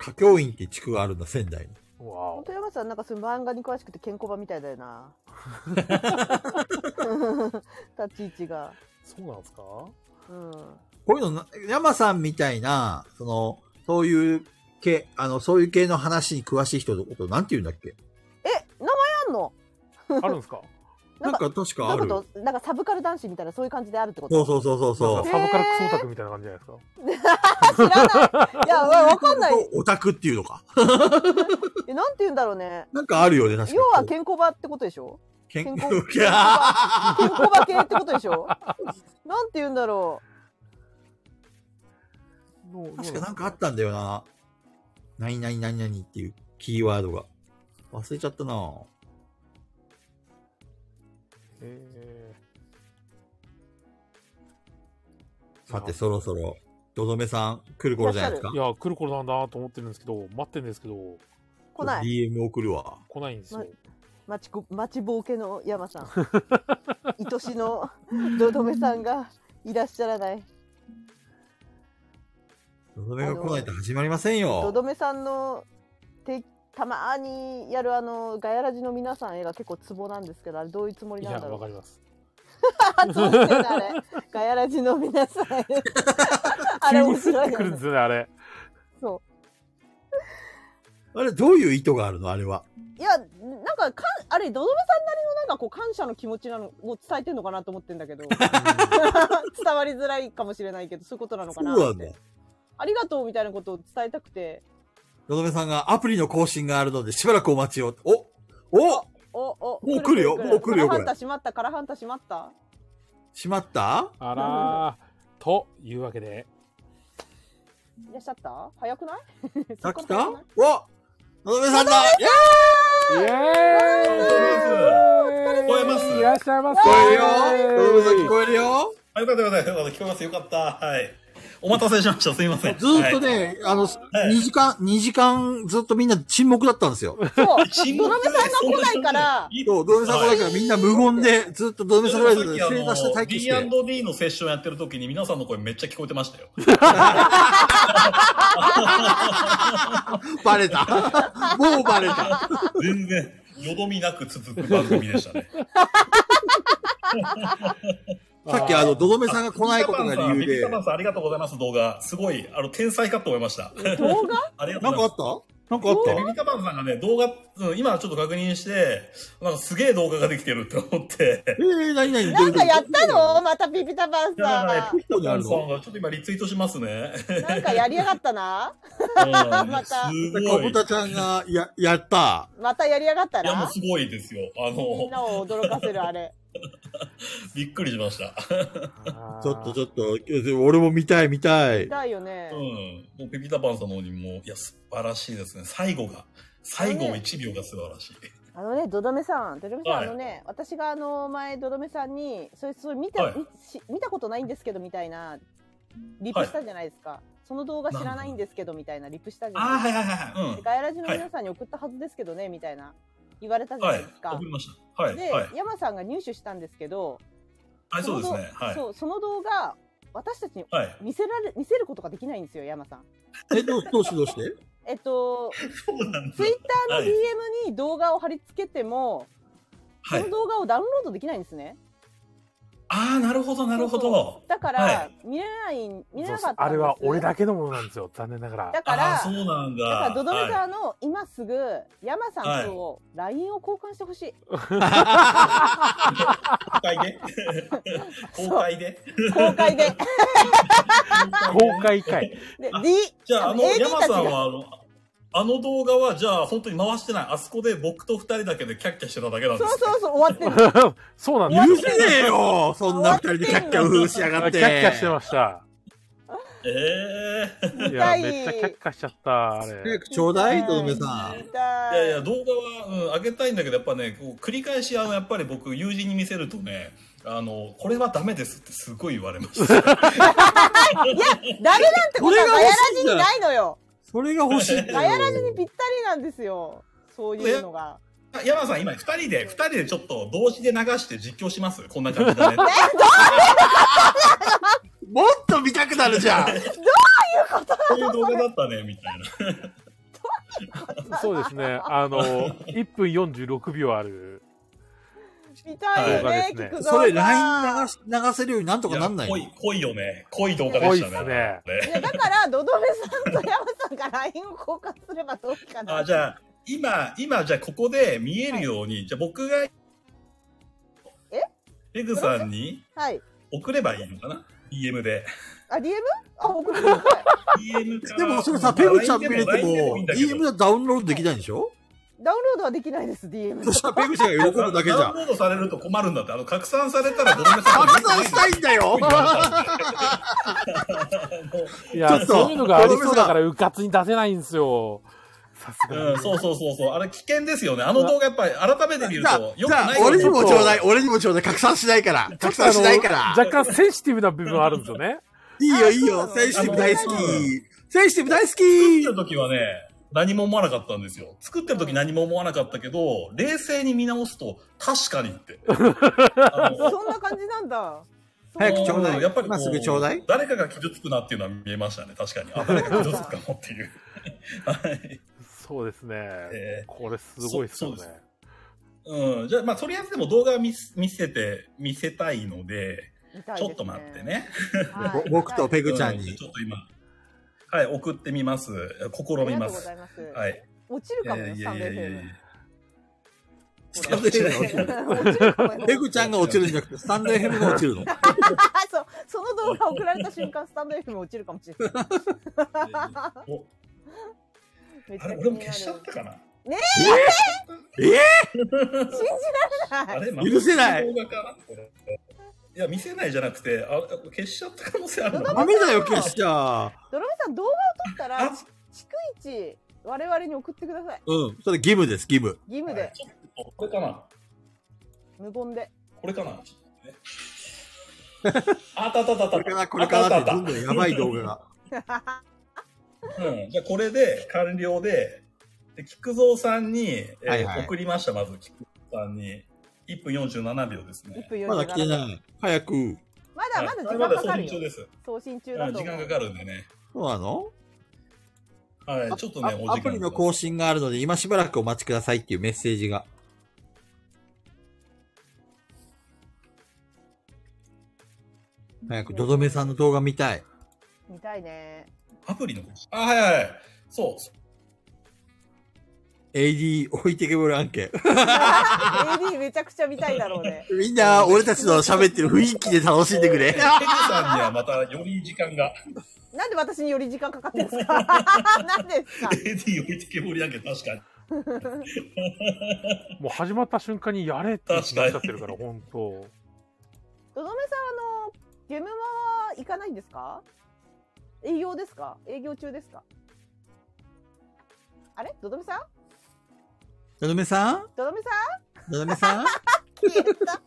歌教院って地区があるんだ、仙台に。うわ本お当山さんなんかそういう漫画に詳しくてケンコバみたいだ よな立ち位置が、そうなんですかうん、こういうのな、山さんみたいな、その、そういう系、あの、そういう系の話に詳しい人のこと、なんて言うんだっけえ名前あんのあるんです かななんかんか確かどあういるう。ことなんかサブカル男子みたいなそういう感じであるってこそとうそうそうそうなんそかう。サブカラクソオタクみたいな感じじゃないですか。知らないいやわわか んないオタクっていうのか。えなんて言うんだろうねなんかあるよね、確かに。要はケンコバってことでしょけん健健康康ケンコバケンコバ系ってことで しょなんて言うんだろどう 確かなんかあっ。どたんだよな。何々何々っていうキーワードが。忘れちゃったなぁ。うなんですかえーさて、そろそろ、どどめさん来る頃じゃないですかい。や、来る頃なんだなと思ってるんですけど、待ってるんですけど、う来ない DM 送るわ。来ないんですよ。待ちこ待ちぼうけの山さん愛しのどどめさんがいらっしゃらないどどめが来ないと始まりませんどよ。どめさんのてたまにやるあのガヤラジの皆さん絵が結構ツボなんですけどあれどういうつもりいなや、んだろわかうります。あどうしてんだあれガヤラジの皆さん絵あれ 急に面降白っいてくるんでよねすよね、あれ。そあれ、どういう意図があるのあれは。ういやなんかかんあれどどめさんなりのなんかこう感謝の気持ちなのを伝えてんのかなと思ってんだけど 伝わりづらいかもしれないけどそういうことなのそかうななんだ。ありがとうみたいなことを伝えたくてのどめさんがアプリの更新があるので、しばらくお待ちを。おおおおもう来るよもう来るよカこラハれンタ閉まったカラハンタ閉まったしまったあらー。というわけで、いらっしゃった早くないさっそきこかたら早くないおのどめさんだいやイエーイ聞聞こえますいらっしゃいま聞せこえるよのどめさん聞こえるよあ、よかったよかったよかった。聞こえます。よかった。はい。お待たせしました。すいません。ずーっとはい、ね、あの、2時間、2時間ずっとみんな沈黙だったんですよ。そう沈ド黙ラムさんが来ないから、そう、ドメさん来ないからみんな無言で、ずっとドメさん来ないから正座してさっ待き機しあて。の D&D のセッションやってる時に皆さんの声めっちゃ聞こえてましたよ。バレ た。もうバレた。全然、よどみなく続く番組でしたね。さっきあの、どどめさんが 来ないことが理由ビビで。タマンさん、ありがとうございます、動画。すごい、あの、天才かと思いました。動画ありがとなうんごかあざいまっす。たなんかあっでビビタパンさんがね、動画、うん今ちょっと確認して、なんかすげえ動画ができてるって思って。たえー、何々なんかやったのまたビビタバンいやなんさかね、ピッタパンさんどがちょっと今リツイートしますね。ん。なんかやりやがったな。うんまたすかごい。ぶいたちゃんが、や、やった。またやりやがったや、もうな。すごいですよ。あみのん、なを驚かせるあれ。びっくりしました。ちょっとちょっょっと、俺も見たい見たい。だよねうん。。もうペピタパンさんの方にも、いや、素晴らしいですね。最後が、最後1秒が素晴らしい。あのね、ドドメさん、ドドメさん、はいあのね、私があの前、ドドメさんに、それ、それ見た、はいみし見たことないんですけどみたいな。リプしたじゃないですか。その動画知らないんですけどみたいなリプしたじゃああ、ないはですいはいはいはい。うか。んで。ガヤラジの皆さんに送ったはずですけどね、みたいな。言われたじゃはないいです。か。思いました。はい。で、はい。山さんが入手したんですけど。はい、そうですのね動。はい。そう、その動画、私たちにはい。見せられ、見せることができないんですよ、山さん。え、どうどうしてどうしてえっと、そうなんだツイッターはのい DM に動画を貼り付けても、はいその。動画をダウンロードできないんですね。ああ、なるほど、なるほそうどそ。うだから、はい見れない、見れなかったんです。あれは俺だけのものなんですよ、残念ながら。だかああー、ら、そうなんだ。だからドドメはさんの、今すぐ山さんと LINE を交換してほしい。 い公開で公開で。公開で公開会。であ、 D、じゃあ、あの、 AD 山たちさんが、は、あの、あの動画は、じゃあ、本当に回してない。あそこで僕と二人だけでキャッキャしてただけなんでそうす。そうそう、終わってる。そうなんです許せねえよそんな二人でキャッキャウフフしやキがャっッて。キャしてました。ええい痛や、いめっちゃキャッキャしちゃった、あれ早。くちょうだい、とどめさん。い痛やいいや、動画は、うん、上げたいんだけど、やっぱね、こう繰り返し、あの、やっぱり僕、友人に見せるとね、あの、これはダメですってすごい言われま した。ダメなんてことはガヤラジにないのよ。それが欲しいんだよガヤラジにぴったりなんですよ。そういうのが。あ山さん、今、二人で、二人でちょっと、同時で流して実況しますこんな感 じだね。もっと見たくなるじゃんこういう動画だったね、みたいな。そうですね、あの、1分46秒ある。見たいよはいね、動画ですね菊蔵さん。それ LINE 流し流せるようになんとかなんないのいや濃い、濃いよね。濃い動画で多いしでたすね。ね。いやだから、ドドメさんとヤマさんが LINE を交換すればどうかな。あ、じゃあ、今、今、じゃあ、ここで見えるように、じゃあ、僕が、えレグさんにはい。送ればいいのかな ?DM で。あ、DM? あ、 送ってくださ DM かでもそれさ、ペグちゃん見れて LINE でもいいん、だけど DM でダウンロードできないんでしょい。ダウンロードはできないです、DM。そしたらペグちゃんが喜ぶだけじダゃウンん。ロードされると困るんだって。あの、拡散されたらごめんなさい。拡散したいんだよいちょっや、とそういうのがありそうだから、うかつに出せないんですよ。さすがうにん、。そうそうそうそう。あれ危険ですよね。あの動画やっぱり改めて見るじゃあと、、よくじゃなあい俺にもちょうだい、ちょっ俺にもちょうだい、拡散しないから、拡散しないから。あの若干センシティブな部分あるんですよね。いいよ、いいよ、そうなのセンシティブ大好あきのうん。センシティブ大好作きってる時はね、何も思わなかったんですよ。作ってる時何も思わなかったけど、冷静に見直すと、確か にって。あのそんな感じなん だ。早くちょうだい。やっぱりこ今すぐちょうだい。誰かが傷つくなっていうのは見えましたね。確かに。あ、誰か傷つくかもっていう。はい。そうですね。えこれすごいっすよねそ。ーうん。じゃあ、まあ、とりあえずでも動画は見せ見せて、見せたいので、見たいですねちょっと待って。ね。はいぼ僕とペグちゃんうにち。ょっと今、はい、送ってみます。試ありみがとまうごすざ。います。はい。落ちるかもよ、いスやタンいドやいやいや FM。スタンド FM 落ちる落ちるかもよ。 ペグちゃんが落ちるんじゃなくて、スタンド FM が落ちるの。そう、その動画送られた瞬間、スタンド FM 落ちるかもしれない。おめっちあゃれ、気俺にもな消しちゃっる。たかな。はいあれ、ま許せない動画かなこれいや、見せないじゃなくて、あ消しちゃった可能性あるダな。メだよ、消しちゃ。ドラムさん動画を撮ったらあち逐一我々に送ってくださいうん。それ義務です、義務。義務でちょっとこれかな。無言で これかなちょっと待ってねあったあったあったあった。これから、これからあっってたあどっんどんやばい動画が。たうん。じゃあこれで完了で、で菊蔵さんに、えーはいはい送りました、まず菊蔵さんに。1分47秒ですね1。分47秒まだ来てない。早く。まだまだは時い間かかるまだ送信中よです。送信中うだんと時思間かうかるんでね。そうなのはい。ちょっとね、お時間あアプリの更新があるので、今しばらくお待ちくださいっていうメッセージが。早くドドメさんの動画見たい。見たいね。アプリのこと。あ、はいはい。そう。 AD 置いてけぼり案件。 AD めちゃくちゃ見たいだろうね。みんな、俺たちの喋ってる雰囲気で楽しんでくれ。ペグさんにはまたより時間が。 なんで私により時間かかってんですかなんですか AD 置いてけぼり案件、確かに。もう始まった瞬間にやれってなっちゃってるから、本当どどめさん、あの、ゲムマは行かないんですか営業ですか営業中ですかあれどどめさんドドメさんどどめさドドメさんん消えた。どどめさん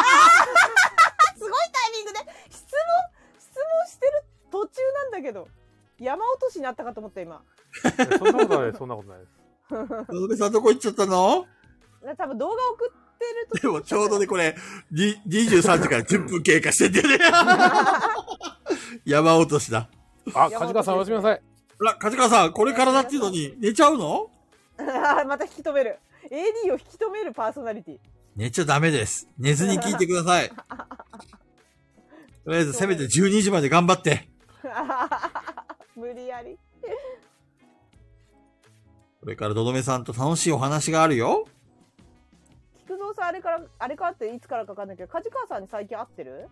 あすごいタイミングで質問、質問してる途中なんだけど。山落としになったかと思った今。そんなことないです、そんなことないです。ドドメさんどこ行っちゃったのな多分動画送ってるとでもちょうどね、これ、D-23時から10分経過してんだ よね。山落としだ。あ、梶川さんおやすみなさい。ほら、梶川さん、これからだっていうのに寝ちゃうのまた引き止める AD を引き止めるパーソナリティ 寝ちゃダメです。寝ずに聞いてください。とりあえず、せめて12時まで頑張って。無理やりこれからドドメさんと楽しいお話があるよ。菊蔵さんあれからあれからっていつからかわかんないけど梶川さんに最近会ってる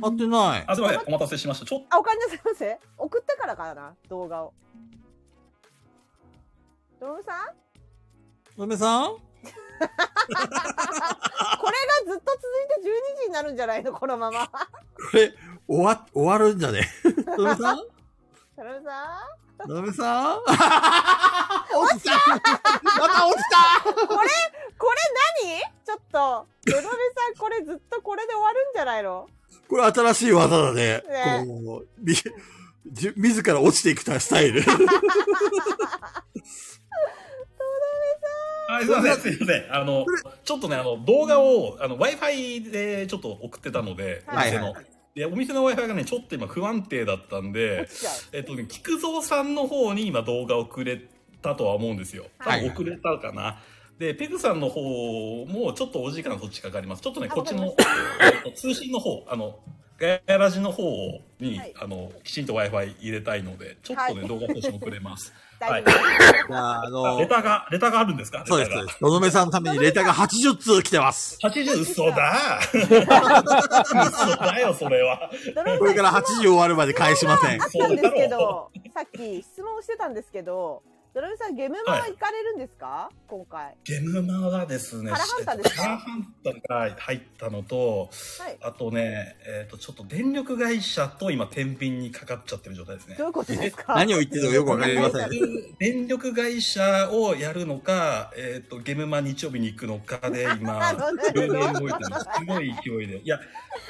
合ってない。あ、すみません。お待たせしました。ちょっあおかえりなさいませ送ったからかな動画をドロムさんドドメさんこれがずっと続いて12時になるんじゃないのこのままこれ、終わ、終わるんじゃね ドドメさんドロムさドドメさん 落ちたまた落ちたんこれこれ何ちょっとドロムさんこれずっとこれで終わるんじゃないの これ新しい技だね。ねこう、み、じ自ら落ちていくたスタ イル。と、はい、すみません。すみません。あの、ちょっとね、あの、動画を、あの、Wi-Fi でちょっと送ってたので、おはい店の。で、お店の Wi-Fi がね、ちょっと今不安定だったんで、じゃあえっとね、菊蔵さんの方に今動画をくれたとは思うんですよ。多はい分遅れたかな。で、ペグさんの方もちょっとお時間そっちかかります。ちょっとね、あこっちのわ、えっと通信の方、あの、ガヤラジの方に、はいあの、きちんと Wi-Fi 入れたいので、ちょっとね、はい動画更新遅れます。大丈夫じゃあ、ああレの、ターが、レターがあるんですかそうです、レタそうーがです。ドドメさんのためにレターが80通来てます。 80、嘘だ嘘だよ、それは。ドロムさんこれから8時終わるまで返しません あ。ったんですけど、さっき質問してたんですけど、ドラムさん、ゲムマは行かれるんですか、今回。ゲムマはですね、カラハンタですかカラハンタが入ったのと、はい。あとね、えっ、と、ちょっと電力会社と今、天秤にかかっちゃってる状態ですねど。ういうことですか何を言ってるのかよくわかりま せん。電力会社をやるのか、えっ、と、ゲムマ日曜日に行くのかで、今、 急に動いてます。すごい勢いで。いや、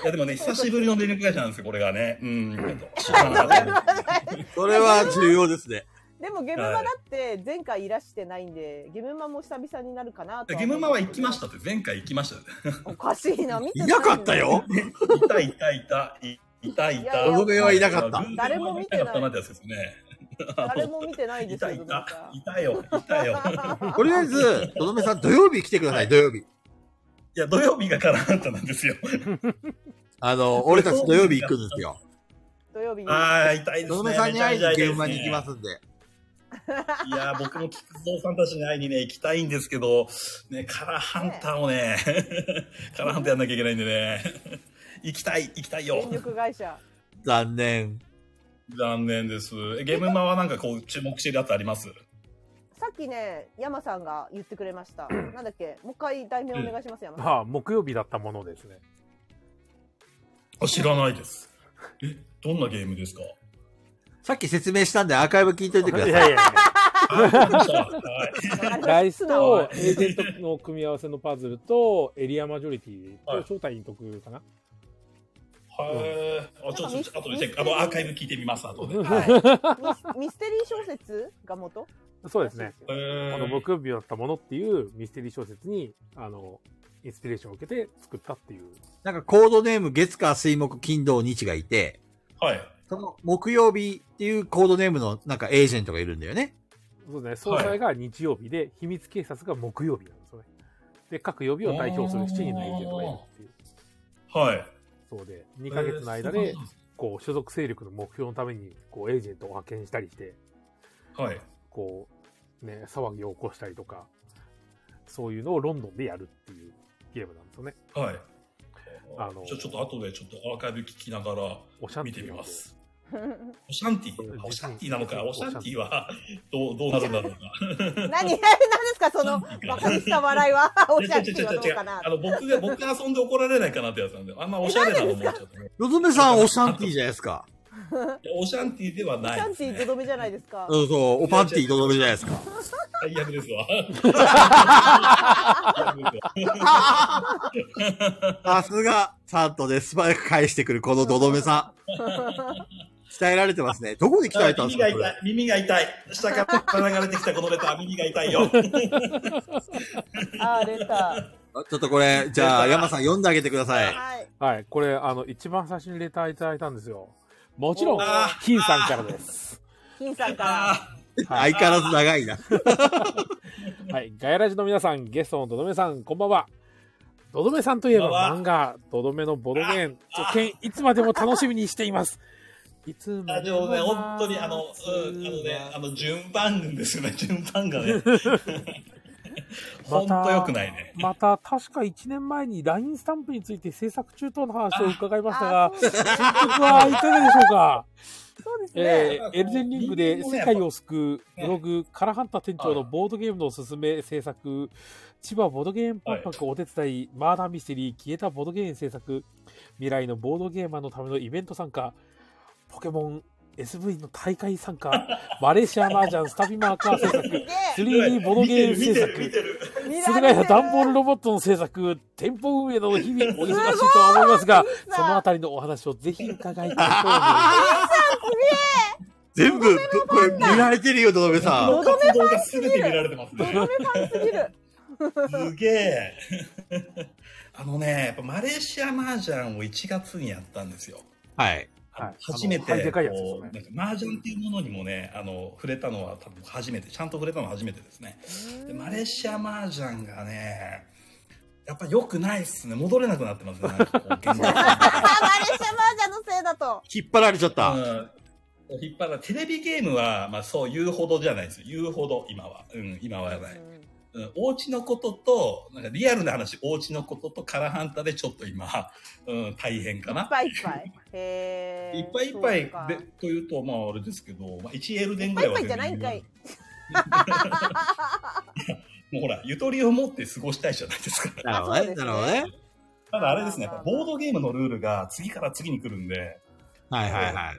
いやでもね、久しぶりの電力会社なんですよ、これがね。うん、えっ と知らなかったそれは重要ですね。でもゲムマだって前回いらしてないんで、ゲムマも久々になるかなと。ゲムマは行きましたって、前回行きましたよね。た。おかしいな、見ていいなかった。よ。いたいたいた、いいたいた。いやドドメはいなかった。誰も見てないいなかったなってやつですね。誰も見てないでいすたよ、いドラたムさ、んいたよ、いたよ。とりあえず、とどめさん土曜日来てください、土曜日。いや、土曜日がカラハンタなんです よ。あ の、俺たち土曜日行くんですよ。 土曜日に。ああ、痛いですね。とどめさんに会いにめちゃめちゃ痛ですね現場に行きますんで。いやー、僕も菊蔵さんたちに会いにね、行きたいんですけど、ね、カラーハンターをね、カラーハンターやんなきゃいけないんでね、行きたい、行きたいよ電。力会社。残念。残念です。えゲームマはなんかこう、注目してるやつありますさっきね、山さんが言ってくれました。 なんだっけ、もう一回題名お願いします、山さん。まあ、木曜日だったものですね。あ、知らないです。え、どんなゲームですかさっき説明したんでアーカイブ聞いといてくいだやいさい。やいや。はいダイスとエージェントの組み合わせのパズルとエリアマジョリティはいと正体に得かな。へーあ、ちょっと、ちょっと後でチェック。あの、アーカイブ聞いてみます、後で。ミへミステリー小説が元そうですね。ーあの木曜日だったものっていうミステリー小説にあのインスピレーションを受けて作ったっていう。なんかコードネーム月火水木金土日がいて、はい。その木曜日っていうコードネームのなんかエージェントがいるんだよね。そうですね。総裁が日曜日で、秘密警察が木曜日なんですよね。で各曜日を代表する7人のエージェントがいるっていう。はい。そうで、2ヶ月の間えーでそんな、こう、所属勢力の目標のために、こう、エージェントを派遣したりして、はい。こう、ね、騒ぎを起こしたりとか、そういうのをロンドンでやるっていうゲームなんですよね。はい。あのじゃあちょっと後でちょっとアーカイブ聞きながらおしゃん見てていうみのをます。オシャンティあオシャンティなのか。オシャンティはどう どうなるんだろうな。何何ですかそのバカにした笑いはおしゃれってはどうかなあの、僕が、僕が遊んで怒られないかなってやつなんで、あんまおしゃれなの思っちゃったね。よどめさん、オシャンティーじゃないですか。いやオシャンティではシないャでンす、ティね。とどめじゃないですかそうそう、オパンティーよどめじゃないですか。最悪ですわ。さすが、サントで素早く返してくるこのどどめさん。鍛えられてますね。どこで鍛えたんです耳がかこ痛いれ。、耳が痛い。下から流れてきたこのレター、耳が痛いよ。あー出たちょっとこれ、じゃあ、山さん読んであげてください。はいはい、これ、あの、一番最初にレターいただいたんですよ。もちろんおー、金さんからです。金さんかあはい、相変わらず長いな。はい、ガヤラジの皆さん、ゲストのどどめさん、こんばんは。どどめさんといえばこんばんは漫画、どどめのボドゲーン、受験、いつまでも楽しみにしています。いつまー、ででももね、本当に、あの、うん、あのね、あの、順番ですよね、 順番が ね。本当良くないね。また、確か1年前に LINE スタンプについて制作中との話を伺いましたあが、ー進捗はいかがでしょうかそうですねえー、エルデンリングで世界を救うブログ、カラハンタ店長のボードゲームのおすすめ制作、千葉ボードゲーム万博お手伝い、マーダーミステリー、消えたボードゲーム制作、未来のボードゲーマーのためのイベント参加、ポケモン SV の大会参加、マレーシアマージャンスタビマーカー制作、3D ボードゲーム制見てる、見作、てる。駿見ら河れ屋てる段ボールロボットの制作、店舗運営の日々お忙しいとは思います が、すごいそのあたりのお話をぜひ伺いたいと思います。全部、これ見られてるよ、どどめさん。の活動が全て見られてますど ね。どめファンすぎるすげえ。 あのね、やっぱマレーシア麻雀を1月にやったんですよ。はい。はい初めてあのでかいやつですこようねなんか麻雀っていうものにもねあの触れたのは多分初めてちゃんと触れたのは初めてですねでマレーシア麻雀がねやっぱ良くないっすね戻れなくなってますねなんかこう現あーマレーシアマージャンのせいだと引っ張られちゃ った。場うん引っ張らテレビゲームは、まあ、そう言うほどじゃないです言うほど今はうん今はない、うん、お家のこととなんかリアルな話お家のこととカラハンタでちょっと今、うん、大変かいっなぱいいっぱいへーいっぱいいっぱそうかいでというとまああれですけど、まあ、1エルデンぐいらっいはぱいいっぱいじゃないんかいもうほら、ゆとりを持って過ごしたいじゃないですか。なるほどね。なるほどね。ただあれですね、やっまぱあまあまあボードゲームのルールが次から次に来るんで、はいはいはい。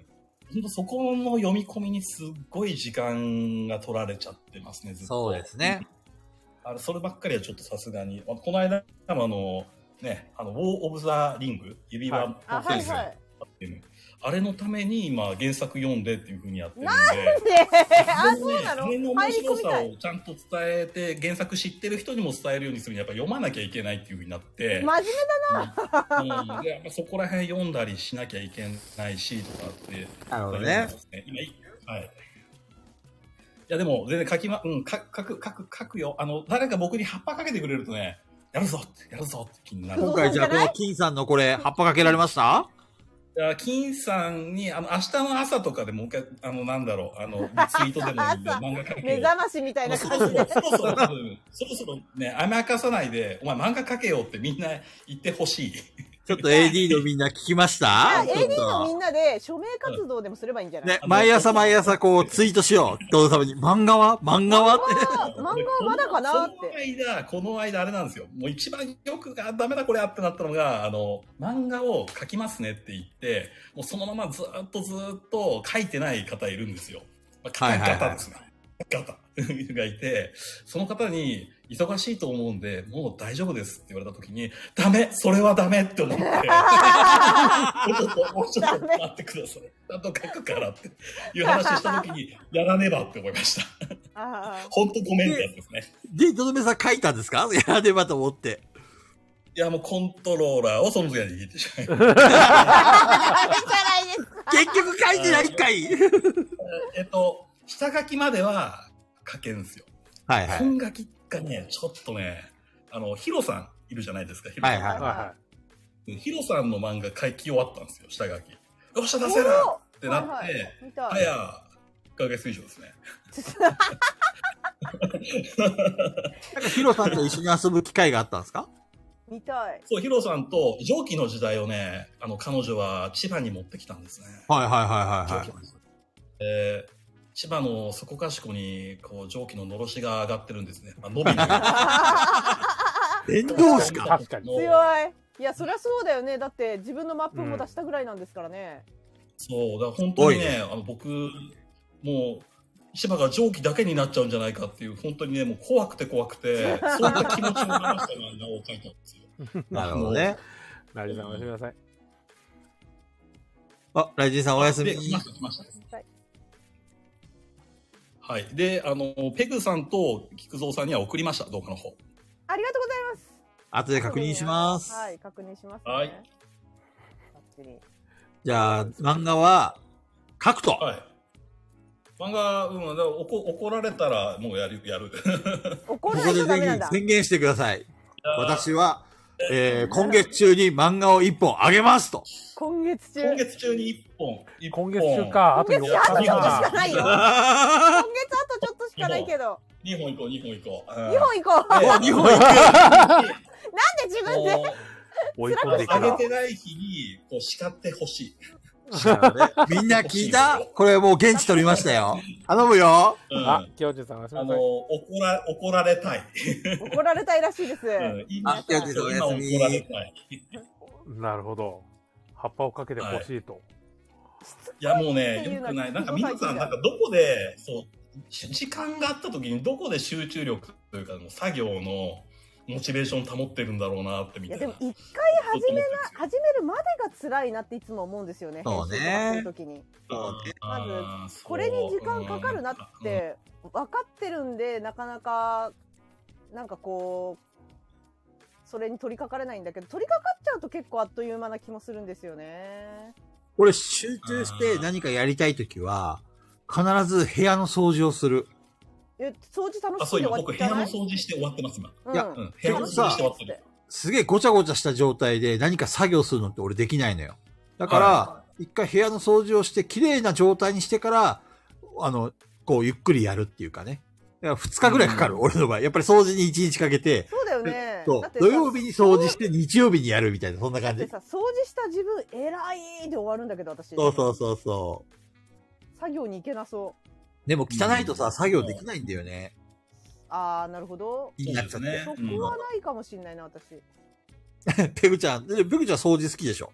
ほんとそこの読み込みにすっごい時間が取られちゃってますね、ずっと。そうですね。あれ、そればっかりはちょっとさすがに。あこの間もあの、ね、あの、ウォー・オブ・ザ・リング、指輪はいのあはいはいっていうのあれのために今原作読んでっていうふうにやってるんで。ねえあ、でもそうなのそれの面入り込白みさたい。をちゃんと伝えて、原作知ってる人にも伝えるようにするにはやっぱ読まなきゃいけないっていうふうになって。真面目うん、でやっぱそこら辺読んだりしなきゃいけないしとかって。なるほどね。今いはい。いやでも全然書きま、うん、書く、書く、書く、書くよ。あの、誰か僕に葉っぱかけてくれるとね、やるぞって、やるぞって気になる。今回じゃあ、この金さんのこれ、葉っぱかけられました いや金さんに、あの、明日の朝とかでもう一回、あの、なんだろう、あの、リツイートでもいいん で、朝漫画書け目よ。覚ましみたいなそ感ろじそでろ、そろそろ多分、そろそろね、甘やかさないで、お前漫画書けよってみんな言ってほしい。ちょっと AD のみんな聞きましたあちょっ AD のみと。んなで署名活動でもすればいいんじゃない、ね、毎朝毎朝こうツイートしよう。どう様に、漫画は漫画はって。あ漫画はまだかなっこのて。間、この間あれなんですよ。もう一番よく、あ、ダメだこれあってなったのが、あの、漫画を描きますねって言って、もうそのままずーっとずーっと書いてない方いるんですよ。まあ、はいはいはい方ですね。方がいて、その方に、忙しいと思うんで、もう大丈夫ですって言われた時に、ダメそれはダメって思って、もうちょっと、もうちょっと待ってください。ちゃんと書くからっていう話をした時に、やらねばって思いました。あ本当ごめんってやつですね。で、どどめさん書いたんですかやらねばと思って。いや、もうコントローラーをその時は握ってしまい ました。あ、じゃないですか。結局書いてないんかいえっと、下書きまでは書けんですよ。はいはい。本書きがね、ちょっとね、あの、ヒロさんいるじゃないですか、ヒロはさいん。はい。はヒロさんの漫画書き終わったんですよ、下書き。よっしゃ、出せおるっーてなって、はいはい見たい早1ヶ月以上ですね。 なんかヒロさんと一緒に遊ぶ機会があったんですか見たいそう、ヒロさんと上記の時代をね、あの、彼女は千葉に持ってきたんですね。はいはいはいはいは上い。記の時代えー千葉のそこかしこに、こう、蒸気ののろしが上がってるんですね。まあ、伸びない電動っすか確かに。強もういいやそりゃそうだよねだって自分のマップも出したぐらいなんですからね、そう、だから本当に多いね、あの、僕、もう、千葉が蒸気だけになっちゃうんじゃないかっていう、本当にね、もう怖くて怖くて、そんな気持ちを話した漫画を書いたんですよ。なるほどね。ラジさん、おやすみなさい。あ、ライジンさんおや すみで、。来ました、来ました。はいはい。で、あの、ペグさんと菊蔵さんには送りました、動画の方。ありがとうございます後で確認します。はい、確認します、ね。はいばっちり。じゃあ、漫画は、書くと。はい。漫画、うん、だから怒怒られたらもうやる、や る。怒こらこれでちゃダメなぜんだひ。宣言してください。私は、えー、 今月中に漫画を一本あげますと。今月中。今月中に1本。一今本月中。か、あと4今月あと日ちょっとしかか。ないよ。今月ああとちょっとしかないけど。 2本行こう、2本行こう。 日本行こう。本ー日本行くなんで自分で。追い込んでいくあげな。てない日に、こう叱ってほしい。みんな聞いたこれもう現地取りましたよ。頼むよ。うん、ああ、清純さん、おやすみなの、さい。怒ら、怒られたい。怒られたいらしいです。うん、あ今、いや実はお今休み怒られたい。なるほど。葉っぱをかけてほしいと。いや、もうっね、ていうよのはくない。なんか聞いた皆ことなさいん、なんかどこで、そう、し時間があった時にどこで集中力というか、もう作業のモチベーション保ってるんだろうなってみいたやいな。でもずっ一と回思っ始てめますよ始めるまでが辛いなっていつも思うんですよね。そうね編集とかする時にそうねあーそうこれに時間かかるなって分かってるんでなかなかなんかこうそれに取り掛かれないんだけど取り掛かっちゃうと結構あっという間な気もするんですよね。これ集中して何かやりたいときは、必ず部屋の掃除をする。え掃除楽あ、しいそう、で今終わ僕っ部ちゃ屋なのい掃除して終わってます、今。うんいやうん、部屋の掃除して終わってる。すげえごちゃごちゃした状態で何か作業するのって俺できないのよ。だから、は一回部屋の掃除をして、綺麗な状態にしてから、あの、こう、ゆっくりやるっていうかね。だから二日ぐらいかかる、俺の場合。やっぱり掃除に一日かけて、そうだよね。そうだってさ土曜日に掃除して、日曜日にやるみたいな、そんな感でじ。さ掃除した自分偉いで終わるんだけど私そうそうそうそう。作業に行けなそうでも汚いとさ、作業できないんだよね。ああなるほど気になっちゃって。そうそうんこはないかもしれないな私好 ペグちゃん、でペグちゃん掃除好きでしょ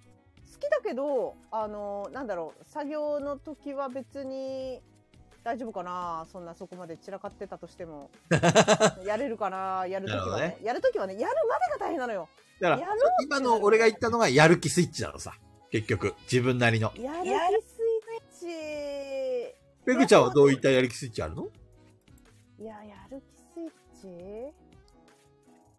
きだけどあのーなんだろう作業の時は別に大丈夫かなそんなそこまで散らかってたとし てもやれるかなやる時なるほはどねねやる時はねやるまでが大変なのよだかやらろう、今の俺が言ったのがやる気スイッチなのさ。結局、自分なりの。やる気スイッチペグちゃんはどういったやる気スイッチあるのいや、やる気スイッチ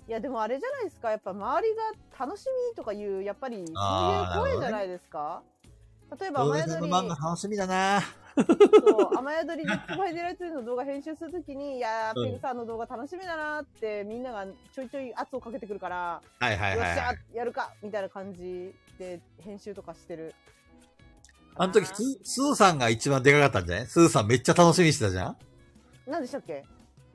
いや、でもあれじゃないですか。やっぱ周りが楽しみとかいう、やっぱり、そういうあー声じゃないですか。例えば、ド雨ラえも宿んり、の漫画楽しみだなそう、雨宿りで、つばいでられてるの動画編集すると きに、いやー、ペグさんの動画楽しみだなーって、みんながちょいちょい圧をかけてくるから、はいはいよっはしいはゃい。、やるかみたいな感じで、編集とかしてる。あの時、ススーさんが一番でかかったんじゃないスーさんめっちゃ楽しみにしてたじゃん何でしたっけ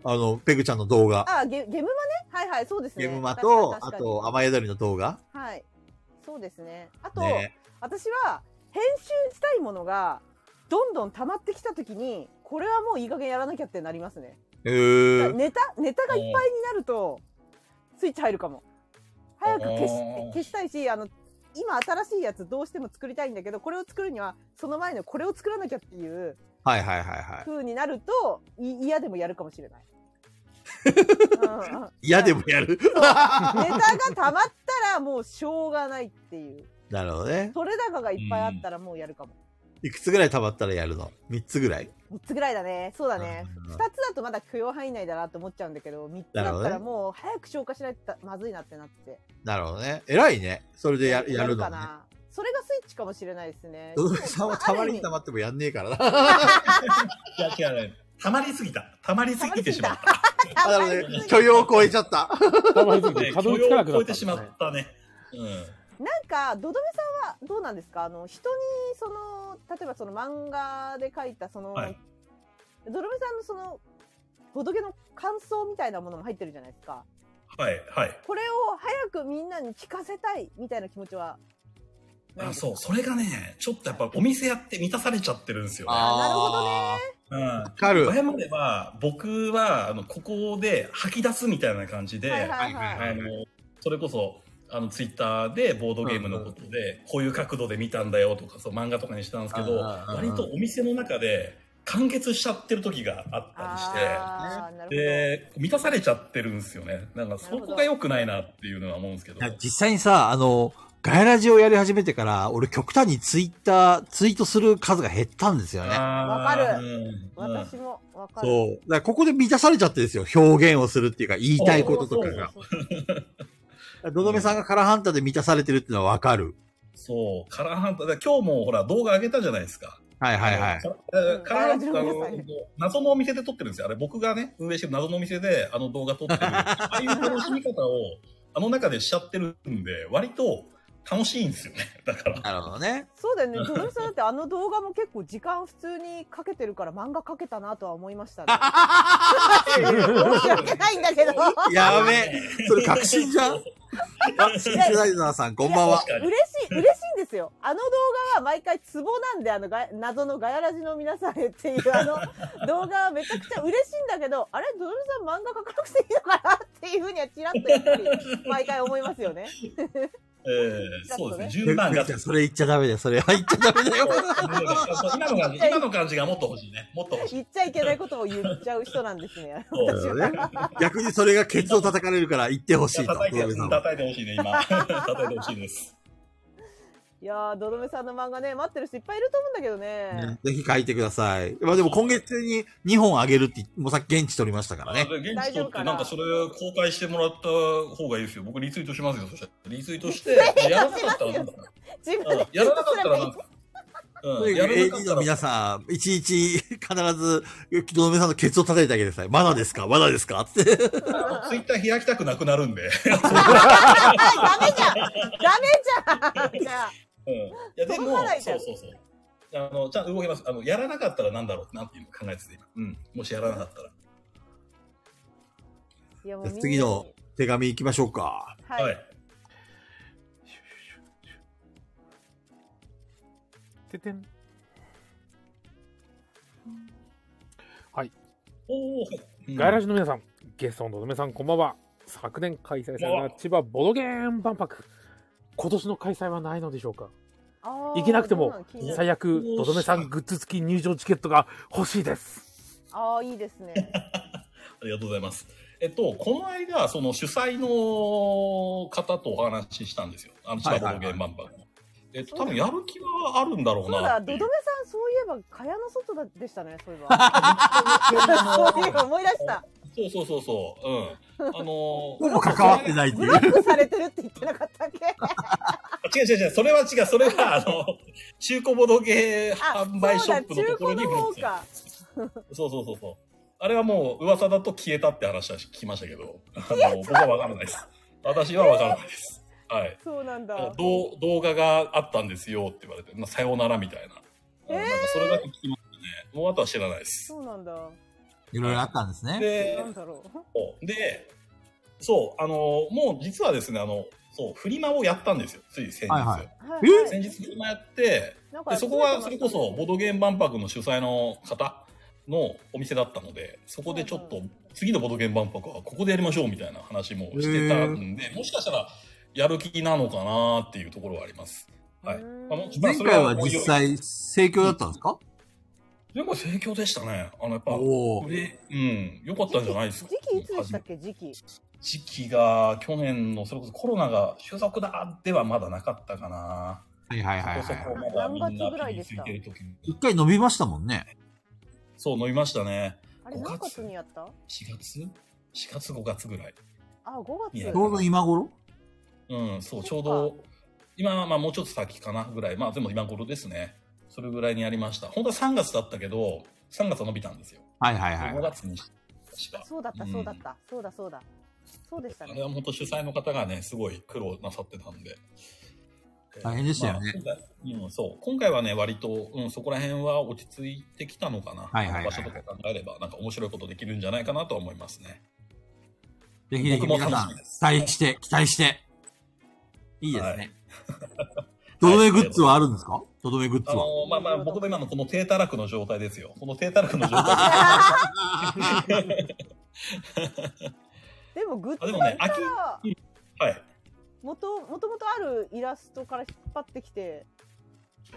あの、ペグちゃんの動画。あー、ゲゲムマねはいはい、そうですね。ゲムマ確と、かあに確かにと、雨宿りの動画。はい。そうですね。あと、ね。私は編集したいものがどんどん溜まってきた時にこれはもういい加減やらなきゃってなりますね、えー。ネタネタがいっぱいになるとスイッチ入るかも早く消しおー消したいしあの今新しいやつどうしても作りたいんだけどこれを作るにはその前のこれを作らなきゃっていうはいはいはいは風になるとい嫌でもやるかもしれない うんうんい。嫌でもやる。ネタが溜まったらもうしょうがないっていう なるほどね。取れ高がいっぱいあったらもうやるかも、いくつぐらい溜まったらやるの ?3 つぐらい3つぐらいだねそうだねうん2つだとまだ許容範囲内だなと思っちゃうんだけど3つだっなるたらほどねもう早く消化しないとまずいなってなってなるほどね。偉いね。それでややるのかね。なそれがスイッチかもしれないですねドドメ さんはたまりにたままってもやんねえからな。いや、違うね。溜まりすぎた。溜まりすぎてしまった。あ なるるほ意味どね許容を超えちゃった。たまについねて、許角容につかなをくな超ったんえてですしねまったね。うん。なんかどどめさんはどうなんですかあの人にその例えばその漫画で書いたその、はいどどめさんのそのボドゲの感想みたいなものも入ってるじゃないですかはい、はい。これを早くみんなに聞かせたいみたいな気持ちはないあですかそう、それがね、ちょっとやっぱお店やって満たされちゃってるんですよ、ね。ーなるほどねうんわかる。前までは、僕は、あの、ここで吐き出すみたいな感じで、はいはいはいははいあの、それこそ、あの、ツイッターでボードゲームのことで、こういう角度で見たんだよとか、そう、漫画とかにしたんですけど、うんうんうん割とお店の中で完結しちゃってる時があったあーなるほどりして、で、満たされちゃってるんですよね。なんか、そこが良くないなっていうのは思うんですけどい。や実際にさ、あの、ガヤラジをやり始めてから、俺極端にツイッター、ツイートする数が減ったんですよね。あーわかるうんうん私もわかるそう。だからここで満たされちゃってですよ。表現をするっていうか、言いたいこととかが。そうそうそうどどめさんがカラハンターで満たされてるっていうのはわかる。そう、カラーハンター、だから今日もほら動画上げたじゃないですか。はいはいはい。カラーカラーハンターうんのあの謎のお店で撮ってるんですよ。あれ僕がね、運営してる謎のお店であの動画撮 ってる。ああいう楽しみ方をあの中でしちゃってるんで、割と楽しいんですよね。だから。なるほどね。そうだよねどどめさんだってあの動画も結構時間普通にかけてるから漫画かけたなとは思いましたね申し訳ないんだけどやべえ。それ確信じ ゃんそうあ、シンセサイザーさん、こんばんは確。かに嬉しい、嬉しいんですよ。あの動画は毎回ツボなんで、あのが、謎のガヤラジの皆さんへっていう、 あの、動画はめちゃくちゃ嬉しいんだけど、あれ、ドドルさん漫画描かなくていいのかなっていうふうにはちらっとやっぱり、毎回思いますよね。えーそうですね。順番が。それ言っちゃダメだよ。それは言っちゃダメだよ。今の 感じ、今の感じがもっと欲しいね。もっと欲しい。言っちゃいけないことを言っちゃう人なんですね。そうなるほどね逆にそれがケツを叩かれるから言ってほしいと。叩いて、ドドメさん叩はいてほしいね、 今。叩いてほしいです。いやー、ドドメさんの漫画ね、待ってる人いっぱいいると思うんだけどねね。 ぜひ書いてください。まあでも今月中に2本あげるって、もうさっき現地取りましたからね。あ現大地丈夫取っかて、ななんかそれ公開してもらった方がいいですよ。僕リツイートしますよ、そしたら。リツイー トして、やらなかったらなんだろ自分う、うんで、やらなかったらなんか、とうん、にやかくらなかっ AD たのら、皆さん、いちいち必ず、どのめさんのケツを叩いてあげてください。まだですかまだですかって。ツイッター開きたくなくなるんダで。メじゃんじゃあ、うん、いや、で届もかない、じゃそんうそうそう。あの、ちゃんと動きます。あの、やらなかったらなんだろうなっていうのを考えてて、今。うん。もしやらなかったら。いやもみんなに次の手紙行きましょう か。はい。はい。ててん。はい。おお、うんガイラジの皆さん、ゲストののめさん、こんばんは。昨年開催された千葉ボドゲーン万博。今年の開催はないのでしょうかあー行けなくてもそんの気になる最悪、おドドメさんグッズ付き入場チケットが欲しいです。あー、いいです ね。ありがとうございます。えっと、この間、その主催の方とお話ししたんですよ。あの、千葉ボードゲーム万博の。えっと、多分やる気はあるんだろうそうなだ、っドていドう。メさん、そういえば、蚊帳の外だでしたね、そういえば。 そういえば、思い出した。そうそうそうそう。 うん。あのほぼ関わってないってブいロう。ックされてるって言ってなかったっけ違う違う違う。それは違う。それは、あの、中古ボードゲーあ、 販売そうショだ、ップの中ところ古にの方か。そうそうそうそう。あれはもう噂だと消えたって話は聞きましたけど、あの、僕はわからないです。私はわからないです。はい。そうなんだ。どう動画があったんですよって言われて、まあ、さようならみたいな。えーなんかそれだけ聞きましたね。もうあとは知らないです。そうなんだ。いろいろあったんですね。でな、んだろう。で、そう、あの、もう実はですね、あの、そう、フリマをやったんですよ。つい先日。はいはいはい、えはい。先日フリマやって、なんでかそこはそれこそボードゲーム万博の主催の方のお店だったのでそこでちょっと次のボードゲーム万博はここでやりましょうみたいな話もしてたんでもしかしたらやる気なのかなっていうところはあります。はいうーんまあもう前回は実際、盛況だったんですかでも盛況でしたね。あのやっぱおお。でうん、良かったんじゃないですか。時期いつでしたっけ時期。時期が去年のそれこそコロナが収束だではまだなかったかな。はいはいはいそはこそこい。まだみん何月ぐならい気でにすつかいてる時に一。回伸びましたもんね。そう、飲みましたね。あれ、五月何月にやった4月 ?4 月5月ぐらい。あ、5いやちょう月。ど今頃うん、そそっう、かちょうど、今はまあもうちょっと先かなぐらい、まあでも今頃ですね。それぐらいにやりました。本当は3月だったけど、3月は伸びたんですよ。はいはいは5い。月にしか。そうだった、そうだった。そうだ、そうだ。そうでしたあねれ。は本当主催の方がね、すごい苦労なさってたんで。 大変でしたよねまあ今回うん、そう。今回はね、割と、うん、そこら辺は落ち着いてきたのかな。はいはいはい場所とか考えれば、なんか面白いことできるんじゃないかなとは思いますね。ぜひぜひ僕も皆楽さしん、みです期待して、期待して。いいです はね。ドドメグッズはあるんですかドドメグッズあは。のまあまあ、僕の今のこの低たらくの状態ですよ。この低たらくの状態 でもグッあでズもだねったら、はい。もともともとあるイラストから引っ張ってきて、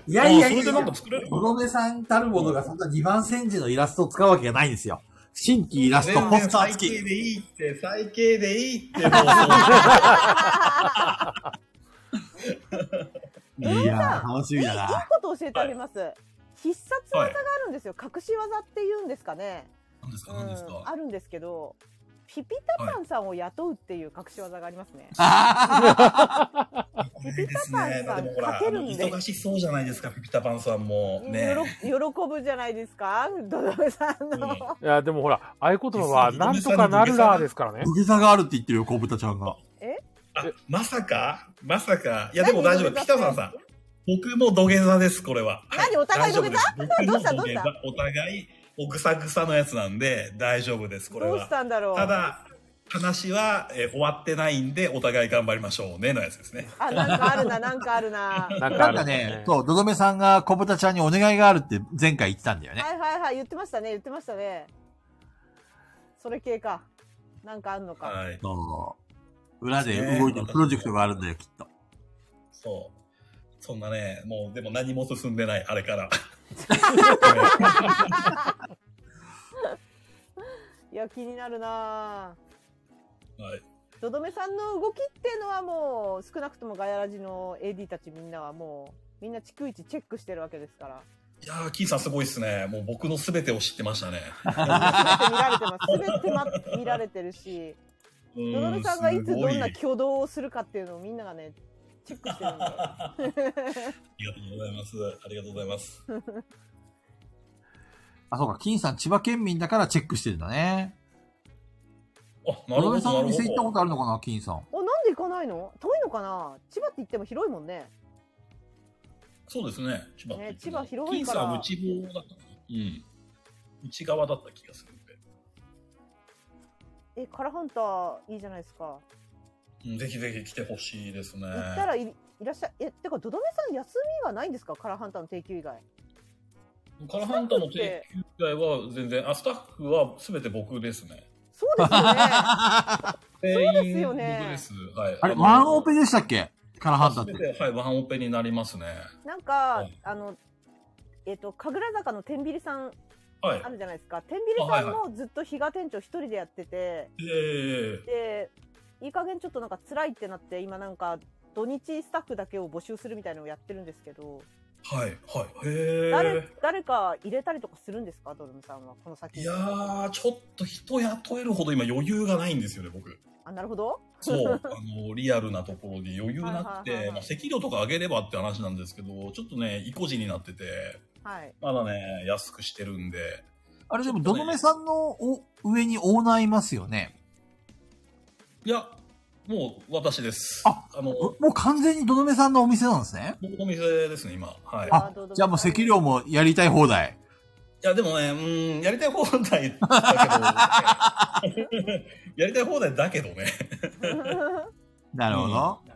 いいやいやいそれやでいなんやか、作れるドドメさんたるものがそんな2番煎じのイラストを使うわけがないんですよ。新規イラスト、ポスター付き最低。でいいって、最低でいいって、もう。いやー、楽しみだ一な。個と教えてあげます。必殺技があるんですよ。隠し技って言うんですかね。何ですかう何ですん、かあるんですけど、ピピタパンさんを雇うっていう隠し技がありますね。いいですピね。ピタパンさんでもほら、かけるんで忙しそうじゃないですか、ピピタパンさんも。ねよ。ろ喜ぶじゃないですか、ドドメさんの。うんいや、でもほら、合言葉は、なんとかなるらーですからね土。下座があるって言ってるよ、小豚ちゃんが。あ、まさかまさか。いや、でも大丈夫。何ピタパンさん。僕も土下座です、これは。何お互い土下座大丈夫ですどうした僕も土下座どうお互い、おぐさぐさのやつなんで、大丈夫です、これどうは。したんだろう。ただ、話は、えー終わってないんで、お互い頑張りましょうね、のやつですね。あ、なんかあるな、なんかあるな。は なんなんかね、う。そう、ドドメさんが小豚ちゃんにお願いがあるって前回言ってたんだよいね。はいはい、言ってましたね、言ってましたね。それ系か。なんかあんのか。はい。そう。裏で動いてるプロジェクトがあるんだよ、きっと。そう。そんなね、もう、でも何も進んでない、あれから。いや、気になるなはい。とどめさんの動きってのはもう、少なくともガヤラジの AD たちみんなはもう、みんな逐一チェックしてるわけです から。いやー、キーさんすごいっすね。もう僕の全てを知ってまし たね。全て見られてます。全てま見られてるし、うとーどめさんがいつすどごんなあり挙動をするかっていうのをみんながね、チェックしてるんで。 がとうございます。ありがとうございます。あ、そうか、金さん千葉県民だからチェックしてるんだね。あ、なドドメるほど、さんなのる店行ったほことあるのかな、金さん。お、なんで行かないの遠いのかな千葉って言っても広いもんね。そうですね。千葉って言ってた。ね千葉広いキかーらさんは内房だったかな。うん。内側だった気がするんで。え、カラハンターいいじゃないですか。うん、ぜひぜひ来てほしいですね。行ったらいいらっしゃい。え、てか、ドドメさん休みがないんですかカラハンターの定休以外。カラハンターの提供以外は全然、あ、スタッフは全て僕ですね。そうですよ ね。そうですよね僕です。はい。あれ、のワンオペでしたっけカラハンターって。全て、はい、ワンオペになりますね。なんかい、あの、えっ、と、神楽坂の天秤さんはいあ。るじゃないですか。天秤さんもずっと比嘉店長一人でやってて、ええで、いい加減ちょっとなんか辛いってなって、今なんか、土日スタッフだけを募集するみたいなのをやってるんですけど、はい、はい。へえ。誰誰か入れたりとかするんですかドドメさんは、この先。いやー、ちょっと人雇えるほど今余裕がないんですよね、僕。あ、なるほど。そう、あの、リアルなところで余裕なくはいはいはいはて、いまあ、赤道とか上げればって話なんですけど、ちょっとね、意固地になってて、はい。まだね、安くしてるんで、あれでも、ちょドっとねドメさんのお上にオーナーいますよね。いや、もう私です。あ、の、もう完全にドドメさんのお店なんですね。僕の店ですね、今。はい。あ、じゃあもう席 料もやりたい放題。いや、でもね、うーん、やりたい放題だけど、 やりたい放題だけどね。なるほど。はい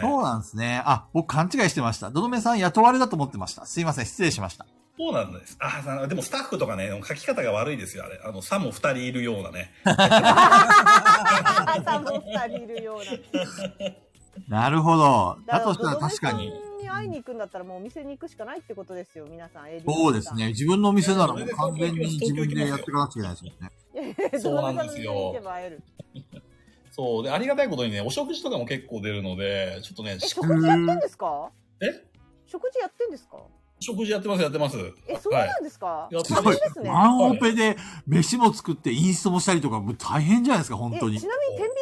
そうなんですね。あ、僕勘違いしてました。ドドメさん雇われだと思ってました。すいません、失礼しました。そうなんです。ああ、でもスタッフとかね、書き方が悪いですよ、あれ。あの、さも二人いるようなね。さもう二人いるよ うな。なるほど。だとしたらドドメ確かさんに。に会いに行くんだったら、もうお店に行くしかないってことですよ、皆さん。AD さんそうですね。。自分のお店ならもう完全に自分でやっていかなきゃいけないですもんね。いやいやそうなんですよドドメさんの店に行けば会える。そう。で、ありがたいことにね、お食事とかも結構出るので、ちょっとね、え、し食事やってんですかえ食事やってんですか食事やってます、やってます。え、そうなんですかいやすすご楽いしみです。ね。ワンオペで飯も作ってインストもしたりとか、もう大変じゃないですか、本え、ち当なみにに、天。秤さんも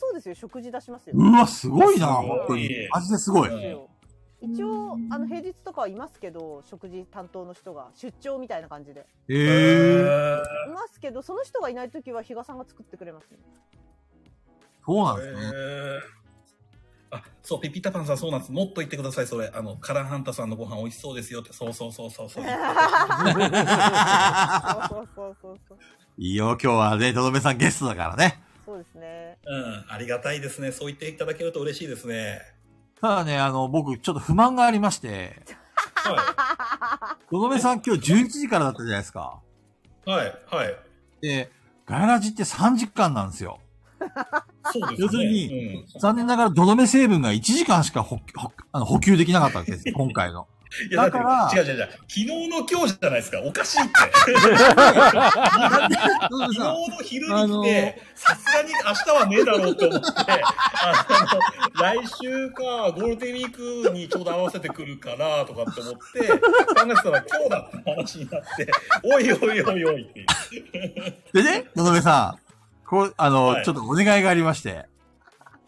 そうですよ。食事出しますよ。うわ、すごいな、すごい本当に。マジですごい。そうですよ一応、あの、平日とかはいますけど、食事担当の人が、出張みたいな感じで。えへー、ーいますけど、その人がいないときは、比嘉さんが作ってくれますね。そうなんですね。へーあ、そう、ピピタパンさん、そうなんです。もっと言ってください、それ。あの、カランハンタさんのご飯美味しそうですよって。そうそうそうそうそう。そうそうそうそう。いいよ、今日はね、とどめさんゲストだからね。そうですね。うん、ありがたいですね。そう言っていただけると嬉しいですね。ただね、あの、僕、ちょっと不満がありまして、はとどめさん今日11時からだったじゃないですか。い。はい。はい。で、ガヤラジって3時間なんですよ。そうですね。要するにうん、残念ながら、どどめ成分が1時間しか補補あの補給できなかったわけ ですよ、今回の。いや、だだからって、違う違う違う。昨日の今日じゃないですか。おかしいって。どどめさん昨日の昼に来て、さすがに明日はねえだろうと思って、あの、来週か、ゴールデンウィークにちょうど合わせてくるから、とかって思って、考えてたら今日だって話になって、おいおいおいおいっていう。でね、のどめさん、こう、あの、はいちょっとお願いがありまして、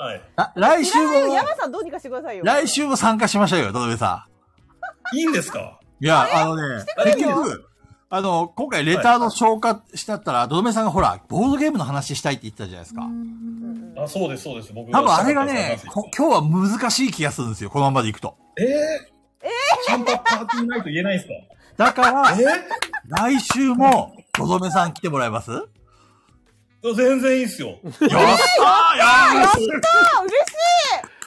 はい。あ来週嫌いよも、山さんどうにかしてくださいよ。来週も参加しましょうよ、のどめさいいんですかん。いや、あのね、れ結局、あの、今回レターの消化したったら、のどめさんがほら、ボードゲームの話したいって言ってたじゃないですか。うんうんあ、そうです、そうです。僕多分あれがね、えこ今日は難しい気がするんですよ、このままでいくと。えシャンパンパーティーナイト言えないんすかだから、え来週も、のどめさん来てもらえます全然いいっすよ。やったーやったーあ、嬉しい。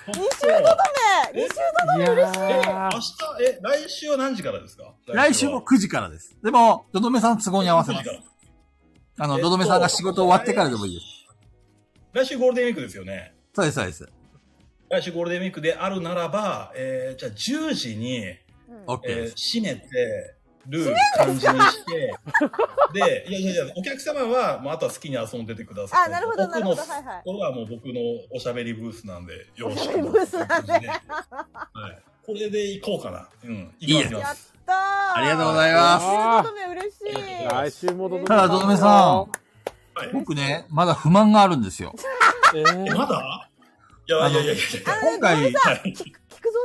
二週とどめ。二週といやえ、ー明日、え、来週は何時からですか来週も9時からです。でも、どどめさん都合に合わせます。あの、えっどどとめさんが仕事終わってからでもいいです。来週ゴールデンウィークですよね。そうです、そうです。来週ゴールデンウィークであるならば、えー、じゃあ10時に、えめ。 OK でー、す。閉めて、る感じ にして、で、いやいやいや、お客様は、もうあとは好きに遊んでてください。あなるほど奥なるほのどはいはいこれはもう僕のおしゃべりブースなんで、よろしおしゃく。べりブースなんではい。これで行こうかな。うん。いいです行やきまっす。たー。ありがとうごいざいます。二週とどめ嬉しい。来週もどどめただどどめさはい僕ね、まだ不満があるんですよ。ええ、ーまだいやいやいやいやいや。今回、菊蔵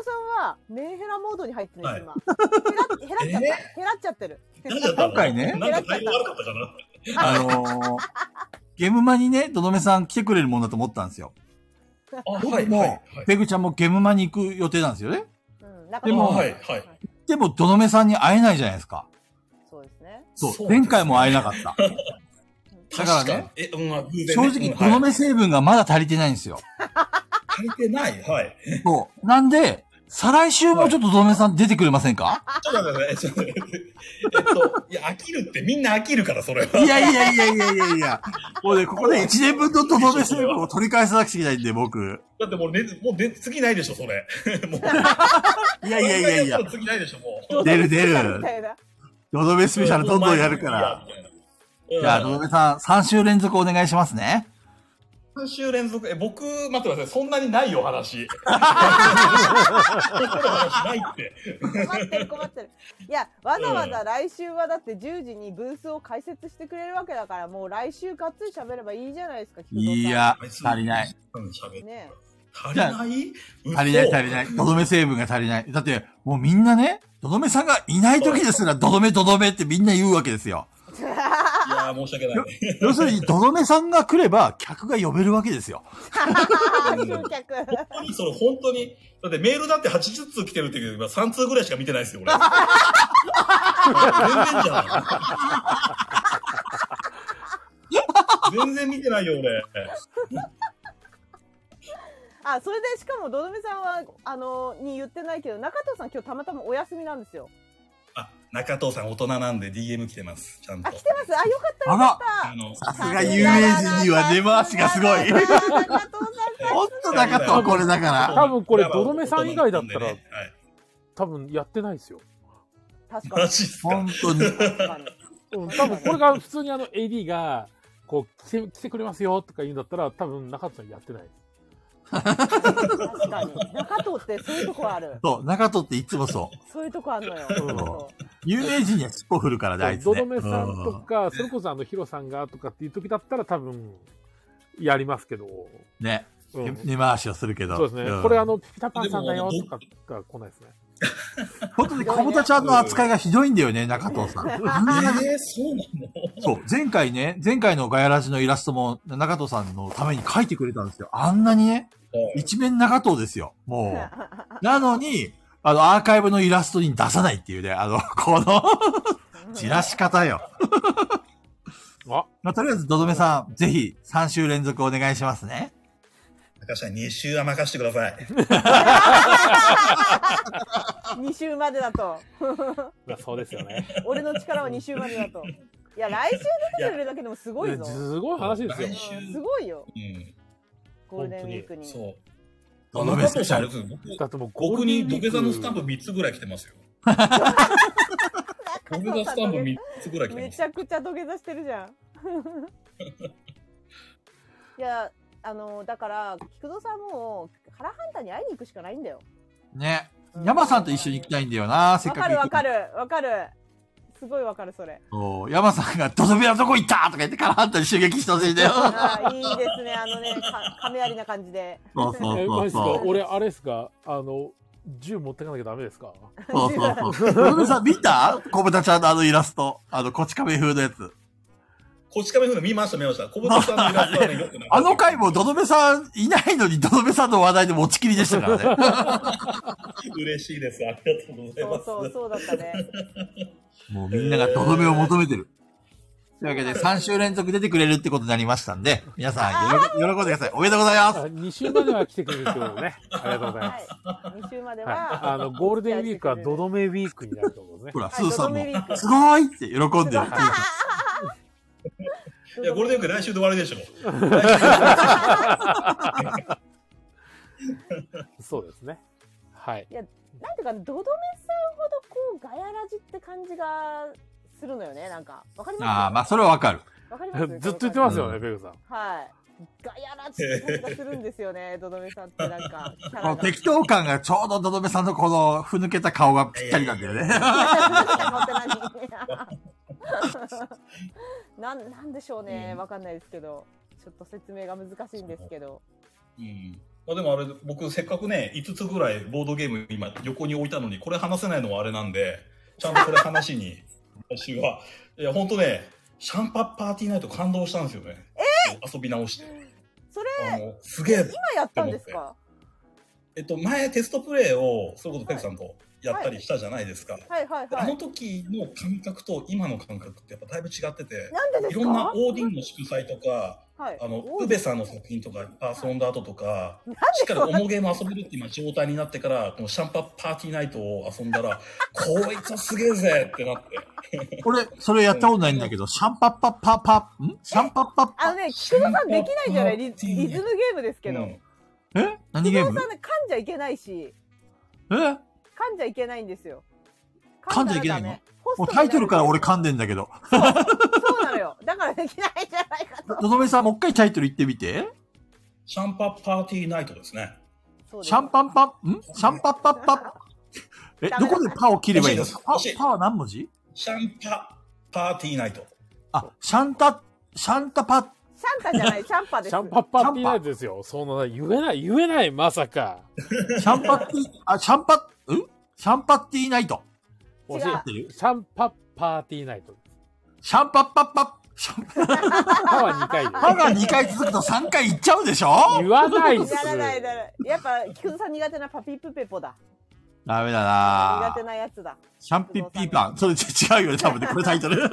さんはメンヘラモードに入ってるんです今。減ら減らっちゃった。減らっちゃってる。なんだったの今回ねなんか対応悪かったかあなのー、ゲームマにね、どどめさん来てくれるもんだと思ったんですよ。あ、は僕い、はいもはい、。ペグちゃんもゲームマに行く予定なんですよね。うんなんかでもはいはいでも、どどめさんに会えないじゃないですか。そうですね。そう。そうです前回も会えなか った。だから確ねか、え、うん、まあ偶然ね正う直、んどどはいめ成分がまだ足りてないんですよ。足りてない。はい。そう。なんで、再来週もちょっとどどめさん出てくれませんかちょっと待ってちょっと待ってえっと、い や、飽きるってみんな飽きるから、それは。いやいやいやいやいやいや。もうね、ここで1年分のとどめ成分を取り返さなくちゃいけないんで、僕。だってもう、ね、もう、ね、次ないでしょ、それ。 もう。いいやいやいやいや。次ないでしょ、もう。出る出るみたいな。とどめスペシャルどんどんやるから。いじゃあ、とどめさん、3週連続お願いしますね。 3週連続、え、僕、待ってください。そんなにないよ、 話。話ないって。困ってる困ってる。いや、わざわざ来週はだって10時にブースを開設してくれるわけだから、もう来週がっつり喋ればいいじゃないですか、菊蔵さん。い。や、足りない。うん、喋るね足りない足りない足りい。ない。とどめ成分が足りない。だって、もうみんなね、とどめさんがいない時ですら、とどめとどめってみんな言うわけですよ。いやー、申し訳ない。要するに、とどめさんが来れば、客が呼べるわけですよ。あ集客。本当に、それ本当に、だってメールだって80通来てるって言うけど、今3通ぐらいしか見てないです よ、俺。全然じゃん。全然見てないよ、俺。あ、それでしかも、どどめさんは、あの、に言ってないけど、中藤さん今日たまたまお休みなんですよ。あ、中藤さん大人なんで DM 来てます、ちゃんとあ、。来てます。あ、よかったあよらかあっの、さすた。が有名人には根回しがすごい。中藤さんほんとなかったわ、これだから。多分これどどめさん以外だったらはい。多分やってないですよ。確かマに。ジっすか本。当に。確かに。うん、多分これが普通にあの AD が、こう、来て、来てくれますよとか言うんだったら、多分中田さんやってない。確かに。中藤ってそういうとこある。そう、中戸っていつもそう。そういうとこあるのよ。うんそ有名人には尻尾振るからね、あいつどね。どめさんとか、それこそあのヒロさんがとかっていう時だったら多分、やりますけど。うんね。うん根回しをするけど。そうですね。んこれあ、の、ピピタパンさんだよとかが来ないですね。本当にかぼたちゃんの扱いがひどいんだよね、中藤さん。えー、そうなのそう、前回ね、前回のガヤラジのイラストも中藤さんのために描いてくれたんですよ。あんなにね、一面長藤ですよ。もう。 なのに、あの、アーカイブのイラストに出さないっていうね、あの、この散 らし方よ。あ、まあ、とりあえず、どどめさん、ぜひ3週連続お願いしますね。任せたい2週は任せてください。 2週までだとまあそうですよね。俺の力は2週までだといや来週出てくれるだけでもすごいぞねす ごい話ですよ来。週うんすごいようん。ゴールデンウィークにそう。どどのの目目でですかすか僕だってもう僕に土下座のスタンププ3つぐらい来てますよ。土中藤さ下座スんタンプ土3下つぐらい来てめまちす。ゃくちゃ土下座してるじゃん いやあのだから菊蔵さんもう原ハンターに会いに行くしかないんだよね。山さんと一緒に行きたいんだよな、せっわかく。かるわか。るわかるすごいわかるそれそう山さんが、どどめはどこ行ったとか言って、カラハンタに襲撃してほしいんだよ。あーいいですねあのねか亀有りな感じでそうそえ、うマジそうですかそう。俺、あれですかあの、銃持ってかなきゃダメですかそうそうそう。どどめさん、見た小豚ちゃんのあのイラスト。あの、こち亀風のやつ。こち亀風の見ました、見ました。小太さんのイラストはね、よくないあの回も、どどめさんいないのに、どどめさんの話題で持ちきりでしたからね。嬉しいです。ありがとうございそまうそうす。そうだったねもうみんながどどめを求めてる。というわけで、3週連続出てくれるってことになりましたんで、皆さんよろ、喜んでください。おめでとうございます。あ ?2 週までは来てくれるってことでね。ありがとうございはます。い2週まではい、はあのゴールデンウィークはドドメウィークになると思 うんですほね。ら、スーさんもはいどどめウィー、クすごいって喜んでる。いや、ゴールデンウィーク来週で終わりでしょ。そうですね。はい。なんていうかどどめさんほどこうガヤラジって感じがするのよねなんかわかりますああ、まあ、それはわかる。わかりますずっと言ってますすよね、うんペグさん。はいガヤラジって感じがするんですよねどどめさんってなんかキャこラのが適当感がちょうどどどめさんのこの、ふぬけた顔がぴったりなんだよね。 なんなんでしょうねうんわかんないですけどちょっと説明が難しいんですけどうん。まあでもあれ、僕せっかくね、5つぐらいボードゲーム今横に置いたのに、これ話せないのはあれなんで、ちゃんとこれ話に、私は。いや、ほんとね、シャンパパーティーナイト感動したんですよね。遊び直して。それあの、すげえ。今やったんですかえっと、前テストプレイを、そういうことペクさんとやったりしたじゃないですか。はいはいあはのい時の感覚と今の感覚ってやっぱだいぶ違ってて、なんででいすろんなかオーディンの祝祭とか、はいあの、お宇部さんの作品とか遊んだ後とか、なんでしっかりそんな重ゲーム遊べるって今状態になってから、このシャンパパーティーナイトを遊ん だら、こいつはすげえぜってなって。俺、それやったことないんだけど、シャンパッパッパッパッ、んシャンパッパッあのパね、菊蔵さんできないんじゃないリズリズムゲームですけうど。んえ何ゲ菊ーム蔵さんね、噛んじゃいけないし、え噛んじゃいけないんですよ。噛んじゃいけないの噛んだらダメホストもうになタイるトルから俺噛んでんだけど。そうなのよ。だからできないじゃないかと。のぞみさん、もう一回タイトル言ってみて。シャンパパーティーナイトですね。そうで すシャンパンパン、んシャンパッパッパッ。え、どこでパを切ればいいの欲しいですパ欲しい、パは何文字シャンパパーティーナイト。あ、シャンタ、シャンタパ、シャンタじゃない、シャンパシです。ャンパッパって言えないですよ。そんな、言えない、言えない、まさか。シャンパッティ、あ、シャンパ、んシャンパッティーナイト。惜違うってるしい。シャンパッパーティーナイト。シャンパッパッパッ、シャンパは2回で。パが2回続くと3回いっちゃうでしょ言わないっす。やらないだら。やっぱ、菊蔵さん苦手なパピープペポだ。ダメだ苦な手ぁ。なやつだ。シャンピッピーパン。それ違うよね、多分ね。これタイトル。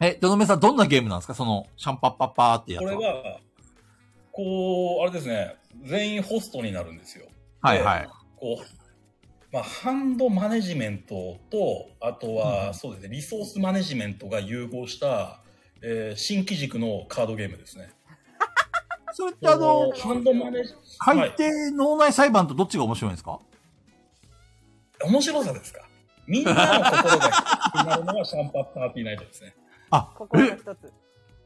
え、どのめさん、どんなゲームなんですかその、シャンパッパッパーってやつこれは、こう、あれですね、全員ホストになるんですよ。はいはい。こう、まあ、ハンドマネジメントと、あとは、うんそうですね、リソースマネジメントが融合した、えー新規軸のカードゲームですね。それってあの、ハンドマネジ、は海い、底脳内裁判とどっちが面白いんですか、面白さですか。みんなの心が決まるのがシャンパッパーティーナイトですね。あこ、こがえ一、つ。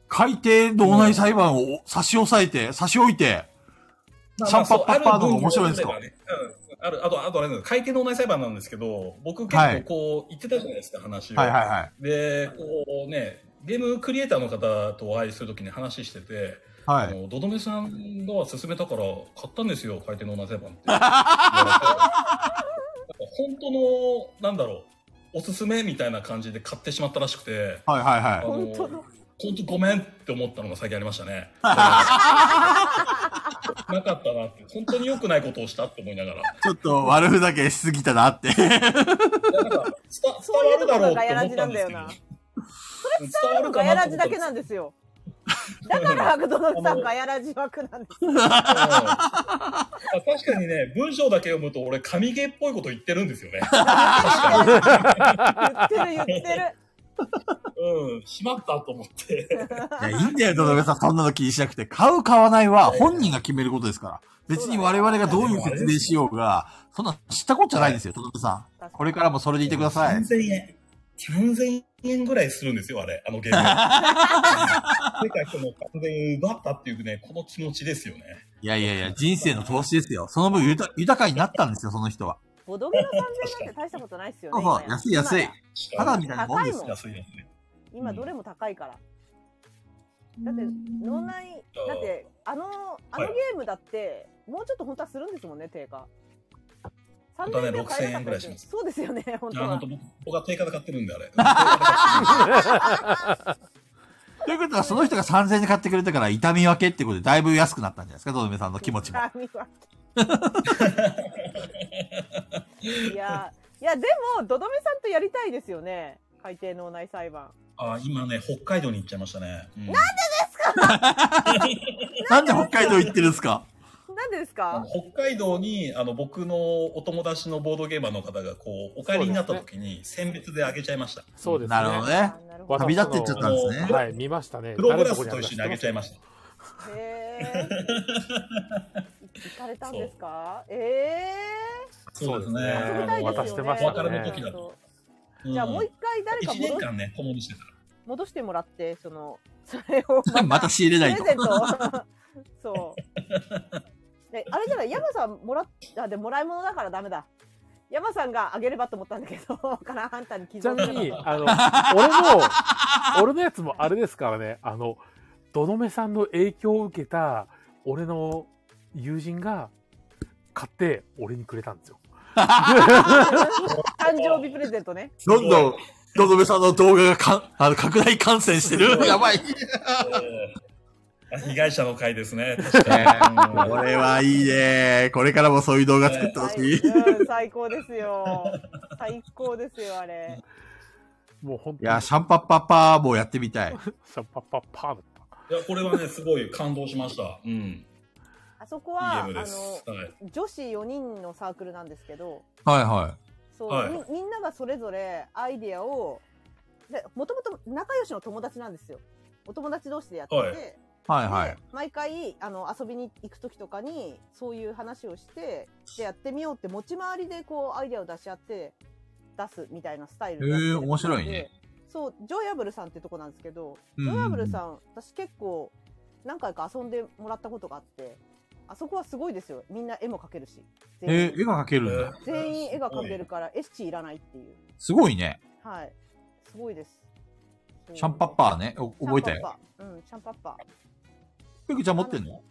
海底脳内裁判を差し押さえて、差し置いて、シャンパッパッパーの方が面白いんですかまあまあそうある分業ではねうんある、あと、あとあれなんです海底脳内裁判なんですけど、僕結はい構こう言ってたじゃないですか、話を。はいはいはい。で、こうね、ゲームクリエイターの方とお会いするときに話してて、はあい。の、どどめさんが勧めたから買ったんですよ、回転のなせば って。本当の、なんだろう、おすすめみたいな感じで買ってしまったらしくて、はいはいあはの本当の本当ごめんって思ったのが最近ありました ね。なかったなって、本当に良くないことをしたって思いながら。ちょっと悪ふざけしすぎたな って。いやなん か伝そういうと伝わころるだろうがってや思らっじたなんんでだすよな。。けどそれ伝わるかガなヤとラジ思っただけんですなんですよ。だから白土信さんガヤラジ枠な んです。あ確かにね、文章だけ読むと俺、神ゲーっぽいこと言ってるんですよね。言ってる言ってる。うん、しまったと思って。いや、いいんだよ、ドドベさん。そんなの気にしなくて。買う、買わないは本人が決めることですから。別に我々がどういう説明しようが、そんな知ったことじゃないですよ、ドドベさん。これからもそれでいてください。 3000円。3000円ぐらいするんですよ、あれ、あのゲーム。世界との完全に奪ったっていうね、この気持ちですよね。いやいやいや、人生の投資ですよ。その分豊豊かになったんですよ、その人は。ボドゲの3000なんて大したことないっすよそうね。そう今、や安い安い。ただみたいなもんです高いもんよ。安いですね。今どれも高いから。だって脳内だってあのあのゲームだってもうちょっと本当はするんですもんね定価。本当はね3000で買えなかった6000円ぐらいしますそうですよね本当あのは。僕僕は定価で買ってるんで、あれ。ということは、その人が3000円で買ってくれたから、痛み分けってことで、だいぶ安くなったんじゃないですか、ドドメさんの気持ち も。 いやいやでもどどめさんとやりたいですよね海底脳内裁判。あ今ね、北海道に行っちゃいましたね。うんなんで北海道行ってるんですかなんでですあかの。北海道にあの僕のお友達のボードゲーマーの方がこうお帰りになった時に選別であげちゃいました。そうですね。なるほどねあ。なるほど。旅立ってっちゃったんですね。はい、見ましたね。プログラスと誰のとこにある一か緒にあげちゃいました。へえ。行かれたんですか。えそうでえ。遊すびね。たいもうで渡すしよてね。ましたねお別れの時だとうんじゃあもう一回誰か一年戻し間ね共にしてたか戻してもらってそのそれをま また仕入れないプとレ。ゼン トそうであれじゃない山さんもらっあでもらい物だからダメだ山さんがあげればと思ったんだけど からハンターに気ちなづみいてに、あの、 俺も、俺のやつもあれですからね、あの、どのめさんの影響を受けた、俺の友人が買って、俺にくれたんですよ。誕生日プレゼントねどんどん、のぞめさんの動画がかあの拡大感染してる。 やばい。ら。あ被害者の会で すね。確かにこれはいいね。これからもそういう動画作ってほはしいい。いうん、最高ですよ最高ですよあれもう本当や、に、シシャンパッパッパーもやってみたい。ャンパッパッパーだった。いやこれはねすごい感動しました。うん。いいあそこゲはーあムのです。はい。女子4人のサークルなんですけどはいはそう、はいみみんながそれぞれアイディアをもともと仲良しの友達なんですよお友達同士でやってて、はい。いはいはでい。毎回あの遊びに行く時とかにそういう話をしてでやってみようって持ち回りでこうアイデアを出し合って出すみたいなスタイルになってるへー面白いねそうジョイアブルさんってとこなんですけど、うんジョイアブルさん私結構何回か遊んでもらったことがあってあそこはすごいですよみんな絵も描けるし全員,、えー、絵が描けるんだ。全員絵が描けるからエッチいらないっていうすごいね。はいすごいですそうシャンパッパーね。お覚えたシャンよ。パッパーうんシャンパッパーペグちゃん持ってんの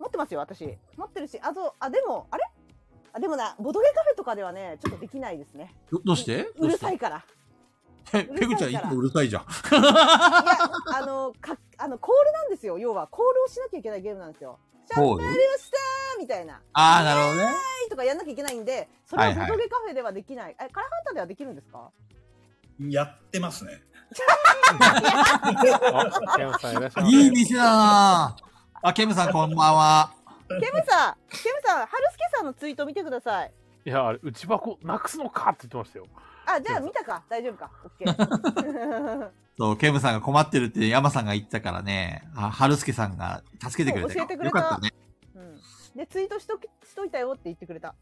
持ってますよ私持ってるしあとあでもあれあでもなボドゲカフェとかではねちょっとできないですねどどうしてうどうるしてさいからえうるさいペグちゃんいつもうるさいじゃん。いやあのかあのコールなんですよ要はコールをしなきゃいけないゲームなんですよシャンプーコールしたーみたいなああ、なるほどね。はいとかやんなきゃいけないんでそれははいはボいドゲカフェではできない、えカラハンターではできるんですかやってますね。あ、ケンさんいらっしゃいまいいせ。店だなあ、ケムさんこんばんは。ケムさんケムさん春輔さんのツイート見てくださいいや、あれ、内箱なくすのかって言ってましたよ。あじゃあ見たか大丈夫かオッケーそう、ケムさんが困ってるって山さんが言ってたからね、あ、春介さんが助けてくれたそよ。う教えてくれよたかったね。うん、でツイートしときしといたよって言って くれた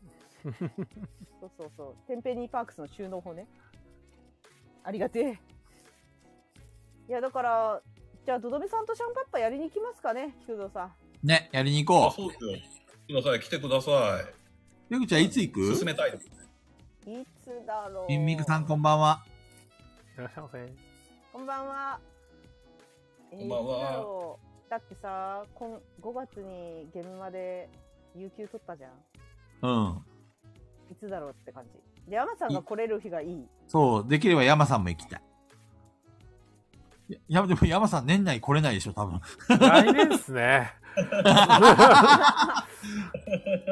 そうそうそうテンペニーパークスの収納法ねありがてえいやだからじゃあドドメさんとシャンパッパやりに行きますかね菊蔵さんね、やりにあ行こそうですよ。ください来てくださう。ペグちゃんいつ行い。く進めたいです。いつだろうミンミクさんここんんばんは。いらっしゃいま せ。ばんはここんばんはだってさ今5月にゲームまで有給取ったじゃんうん。いつだろうって感じで山さんが来れる日がいいそう、できれば山さんも行きたい。いや、でも山さん年内来れないでしょ、多分。来年っすね。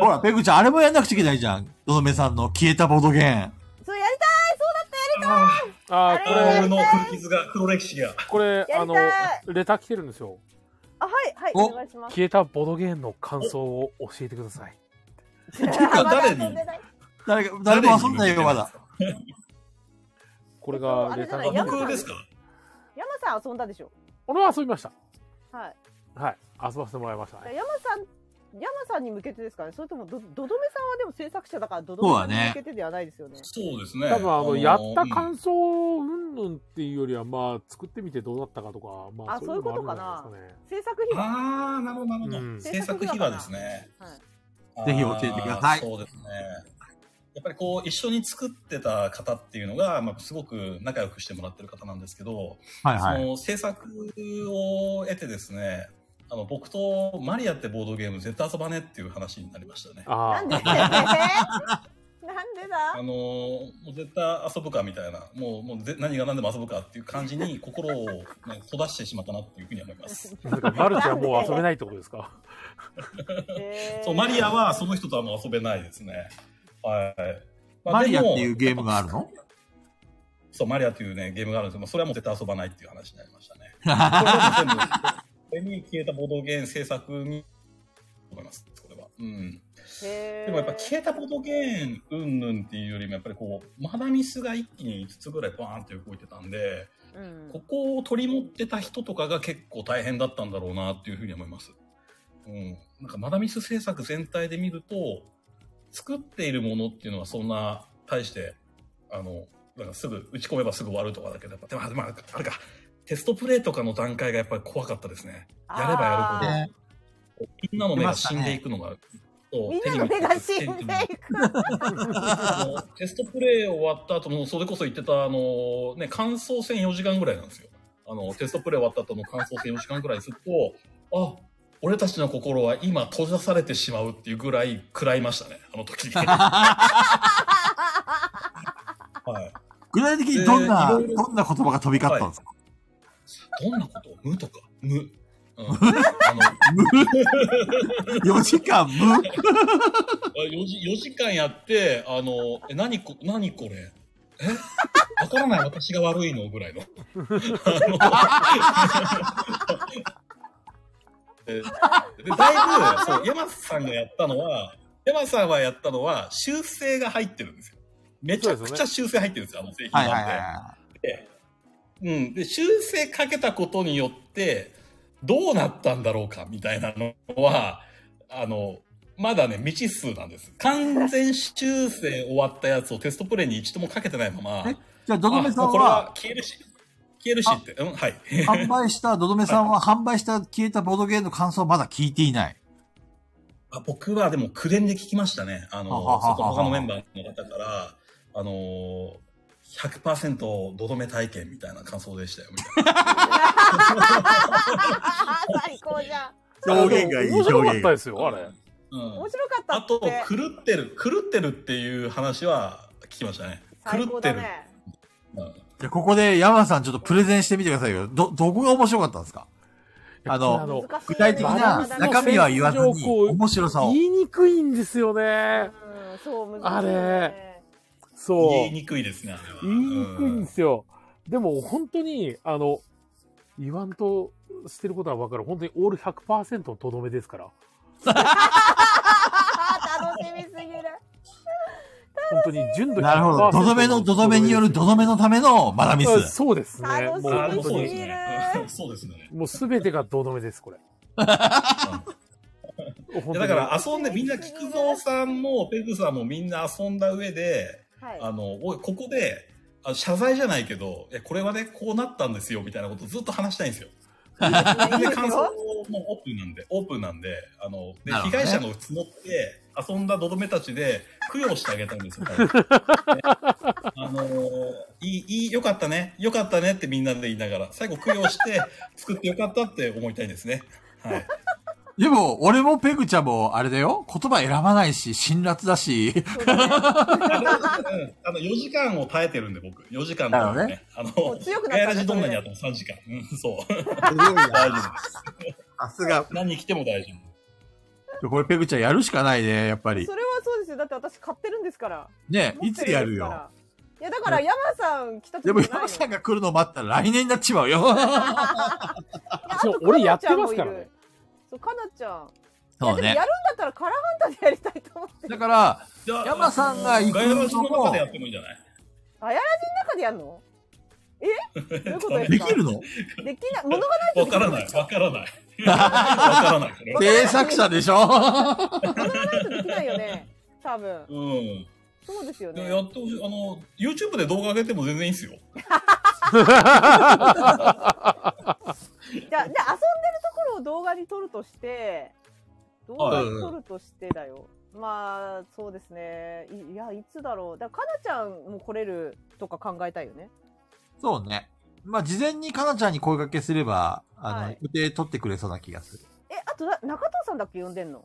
ほら、ペグちゃん、あれもやんなくちゃいけないじゃん。どのめさんの消えたボードゲーム。そうやりたいそうだっあああ、ー、ここれれ、俺の古傷が、黒歴史が。これ、あやりのたい、レター来てるんですよ。たあはいはいおお願いし ます消えたボドゲームの感想を教えてください。 か誰にまだ遊んでない誰か、誰も遊んでないよ、まだ。これがあレれじタゃーないが来てる僕ですか山さん遊んだでしょ俺は遊びました。はいはい。遊ばせてもらいましたね。山さん山さんに向けてですかねそれともどどどめさんはでも制作者だからどどめさんに向けてではないですよねそうですね。多分あの、ーやったうん感想、うんぬんっていうよりは、まあ、作ってみてどうだったかとか、まあ、あのもあるんじゃないです制作費はああ、なるほど、なるほど。うん制作秘話ですね。はいぜひ教えてくださいあーそうですね。やっぱりこう、一緒に作ってた方っていうのが、まあ、すごく仲良くしてもらってる方なんですけど、はいはい。その制作を得てですね、あの、僕とマリアってボードゲーム絶対遊ばねっていう話になりましたね。あかなね。んあで なんでだのーもう絶対遊ぶかみたいな、もう、もうぜ何が何でも遊ぶかっていう感じに心を、ね、閉ざしてしまったなっていうふうに思 います。あ。なんか、マルチはもう遊べないってことです か。えーそう、マリアはその人とはもう遊べないですね。はい。まあマリアっでもていうゲームがあるのそう、マリアというね、ゲームがあるんですけど、まあ、それはもう絶対遊ばないっていう話になり ましたね。これはもう全部これに消えたボードゲーム制作に、思います、これは。うん。へーでもやっぱ消えたボードゲーム、うんぬんっていうよりも、やっぱりこう、まだミスが一気に5つぐらいバーンって動いてたんで、うんここを取り持ってた人とかが結構大変だったんだろうなっていうふうに思います。うん。なんかまだミス制作全体で見ると、作っているものっていうのはそんな、大して、あの、なんかすぐ、打ち込めばすぐ終わるとかだけど、やっぱ、でも、でもあれか、テストプレイとかの段階がやっぱり怖かったですね。やればやるほどねみんなの目が死んでいくのが、そうみん手なにの見目てが死んでいく。あの テストプレイ終わった後の、それこそ言ってた、あの、ね、感想戦4時間ぐらいなんですよ。あの、テストプレイ終わった後の感想戦4時間ぐらいすると、あ、俺たちの心は今閉ざされてしまうっていうぐらい食らいましたね、あの時はい。具体的にどんな、えどーいろいろんな言葉が飛び交ったんですかどんなこと無とか無。うん、あの、 ?4 時間無4時、4時間やって、あの、え、何こ、何これえわからない私が悪いのぐらいの。あのえでだいぶ、そう、山さんがやったのは、山さんはやったのは、修正が入ってるんですよ。めちゃくちゃ修正入ってるんですよ、あの製品はなんいて。はいはうん。で、修正かけたことによって、どうなったんだろうか、みたいなのは、あの、まだね、未知数なんです。完全修正終わったやつをテストプレイに一度もかけてないまま。えい。じゃあ、どどめさあもんうこれはは、消えるし、消えるしって、うん、はい。販売した、どどめさんは販売した消えたボードゲームの感想をまだ聞いていない。あ僕はでも口伝で聞きましたね。あの、ははははそこ他のメンバーの方から、あのー、100%どどめ体験みたいな感想でしたよ、みたいな。 最高じゃん。面白かったですよ、あれ。うん面白かったあってと。、狂ってる、狂ってるっていう話は聞きましたね。最狂高ってだる。ね。うんじゃあ、ここで山さんちょっとプレゼンしてみてくださいよ。ど、どこが面白かったんですかあのあの、難しい具ね体的な中身は言わずに、面白さを。言いにくいんですよね。うん、そう、難しい、ね。あれそう。言いにくいですね、あれは。言いにくいんですよ。でも本当に、あの、言わんとしてることは分かる。本当にオール100%のとどめですから。楽しみすぎる。本当に純度100%なるほど。どどめの、どどめによるどどめのためのマダミあス。そうですね。も楽うしみあーで本も当そに。うですね。うんそうですね。もうすべてがどどめです、こ れ。本い当にやだから遊んで、みんな、菊蔵さんも、ペグさんもみんな遊んだ上で、はい。あの、おい、ここで、あ謝罪じゃないけど、いやこれはね、こうなったんですよ、みたいなことをずっと話したいんですよ。いいで、です感想よ。もオープンなんで、オープンなんで、あの、で、なるほ被どね害者の募って、遊んだドドメたちで、供養してあげたんですよ。ねあのーいい、いい、よかったね、よかったねってみんなで言いながら、最後供養して、作ってよかったって思いたいですね。はい。でも、俺もペグちゃんも、あれだよ。言葉選ばないし、辛辣だし。 うんあの、4時間を耐えてるんで、僕。4時間だからね。あの、う強くなったねガヤラジどんなにあっても3時間。うん、そう。大丈夫です。さすが。何来ても大丈夫。これペグちゃんやるしかないね、やっぱり。それはそうですよだって私買ってるんですからね持いってんつですかやらるよ。いやだから山さん来た時でもじゃない山のさんが来るの待ったら来年になっちまうよ。そう俺やってますからね。そうかなちゃん。いそやうでもねやるんだ。ったらカラハンタでやりたいと思って。だから、じゃあ山さんが行くガヤラジののも中でやってもいいんじゃないあやらじの中でやるの？え？どういうことですでか？きるのできない物がないわとできからんなでい。すわからない。わからない。これ 制作者でしょ物がないとできないよ ね。多分うん。そうですよでね。もやってほしい。あの、YouTube で動画上げても全然いいですよ。じゃあじゃあ遊んでるところを動画に撮るとして、動画に撮るとしてだよ。まあそうですね。いいやいつだろう。だからかなちゃんも来れるとか考えたいよね。そうね。まあ、事前にかなちゃんに声掛けすれば、あの、はい予定取ってくれそうな気がする。えあとな中藤さんだっけ呼んでんの？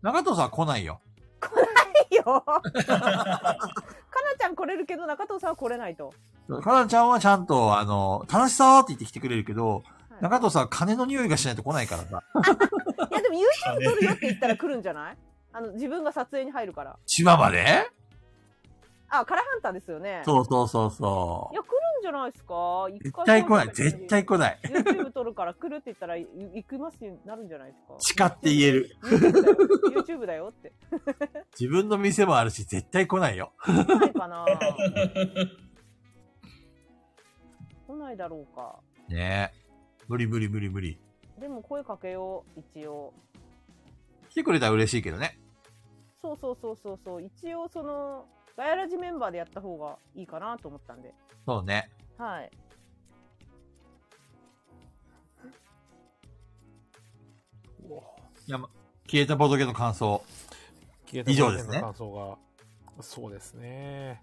長藤さんは来ないよ。い いよ。かなちゃん来れるけど中藤さんは来れないと。かなちゃんはちゃんと、あの、楽しそうって言ってきてくれるけど、はい長藤さんは金の匂いがしないと来ないからさ。いやでも YouTube 撮るよって言ったら来るんじゃないあの自分が撮影に入るから。千葉まであ、カラハンターですよね。そうそうそうそ。いうや、来るんじゃないですか絶対来ない。絶対な来ない。い。YouTube 撮るから来るって言ったらい行きますよなるんじゃないですか誓って言える。 YouTube だよ YouTube だよって。自分の店もあるし、絶対来ないよ。来ないかな来ないだろうか。ねえ。無理無理無理無理。でも声かけよう、一応。来てくれたら嬉しいけどね。そうそうそうそうそう。一応その、ガヤラジメンバーでやった方がいいかなと思ったんで。そうね。はい。いやま消えたボドゲの感想。消え以上ですねた感想が。そうですね。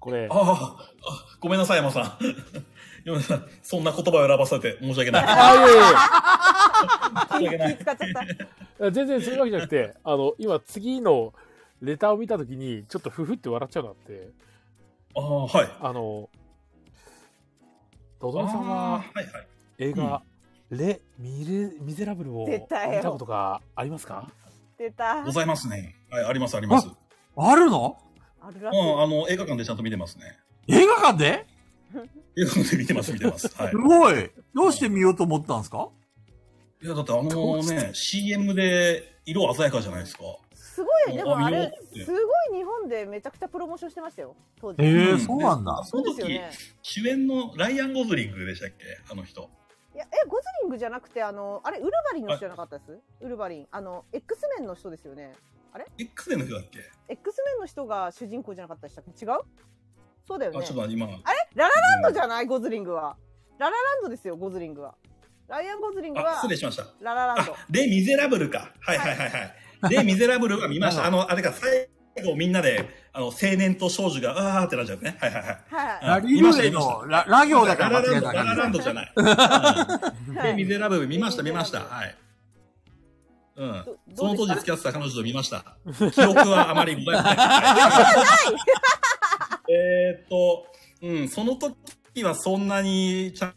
これ、ああ、あごめんなさい、山さん。山さん、 そんな言葉を選ばされて申し訳ない。あ、いやいやいや申し訳ない。気使っちゃった。いや全然そういうわけじゃなくて、 あの、今次のレターを見たときに、ちょっとふふって笑っちゃうのあって、ああ、はい。あの、ドあドメさんはーはいはい。映画、レ・ミレミゼラブルを見絶対よたことがありますか出たご。ざいますね。はい、あります、あります。うん、あるのあるらしい。あの、映画館でちゃんと見てますね。映画館で映画館で見てます、見てます。はいす。ごいどうして見ようと思ったんですかいや、だってあのね、CM で色鮮やかじゃないですか。すごい、でもああ見ようれって、すごい日本でめちゃくちゃプロモーションしてましたよ、当時。へえうんそうなんだでそそうのですよ時、ね。主演のライアン・ゴズリングでしたっけあの人。いや、え、ゴズリングじゃなくて、あの、あれ、ウルバリンの人じゃなかったですウルバリン。あの、X メンの人ですよね。 X での人だっけ、 X メンの人が主人公じゃなかったでしたっけ違うそうだよね。あ、ちょっと今。ラララランドじゃゃないゴズリングは。ララランドですよ、ゴズリングは。ライアン・ゴズリングあ、は失、礼しました。ララランド。レ・ミゼラブルか。はいはいはいはい。レ・ミゼラブルは見ま した。あの、あれか、最後みんなで、あの、青年と少女が、あーってなっちゃうね。はいはいはい。はラリウレのララ行だかラら間違えラランド、たラララ感ンじドじゃない。い。 レ・はいミゼラブル見ました見ました。はい。うんど。そのどうで当時した付き合ってた彼女と見 ました。記憶はあまりございません。えーっと、うん、その時はそんなにちゃんっ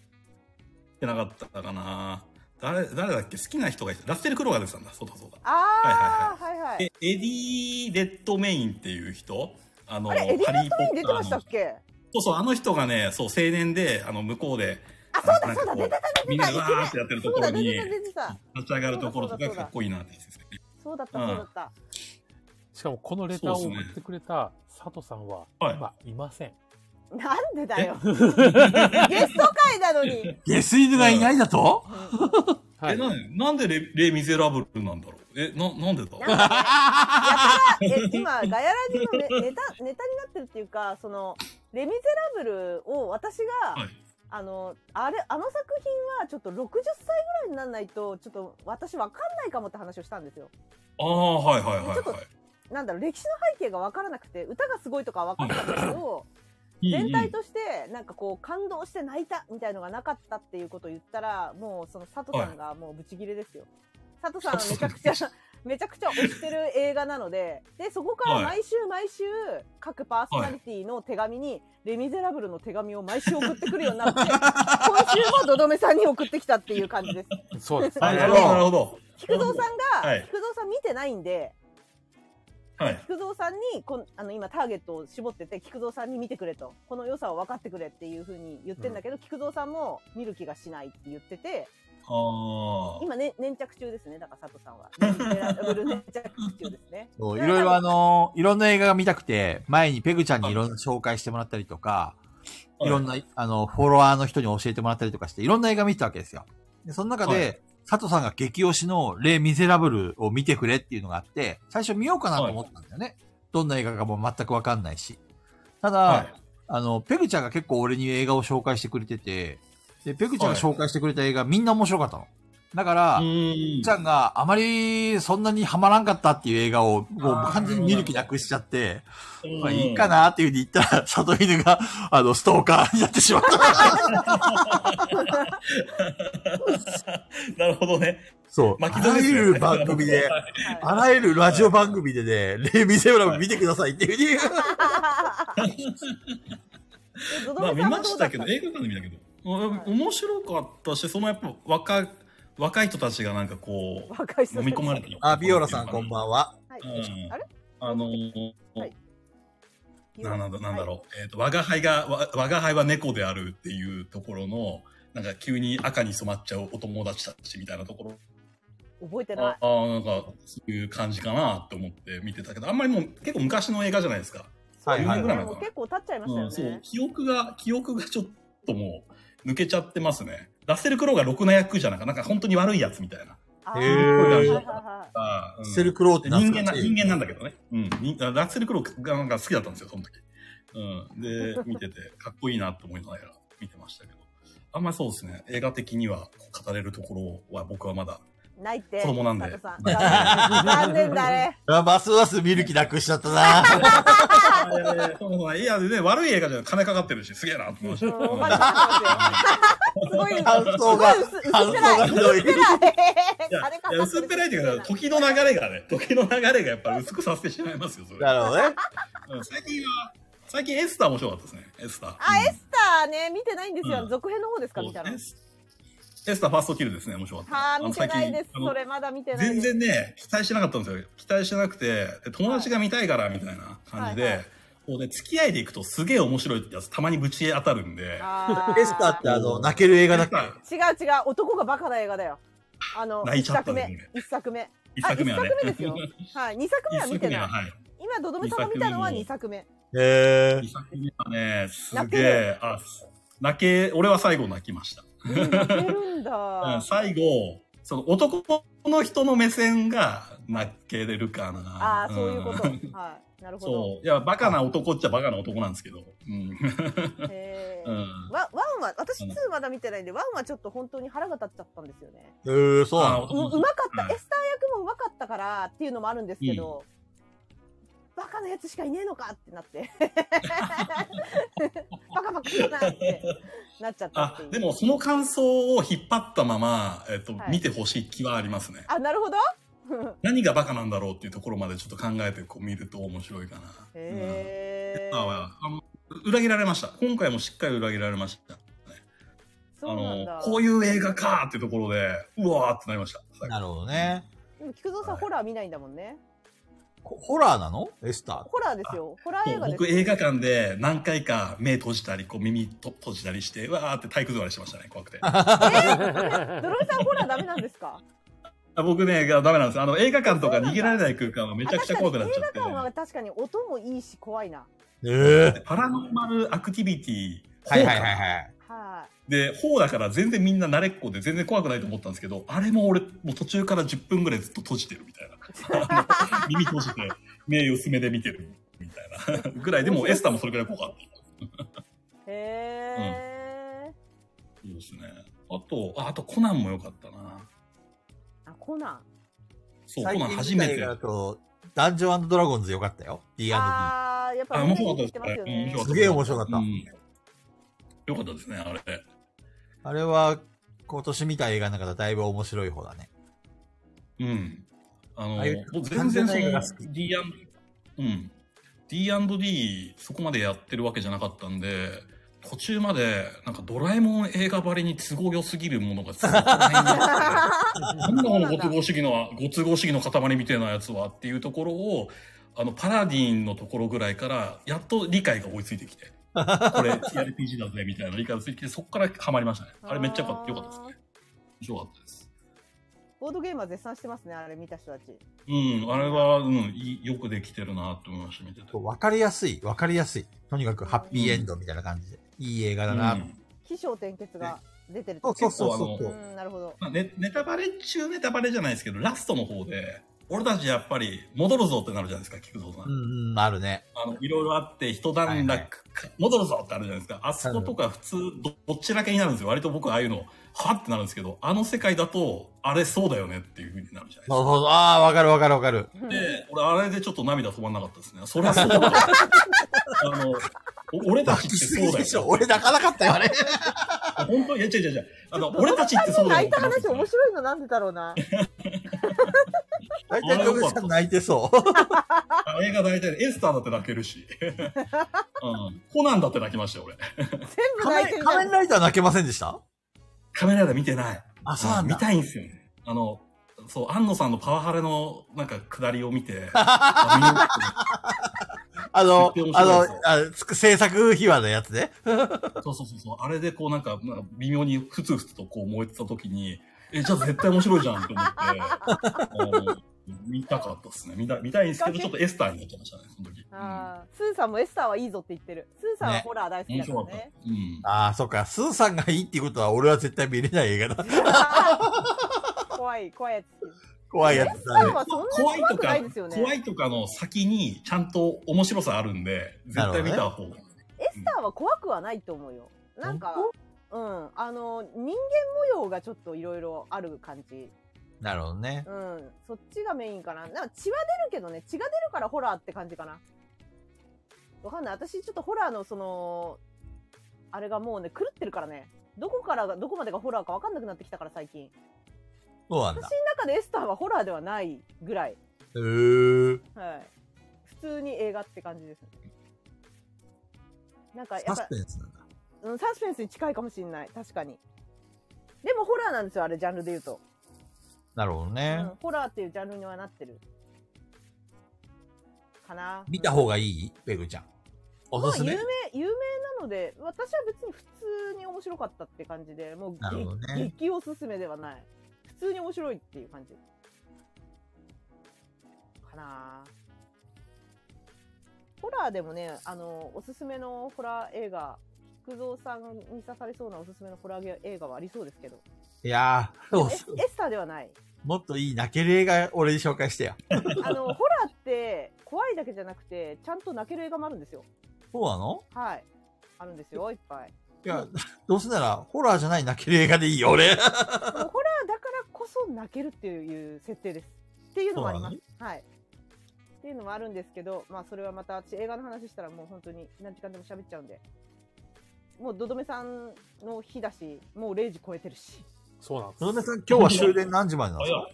てなかったかな。誰、誰だっけ好きな人がいた。ラッセル・クローが出てたんだ。そうだそうだ。あー、はいはい。え、エディ・レッドメインっていう人あの、あれ、エディ・ラットメイン出てましたのっ。けそうそう、あの人がね、そう、青年で、あの、向こうで、あ、そうなだんかそうだ、こ出てた出てた。みんなでわーってやってるとそうこだ、ろに、出てた立出てた。ち上がるところとそうかだそうだかっこいいなって言ってたねそうだった、そうだった。しかもこのレターをそう送ですねってくれた佐藤さんは、はい今いません。なんでだよ。 ゲスト会なのに。ゲス犬がいないだとはえ、い。なんなんでレ、レ・ミゼラブルなんだろうえ、な、なんでだなんかねやたらえ今ガヤラジのネ ネタネタになってるっていうかその「レ・ミゼラブル」を私が、はいあのあれあの作品はちょっと60歳ぐらいにならないとちょっと私わかんないかもって話をしたんですよ。ああ、はいはいはいちょっはい。なんだろう歴史の背景がわからなくて歌がすごいとかはわかったんだけどいい全体いいとしてなんかこう感動して泣いたみたいのがなかったっていうことを言ったらもうその佐藤さんがもうブチギレですよ。佐藤さんはめちゃくちゃめちゃくちゃ推してる映画なのででそこから毎週毎週各パーソナリティの手紙に「レ・ミゼラブル」の手紙を毎週送ってくるようにな って今週もどどめさんに送ってきたっていう感じ です。そうですね。なるほど、なるほど。菊蔵さんが、はい菊蔵さん見てないんではい。菊蔵さんにこんあの今ターゲットを絞ってて菊蔵さんに見てくれとこの良さを分かってくれっていうふうに言ってんだけど、菊蔵さんも見る気がしないって言っててああ。今、ね、粘着中ですねだから佐藤さん はブルー粘着中ですねそういろいろあの、いろんな映画が見たくて、前にペグちゃんにいろんな紹介してもらったりとか、はいいろんな、あの、フォロワーの人に教えてもらったりとかして、いろんな映画見てたわけですよ。で、その中で、は佐藤さんが激推しのレ・ミゼラブルを見てくれっていうのがあって、最初見ようかなと思ったんだよね。どんな映画かも全くわかんないし。ただ、はいあの、ペグちゃんが結構俺に映画を紹介してくれてて、で、ペグちゃんがはい紹介してくれた映画、みんな面白かったの。だから、うちーん。ゃんがあまりそんなにハマらんかったっていう映画をもうあー完全に見る気なくしちゃって、うんまあいいか。なっていうふうに言ったら、里犬があのストーカーになってしまった。なるほどね。そう。巻きあ添らえですゆよねる番組で、はあらゆるラジオ番組でね、レイ・ミゼブラブ見てくださいっていうふうに。いでドドメ まあ見さんはまどしうだったたけのど、映画館で見たけはど。うんい面白かったし、そのやっぱ若、若い人たちがなんかこう、若い人飲み込まれてる。あ、ビオラさんこんばんは。はいうんあれあのーはいななんだなんだろう、えっと我が輩がわ我が輩は猫であるっていうところのなんか急に赤に染まっちゃうお友達たちみたいなところう覚えてなあいあーなんかそういう感じかなと思って見てたけどあんまりもう結構昔の映画じゃないですか、はいはい10年ぐはらい。い前もかう結構経っちゃいましたうよん、そうね、記憶が記憶がちょっともう抜けちゃってますねラッセル・クロウがろくな役じゃなくなんか本当に悪いやつみたいなあーへーはいはいはあー、うんセルクローって人間な、人懐間なんだけどね。うん。にラッセル・クロウがなんか好きだったんですよ、その時。う ん。で、見てて、かっこいいなと思いながら見てましたけど。あんまりそうですね。映画的には語れるところは僕はまだ。いないって子供なんで佐藤さ残念だねあますます見る気なくしちゃった な。あいやいやいやそうそういや、でね、悪い映画じゃ金かかってるし、すげえなと思いましうた。んおうん金かかってますよすごい感想がすごい感薄薄っぺ想らがいひどい。いや、いや薄っぺらいというか、時の流れがね、時の流れがやっぱり薄くさせてしまいますよ、それ。なるほどね。うん最近は、最近エスター面白かったですね、エスター。あ、エスターね、見てないんですよ。うん続編の方ですか、見たらそう。ですエスターファーストキルですね、面白かった。はあ、見てないです。あのそれまだ見てない全です。然ね、期待してなかったんですよ。期待してなくて、で友達が見たいから、みたいな感じで、はいはいこうね、付き合いでいくとすげえ面白いってやつ、たまにぶち当たるんで、あエスターってあの、泣ける映画だっけエス違う違う、男がバカな映画だよ。あの、泣い一ちゃった作ね目。一作目。一作目はね。あ一作目ですはい、二作目は一見作て目な。はいはい。今、ドドメさんが見たのは二作 目。へー二作目はね、す泣げけえる、あ、泣け、俺は最後泣きました。うん泣けるんうだん。最後、その男の人の目線が泣けれるかな。ああ、そういうこと。んはい、なるほど。そう。いや、バカな男っちゃバカな男なんですけど。うん。へうえ。んワワンは、私うん2まだ見てないんで、ワンはちょっと本当に腹が立っちゃったんですよね。えー、そうなあの男うの人うまかった、うんエスター役もうまかったからっていうのもあるんですけど、バカなやつしかいねえのかってなって バカバカ言うなってなっちゃったっあていう、でもその感想を引っ張ったまま、えっと、はい見てほしい気はありますね。あなるほど何がバカなんだろうっていうところまでちょっと考えてこう見ると面白いかな。うんへえあはあの裏切られました。今回もしっかり裏切られました。そうなんだあの、こういう映画かーってところで、うわーってなりました。なるほどね。でも菊蔵さん、はいホラー見ないんだもんねホホラーなのエスター。ホラーですよホラーそ映う画です僕映画館で何回か目閉じたり、こう耳と閉じたりして、うわーって体育座りしてましたね、 怖くて。ドロミさんホラーダメなんですかあ僕ね、がダメなんです。あの、映画館とか逃げられない空間 はめちゃくちゃ怖くなっちゃあっ確て。かに映画館は確かに音もいいし怖いなええパラノーマルアクティビティ、はいはいはいはい。は で、方だから全然みんな慣れっこで全然怖くないと思ったんですけど、あれも俺、もう途中から10分ぐらいずっと閉じてるみたいな。あの耳閉 じて、目薄めで見てるみたいなぐらい。でもエスターもそれぐらい怖かった。いへえ、そうですね。あと、ああとコナンも良かったな。あコナンそう、コ最ナン近初見ため映て画。だと、ダンジョンドラゴンズよかったよ。D&D。ああ、やっぱあみん面な言っ白かったですてますようん面ね白か。っすげえ面白かった。うんよかったですね、あれ。あれは、今年見た映画の中ではだいぶ面白い方だね。うん。あの、ああいうもう全完全然そな映画のが好き D& うん。D&D そこまでやってるわけじゃなかったんで、途中までなんかドラえもん映画ばりに都合良すぎるものが続かないんだなんだこのご都合主義のは、ご都合主義の塊みたいなやつはっていうところを、あの、パラディンのところぐらいから、やっと理解が追いついてきて。これ TRPG だぜみたいな理解がついてきて、そこからハマりましたね。あれめっちゃよかったよかったですね。面白かったです。ボードゲーマー絶賛してますね、あれ見た人たち。うん、あれは、うん、いいよくできてるなと思いました、見てて。わかりやすい、わかりやすい。とにかくハッピーエンドみたいな感じで。いい映画だな、うん起承転結が出てるそうと。そうそうそう結そ構う。うん、なるほど。まあねネタバレ中ネタバレじゃないですけど、ラストの方で、俺たちやっぱり戻るぞってなるじゃないですか、菊蔵さん。うんうん、あるね。あの、いろいろあって、一段はいはい落、戻るぞってあるじゃないですか。あそことか普通、どどっちだけになるんですよ。割と僕はああいうの、はってなるんですけど、あの世界だと、あれそうだよねっていう風になるじゃないですそうか。そうそう。ああ、わかるわかるわかる。で、俺、あれでちょっと涙止まんなかったですね。そりゃそうだ よ。あの、お俺たちってそうだよね。 俺泣かなかったよ、あれ。本当いや、違う違う違う。あの、俺たちってそうだ泣よいた話面い。白いのなんでだろうな。大体、ドルちゃん泣いてそう。あ映画大体、エスターだって泣け るし。うん。コナンだって泣きましたよ、俺。全 部仮泣い面てるじ仮ゃ面ん。ライダー泣けませんでしたカメラで見てない。あ、そうなん見だ。たいんですよね。あの、そう、安野さんのパワハラの、なんか、下りを見 て、ああの見て面、あ白いのですよ、あつく制作秘話のやつね。見そうそうそうそう、あれでこう、なんか、なんか微妙にふつふつとこう燃えてた時に、え、じゃあ絶対面白いじゃんって思って、あ の見たかったですね。見た、見たいんですけど、ちょっとエスターになっちゃいましたね、その時。うんあースーさんもエスターはいいぞって言ってる。スーさんはねホラー大好き面だか白らかったね。。うん。ああ、そっか。スーさんがいいっていうことは、俺は絶対見れない映画だ。 怖い、怖いやつ。怖いやエつスタだーね。はそんなに怖い怖とくかないですよ、ね。怖いとかの先にちゃんと面白さあるんで、絶対見た方が。エスターは怖くはないと思うよ。なんか、うん、あの、人間模様がちょっといろいろある感じ。なるほどね。うん、そっちがメインかな。なんか血は出るけどね、血が出るからホラーって感じかな。わかんない。私ちょっとホラーのその、あれがもうね、狂ってるからね。どこからが、どこまでがホラーかわかんなくなってきたから最近。そうなんだ私の。中でエスターはホラーではないぐらい。へー。はい。普通に映画って感じですね。なんかやサっぱス、ペンスなんだ。うん、サスペンスに近いかもしれない。確かに。でもホラーなんですよ、あれ、ジャンルで言うと。なるほどうねん。、ホラーっていうジャンルにはなってる。かな。見たうん方がいいペグちゃん。おますあ、す有め名、。有名なので、私は別に普通に面白かったって感じで、もうなるほどね激激おすすめではない。普通に面白いっていう感じ。かなホラーでもね、あの、おすすめのホラー映画、菊蔵さんに刺されそうなおすすめのホラー映画はありそうですけど、いやー、そうエスそうエスターではない。もっといい泣ける映画俺に紹介してよ。あ の、ホラーって怖いだけじゃなくて、ちゃんと泣ける映画もあるんですよ。そうなのはい。あるんですよ、いっぱい。いや、どうせならホラーじゃない泣ける映画でいいよ、 俺。ホラーだからこそ泣けるっていう設定です。っていうのもあります。はい。っていうのもあるんですけど、まあそれはまた私映画の話したらもう本当に何時間でも喋っちゃうんで。もうどどめさんの日だし、もう0時超えてるし。 そうなんです。のめさん、今日は終電何時までなあのいや、い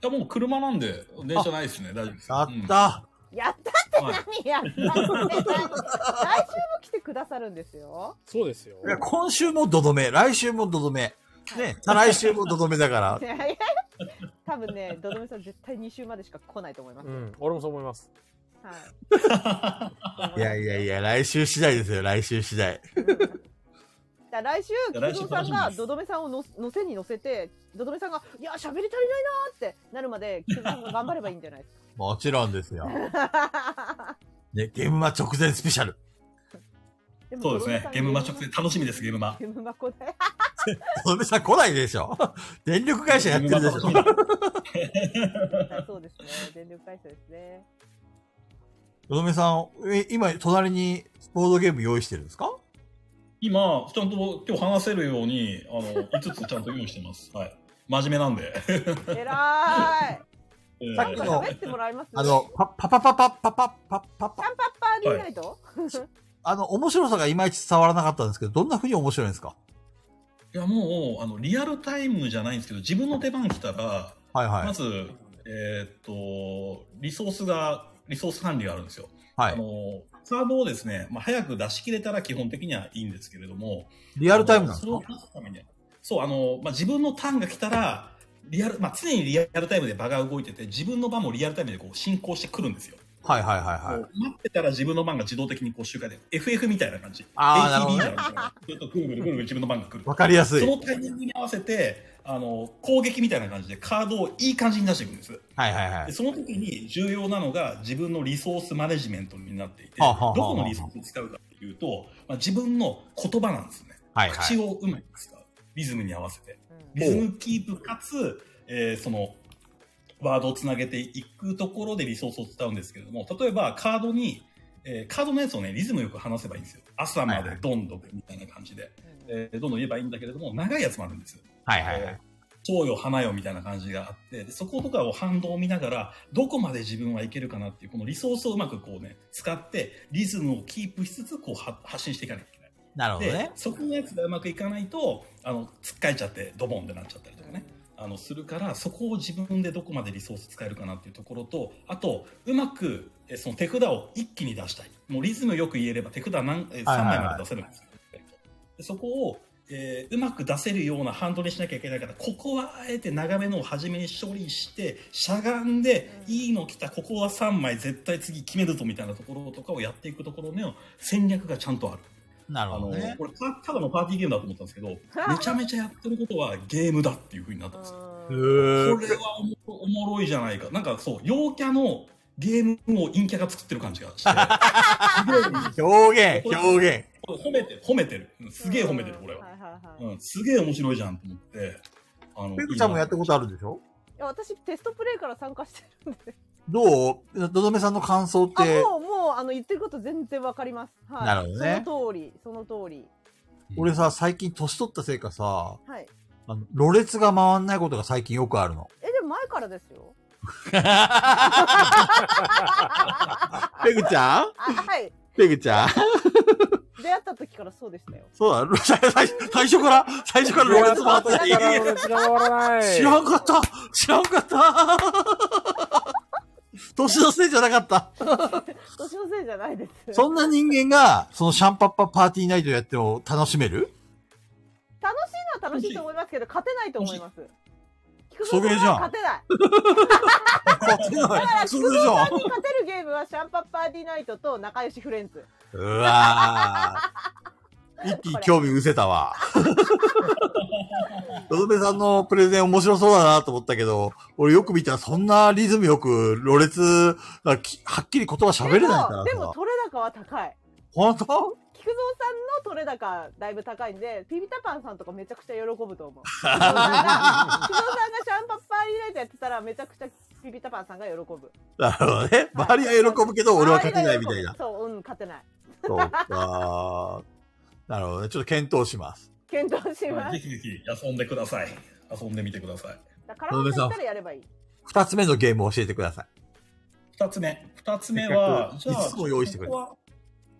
やもう車なんで、電車ないですね、大丈夫です。やうんった、やったってはい何やったって何来週も来てくださるんですよ。そうですよ。いや今週もどどめ、来週もどどめ。ね、再来週もどどめだから。 多分ね、どどめさん絶対2週までしか来ないと思います。うはいん、俺もそう思います。。 いやいやいや、来週次第ですよ、来週次第。だから来週、工や来週藤さん楽しみがですどどめさんをの乗せに乗せて、どどめさんが、いや、喋り足りないなーってなるまで、工藤さんが頑張ればいいんじゃないですもちろんですよ。 か。ね、ゲームは直前スペシャル。でもそうですね、ゲームマ直接、楽しみです、ゲームマ。ゲームマこだよ。どどめさん来ないでしょ。 電力会社やってるでしゲーょム。マ楽しみそうですね。全力会社です ね。どどめさん、え今、隣にボードゲーム用意してるんですか今、ちゃんと今日話せるように、あの、5つちゃんと用意してます。はい。真面目なんで。えらーい。えーさっきの喋ってもらいますあの、パパパパパパパパパシパ、ャンパッパーリーナイト、あの、面白さがいまいち伝わらなかったんですけど、どんな風に面白いんですかいや、もう、あの、リアルタイムじゃないんですけど、自分の出番来たら、はいはまい。ず、えーっと、リソースが、リソース管理があるんですよ。はあい。の、サーブをですね、まあ、早く出し切れたら基本的にはいいんですけれども、リアルタイムなんですそれをか出すためにはそう、あの、まあ、自分のターンが来たら、リアル、まあ、常にリアルタイムで場が動いてて、自分の場もリアルタイムでこう進行してくるんですよ。はいはいはいはいこ。う待ってたら自分の番が自動的にこう周回で、FF みたいな感じ。あーなるほ ATB どねじゃなくて、ずっとぐるぐるぐるぐる自分の番が来る。わかりやすい。そはいのタイミングに合わせて、あの、攻撃みたいな感じでカードをいい感じに出していくんです。はいはでい。その時に重要なのが自分のリソースマネジメントになっていて、はあどはあはあこのリソースを使うかっていうと、まあ、自分の言葉なんですね。はいは口い。をうまく使う。リズムに合わせて。うんリズムキープかつ、えーその、ワードをつなげていくところでリソースを使うんですけれども、例えばカードに、えーカードのやつをね、リズムよく話せばいいんですよ。朝までどんどんみたいな感じで、えーどんどん言えばいいんだけれども、長いやつもあるんです。はいはいはい。そうよ、花よみたいな感じがあって、でそことかを反動を見ながら、どこまで自分はいけるかなっていう、このリソースをうまくこうね、使って、リズムをキープしつつ、こうは、発信していかなきゃいけない。なるほどで、ね。そこのやつがうまくいかないと、あの、つっかえちゃって、ドボンってなっちゃったりとかね。あの、するから、そこを自分でどこまでリソース使えるかなっていうところと、あと、うまく、えその手札を一気に出したい。もうリズムよく言えれば手札何、えはいはい3枚まで出せるんですよ。でそこを、えーうまく出せるようなハンドにしなきゃいけないから、ここはあえて長めのを初めに処理して、しゃがんで、いいの来た、ここは3枚絶対次決めるぞみたいなところとかをやっていくところの戦略がちゃんとある。なるあほのどね。これたただのパーティーゲームだと思ったんですけどめちゃめちゃやってることはゲームだっていうふうになったんですよ。へうんこーれはおもおもろいじゃないかなんかそう陽キャのゲームを陰キャが作ってる感じ がしてす表現、表現。ごい褒めてる褒めてるうんすげえ褒めてるこれはは、いはいはいうん、すげえ面白いじゃんと思ってあのペグちゃんもやったことあるでしょいや私テストプレイから参加してるんでどうどどめさんの感想っあて、もうもうあの言ってること全然わかります、はい、なるほどねその通りその通り俺さ、最近年取ったせいかさ、はいあの、ろれつが回んないことが最近よくあるの。えでも前からですよペグちゃん あはいペグちゃん出会った時からそうでしたよそうだろ、最最最初から、最初からろれつ回ってない。ら 俺捕まらない。知らんかった知らんかった年のせいじゃなかった。年のせいじゃないですそんな人間が、そのシャンパッパパーティーナイトやっても楽しめる楽しいのは楽しいと思いますけど勝てないと思います菊そ蔵げじゃんさんは勝てない勝て ない。するじゃん。勝てるゲームはシャンパンパーティーナイトと仲良しフレンズうわー。一気に興味失せた わ。ロドベさんのプレゼン面白そうだなと思ったけど、俺よく見たらそんなリズムよく、ろれつ、あきはっきり言葉喋れないからでもでさ。も取れ高は高い本当 菊蔵さんの取れ高だいぶ高いんでピピタパンさんとかめちゃくちゃ喜ぶ と思う菊蔵さんが菊蔵さんがシャンパンパーリーナイトやってたらめちゃくちゃピピタパンさんが喜ぶなるほどね。周りは喜ぶけど、俺は勝てないみたいな周りが。喜ぶそううん勝てないそうか。なるほどね。ちょっと検討します。検討しはまいぜすひぜひ遊んでください遊んでみてくださいだからカラオケ行ったらやればいい二つ目のゲームを教えてください。二つ目二つ目はせっかくいつも用意してくれたここは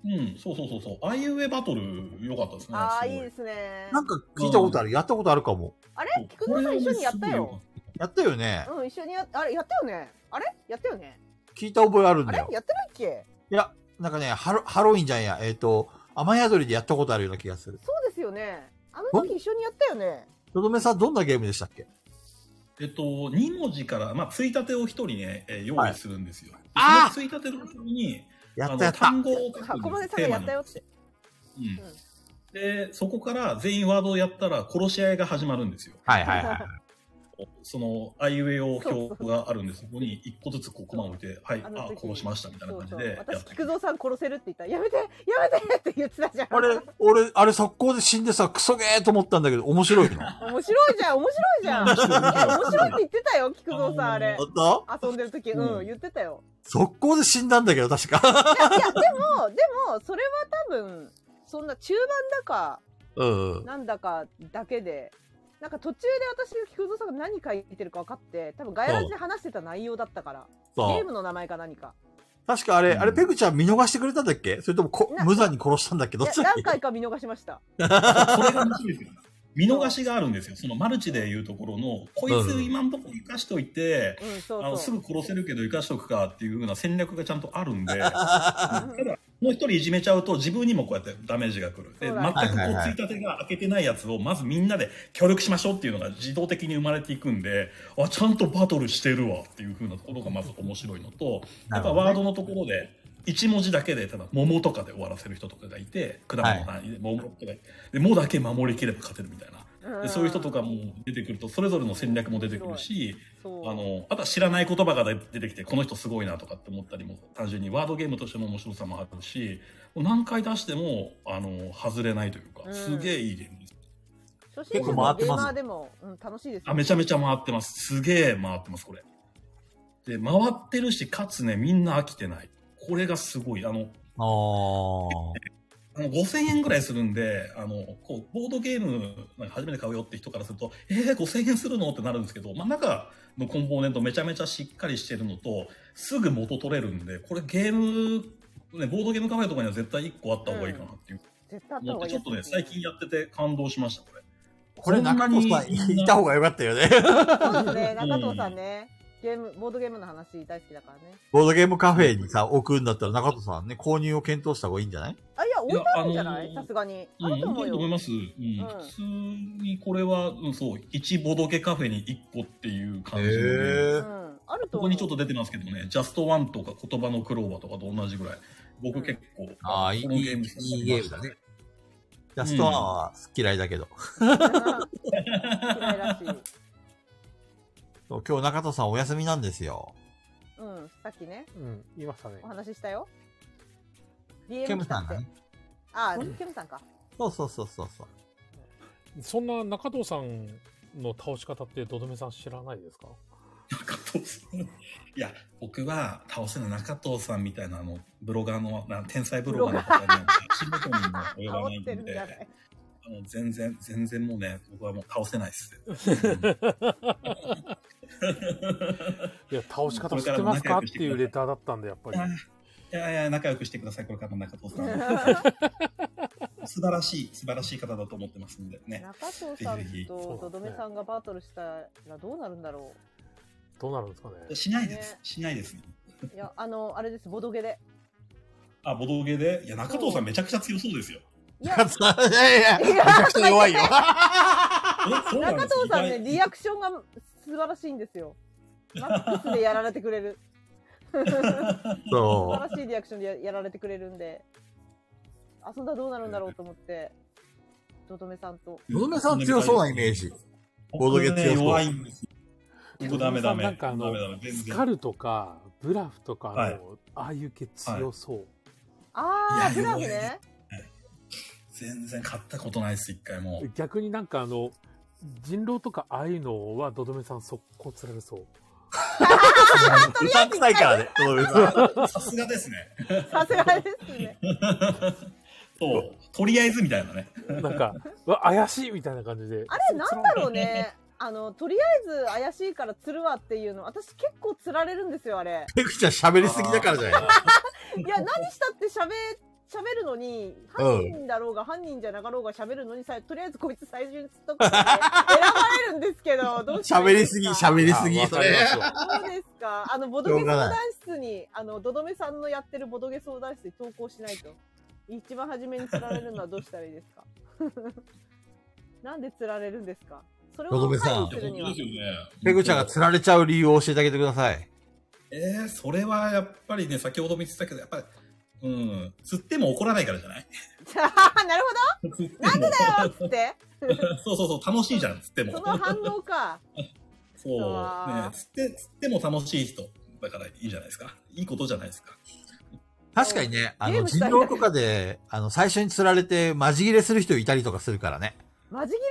うんそうそうそうそうあいうえバトル良かったですねああすいごいですねなんか聞いたことある。やったことあるかも。あれ菊蔵さん一緒にやったよ。やったよね。うん一緒にやあれやったよねあれやったよね聞いた覚えあるんあだれよ。やってないっけいや、なんかね、ハロハロウィンじゃんや、えっ、と、雨宿りでやったことあるような気がする。そうですよねあの時一緒にやったよねとどめさん、どんなゲームでしたっけえっと、2文字から、まあ、ついたてを1人ね、えー用意するんですよ。あーそのついたての時に、やっのたやった。単語を書くんです小金さんがやったよって。テーマにうんで、そこから全員ワードをやったら、殺し合いが始まるんですよ。はいはいはい。その、あいうえお表があるんで、そこに1個ずつこう、コマを置いて、はい、あのあ時、殺しましたみたいなそう感じそでうやった。私菊蔵さん殺せるって言ったらやめてやめてって言ってたじゃんあれ、俺、あれ、速攻で死んでさ、クソゲーと思ったんだけど、面白いの。あ面白いじゃん面白いじゃんえ面白いって言ってたよ菊蔵さんあれった遊んでる時うんうん言ってたよ速攻で死んだんだけど、確か。いやいやでもでもそれは多分そんな中盤だかうんうん。なんだかだけでなんか途中で私菊蔵さんが何書いてるか分かって多分ガヤラジで話してた内容だったからゲそーう。ムの名前か何か確かあれ、うんあれペグちゃん見逃してくれたんだっけそれともこな無残に殺したんだっけいどっやちだっけ何回か見逃しましたそれが面白いですよ。見逃しがあるんですよ。そのマルチでいうところの、こいつ今んとこ生かしといて、うんあそのうすそうぐ殺せるけど生かしとくかっていうふうな戦略がちゃんとある んで、もう一人いじめちゃうと自分にもこうやってダメージが来る。で、そう全くだこねうついたてが開けてないやつをまずみんなで協力しましょうっていうのが自動的に生まれていくんで、あ、ちゃんとバトルしてるわっていうふうなところがまず面白いのと、やっぱワードのところで、一文字だけで、ただ、桃とかで終わらせる人とかがいて、果物の範囲で桃とかで、で、もだけ守りきれば勝てるみたいな。でそういう人とかも出てくると、それぞれの戦略も出てくるし、そうあの、あとは知らない言葉が出てきて、この人すごいなとかって思ったりも、単純にワードゲームとしても面白さもあるし、もう何回出しても、あの、外れないといううか、んすげえいいゲームです。初心者のゲーマーでも、うん、楽しいですあ、めちゃめちゃ回ってます。すげえ回ってます、これ。で、回ってるし、かつね、みんな飽きてない。これがすごい。あの、あーあの5000円ぐらいするんで、あの、こう、ボードゲームなんか初めて買うよって人からすると、えー、5000円するのってなるんですけど、まあ、中のコンポーネントめちゃめちゃしっかりしてるのと、すぐ元取れるんで、これゲーム、ね、ボードゲームカフェとかには絶対1個あった方がいいかなっていう絶対あった思方がって、いいちょっとね、最近やってて感動しました、これ。これ中野さん、いた方がよかったよね。そうですね中藤さんねゲームボードゲームの話大好きだからねボードゲームカフェにさ、置くんだったら中藤さんね、購入を検討した方がいいんじゃないあいや置いてあるんじゃなあのいーさすがにうあん、ると思本う当によと思います。うん。普通にこれは、うん、そう、1ボドゲカフェに1個っていう感じで、うんあるとこ思こうにちょっと出てますけどもね、ジャストワンとか言葉のクローバーとかと同じぐらい、僕結構、ああ、いい、このいゲーム好いきゲームだね。ジャストアは嫌いだけど。嫌いらしいそう今日中藤さんお休みなんですよ。うんさっきねうん、言いましたねお。話ししたよ DM ケムさんが来たっねて。あケムさんかそうそうそうそうそう。そんな中藤さんの倒し方って、どどめさん知らないですか中藤さ ん。いや、僕は倒せない中藤さんみたいなあの、ブロガーの、な天才ブロガーの方には、新聞にも及ばな煽いんってるんじで、ゃないあの全然、全然もうね、僕はもう倒せないっす。いや、倒し方知ってますかっていうレターだったんで、やっぱり。 いやいや、仲良くしてください、これからも中藤さん。素晴らしい、素晴らしい方だと思ってますんでね。 中藤さんととどめさんがバトルしたらどうなるんだろどうなるんですかね。しないです、しないですね。ういやあのあれですボドゲであ、ボドゲで、いや、中藤さんめちゃくちゃ強そうですよ。いや中藤さん、いやいや、めちゃくちゃ弱いよ。えそうなんで 中す藤さんね意外リアクションが素晴らしいんですよマックスでやられてく れる素そ晴らしいリアクションでややられてくれるんで遊んだらどうなるんだろうと思ってとどめさんとう。のめさん強そうなイメージ。ボードゲーム強そう僕ね弱いんですよ。僕ダメダメ。なんかあのダメダメ全ス然カルとか、ブラフとかの、はいああいう系強そう。ああいブやラフね全然勝ったことないです、一回も。逆になんかあの、人狼とかああいうのは、どどめさん速攻釣られそう。うさんくさいからね、のめさん。さすがですね。さすがですねそう。とりあえずみたいなね。なんか、うわ怪しいみたいな感じで。あれなんだろうねあのとりあえず怪しいから釣るわっていうの私結構釣られるんですよあれペグちゃん喋りすぎだからじゃないいや何したって喋喋るのに犯人だろうが犯人じゃなかろうが喋るのにさとりあえずこいつ最初に釣っと くって選ばれるんですけどどうしたら喋いいりですぎ、か喋りすあぎ、わそかりれま。すよそうですか。あの、ボドゲ相談室に、あの、どどめさんのやってるボドゲ相談室に投稿しないと。一番初めに釣られるのはどうしたらいいですか なんで釣られるんですかそれをどどめさ回ん避するには。よね。ペグちゃんが釣られちゃう理由を教えてあげてください。えー、それはやっぱりね、先ほども言ってたけど、やっぱり、うん、釣っても怒らないからじゃない なるなんでほどっつ って。 そうそうそう、楽しいじゃん、釣っても。その反応か。そう。あーね、釣って、釣っても楽しい人。だからいいじゃないですか。いいことじゃないですか。確かにね、あゲーの、ムした人い狼とかで、あの、最初に釣られて、マジ切れする人いたりとかするからね。マジギレ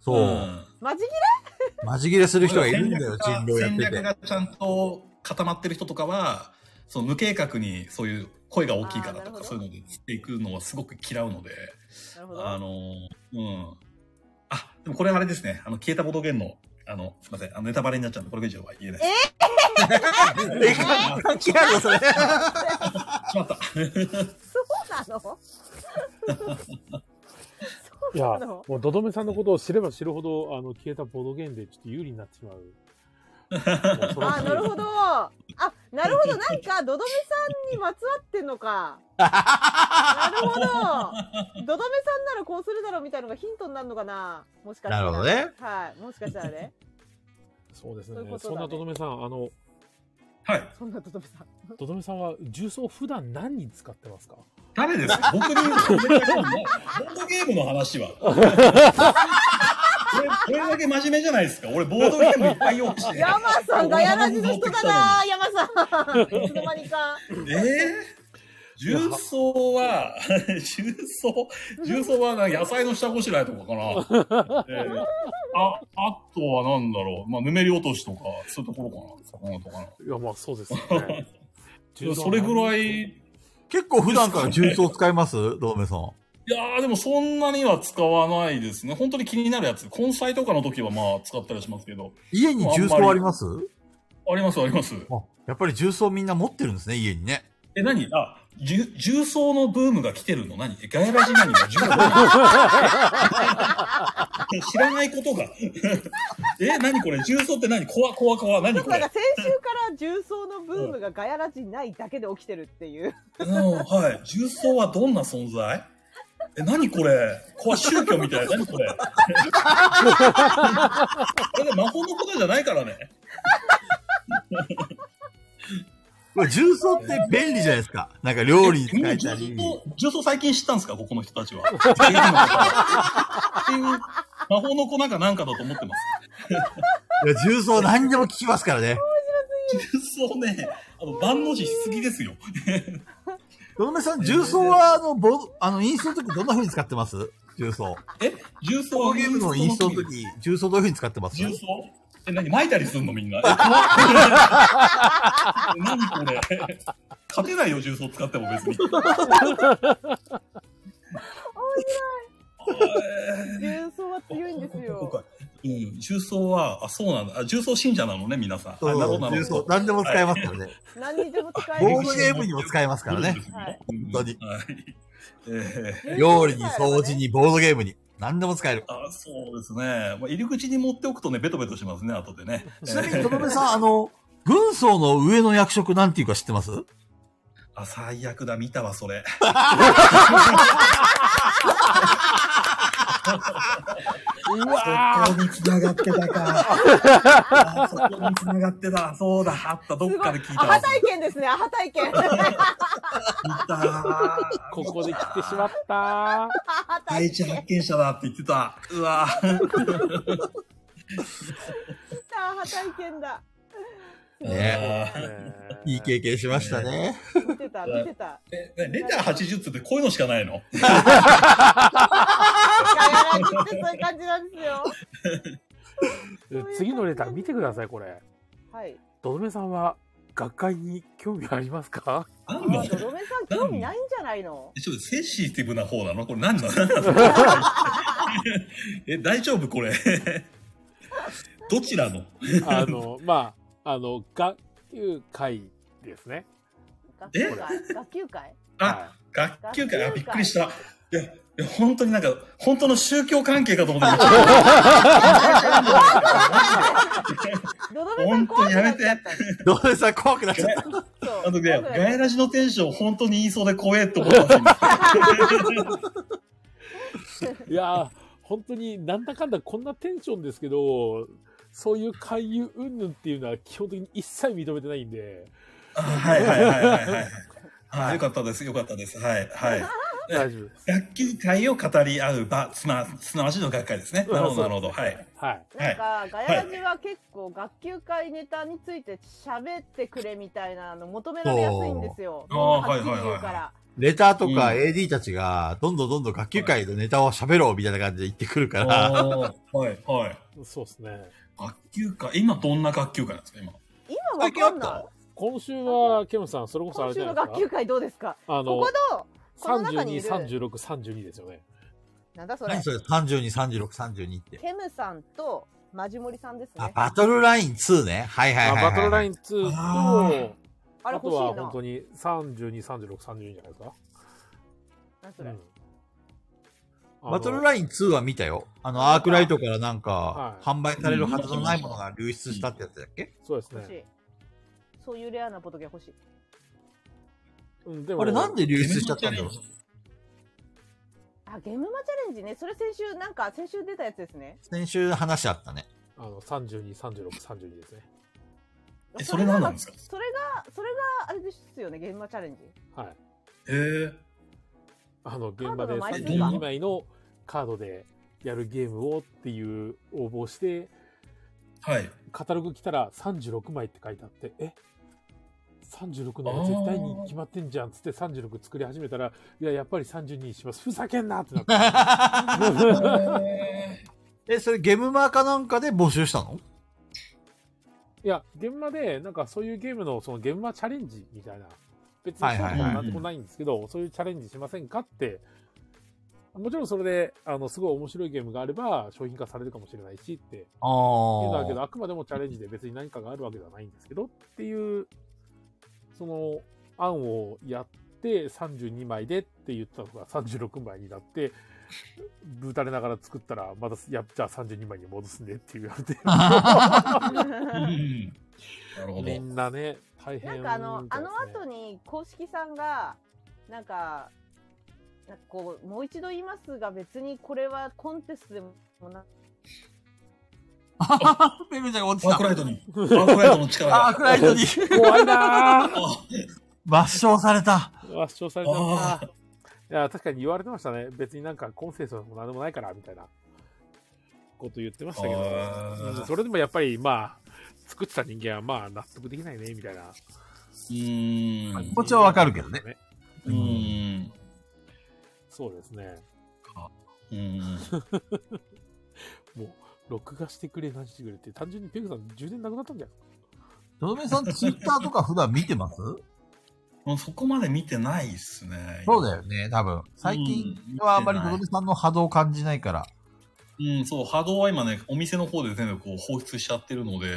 そう。んマジギレマジ切れする人がいるんだよ、人戦略狼やがって て。戦略がちゃんと固まってる人とかは、その無計画にそういう声が大きいからあーなるとほか、どそういうので釣っていくのはすごく嫌うので、なるほど。あの、うん。あ、でもこれあれですね。あの、消えたボドゲンの、あの、すいません。あの、ネタバレになっちゃうんで、これ以上は言えないです。え、関係あるよ、それ。しまった。そうなのい や、もう、どどめさんのことを知れば知るほど、あの、消えたボードゲームでちょっと有利になってしまう。あ、なるほど。ど。あ、なるほど。なんか、どどめさんにまつわってんのか。なるほど。どどめさんならこうするだろうみたいのがヒントになるのかな。もしかしたら。なるほどね。はい。もしかしたらね。そうですそういうね。ことそだんなねどどめさん、あ の、 はい。そんなどどめさん。どどめさんは重曹普段何人使ってますか誰ですか僕に言うと、これだけのボードゲームの話は。これ、これだけ真面目じゃないですか。俺、ボードゲームいっぱい用意して。山さんがやらじの人だな。山さん。いつの間にか。ええ重曹は、 重曹、重曹はな野菜の下ごしらえとかかな。ええあ、あとはなんだろう。まあ、ぬめり落としとか、そういうところかな。魚とかな。いや、まあそう ですよね。それぐらい、い結構普段から重曹使いますドーメさん。やーでもそんなには使わないですね。本当に気になるやつ。根菜とかの時はまあ使ったりしますけど。家に重曹ありますありますあります。あやっぱり重曹みんな持ってるんですね、家にね。え、何あ、重重曹のブームが来てるの何えガヤラジ何重曹知らないことが。え、何これ重曹って何怖怖怖ちょ何っとこなんれか先週から重曹のブームがガヤラジないだけで起きてるっていう。うん、はい。重曹はどんな存在え、何これ怖宗教みたいな。何これこれ魔法のことじゃないからね。これ重曹って便利じゃないですか。 なんか料理に使えたえりみん。な重曹重曹最近知ったんですかここの人たちは。っていう魔法の粉かなんかだと思ってます。いや重曹何でも効きますからね。重曹ね、あの、万能字しすぎですよ。ドーメさん、重曹はあの、ぼ、あの、インストの時どんな風に使ってます重曹。え重曹ボードゲームのインストの時、重曹どういう風に使ってます重曹え、何巻いたりすんのみんな。え、怖っ何これ。勝てないよ、重曹使っても別に。面白い。重曹は強いんです今よ。回うん、重曹は、あ、そうなんだ。あ重曹信者なのね、皆さん。そうあなるほどなる重ほど曹、何でも使えますからね。何にでも使えるボードゲームにも使えますからね。はい本当に。はい。ええ料理に、掃除。に、ボードゲームに。何でも使える。あ、そうですね。まあ、入り口に持っておくとね、ベトベトしますね、後でね。ちなみに、とどめさん、あの、軍曹の上の役職なんていうか知ってますあ、最悪だ、見たわ、それ。うわそこに繋がってたか。あそこに繋がってた。そうだ、あった、どっすごかでい聞い。アたわ。ハ聞体験ですね、アハ体験。いた。ここで切ってしまった。第一発見者だって言ってた。うわアハ体験だ。ねあーいい経験しましたね。見てた、見てた。え、ねレター80つってこういうのしかないのガヤラジってそういう感じなんですよ。え次のレター見てください、これ。はい。どどめさんは学会に興味あります かなんだあドドメさん興味ないんじゃないのえちょっとセンシティブな方なのこれ 何なのえ、大丈夫これ。どちらのあの、まあ、あの、学級会ですね。学級会学級会あ、い学級会、あ、学級会びっくりした。いや、いや本当になんか、本当の宗教関係かと思った。ドドメさん怖くなっちゃった。どうでさん、怖くなっちゃった。そうあのね、怖くなっガちゃっヤラジのテンション本当に言いそうで怖えって思ったんいやー、本当になんだかんだこんなテンションですけど、そういう勧誘云々っていうのは基本的に一切認めてないんで、あはいはいはいはいはい。はい、よかったです、よかったです。はい、はい。大丈夫です。学級会を語り合う場、つま、すなわちの学会ですね。なるほど、なるほど。はい。はい。たなんか、ガヤラジは結構学級会ネタについて喋ってくれみたいなの求められやすいんですよ。あーははいはいはいっきり言うから。 レターとかうん AD たちが、どんどんどんどん学級会のネタを喋ろうみたいな感じで言ってくるから、おーはい、はい。そうですね。学級会、今どんな学級会なんですか、今。今わかんない。今週は、ケムさん、それこそあ今れじ週ゃないですか。の学級会どうですかあのここのこの中にい32、36、る32ですよね。なんだそれ何。それ ?32、36、32って。ケムさんとマジモリさんですあね、。バトルライン2ね。はいはいはい、はい。あバトルライン。ン2あと、あれあ欲としいはな本。当に32、36、32じゃないですか。なんそれ。うんバトルライン2は見たよ。あの、アークライトからなんかは、い販売されるはずのないものが流出したってやつだっけあのそうです欲しね。い。そういうレアなポトゲ欲しい。うん、でもあれなんで流出しちゃったんだろうあ、ゲームマチャレンジね。それ先週、なんか先週出たやつですね。先週話あったね。あの、32、36、32ですね。えそれ何なんですかそれが、それがあれですよね、ゲームマチャレンジ。はい。へえ。あの、現カード場での枚数が32枚のカードでやるゲームをっていう応募をして、はい。カタログ来たら36枚って書いてあって、え ?36 なら絶対に決まってんじゃんっつって36作り始めたら、いや、やっぱり32にします。ふざけんなってなって。へえ、それゲームマーかなんかで募集したのいや、現場で、なんかそういうゲームの、その現場チャレンジみたいな、別にはい商はいはい品はなんともないんですけど、そういうチャレンジしませんかって、もちろんそれで、あの、すごい面白いゲームがあれば、商品化されるかもしれないしっていうあのだけーど、あくまでもチャレンジで別に何かがあるわけではないんですけど、っていう、その、案をやって、32枚でって言ったのが36枚になって、ぶたれながら作ったら、また、やっちゃあ32枚に戻すねって言われて。ーうんなるほどみ。んなね、大 な変んかあの、みたあいでのすね後に公式さんが、なんか、なんかこう、もう一度言いますが、別にこれはコンテストでもな、ペグちゃんが落アちークた。ライトに。アークライトの力あアーが。クライトに怖いなぁ。抹消された。圧勝されたあな。いや、確かに言われてましたね。別になんかコンセンサスも何でもないから、みたいなこと言ってましたけど、あーうんそれでもやっぱり、まあ、作ってた人間はまあ納得できないね、みたいな。うーん。こっちはわかるけどね。うーん。そうですね。うーん。もう、録画してくれ、何してくれって、単純にペグさん充電なくなったんじゃないですとどめさん、ツイッターとか普段見てますもうそこまで見てないっすね。そうだよね、多分。最近はあんまりとどめさんの波動を感じないから。うん、そう、波動は今ね、お店の方で全部こう放出しちゃってるので、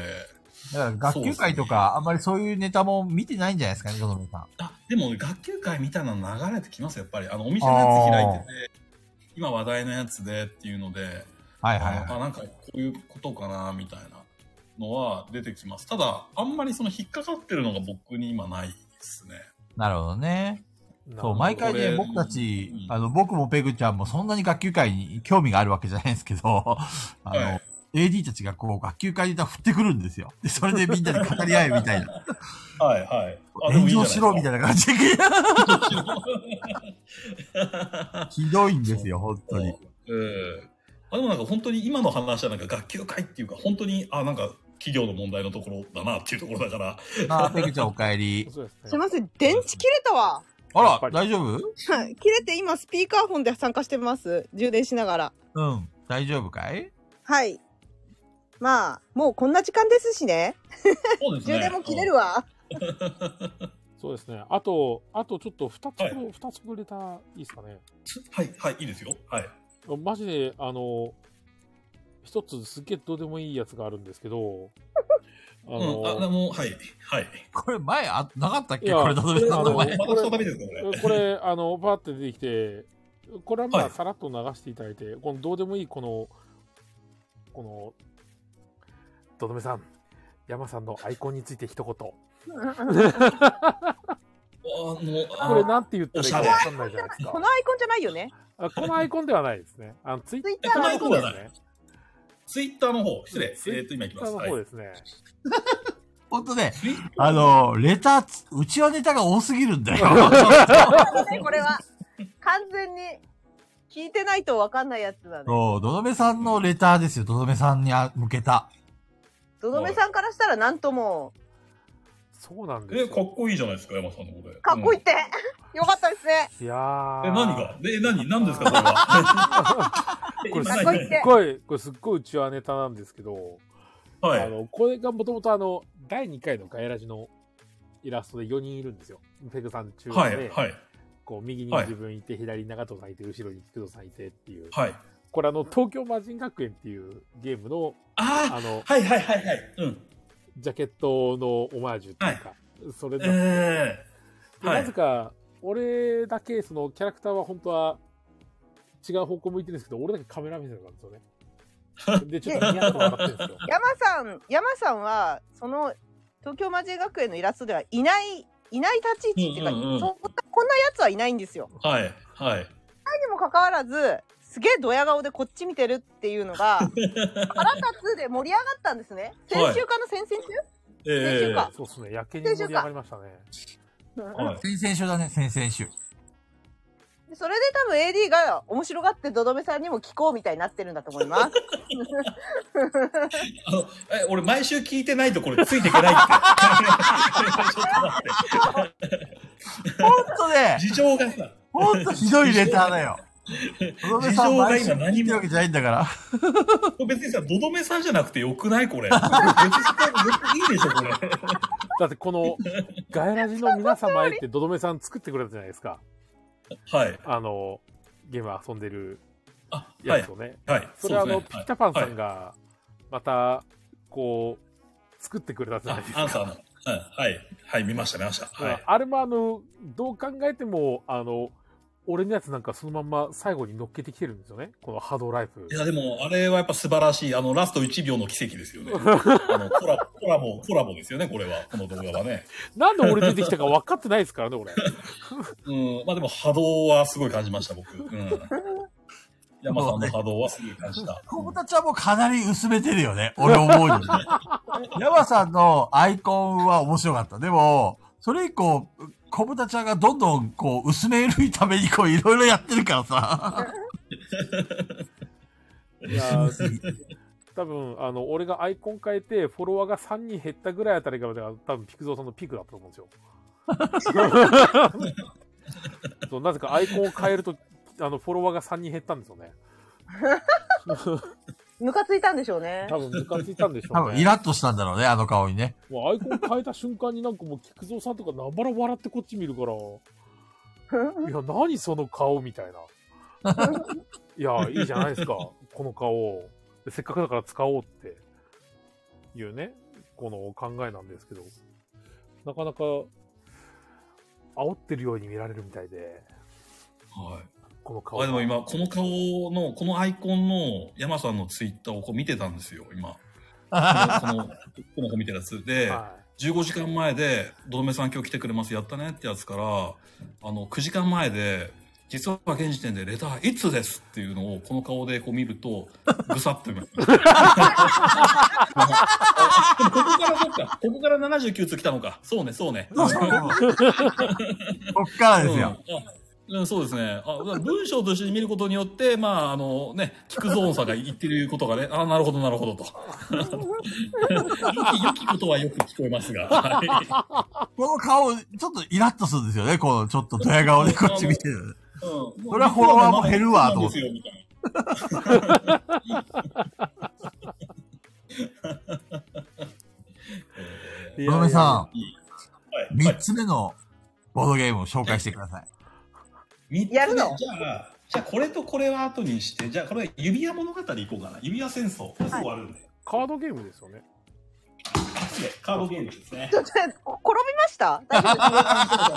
だから学級会とか、あんまりそういうネタも見てないんじゃないですかね、とどめさん。あ、でも学級会みたいなの流れてきます、やっぱり。あの、お店のやつ開いてて、今話題のやつでっていうので、はいはいあはあ、なんかこういうことかな、みたいなのは出てきます。ただ、あんまりその引っかかってるのが僕に今ないですね。い。なるほどね。か。そう、毎回こね、れ僕たちうん、あの、僕もペグちゃんもそんなに学級会に興味があるわけじゃないんですけど、 あはの、AD たちがこう、学級会で歌振ってくるんですよ。で、それでみんなで語り合うみ たいな。はい、はい。あ炎上しろみたいいな感じで、な。 ひどいんですよ、本当に。うん。あでもなんか本当に今の話はなんか学級会っていうか、本当に、あ、なんか企業の問題のところだなっていうところだから、あー、ペグちゃんお帰り。そうですね。すいません、電池切れたわ。あ やっらぱ、り大丈夫はい切れて今スピーカーフォンで参加してます。充電しながら。うん。大丈夫かいはい。まあ、もうこんな時間ですしね。そうですね。充電も切れるわ。そうですね。あと、あとちょっと2つ、はい二つくれたらいいですかね。はい、はい、いいですよ。はい。マジで、あの、一つすっげえどうでもいいやつがあるんですけ ど、あうん、あ、での、も、はい、はい。これ前あ、なかったっいけやこれ、とどめあさんのの、前。私のためですか、これ。これ、あの、バーって出てきて、これはまはあ、いさらっと流していただいて、このどうでもいい、この、この、どどめさん、山さんのアイコンについて一言。こあの、あれ、なんて言ったらいいかわかんないじゃないですこかの。アイコンじゃないよね。あこのアイコンではないですね。あの、ツイッツイッタえこーののアアイコンでイコンでははないない。ツイッターの方、失礼。ツイえっと、今行きッまターす。のはい方。ですね。ほんとね、ツイッターあの、レターつ、うちはネタが多すぎるんだよ。これは。完全に聞いてないとわかんないやつだね。 そう、どどめさんのレターですよ。どどめさんにあ向けた。どどめさんからしたらなんとも、そうなんですえ、かっよ。こいいじゃないですか、山さんのこれ。かっこいいって。 よかったですね。いやー。うん。え、何がえ、何何ですか、それ は。これかっこいいってすっごい、これすっごいうちはネタなんですけど、はいあ。の、これがもともとあの、第2回のガイラジのイラストで4人いるんですよ。ペグさん中で、はい、はい。こう、右にはい自分いて、左に長藤さんいて、後ろに菊戸さんいてっていう。はい。これあの、東京魔人学園っていうゲームの、ああのあ、、はいはいはいはい。うん。ジャケットのオマージュっていうか、それだええはないぜ。か、俺だけ、その、キャラクターは本当は、違う方向向いてるんですけど、俺だけカメラ目線なんですよね。 で、ちょっとニヤッと笑ってるんですよ。山さん、山さんは、その、東京マジ学園のイラストではいない、いない立ち位置っていうか、うんうんうんそんなこんなやつはいないんですよ。はい。はい。にもかかわらず、すげえドヤ顔でこっち見てるっていうの が、腹立つで盛り上がったんですね。先週かな、先々週え先週かそうですね、やけに盛り上がりましたね。はい。先々週だね、先々週。でそれで多分 AD が面白がってドドメさんにも聞こうみたいになってるんだと思います。 あの、え、俺毎週聞いてないとこれついていけ ないって。ちょっと待ほんとねって。、事情がさ、ほんとひどいレタ ーだよ。小野部さん毎週聞いてるわけじゃないんだから。別にさ、どどめさんじゃなくてよくないこれ。別にいいでしょ、これ。だってこの、ガエラジの皆様へって、ドドメさん作ってくれたじゃないですか。はい。あの、ゲーム遊んでるあ、はやいつ。をね。はい。それはあうでの、すねピッタパンさんはが、また、こう、作ってくれたじゃないいですあアンサーか。の。はい。はい。はい、見ました、見ました。はい。あれもあの、どう考えても、あの、俺のやつなんかそのまんま最後に乗っけてきてるんですよね。このハードライフい。や、でも、あれはやっぱ素晴らしい。あの、ラスト1秒の奇跡ですよね。あの、コラコラボ、コラボですよね、これは。この動画はね。なんで俺出てきたか分かってないですからね、俺。うん。まあでも、波動はすごい感じました、僕。うん。山さんの波動はすごい感じた。小豚ちゃんもかなり薄めてるよね。俺思うよね。山さんのアイコンは面白かった。でも、それ以降、小豚ちゃんがどんどんこう薄めるためにこういろいろやってるからさ。いや、 多分、あの、俺がアイコン変えて、フォロワーが3人減ったぐらいあたりが、だから多分、ピクゾーさんのピークだったと思うんですよ。 そうなぜかアイコンを変えると、あの、フォロワーが3人減ったんですよね。ムカついたんでしょうね。多分、ムカついたんでし多ょう分イね。ラッとしたんだろうね、あの顔にね。もうアイコン変えた瞬間になんかもう、菊蔵さんとかなばら笑ってこっち見る から、いや、何その顔みたいな。 いや、いいじゃないですか、この顔。せっかくだから使おうっていうね、この考えなんですけど、なかなか煽ってるように見られるみたいで、はい。この顔あでも今、この顔の、このアイコンの山さんのツイッターをこう見てたんですよ、今。この、この子見てるやつで、は15時間前で、堂目さん今日来てくれます、やったねってやつから、あの、9時間前で、実は現時点でレターいつですっていうのを、この顔でこう見ると、ぐさっと 見ます。でもここからそっか、ここから79通来たのか。そうね、そうね。こっからですよ。うんあうん、そうですね。あだから文章として見ることによって、まあ、あのね、聞くゾーンさんが言ってることがね、あなるほど、なる ほどと。 良き、良きことはよく聞こえますが。はいこの顔、ちょっとイラッとするんですよね。こう、ちょっとドヤ顔でこっち見てる。うん、それはフォロワーも減るわと思ってそうなんですよみたいい。い野や辺さん、なはい3つ目のボードゲームを紹介してください。三つ目やるのじゃあ、じゃあこれとこれは後にして、じゃあこれは指輪物語いこうかな。指輪戦争。これすぐ終わるんで。カードゲームですよね。失礼カードゲームですねち。ょっと転びました大丈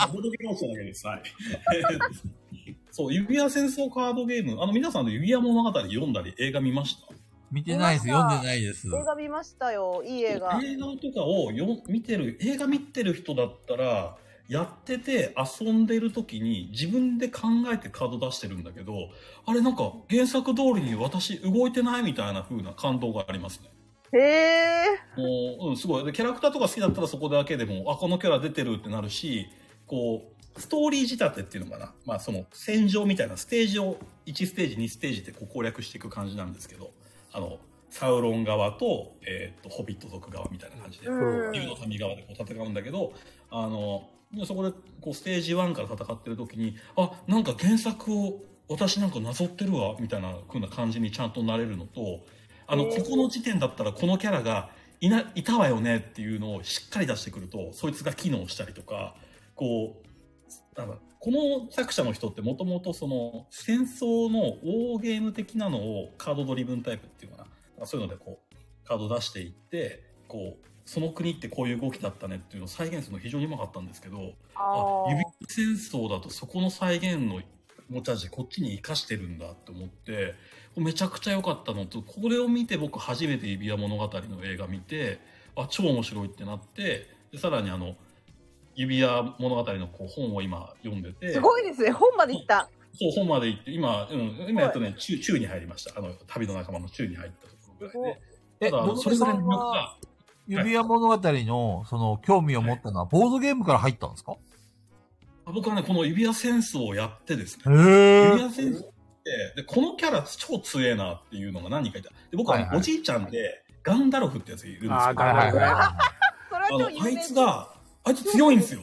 夫ボードゲームオークションだけです。はい。 そう、指輪戦争カードゲーム。あの、皆さんの指輪物語読んだり、映画見ました見てないです。見ました読んでないです。映画見ましたよ。いい映画。映画とかをよ見てる、映画見てる人だったら、やってて遊んでる時に自分で考えてカード出してるんだけど、あれなんか原作通りに私動いてないみたいな風な感動がありますね。へえ。もう、うん、すごい。で、キャラクターとか好きだったらそこだけでも、あ、このキャラ出てるってなるし、こう、ストーリー仕立てっていうのかな。まあ、その、戦場みたいなステージを、1ステージ、2ステージでこう攻略していく感じなんですけど、あの、サウロン側と、えーっと、ホビット族側みたいな感じで、うん。竜の民側でこう戦うんだけど、あの、そこで、こう、ステージ1から戦ってる時に、あ、なんか原作を、私なんかなぞってるわ、みたいな風な感じにちゃんとなれるのと、あの、へこーこの時点だったらこのキャラがいな、いたわよねっていうのをしっかり出してくると、そいつが機能したりとか、こう、なんかこの作者の人ってもともとその戦争の大ゲーム的なのをカードドリブンタイプっていうのかな。そういうのでこう、カード出していって、こう、その国ってこういう動きだったねっていうのを再現するの非常にうまかったんですけど、ああ、指戦争だとそこの再現の持ち味こっちに生かしてるんだと思ってめちゃくちゃ良かったのとこれを見て僕初めて指輪物語の映画見てあ超面白いってなってでさらにあの指輪物語のこう本を今読んでてすごいですね。本まで行った。そう本まで行って今、うん、今やっとね中中に入りましたあの旅の仲間の中に入ったところぐらいでえ、ただあののぞそみれぞされのん魅力がは、指輪物語の、その、興味を持ったのは、ボードゲームから入ったんですかあ僕はねこの指輪戦争をやってですねへユぇニア選手って、で、このキャラ超強えなっていうのが何人かいた。で、僕はね、はいはいおじいちゃんで、ガンダルフってやつがいるんですよ。ああ、あガラガラ。それはの、超有あ名いつが、あいつ強いんですよ。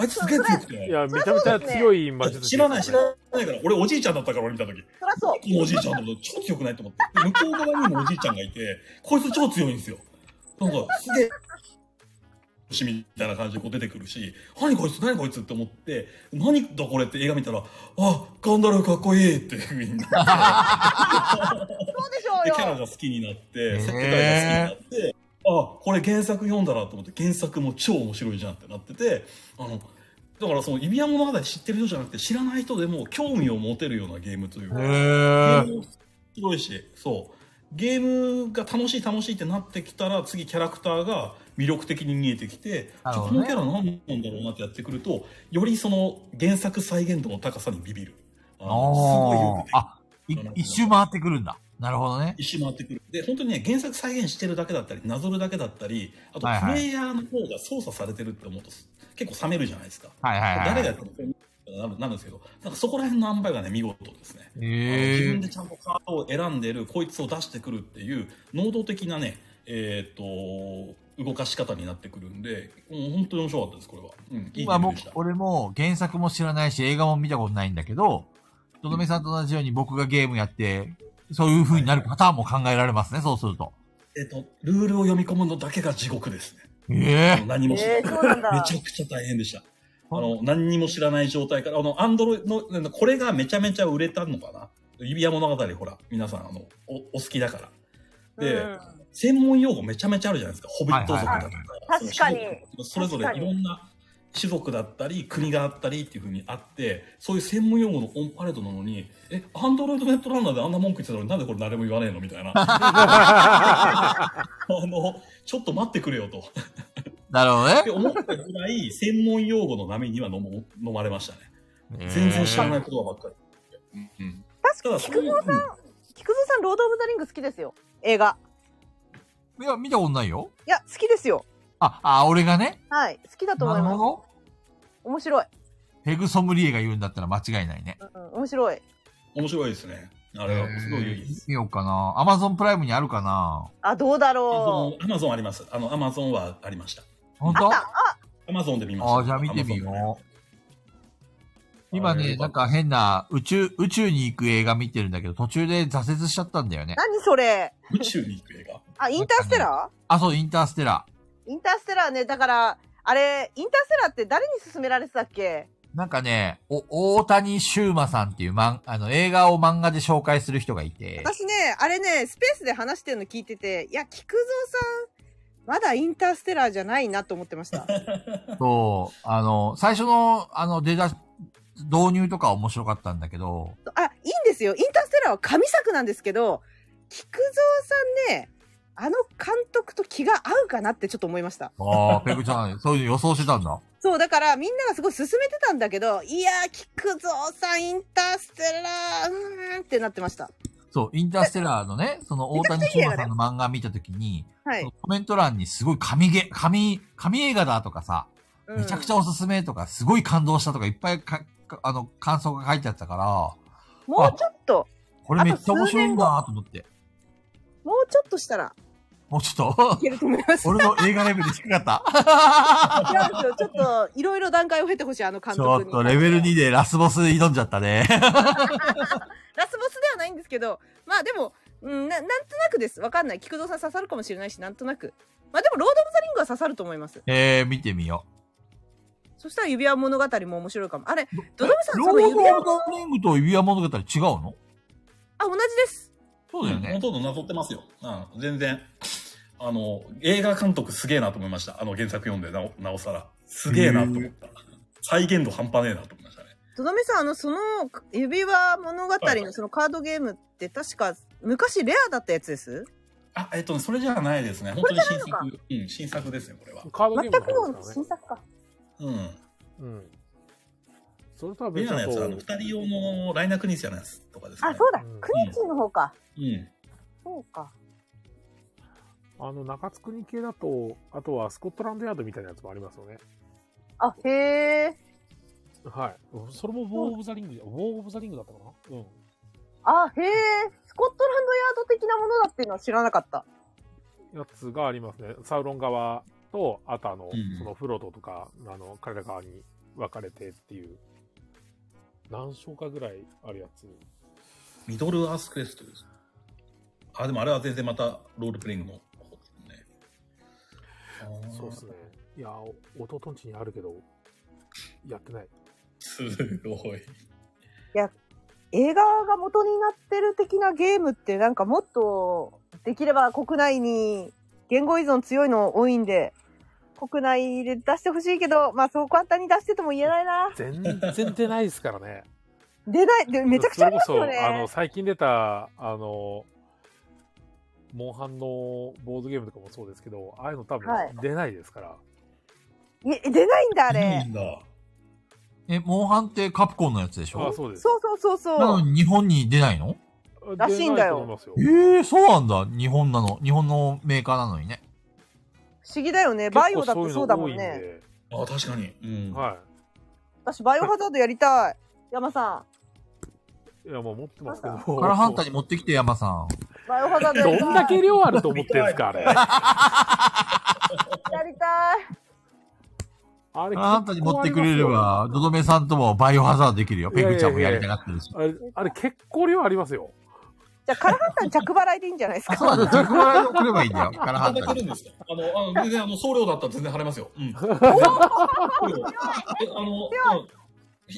あいつすげえ強くいて。や、めちゃめちゃ強い魔術師知らない、知らないから、俺おじいちゃんだったから、俺見た時。そりゃそう。このおじいちゃんのこと超強くないと思って。で向こう側にもおじいちゃんがいて、こいつ超強いんですよ。なんか、すげえ。しみたいな感じでこう出てくるし、何こいつ何こいつって思って、何だこれって映画見たら、あ、ガンダルフかっこいいっていう風になってそうでしょうでキャラよ。が好きになっへーて、世界が好きになって、あ、これ原作読んだなと思って、原作も超面白いじゃんってなってて、あの、だからその指輪物語知ってる人じゃなくて、知らない人でも興味を持てるようなゲームというか、へゲームも広いし、そう。ゲームが楽しい楽しいってなってきたら、次キャラクターが魅力的に見えてきて、なるじゃほあこどのねキャラ何なんだろうなってやってくると、よりその原作再現度の高さにビビる。あのすごいよおくできてるあ、い一周回ってくるんだ。なるほどね。一周回ってくる。で、本当にね、原作再現してるだけだったり、なぞるだけだったり、あとはいはいプレイヤーの方が操作されてるって思うと、結構冷めるじゃないですか。はいはいはい。誰がやってもそうなるなるんですけど、なんかそこら辺の塩梅がね、見事ですね。自へ分ぇでちゃんとカードを選んでる、こいつを出してくるっていう、能動的なね、えーっと、動かし方になってくるんで、もう本当に面白かったです、これは。うん、いいゲ今ーム僕でした、。俺も原作も知らないし、映画も見たことないんだけど、とどめさんと同じように僕がゲームやって、そういう風になるパターンも考えられますね、そうすると。えーっと、ルールを読み込むのだけが地獄ですね。ええ何もしないえー、そうなんだ。 めちゃくちゃ大変でした。あの、何にも知らない状態から、あの、アンドロイドの、これがめちゃめちゃ売れたのかな指輪物語、ほら、皆さん、あの、お、お好きだから。で、うん専門用語めちゃめちゃあるじゃないですか。ホビット族だはとか。いはい確かにそのそれぞ確れかにいろんな種族だったり、国があったりっていうふうにあって、そういう専門用語のオンパレードなのに、え、アンドロイドネットランナーであんな文句言ってたのになんでこれ誰も言わねえのみ たいな。あの、ちょっと待ってくれよと。なるほどねって。思ったぐらい、専門用語の波には飲も飲まれましたね。全然知らない言葉ばっかり。うん。確ただ、菊蔵さん、菊蔵さん、ロード・オブ・ザ・リング好きですよ。映画。いや、見たことないよ。いや、好きですよ。あ、あ、俺がね。はい。好きだと思ないるまほす。ど。面白い。ヘグソムリエが言うんだったら間違いないね。うん、面白い。面白いですね。あれは、すごい良いです。見ようかな。アマゾンプライムにあるかな。あ、どうだろアマゾンあります。あの、アマゾンはありました。本う。あっ当たあ、アマゾンで見ました。ああ、じゃあ見てみよう。今あれね、なんか変な宇宙、宇宙に行く映画見てるんだけど、途中で挫折しちゃったんだよね。何それ。う。宇宙に行く映画。あ、インターステラあ、そう、インターステラーインターステラーね、だから、あれ、インターステラーって誰に勧められてたっけー。なんかね、お、大谷修馬さんっていう漫あの、映画を漫画で紹介する人がいて、私ね、あれね、スペースで話してるの聞いてて、いや、菊蔵さん、まだインターステラーじゃないなと思って ました。そう、あの、最初の、あの、出だし、導入とか面白かったんだけど、あ、いいんですよ。インターステラーは神作なんですけど、菊蔵さんね、あの監督と気が合うかなってちょっと思いました。ああ、ペグちゃん、そういうの予想してたんだ。そう、だからみんながすごい勧めてたんだけど、いやー、菊蔵さん、インターステラー、うーんってなってました。そう、インターステラーのね、その大谷修馬さんの漫画見たときに、はい。コメント欄にすごい神ゲ、神、神映画だとかさ、めちゃくちゃうんおすすめとか、すごい感動したとか、いっぱいか、かあの、感想が書いてあったから、もうちょっと、これめっちゃ面白いんだと思って。もうちょっとしたらもうちょっと い、けると思います。俺の映画レベル低かった。違うんですよ。ちょっと、いろいろ段階を経てほしい、あ の監ち督ょに。っとレベル2でラスボス挑んじゃったね。 ラスボスではないんですけど、まあでも、うん、ななんとなくです。わかんない。菊蔵さん刺さるかもしれないし、なんとなく。まあでも、ロード・オブ・ザ・リングは刺さると思います。えー、見てみよそしたら指輪物語も面白いかも。あれ、ドドメさん、ロそード・オのブ・指輪物語、ザ・リングと指輪物語違うのあ、同じです。そうだよねほ。とんどなぞってますよ。うん、全然。あの、映画監督すげえなと思いました。あの原作読んでなお、なおさら。すげえなと思った。再現度半端ねえなと思いましたね。ドドメさん、あの、その指輪物語のそのカードゲームって確か昔レアだったやつですあ、えっとね、それじゃないですね。本当に新作。うん、新作ですね、これは。カードゲー全ムくの話のですから新ね。作か。うん。うん。それとはレ別アなにやこつ、あの、う二、人用のライナークニスやのやつとかですかあ、ね。そうだうん。クニチンの方か。うん。そうか。あの、中津国系だと、あとはスコットランドヤードみたいなやつもありますよね。あ、へえ。はい。それもウォー・オブ・ザ・リング、ウォー・オブ・ザ・リングだったかなうん。あ、へえ。スコットランドヤード的なものだっていうのは知らなかった。やつがありますね。サウロン側と、あとあの、うんそのフロドとか、あの、彼ら側に分かれてっていう、何章かぐらいあるやつ。ミドルアースクエストです。あ、でもあれは全然またロールプレイングの方ですね。あーそうっすね。いや、お弟んちにあるけど、やってない。すごい。映画が元になってる的なゲームってなんかもっとできれば国内に言語依存強いの多いんで、国内で出してほしいけど、まあそう簡単に出してとも言えないな。全然出ないですからね。出ない、でめちゃくちゃありますよそれこそ、あねの、。最近出た、あの、モンハンのボードゲームとかもそうですけど、ああいうの多分はい出ないですから。いえ出ないんだあいいれ。んだ。え、モンハンってカプコンのやつでしああょそうです。そうそうそうなそのう。に日本に出ないの出らしいんだよなと思ますよええそうなんだ。日本なの。日本のメーカーなのにね。不思議だよね。バイオだってそうだもん結構そうね。いうのあ、確かに。う多いん。んで。はい。私バイオハザードやりたい。山さいや、もう持ってますけど。カラハンタに持ってきて、山さん。ん。バイオハザードやりたい。 どんだけ量あると思ってんすか、あれ。やりたい。あれカラハンタに持ってくれれば、ドドメさんともバイオハザードできるよ。ペグちゃんもやりたがってるし。あれ、あれ結構量ありますよ。じゃあ、カラハンタン着払いでいいんじゃないで すあ、か。そうなんだ。ジャクライを送ればいいん だよ。カラハあンんだタけに。るんですかあの、あ の全然、あの、送料だったら全然払いますよ。うん。え、あの、うん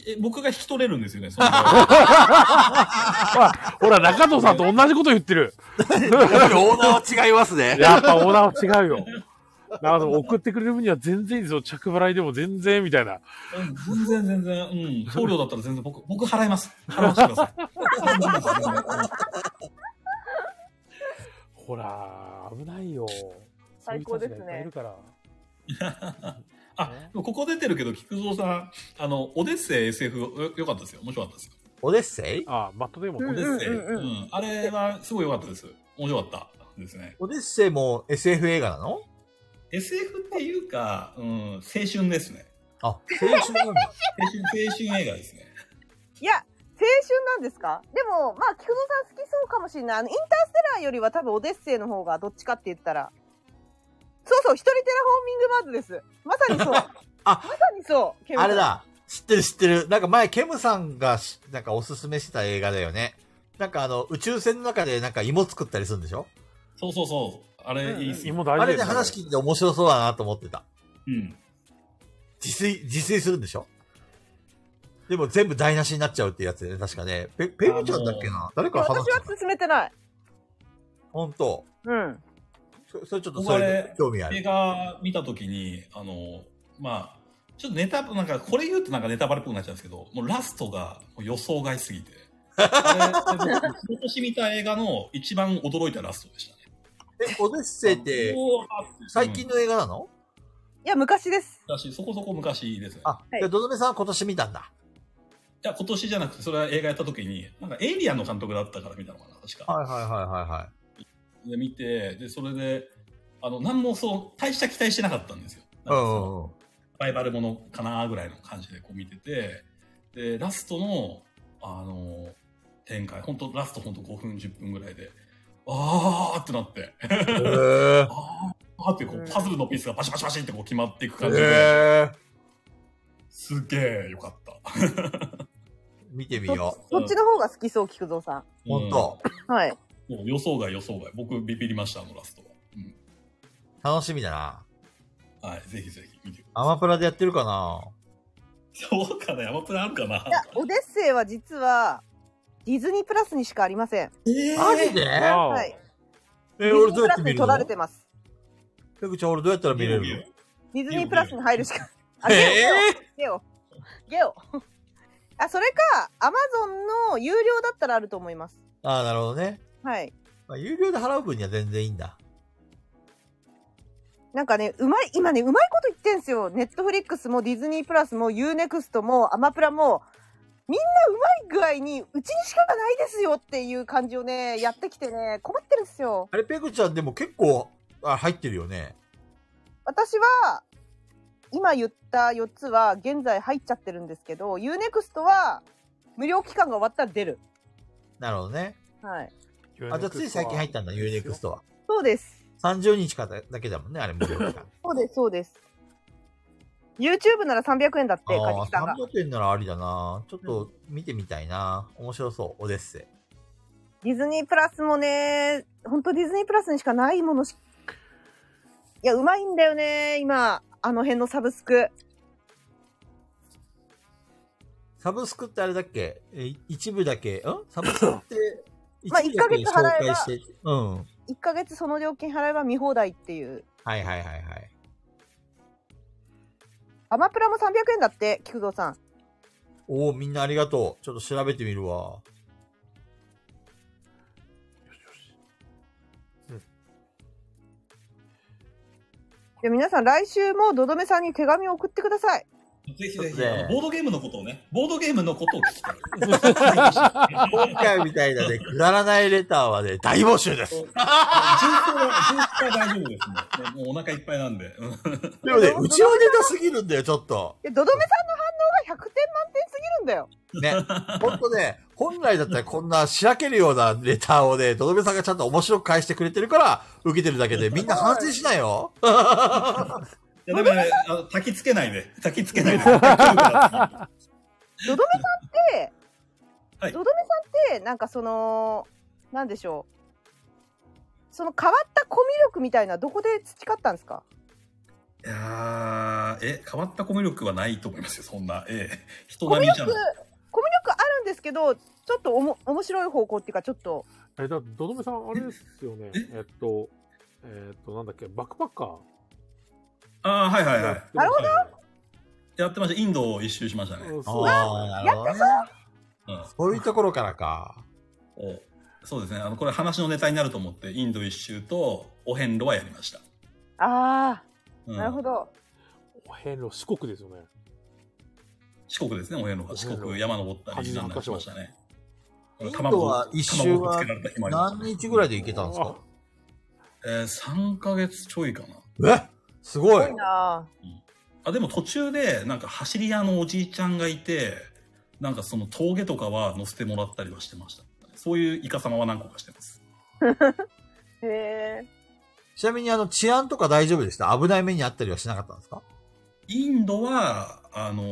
え僕が引き取れるんですよね、その 場合ほら、中藤さんと同じこと言ってる。やっぱりオーナーは違いますね。やっぱオーナーは違うよ。なるほど、送ってくれる分には全然いいですよ。着払いでも全然、みたいな。うん、全然、全然、うん。送料だったら全然僕、僕払います。払わせてください。ほら、危ないよ。最高ですねそういう人たちがいっぱいいるから。あ、でもここ出てるけど、菊蔵さん、あの、オデッセイ SF よよかったですよ。面白かったですよ。オデッセイああ、マットでも、うオんデッセイ。うんうんうん。あれは、すごい良かったです。面白かったですね。オデッセイも SF 映画なの SF っていうか、うん、青春ですね。あ、青春なん だ。青春、青春映画ですね。いや、青春なんですかでも、まあ、菊蔵さん好きそうかもしれない。あの、インターステラーよりは多分オデッセイの方がどっちかって言ったら。そうそう、一人テラフォーミングマーズです。まさにそう。 あまさにそう。ケムさあんれ。だ。知ってる知ってる。なんか前、ケムさんがし、なんかおすすめしてた映画だよね。なんかあの、宇宙船の中でなんか芋作ったりするんでしょそうそうそう。あれ、いいっすよ。芋大あ事れですでよね話聞いて面白そうだなと思ってた。うん。自炊、自炊するんでしょでも全部台無しになっちゃうってやつでね、確かね。ペ、ペグちゃんだっけな誰いかや話し私てはた。進めてない。ほんと。うん。そそれちょっとそれ僕、興味あ映る。画見たときに、あの、まあ、ちょっとネタ、なんかこれ言うとなんかネタバレっぽくなっちゃうんですけど、もうラストがもう予想外すぎて。あれ、でも今年見た映画の一番驚いたラストでしたね。え、オデッセイって、最近の映画なの、いや、昔です。だし、そこそこ昔ですね。あ、いじゃあ、ドドメさんは今年見たんだ。いや、今年じゃなくて、それは映画やったときに、なんかエイリアンの監督だったから見たのかな、確か。はいはいはいはいはい。で、見て、で、それで、あの、何もそう、大した期待してなかったんですよ。なんうかそのんうんうん。ライバルものかなぐらいの感じでこう見てて、で、ラストの、あの、展開、本当ラスト本当5分、10分ぐらいで、あーってなって、へあーあーってこう、パズルのピースがバシバシバシってこう決まっていくえ。感じで、へえ。すげえよかった。見てみそよう。そっちの方が好きそう、菊蔵さ本当、ん。はい。。うん、もう予想外予想外。僕ビビりました、あのラストは。うん楽しみだな。はい、ぜひぜひ見てくだアマプラでやってるかなそうかな、ヤマプラあるかないや、オデッセイは実は、ディズニープラスにしかありません。えマジでわおはい。えディー、俺ズニどーうやプっラて見スにる取られのてます。ペグちゃん俺どうやったら見れるの見るディズニープラスに入るしか。あ、ゲえオ、ゲオ。ゲオ。 あ、それか、アマゾンの有料だったらあると思います。ー、ああ、なるほどね。はい。まあ、有料で払う分には全然いいんだ。なんかね、うまい、今ね、うまいこと言ってんすよ。ネットフリックスもディズニープラスも UNEXT もアマプラも、みんなうまい具合に、うちにしかないですよっていう感じをね、やってきてね、困ってるんですよ。あれ、ペグちゃんでも結構、あ入ってるよね。私は、今言った4つは現在入っちゃってるんですけど、UNEXT は無料期間が終わったら出る。なるほどね。はい。あ、じゃあつい最近入ったんだ、ユーネクストは。そうです。 30日かだけだもんね、あれ無料期間。そう です、そうです。YouTube なら300円だって、カあジあ、キさんが。 300円ならありだな。ちょっと見てみたいな。面白そう、オデッセイ。ディズニープラスもね、ほんとディズニープラスにしかないものし、いや、うまいんだよね、今、あの辺のサブスク。サブスクってあれだっけえい一部だけ、ん サブスクって、一まあ部だけ一紹ヶ月払えば介して、うん。は1ヶ月その料金払えば見放題っていう。いはいはいはい。アマプラも300円だって、菊蔵さん。おおみんなありがとう。ちょっと調べてみるわ。じゃあ皆さん来週もドドメさんに手紙を送ってください。ぜひぜひ、ねあのボードゲームのことをね、ボードゲームのことを聞き たい。今回みたいなね、くだらないレターはね、大募集です。重曹は、重曹は大丈夫ですね。もうお腹いっぱいなんで。うんでもね、うちのネタすぎるんだよ、ちょっと。で、ドドメさんの反応が100点満点すぎるんだよ。ね。ほんとね、本来だったらこんなしらけるようなレターをね、どどめさんがちゃんと面白く返してくれてるから、受けてるだけで、みんな反省しないよ。いや、でもね、あの焚きつけないで。焚きつけな いで。はドドメさんって、はいドドメさんって、なんかその、なんでしょう。その変わったコミュ力みたいな、どこで培ったんですかいやー、え、変わったコミュ力はないと思いますよ、そんな。ええ。人コ並ミュみじゃ力、コミュない。力あるんですけど、ちょっとおも面白い方向っていうか、ちょっと、え、だ、どどめさん、あれですよ ね。えっと、えっと、なんだっけ、バックパッカー。ああ、はいはいはい。なるほど。やってました。インドを一周しましたね。うんそうああ、なるほどね。うんそういうところからか。おそうですね。あの、これ話のネタになると思って、インド一周とお遍路はやりました。あうあ、んなるほど。お遍路、四国ですよね。四国ですね、お遍路は。四お遍国、路山登ったり、なんだりしましたね。インド卵は一周卵をはつけられた日もありました何日ぐらいで行けたんですかえー、3ヶ月ちょいかな。えすごいすごい。なあ、でも途中で、なんか走り屋のおじいちゃんがいて、なんかその峠とかは乗せてもらったりはしてました。そういうイカ様は何個かしてます。ぁ。へえ。ちなみにあの、治安とか大丈夫でした危ない目にあったりはしなかったんですかインドは、あの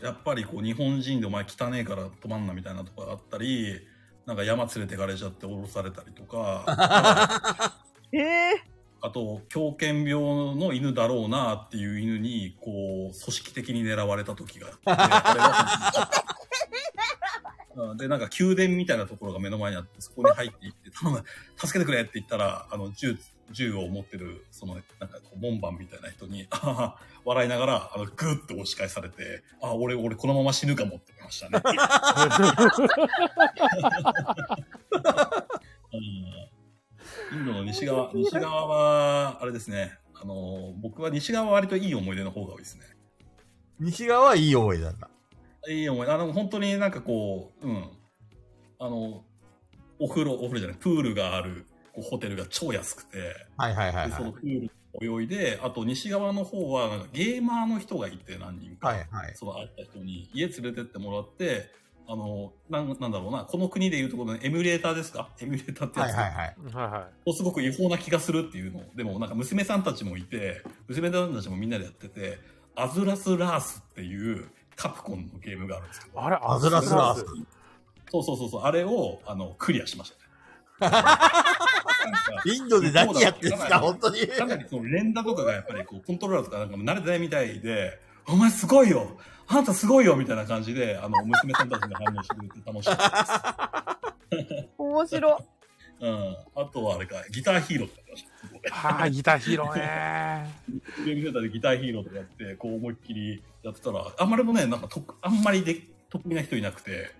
ーやっぱりこう日本人でお前汚ねえから止まんなみたいなとこがあったり、なんか山連れてかれちゃって降ろされたり とか、へえ。あと、狂犬病の犬だろうなっていう犬に、こう、組織的に狙われた時があってあれはうんで、なんか宮殿みたいなところが目の前にあって、そこに入っていって、頼む、助けてくれって言ったら、あの、銃、銃を持ってる、その、なんかこう、門番みたいな人に、あはは笑いながら、あの、ぐーっと押し返されて、あ、俺、俺このまま死ぬかもって思いましたね。 うんインドの西側、西側は、あれですね。あの、僕は西側は割といい思い出の方が多いですね。西側はいい思い出なんだ。いい思い出。あの、本当になんかこう、うん。あの、お風呂、お風呂じゃない、プールがある、こうホテルが超安くて、はいはいはいではそいの。プール泳いで、あと西側の方は、なんかゲーマーの人がいて何人か。はいはい。その会った人に家連れてってもらって、あの、なんなんだろうな、この国でいうところのエミュレーターですかエミュレーターってやはつ。いはいはい。はいはもうすごく違法な気がするっていうのをでもなんか娘さんたちもいて、娘さんたちもみんなでやってて、アズラス・ラースっていうカプコンのゲームがあるんですけい。ど、あれ、アズラスラース。そうそうそうそう、あれをあのクリアしましたね。なんかインドで何やってんすか、そう本当に。かなりその連打とかがやっぱりこうコントローラーとかなんかも慣れてないみたいで、お前すごいよあんたすごいよみたいな感じで、あの、娘さんたちが反応してくれて楽しかったです。面白。うん。あとはあれか、ギターヒーローとかやってました。はあ、ギターヒーロー ね。ゲームセンターでギターヒーローとかやって、こう思いっきりやってたら、あんまりもね、なんかとあんまりで、得意な人いなくて、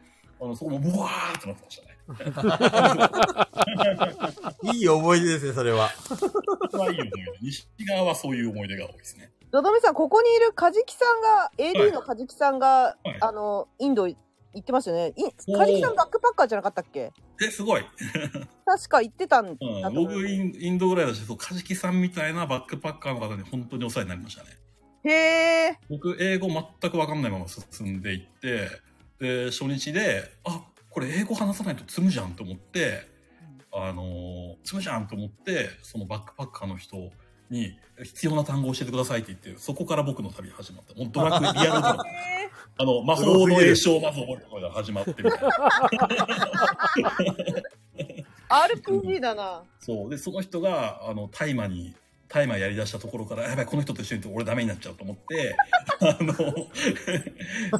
あの、そこもうわーってなってま したね。いい思い出ですね、それは。それはいい思い出。西側はそういう思い出が多いですね。のどめさん、ここにいるカジキさんが、は AD いのカジキさんが、はいあの、インド行ってましたよね。いおーカジキさんバックパッカーじゃなかったっけえ、すごい。確か行ってたんだうとん、思う。僕イン、インドぐらいだし、そう、カジキさんみたいなバックパッカーの方に本当にお世話になりましたね。へえ。僕、英語全くわかんないまま進んでいって、で、初日で、あ、これ英語話さないと積むじゃんと思って、あのー、積むじゃんと思って、そのバックパッカーの人に必要な単語を教えてくださいって言って、そこから僕の旅始まった。もうドラクエリアル ドラマあの、魔法の栄唱まず覚えたから始まってみたいな。 RPG だな。そう。で、その人が、あの、大麻に、大麻やりだしたところから、やばい、この人と一緒にいると俺ダメになっちゃうと思って、 あの、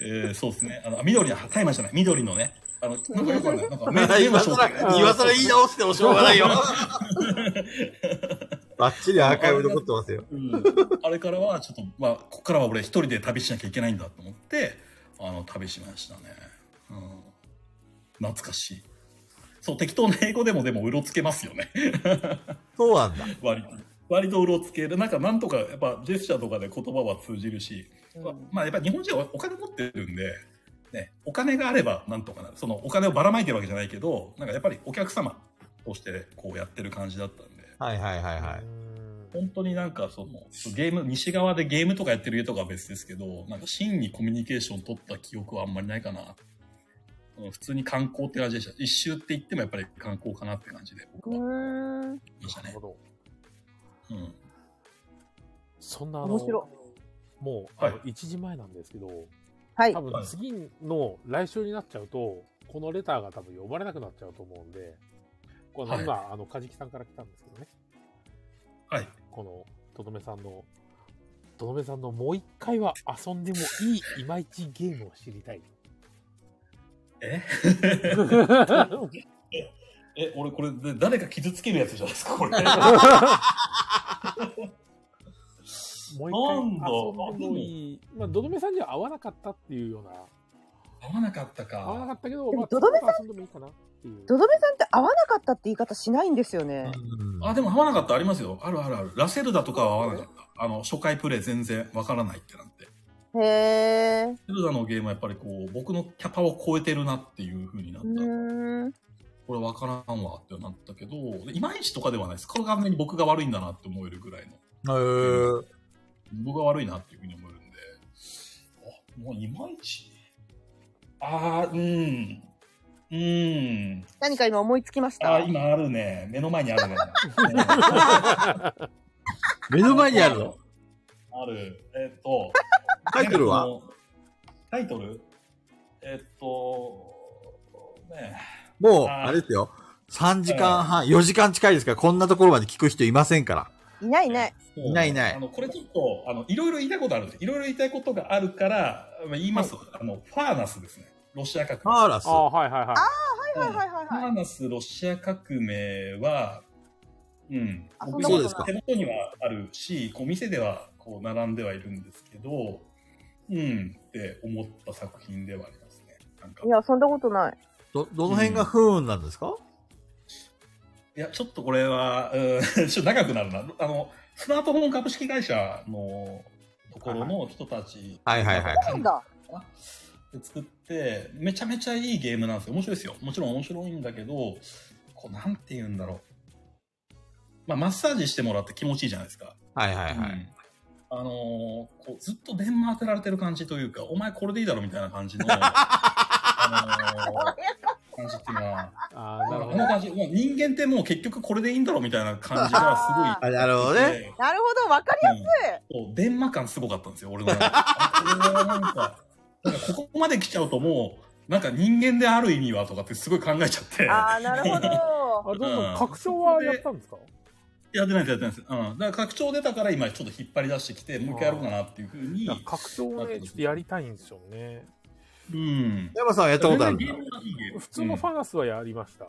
えーそうですね。あの、緑の、大麻じゃない、緑のね、あの、なんかよくわかんな い。なんか目、目の今正更、体今更言い直してもしょうがないよ。 バッチリアーカイブ残ってますよ。うんあれからは、ちょっと、まあ、ここからは俺一人で旅しなきゃいけないんだと思って、あの、旅しましたね。うん。懐かしい。そう、適当な英語でもでも、うろつけますよね。 そうなんだ。割と。割とうろつける。なんか、なんとか、やっぱ、ジェスチャーとかで言葉は通じるし、まあまあ、やっぱ日本人はお金持ってるんで、ね、お金があればなんとかなる。その、お金をばらまいてるわけじゃないけど、なんかやっぱりお客様として、こうやってる感じだったんで、はいはいはいはい。本当になんかその、ゲーム、西側でゲームとかやってる家とかは別ですけど、なんか真にコミュニケーション取った記憶はあんまりないかな。うん普通に観光って感じでした。一周って言ってもやっぱり観光かなって感じで、僕うはーん。いましたなるねほ。ど。うん。そんな、あの面白。もう、あのは1時前なんですけど、はい多。分次の来週になっちゃうと、このレターが多分読まれなくなっちゃうと思うんで、このはい今、あの、カジキさんから来たんですけどね、はい。この、とどめさんの、とどめさんのもう一回は遊んでもいいいまいちゲームを知りたい。ええ、俺これで誰か傷つけるやつじゃないです か、これ。もう一回遊んでもなんだいい。まあ、どどめさんには合わなかったっていうような、合わなかったか。合わなかったけど、でもまあ、どどめさん遊んでもいいかなっていう。どどめさんって合わなかったって言い方しないんですよね。あ、でも合わなかったありますよ。あるあるある。ラセルダとかは合わなかった。あの、初回プレイ全然わからないってなんて。ラへー。セルダのゲームはやっぱりこう、僕のキャパを超えてるなっていう風になっうた。ーん。これわからんわってなったけど、いまいちとかではないです。これ完全に僕が悪いんだなって思えるぐらいの。へー僕が悪いなっていう風に思えるんで。あ、もういまいち。あー、うん。うん。何か今思いつきましあた。ー、今あるね。目の前に あるね。目の前にあるのある。えっ、と。タイトルはでもタイトルえっ、と、ねもう、あれですよ。3時間半、4時間近いですから、こんなところまで聞く人いませんから。いないいない。えいないいないあの、これちょっと、あの、いろいろ言いたいことあるんです。いろいろ言いたいことがあるから、まあ言います。あの、ファーナスですね。ロシア革パーラス。ああ、はいはいはい。命。はいはいはいファはーナス、ロシア革命は、うんあ。僕そんな今ことない手元にはあるし、こう、店では、こう、並んではいるんですけど、うん、って思った作品ではありますね。なんかい。い。や、そんなことない。ど、どの辺が不運なんですかいや、ちょっとこれは、うん、 ちょっと長くなるな。あの、スマートフォン株式会社のところの人たち、はいはいはいなんだ。で作って、めちゃめちゃいいゲームなんですよ。面白いですよ。もちろん面白いんだけど、こう、なんて言うんだろう。まあ、マッサージしてもらって気持ちいいじゃないですか。はいはいはうい。んあのーこう、ずっと電話当てられてる感じというか、お前これでいいだろみたい な感じの、あのー感じっていうのは、ああ、なるほあど。の感じ、まあ人間ってもう結局これでいいんだろうみたいな感じがすごあいなるほどね。でなるほど、わかりやすい。うんそう電話感すごかったんですよ、俺の中で。あこれはなんか、なんかここまで来ちゃうともう、なんか人間である意味はとかってすごい考えちゃって。ああ、なるほど。あ、どんどん拡張はやったんですかやってないです、やってないです。うん。だから拡張出たから今ちょっと引っ張り出してきて、もう一回やろうかなっていうふうに。拡張をね、ちょっとやりたいんですよね。うん。山さんはやったことあるゲームはいいゲーム普通のファナスはやりました。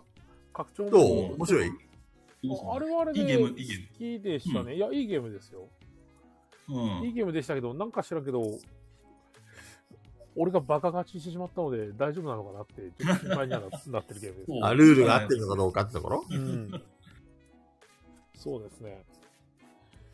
拡張どうも。面白いあれはあれでいいゲームいいゲーム好きでしたね。いや、いいゲームですよ。うんいいゲームでしたけど、なんか知らんけど、俺がバカ勝ちしてしまったので大丈夫なのかなって、ちょっと心配にはななってるゲームです。あ、ルールが合ってるのかどうかってところうん。そうですね。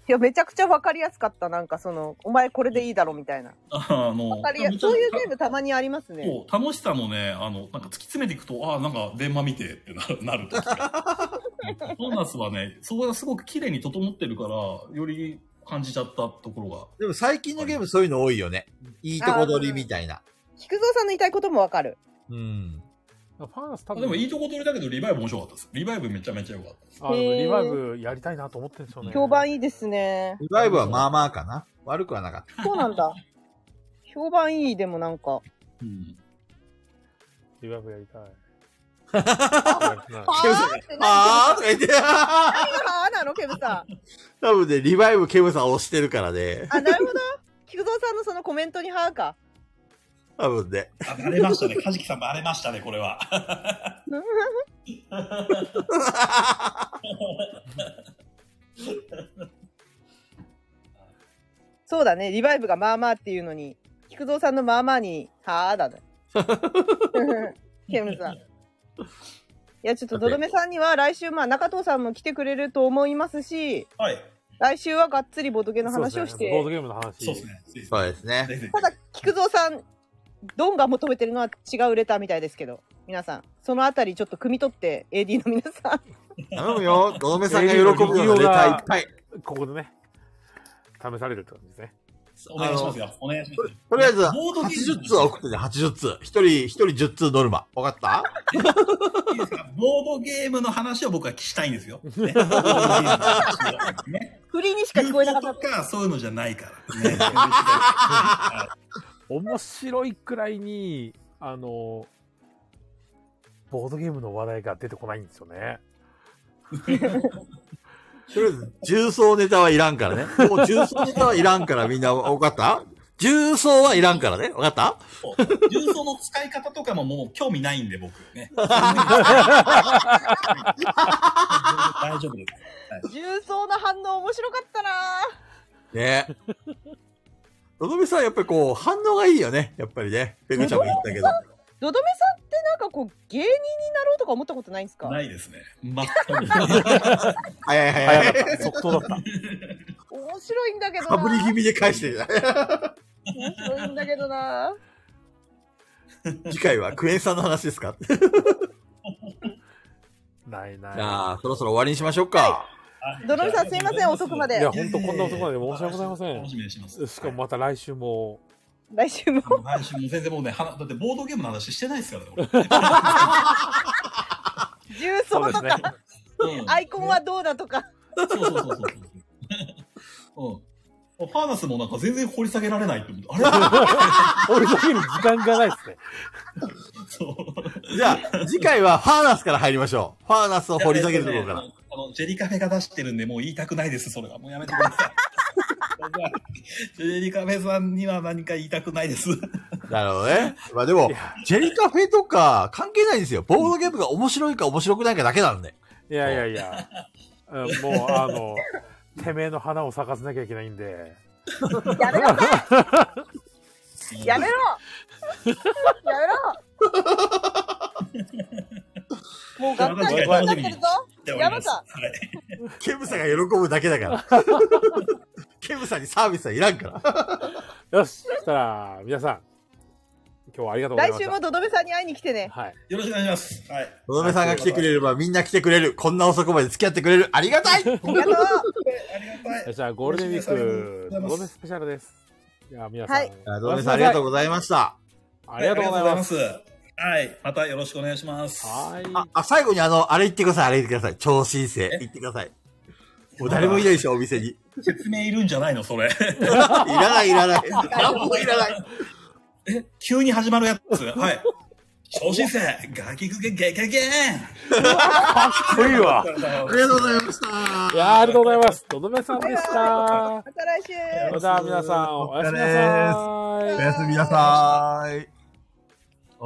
いや、めちゃくちゃわかりやすかった。なんかその、お前これでいいだろみたいな。ああの、わかりやすそういうゲームたまにありますね。そう楽しさもね、あの、なんか突き詰めていくと、ああ、なんか電話見てってなるな る 時が。うんボーナスはね、そこがすごく綺麗に整ってるから、より感じちゃったところが。でも最近のゲームそういうの多いよね。いいとこ取りみたいな。菊蔵さんの言いたいこともわかる。うん。ファナス多あ分、でもいいとこ取りだけど、リバイブ面白かったです。リバイブめちゃめちゃ良かったです。あのリバイブやりたいなと思ってるんですよね。評判いいですね。リバイブはまあまあかな。悪くはなかった。そうなんだ。評判いいでもなんか。うん。リバイブやり たい。やりたいはーって何あーとか言って、 あ何がはーなのケムさん。ー多分ね、リバイブケムさん押してるからね。あ、なるほど。菊蔵さんのそのコメントにはーか。多分ね。あ、バレましたね。 カジキさんバレましたね、これは。そうだね。リバイブがまあまあっていうのに、菊蔵さんのまあまあに、はあだね。 ケムさん。いや、ちょっと、どどめさんには来週、まあ、中藤さんも来てくれると思いますし、 はい。来週はがっつりボードゲの話をしそうて、ですねボードゲームの話。そうですね。ぜひそうですね。ぜひぜひただ、菊蔵さん、ドンが求めてるのは違うレターみたいですけど、皆さん、そのあたりちょっと汲み取って、AD の皆さん、頼むよ。ドどめさんが喜ぶようなネタいっぱい。ここでね、試されるって感じですね。お願いしますよ。お願いしますよ。とりあえず、ボードゲーム80通は送ってね、80通。一人、一人10通ノルマ。わかったいいですかボードゲームの話を僕はしたいんですよ。ね、ボードゲームの話 をね振りにしか聞こえなかったと。か、そういうのじゃないから。ね、面白いくらいに、あの、ボードゲームの話題が出てこないんですよね。とりあえず、重曹ネタはいらんからね。もう重曹ネタはいらんからみんな、わかった重曹はいらんからね。わかった重曹の使い方とかももう興味ないんで、僕 ね。大丈夫です。重曹な反応面白かったなぁねえ。のどめさん、やっぱりこう、反応がいいよね。やっぱりね。ペグちゃんも言ったけど。どどめさんってなんかこう、芸人になろうとか思ったことないんですかないですね。全 早い早い早か早い。った。即答だった。面白いんだけどかなぶり気味で返して る。面白いんだけどな次回はクエン酸の話ですかじ ないない。ゃあ、そろそろ終わりにしましょうか。く。どどめさんすいません遅くまでいや、ほんとこんな遅くまで申し訳ございませ楽しみにします。ん。しかもまた来週 も、来週ももう来週も全然もうね、はなだってボードゲームの話してないですからね、俺。重曹そうでとすか、ね。うんアイコンはどうだとかそうそうそうそうそう。うん。ファーナスもなんか全然掘り下げられないって思って、あれ俺 だけに時間がないですね。そう。 じゃあ、次回はファーナスから入りましょう。ファーナスを掘り下げるところから。あの、ジェリカフェが出してるんで、もう言いたくないです、それは。もうやめてください。ジェリカフェさんには何か言いたくないです。 なるほどね。まあでも、ジェリカフェとか関係ないんですよ。ボードゲームが面白いか面白くないかだけなんで。いやいやいや。うんもう、あの、てめえの花を咲かせなきゃいけないんで。やめろやめろやめろもうがっかりになってるぞやめた。ケムさんが喜ぶだけだから。 ケムさんにサービスはいらんから。よし、そしたら、皆さん、今日はありがとうござい来まし週た。もどどめさんに会いに来てねはい。よろしくお願いします。はい。のどめさんが来てくれればみんな来てくれる。こんな遅くまで付き合ってくれる。ありがたいありがとうありがたい。じゃあ、ゴールデンウィーク、のどめスペシャルです。じゃあ、皆さん、はいあのどめさんありがとうございました。ありがとうございます。ありがとうございます。はい。またよろしくお願いします。はい。あ、あ、最後にあの、あれ言ってください、あれ言ってください。超新星。言ってください。もう誰もいないでしょ、お店に。 い説明いるんじゃないのそれ。らない、いらない。何もいらない。急に始まるやつ。はい。超新星ガキグゲゲゲゲかっこいいわ。ーンありがとうございました。いやーありがとうございます。とどめさんでした。また来週それでは皆さん、おやすみなおさいお。やすみなさーい。